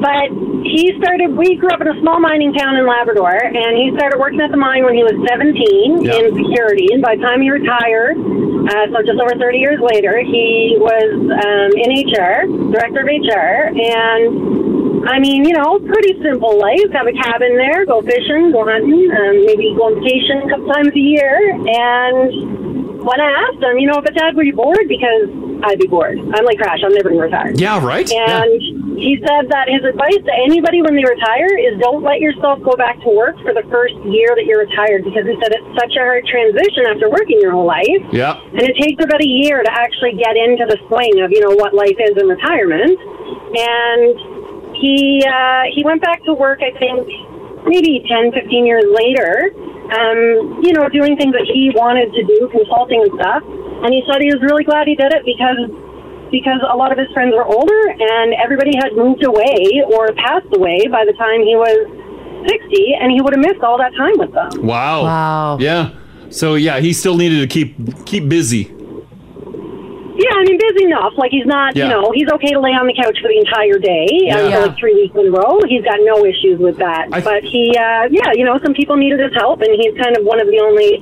S21: But he started, we grew up in a small mining town in Labrador, and he started working at the mine when he was 17
S22: Yeah.
S21: in security. And by the time he retired, uh, so just over 30 years later, he was um, in HR, director of HR. And I mean, you know, pretty simple life. Have a cabin there, go fishing, go hunting, um, maybe go on vacation a couple times a year. And when I asked him, you know, but Dad, were you bored? Because I'd be bored. I'm like Crash, I'm never going to retire.
S2: Yeah, right? Yeah.
S21: And he said that his advice to anybody when they retire is don't let yourself go back to work for the first year that you're retired because he said it's such a hard transition after working your whole life.
S2: Yeah.
S21: And it takes about a year to actually get into the swing of, you know, what life is in retirement. And he uh, he went back to work, I think, maybe 10, 15 years later, um, you know, doing things that he wanted to do, consulting and stuff. And he said he was really glad he did it because because a lot of his friends were older and everybody had moved away or passed away by the time he was 60 and he would have missed all that time with them.
S2: Wow. Wow. Yeah. So yeah, he still needed to keep keep busy.
S21: Yeah, I mean, busy enough. Like, he's not,
S2: Yeah.
S21: you know, he's okay to lay on the couch for the entire day uh,
S2: Yeah.
S21: for like three weeks in a row. He's got no issues with that. but he, uh, yeah, you know, some people needed his help, and he's kind of one of the only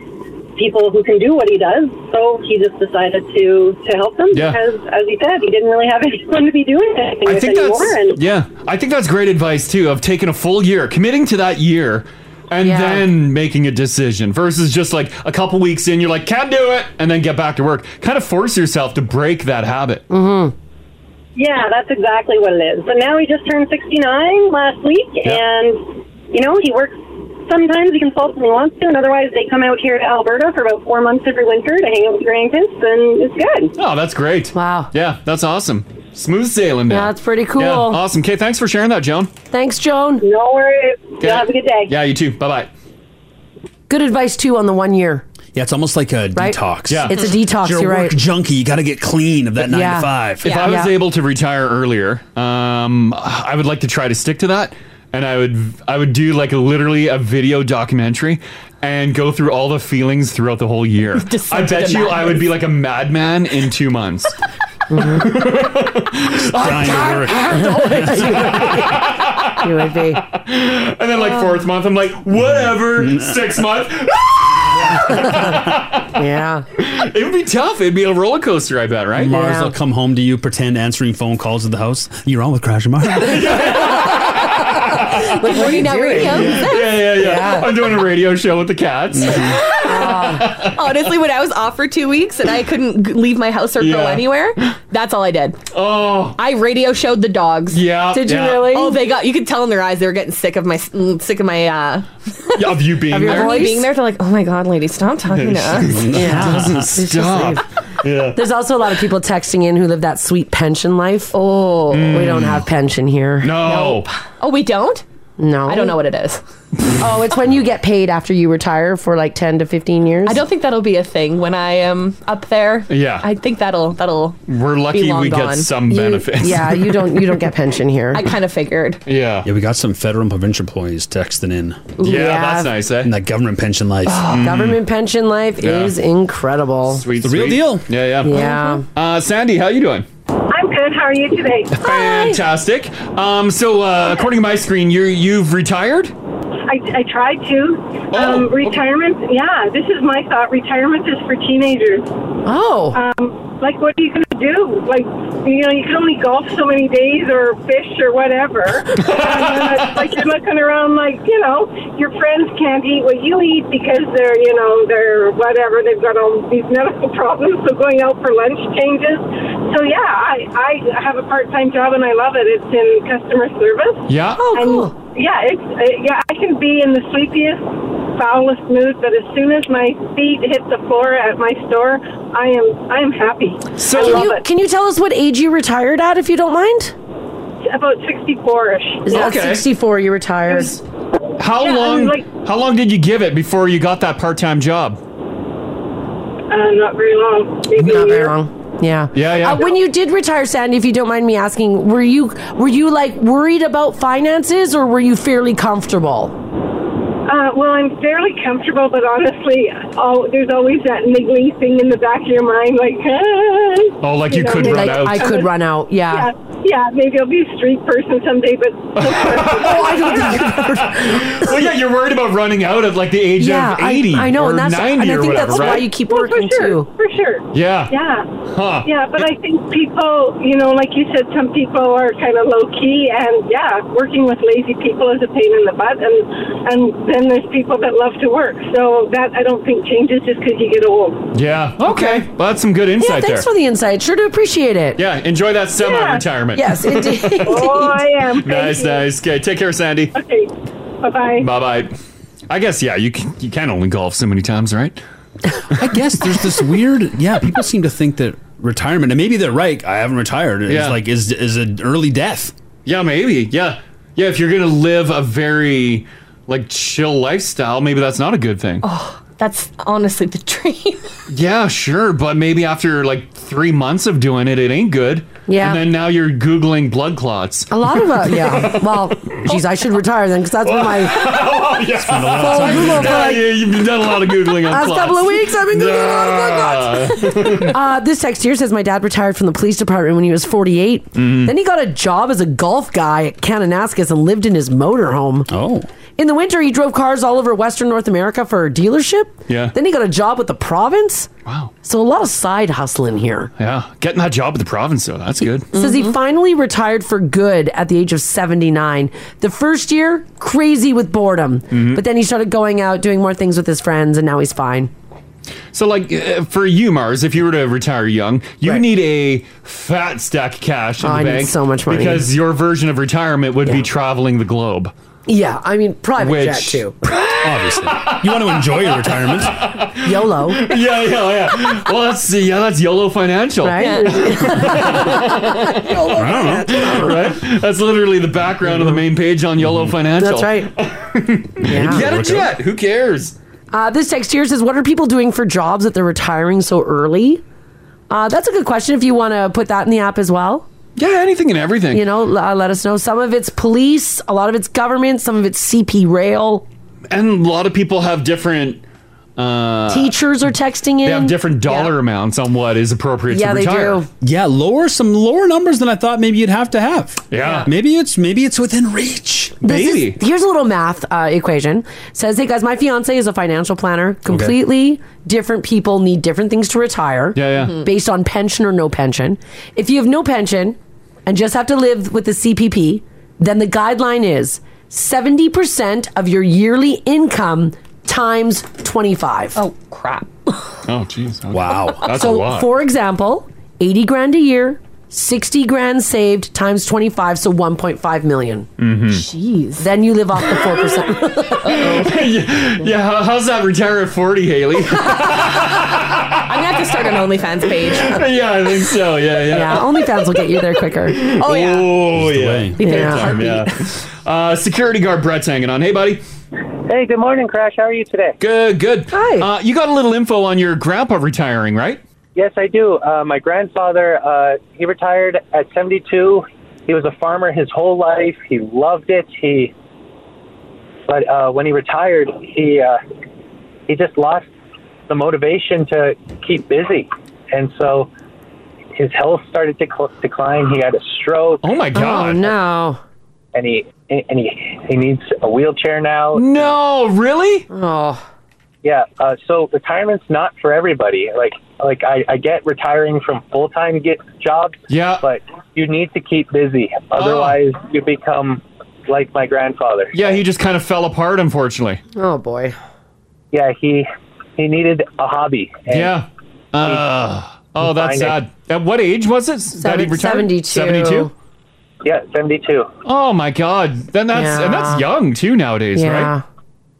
S21: people who can do what he does. So he just decided to to help them
S2: Yeah.
S21: because, as he said, he didn't really have [LAUGHS] anyone to be doing anything
S2: I
S21: with
S2: think
S21: anymore. and
S2: that's yeah. I think that's great advice too. Of taking a full year, committing to that year, and
S21: Yeah.
S2: then making a decision versus just like a couple weeks in, you're like can't do it, and then get back to work. Kind of force yourself to break that habit. Mm-hmm.
S21: Yeah, that's exactly what it is. But now he just turned 69 last week, and, you know, he works. Sometimes he consults when he wants to, and otherwise they come out here to Alberta for about four months every winter to hang out with the grandkids, and it's good.
S2: Oh, that's great.
S3: Wow.
S2: Yeah, that's awesome. Smooth sailing.
S3: Yeah,
S2: now.
S3: it's pretty cool.
S2: Yeah, awesome. Okay, thanks for sharing that, Joan.
S3: Thanks, Joan.
S23: No worries.
S2: Okay. have a
S23: good day.
S2: Yeah, you too. Bye bye.
S3: Good advice too on the one year.
S4: Yeah, it's almost like a
S3: Right?
S4: detox.
S3: Yeah. It's a detox,
S4: You're a
S3: you're
S4: work
S3: right.
S4: junkie. You got to get clean of that nine to five.
S2: If I was able to retire earlier, um, I would like to try to stick to that, and I would I would do like literally a video documentary and go through all the feelings throughout the whole
S3: [LAUGHS]
S2: year. I
S4: Descent
S2: bet
S4: into
S2: you I would be like a madman in two
S3: [LAUGHS]
S2: months.
S3: you would be. Uh,
S2: And then like fourth month, I'm like whatever. Six month.
S3: yeah.
S2: It would be tough. [LAUGHS] It'd be a roller coaster, I bet, right?
S4: Mars will come home to you, pretend answering phone calls at the house. You're on with Crash and Mars.
S5: Like
S2: [LAUGHS]
S5: working at radio.
S2: Yeah, yeah, yeah, I'm doing a radio show with the cats.
S5: Honestly, when I was off for two weeks and I couldn't g- leave my house or go
S2: Yeah.
S5: anywhere, that's all I did.
S2: Oh,
S5: I radio showed the dogs.
S2: Yeah, Did you yeah. really?
S5: Oh, they got. You could tell in their eyes they were getting sick of my s- mm, sick of my uh,
S2: Yeah, of you being
S5: of
S2: there.
S5: me
S2: [LAUGHS]
S5: being there. They're like, oh my god, lady, stop talking to us.
S2: doesn't
S3: It's just
S2: stop. Yeah.
S3: There's also a lot of people texting in who live that sweet pension life. Mm.
S5: Oh,
S3: we don't have pension here.
S2: No.
S5: Oh, we don't.
S3: No.
S5: I don't know what it is.
S3: oh, it's when you get paid after you retire for like 10 to 15 years.
S5: I don't think that'll be a thing when I am up there.
S3: Yeah.
S5: I think that'll that'll.
S2: We're
S5: lucky long we get gone. some benefits.
S3: yeah, you don't you don't
S2: [LAUGHS]
S3: get pension here.
S5: I kind of figured.
S2: Yeah.
S4: Yeah, we got some federal and provincial employees texting in.
S3: Yeah, Yeah. that's
S2: nice, eh? Mm.
S4: And that government pension life.
S3: Oh, Government pension life
S4: Yeah.
S3: is incredible.
S2: Mm-hmm. Sweet,
S4: The real
S2: sweet.
S4: deal.
S2: Yeah, yeah,
S3: Yeah.
S2: Uh, Sandy, how you doing?
S23: I'm good. How are you today?
S2: Fantastic. Um, so, uh, according to my screen, you you've retired.
S23: I, I tried to. Um, retirement, yeah, this is my thought. Retirement is for teenagers.
S3: Oh.
S23: Um, like, what are you going to do? Like, you know, you can only golf so many days or fish or whatever. and then it's like, you're looking around like, you know, your friends can't eat what you eat because they're, you know, they're whatever. They've got all these medical [LAUGHS] problems. So going out for lunch changes. So, yeah, I, I have a part-time job and I love it. It's in customer service.
S2: Yeah.
S23: Oh, cool. yeah, it's uh, yeah. I can be in the sleepiest, foulest mood, but as soon as my feet hit the floor at my store, I am I am happy. I
S3: can
S23: love
S3: you
S23: it.
S3: can you tell us what age you retired at if you don't mind?
S23: About sixty four ish.
S3: Is that
S2: Okay.
S3: 64 you retired?
S2: How
S23: Yeah, I'm
S2: long?
S23: like-
S2: how long did you give it before you got that part-time job?
S23: Uh, not very long. Maybe
S3: Not very long. Yeah.
S2: Yeah, yeah.
S3: [LAUGHS] Uh, when you did retire, Sandy, if you don't mind me asking, were you were you like worried about finances, or were you fairly comfortable?
S23: Uh, well, I'm fairly comfortable, but honestly, oh, there's always that niggling thing in the back of your mind, like, ah,
S2: Oh, like you could run Like, out. I could
S3: run out. Yeah.
S23: yeah, yeah. Maybe I'll be a street person someday, but [LAUGHS] oh,
S3: [LAUGHS] I don't think
S2: well, yeah, you're worried about running out at like the age
S3: yeah,
S2: of eighty.
S3: I, I know,
S2: or
S3: and that's
S2: 90
S3: and I
S2: or
S3: think
S2: whatever,
S3: that's why
S2: right?
S3: you keep working too.
S23: for sure.
S2: Yeah.
S23: Yeah.
S2: Huh.
S23: Yeah, but I think people, you know, like you said, some people are kind of low key, and yeah, working with lazy people is a pain in the butt, and and then there's people that love to work, so that I don't think changes just because you get old.
S2: Yeah. Okay. Well, that's some good insight
S3: yeah, thanks
S2: there.
S3: for the insight. Sure do appreciate it.
S2: yeah. Enjoy that semi-retirement. [LAUGHS]
S3: Yes, indeed.
S23: oh, I am.
S2: nice, nice. Okay. Take care, Sandy.
S23: Okay. Bye bye.
S2: Bye bye. I guess yeah. You can you can only golf so many times, right?
S4: [LAUGHS] I guess there's this weird. Yeah, people seem to think that retirement, and maybe they're right. I haven't retired. It's
S2: Yeah.
S4: like is is an early death.
S2: Yeah, maybe. Yeah, yeah. If you're gonna live a very like chill lifestyle, maybe that's not a good thing.
S5: Oh, [GASPS] that's honestly the dream. [LAUGHS]
S2: Yeah, sure, but maybe after like three months of doing it, it ain't good.
S3: Yeah.
S2: And then now you're googling blood clots.
S3: A lot of
S2: [LAUGHS]
S3: us, yeah. Well, geez, I should retire then because that's what my
S2: Oh, [LAUGHS] yeah.
S3: Full Google for like-
S2: yeah, you've done a lot of googling on
S3: Last
S2: clots.
S3: couple of weeks, I've been googling a lot
S2: of blood clots.
S3: [LAUGHS] uh, this text here says my dad retired from the police department when he was 48.
S2: Mm-hmm.
S3: Then he got a job as a golf guy at Kananaskis and lived in his motorhome.
S4: Oh.
S3: In the winter, he drove cars all over Western North America for a dealership.
S2: Yeah.
S3: Then he got a job with the province.
S2: Wow.
S3: So a lot of side hustling here.
S2: [LAUGHS] yeah, getting that job at the province though, that's good.
S3: Says he finally retired for good at the age of 79. The first year, crazy with boredom.
S2: Mm-hmm.
S3: But then he started going out, doing more things with his friends, and now he's fine.
S2: So, like uh, for you, Mars, if you were to retire young, you need a fat stack of cash in
S3: Oh,
S2: the
S3: I need
S2: bank.
S3: so much money.
S2: because your version of retirement would be traveling the globe.
S3: Yeah, I mean private
S4: Which,
S3: jet
S2: [LAUGHS]
S3: too.
S4: obviously, you want to enjoy your retirement.
S2: [LAUGHS]
S3: YOLO.
S2: yeah, yeah, yeah. Well, that's yeah, that's YOLO Financial,
S3: Right?
S2: Oh.
S13: [LAUGHS]
S2: I don't know, [LAUGHS] right? Mm-hmm. That's literally the background of the main page on YOLO Financial. [LAUGHS]
S3: That's right.
S2: Get a
S3: Workout.
S2: jet. Who cares?
S3: Uh, this text here says, "What are people doing for jobs that they're retiring so early?" Uh, that's a good question. If you want to put that in the app as well.
S2: Yeah, anything and everything.
S3: You know, l- uh, let us know. Some of it's police, a lot of it's government, some of it's CP Rail.
S2: And a lot of people have different uh,
S3: Teachers are texting in.
S2: They have different dollar amounts on what is appropriate
S3: Yeah,
S2: to
S3: they
S2: retire.
S3: do.
S4: Yeah, lower some lower numbers than I thought maybe you'd have to have.
S2: Yeah.
S4: Maybe it's maybe it's within reach.
S3: This is- here's a little math uh, equation. Says, hey guys, my fiance is a financial planner. Completely different people need different things to retire.
S2: Yeah, yeah. Mhm.
S3: Based on pension or no pension. If you have no pension and just have to live with the CPP, then the guideline is 70% of your yearly income times 25. Oh, crap.
S2: Oh, jeez. Wow. That's a
S3: so,
S2: lot.
S3: for example, 80 grand a year, 60 grand saved times 25, so 1.5 million.
S2: Mm-hmm.
S3: Jeez. Then you live off the 4%.
S2: [LAUGHS] yeah, yeah, how- how's that retire at 40,
S3: [LAUGHS]
S2: Haley? [LAUGHS]
S5: I'm gonna have to start an OnlyFans page.
S2: [LAUGHS] yeah, I think so. Yeah, yeah.
S3: yeah, OnlyFans will get you there quicker.
S5: Oh, yeah.
S2: Oh yeah.
S3: Big
S2: Yeah.
S3: time,
S2: yeah. Uh, security guard Brett's hanging on. Hey, buddy.
S6: Hey, good morning, Crash. How are you today?
S2: Good, good. Hi. Uh, you got a little info on your grandpa retiring, right?
S6: Yes, I do. Uh, my grandfather, uh, he retired at 72. He was a farmer his whole life. He loved it. He, but uh, when he retired, he uh, he just lost the motivation to keep busy, and so his health started to cl- decline. He had a stroke.
S2: Oh my
S6: god!
S3: Oh no!
S6: And he and he he needs a wheelchair now.
S2: No, really?
S3: Oh.
S6: Yeah. Uh, so retirement's not for everybody. Like, like I, I get retiring from full time get jobs.
S2: Yeah. Oh.
S6: But you need to keep busy, otherwise you become like my grandfather.
S2: Yeah, he just kind of fell apart, unfortunately.
S3: Oh boy.
S6: Yeah. He he needed a hobby. and
S2: Yeah. Uh, oh,
S6: find
S2: that's sad. At what age was it that he
S6: Seven- 72.
S2: retired? 72?
S6: Yeah, 72.
S2: Oh my God! Then that's and that's
S6: Yeah.
S2: young too nowadays, right?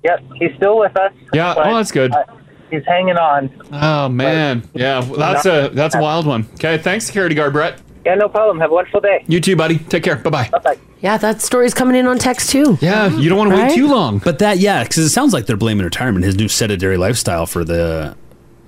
S6: Yep. He's still with us.
S2: Yeah.
S6: but,
S2: oh, that's good.
S6: uh, he's hanging on.
S2: Oh man, yeah, well, that's a that's a wild one. Okay, thanks, security guard Brett.
S6: Yeah, no problem. Have a wonderful day.
S2: You too, buddy. Take care. Bye bye.
S3: Yeah, that story's coming in on text too.
S2: Yeah, you don't want long.
S4: But that, yeah, because it sounds like they're blaming retirement, his new sedentary lifestyle for the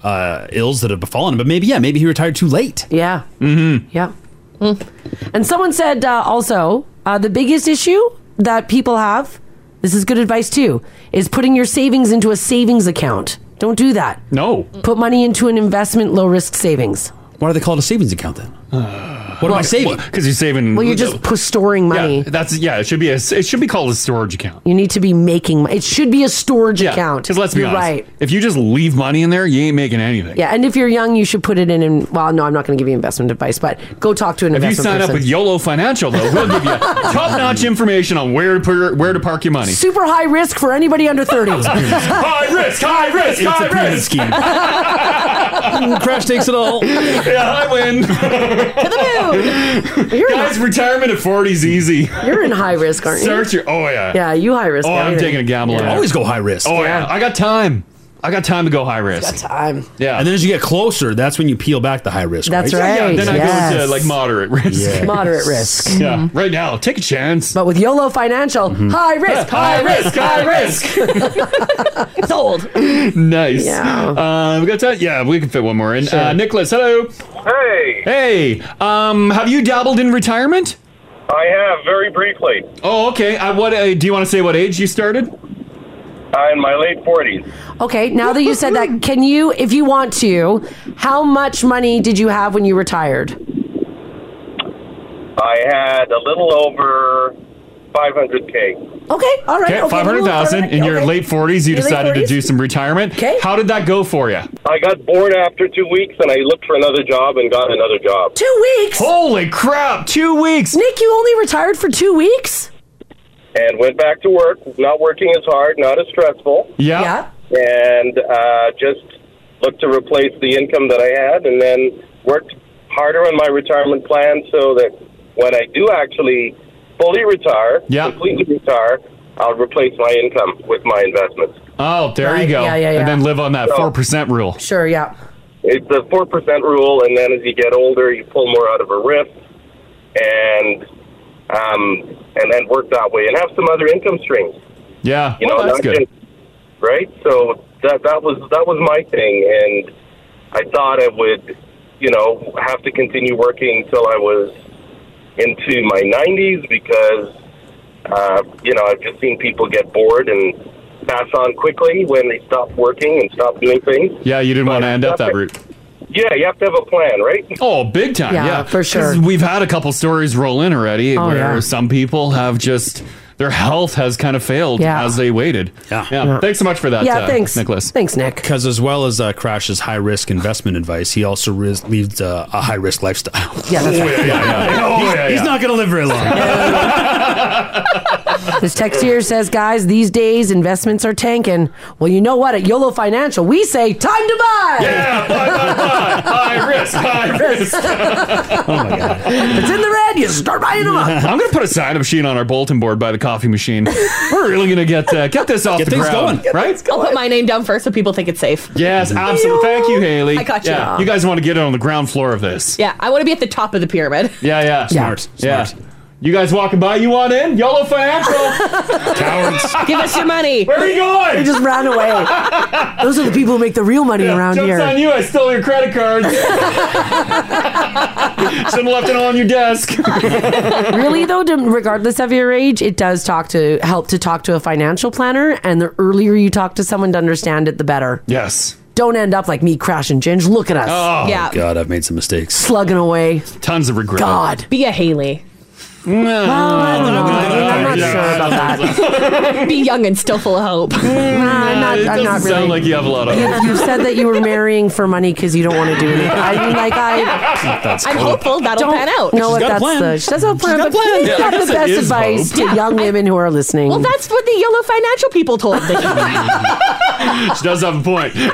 S4: uh, ills that have befallen him. But maybe, yeah, maybe he retired too late.
S3: Yeah.
S4: Mm-hmm.
S3: Yeah. Mm. And someone said uh, also uh, the biggest issue that people have, this is good advice too, is putting your savings into a savings account. Don't do that.
S2: No.
S3: Put money into an investment, low risk savings.
S4: Why are they called a savings account then? what
S2: [SIGHS]
S4: am I saving?
S2: Because you're saving.
S3: Well, you're just p- storing money.
S2: Yeah, that's yeah. It should be a it should be called a storage account.
S3: You need to be making. mo- It should be a storage
S2: Yeah,
S3: account.
S2: Because let's be
S3: You're
S2: honest,
S3: right.
S2: if you just leave money in there, you ain't making anything.
S3: Yeah, and if you're young, you should put it in. And well, no, I'm not going to give you investment advice, but go talk to an
S2: If you
S3: investment
S2: sign
S3: person.
S2: up with YOLO Financial, though, we'll
S3: [LAUGHS]
S2: give you top notch information on where to put your, where to park your money.
S3: Super high risk for anybody under 30.
S2: [LAUGHS] high risk, high risk, high risk. [LAUGHS]
S4: Crash takes it all.
S2: yeah, I win. [LAUGHS] Guys, retirement at 40 is easy.
S3: You're in high risk, aren't you?
S2: Start your. Oh, yeah.
S3: Yeah, you high risk.
S2: Oh, I'm
S3: everything.
S2: taking a gamble. on
S3: Yeah.
S2: that. Oh, yeah. I got time. I got time to go high risk.
S3: got time.
S2: Yeah.
S4: And then as you get closer, that's when you peel back the high risk.
S3: That's
S4: right.
S3: right.
S2: then I go
S3: yes.
S2: to like moderate risk.
S4: Yeah.
S3: [LAUGHS] Moderate risk.
S2: Yeah. Right now, take a chance. Mm-hmm.
S3: But with YOLO Financial, high risk, high risk, high risk. Sold.
S2: [LAUGHS] nice.
S3: Yeah.
S2: Uh, we got time. Yeah, we can fit one more in. Uh, Nicholas, hello.
S22: Hey.
S2: Hey. Um, have you dabbled in retirement?
S22: I have very briefly.
S2: Oh, okay. Uh, what? Uh, do you want to say what age you started?
S22: I'm Uh, in my late forties.
S3: Okay, now that you said that, can you, if you want to, how much money did you have when you retired?
S22: I had a little over 500k.
S3: Okay, all right.
S2: Okay, five hundred thousand in your late forties. You
S22: Your late
S2: decided to
S22: 40s?
S2: do some retirement. Okay. How did that go for you?
S22: I got bored after two weeks, and I looked for another job and got another job.
S3: Two weeks.
S2: Holy crap! Two weeks.
S3: Nick, you only retired for two weeks.
S22: And went back to work, not working as hard, not as stressful.
S2: Yeah.
S22: And uh, just looked to replace the income that I had, and then worked harder on my retirement plan so that when I do actually fully retire, completely retire, I'll replace my income with my investments.
S2: Oh, there
S22: Right,
S2: you go.
S22: yeah, yeah, yeah.
S2: And then live on that
S22: So-
S2: four percent rule.
S3: Sure, yeah.
S22: It's the four percent rule, and then as you get older, you pull more out of a riff, and um, and then work that way, and have some other income streams.
S2: Yeah,
S22: You
S2: well,
S22: know,
S2: Oh, that's
S22: not
S2: good.
S22: just- right? So that that was that was my thing, and I thought I would, you know, have to continue working till I was into my 90s because, uh, you know, I've just seen people get bored and pass on quickly when they stop working and stop doing things.
S2: Yeah, you didn't want to end up that route.
S22: Yeah, you have to have a plan, right?
S2: Oh, big time. Yeah,
S22: Yeah, for
S2: 'Cause
S22: sure.
S2: We've had a couple stories roll in already
S22: Oh,
S2: where
S22: yeah.
S2: some people have just their health has kind of failed
S3: Yeah.
S2: as they waited. Yeah. Thanks so much for that.
S3: yeah,
S2: uh,
S3: thanks,
S2: Nicholas.
S3: Thanks, Nick.
S4: Because as well as uh, Crash's high risk investment advice, he also ris- leads uh, a high risk lifestyle.
S3: Yeah, that's
S4: Oh,
S3: right.
S4: yeah, yeah, [LAUGHS] yeah.
S3: Oh,
S4: he's,
S3: yeah,
S4: he's
S3: yeah.
S4: not going to live very long.
S3: This text here says, guys, these days investments are tanking. Well, you know what? At YOLO Financial, we say time to buy.
S2: Yeah, buy, buy, buy. High risk,
S3: [LAUGHS]
S2: high risk. oh my god.
S3: If it's in the red, you start buying them up.
S2: I'm gonna put a sign-up machine on our bulletin board by the coffee machine. We're really gonna get uh, get this off
S5: Get
S2: the
S5: things
S2: ground,
S5: going.
S2: right?
S5: I'll put my name down first so people think it's safe.
S2: Yes, absolutely. Thank you, Haley.
S5: I got you.
S2: Yeah, you guys want to get it on the ground floor of this?
S5: Yeah, I want to be at the top of the
S2: [LAUGHS]
S5: pyramid.
S2: Yeah, yeah.
S5: Smart,
S2: Yeah. You guys walking by? You want in? YOLO Financial.
S5: Give us your money.
S2: Where are you going?
S3: They just
S2: [LAUGHS]
S3: ran away. Those are the people who make the real money around
S2: Jokes
S3: here.
S2: on you. I stole your credit
S3: [LAUGHS]
S2: cards. Shouldn't have left it on your desk.
S3: really though, to- regardless of your age, it does talk to help to talk to a financial planner, and the earlier you talk to someone to understand it, the better.
S2: Yes.
S3: Don't end up like me, Crash and Ginge. Look at us.
S4: Oh, God, I've made some mistakes.
S3: Slugging away.
S2: Tons of regret.
S3: God.
S5: Be a Haley.
S3: I don't know. I'm not
S2: Oh, Yeah,
S3: sure
S2: I
S3: about
S2: don't
S3: that.
S2: think
S5: Be young and still full of hope.
S3: I'm Uh, not,
S2: Mm, it
S3: I'm
S2: doesn't
S3: not really.
S2: sound like you have a lot of hope.
S3: You, you said that you were marrying for money because you don't want to do anything. I mean, like I.
S2: [LAUGHS] That's
S5: I'm
S2: cool.
S5: hopeful that'll
S3: don't
S5: pan out.
S3: Know if that's the she does have a plan,
S5: She's got a
S3: but
S5: plan.
S3: you
S5: Yeah, I
S3: have
S5: guess
S3: the
S5: it
S3: best
S5: is
S3: advice
S5: hope.
S3: to
S5: Yeah.
S3: young women who are listening.
S5: Well,
S2: [LAUGHS]
S5: that's what the yellow financial people told me.
S2: [LAUGHS] She does have a point.
S3: Here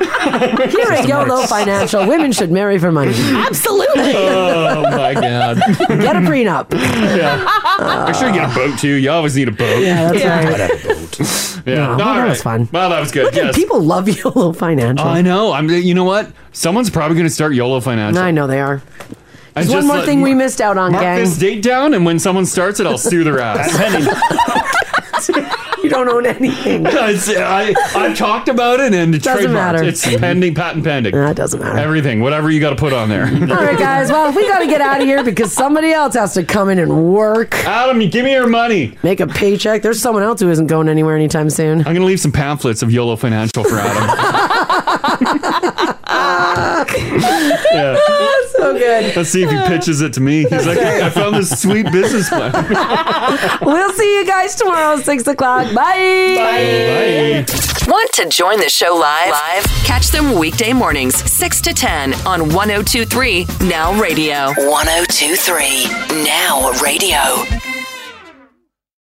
S3: at YOLO Financial, women should marry for money.
S5: Absolutely.
S2: [LAUGHS] Oh my god.
S3: Get a prenup.
S2: I should get a boat too. You always need a boat.
S3: Yeah, that's Yeah. right.
S2: a boat. Yeah.
S3: well, that was
S2: fun. Well, that was good.
S3: Look at-
S2: Yes.
S3: People love YOLO Financial.
S2: I know. I'm. You know what? Someone's probably going to start YOLO Financial.
S3: I know they are.
S2: I
S3: There's one
S2: just
S3: more
S2: let-
S3: thing we missed out on,
S2: Mark
S3: gang.
S2: this date down, and when someone starts it, I'll sue their [LAUGHS] ass.
S3: [LAUGHS] you don't own anything.
S2: It's- [LAUGHS] I, I've talked about it and it's
S3: Doesn't
S2: trademarked.
S3: matter.
S2: It's pending, patent pending.
S3: That doesn't matter.
S2: Everything, whatever you got to put on there.
S3: [LAUGHS] All right, guys. Well, we got to get out of here because somebody else has to come in and work.
S2: Adam, you give me your money.
S3: Make a paycheck. There's someone else who isn't going anywhere anytime soon.
S2: I'm going to leave some pamphlets of YOLO Financial for
S3: [LAUGHS]
S2: Adam. Yeah.
S3: so good.
S2: Let's see if he pitches it to me. He's like, "Hey, I found this sweet business plan.
S3: we'll see you guys tomorrow, six o'clock. Bye.
S2: Bye.
S1: Want to join the show live? Live? Catch them weekday mornings, 6 to 10 on 1023 Now Radio. 1023 Now Radio.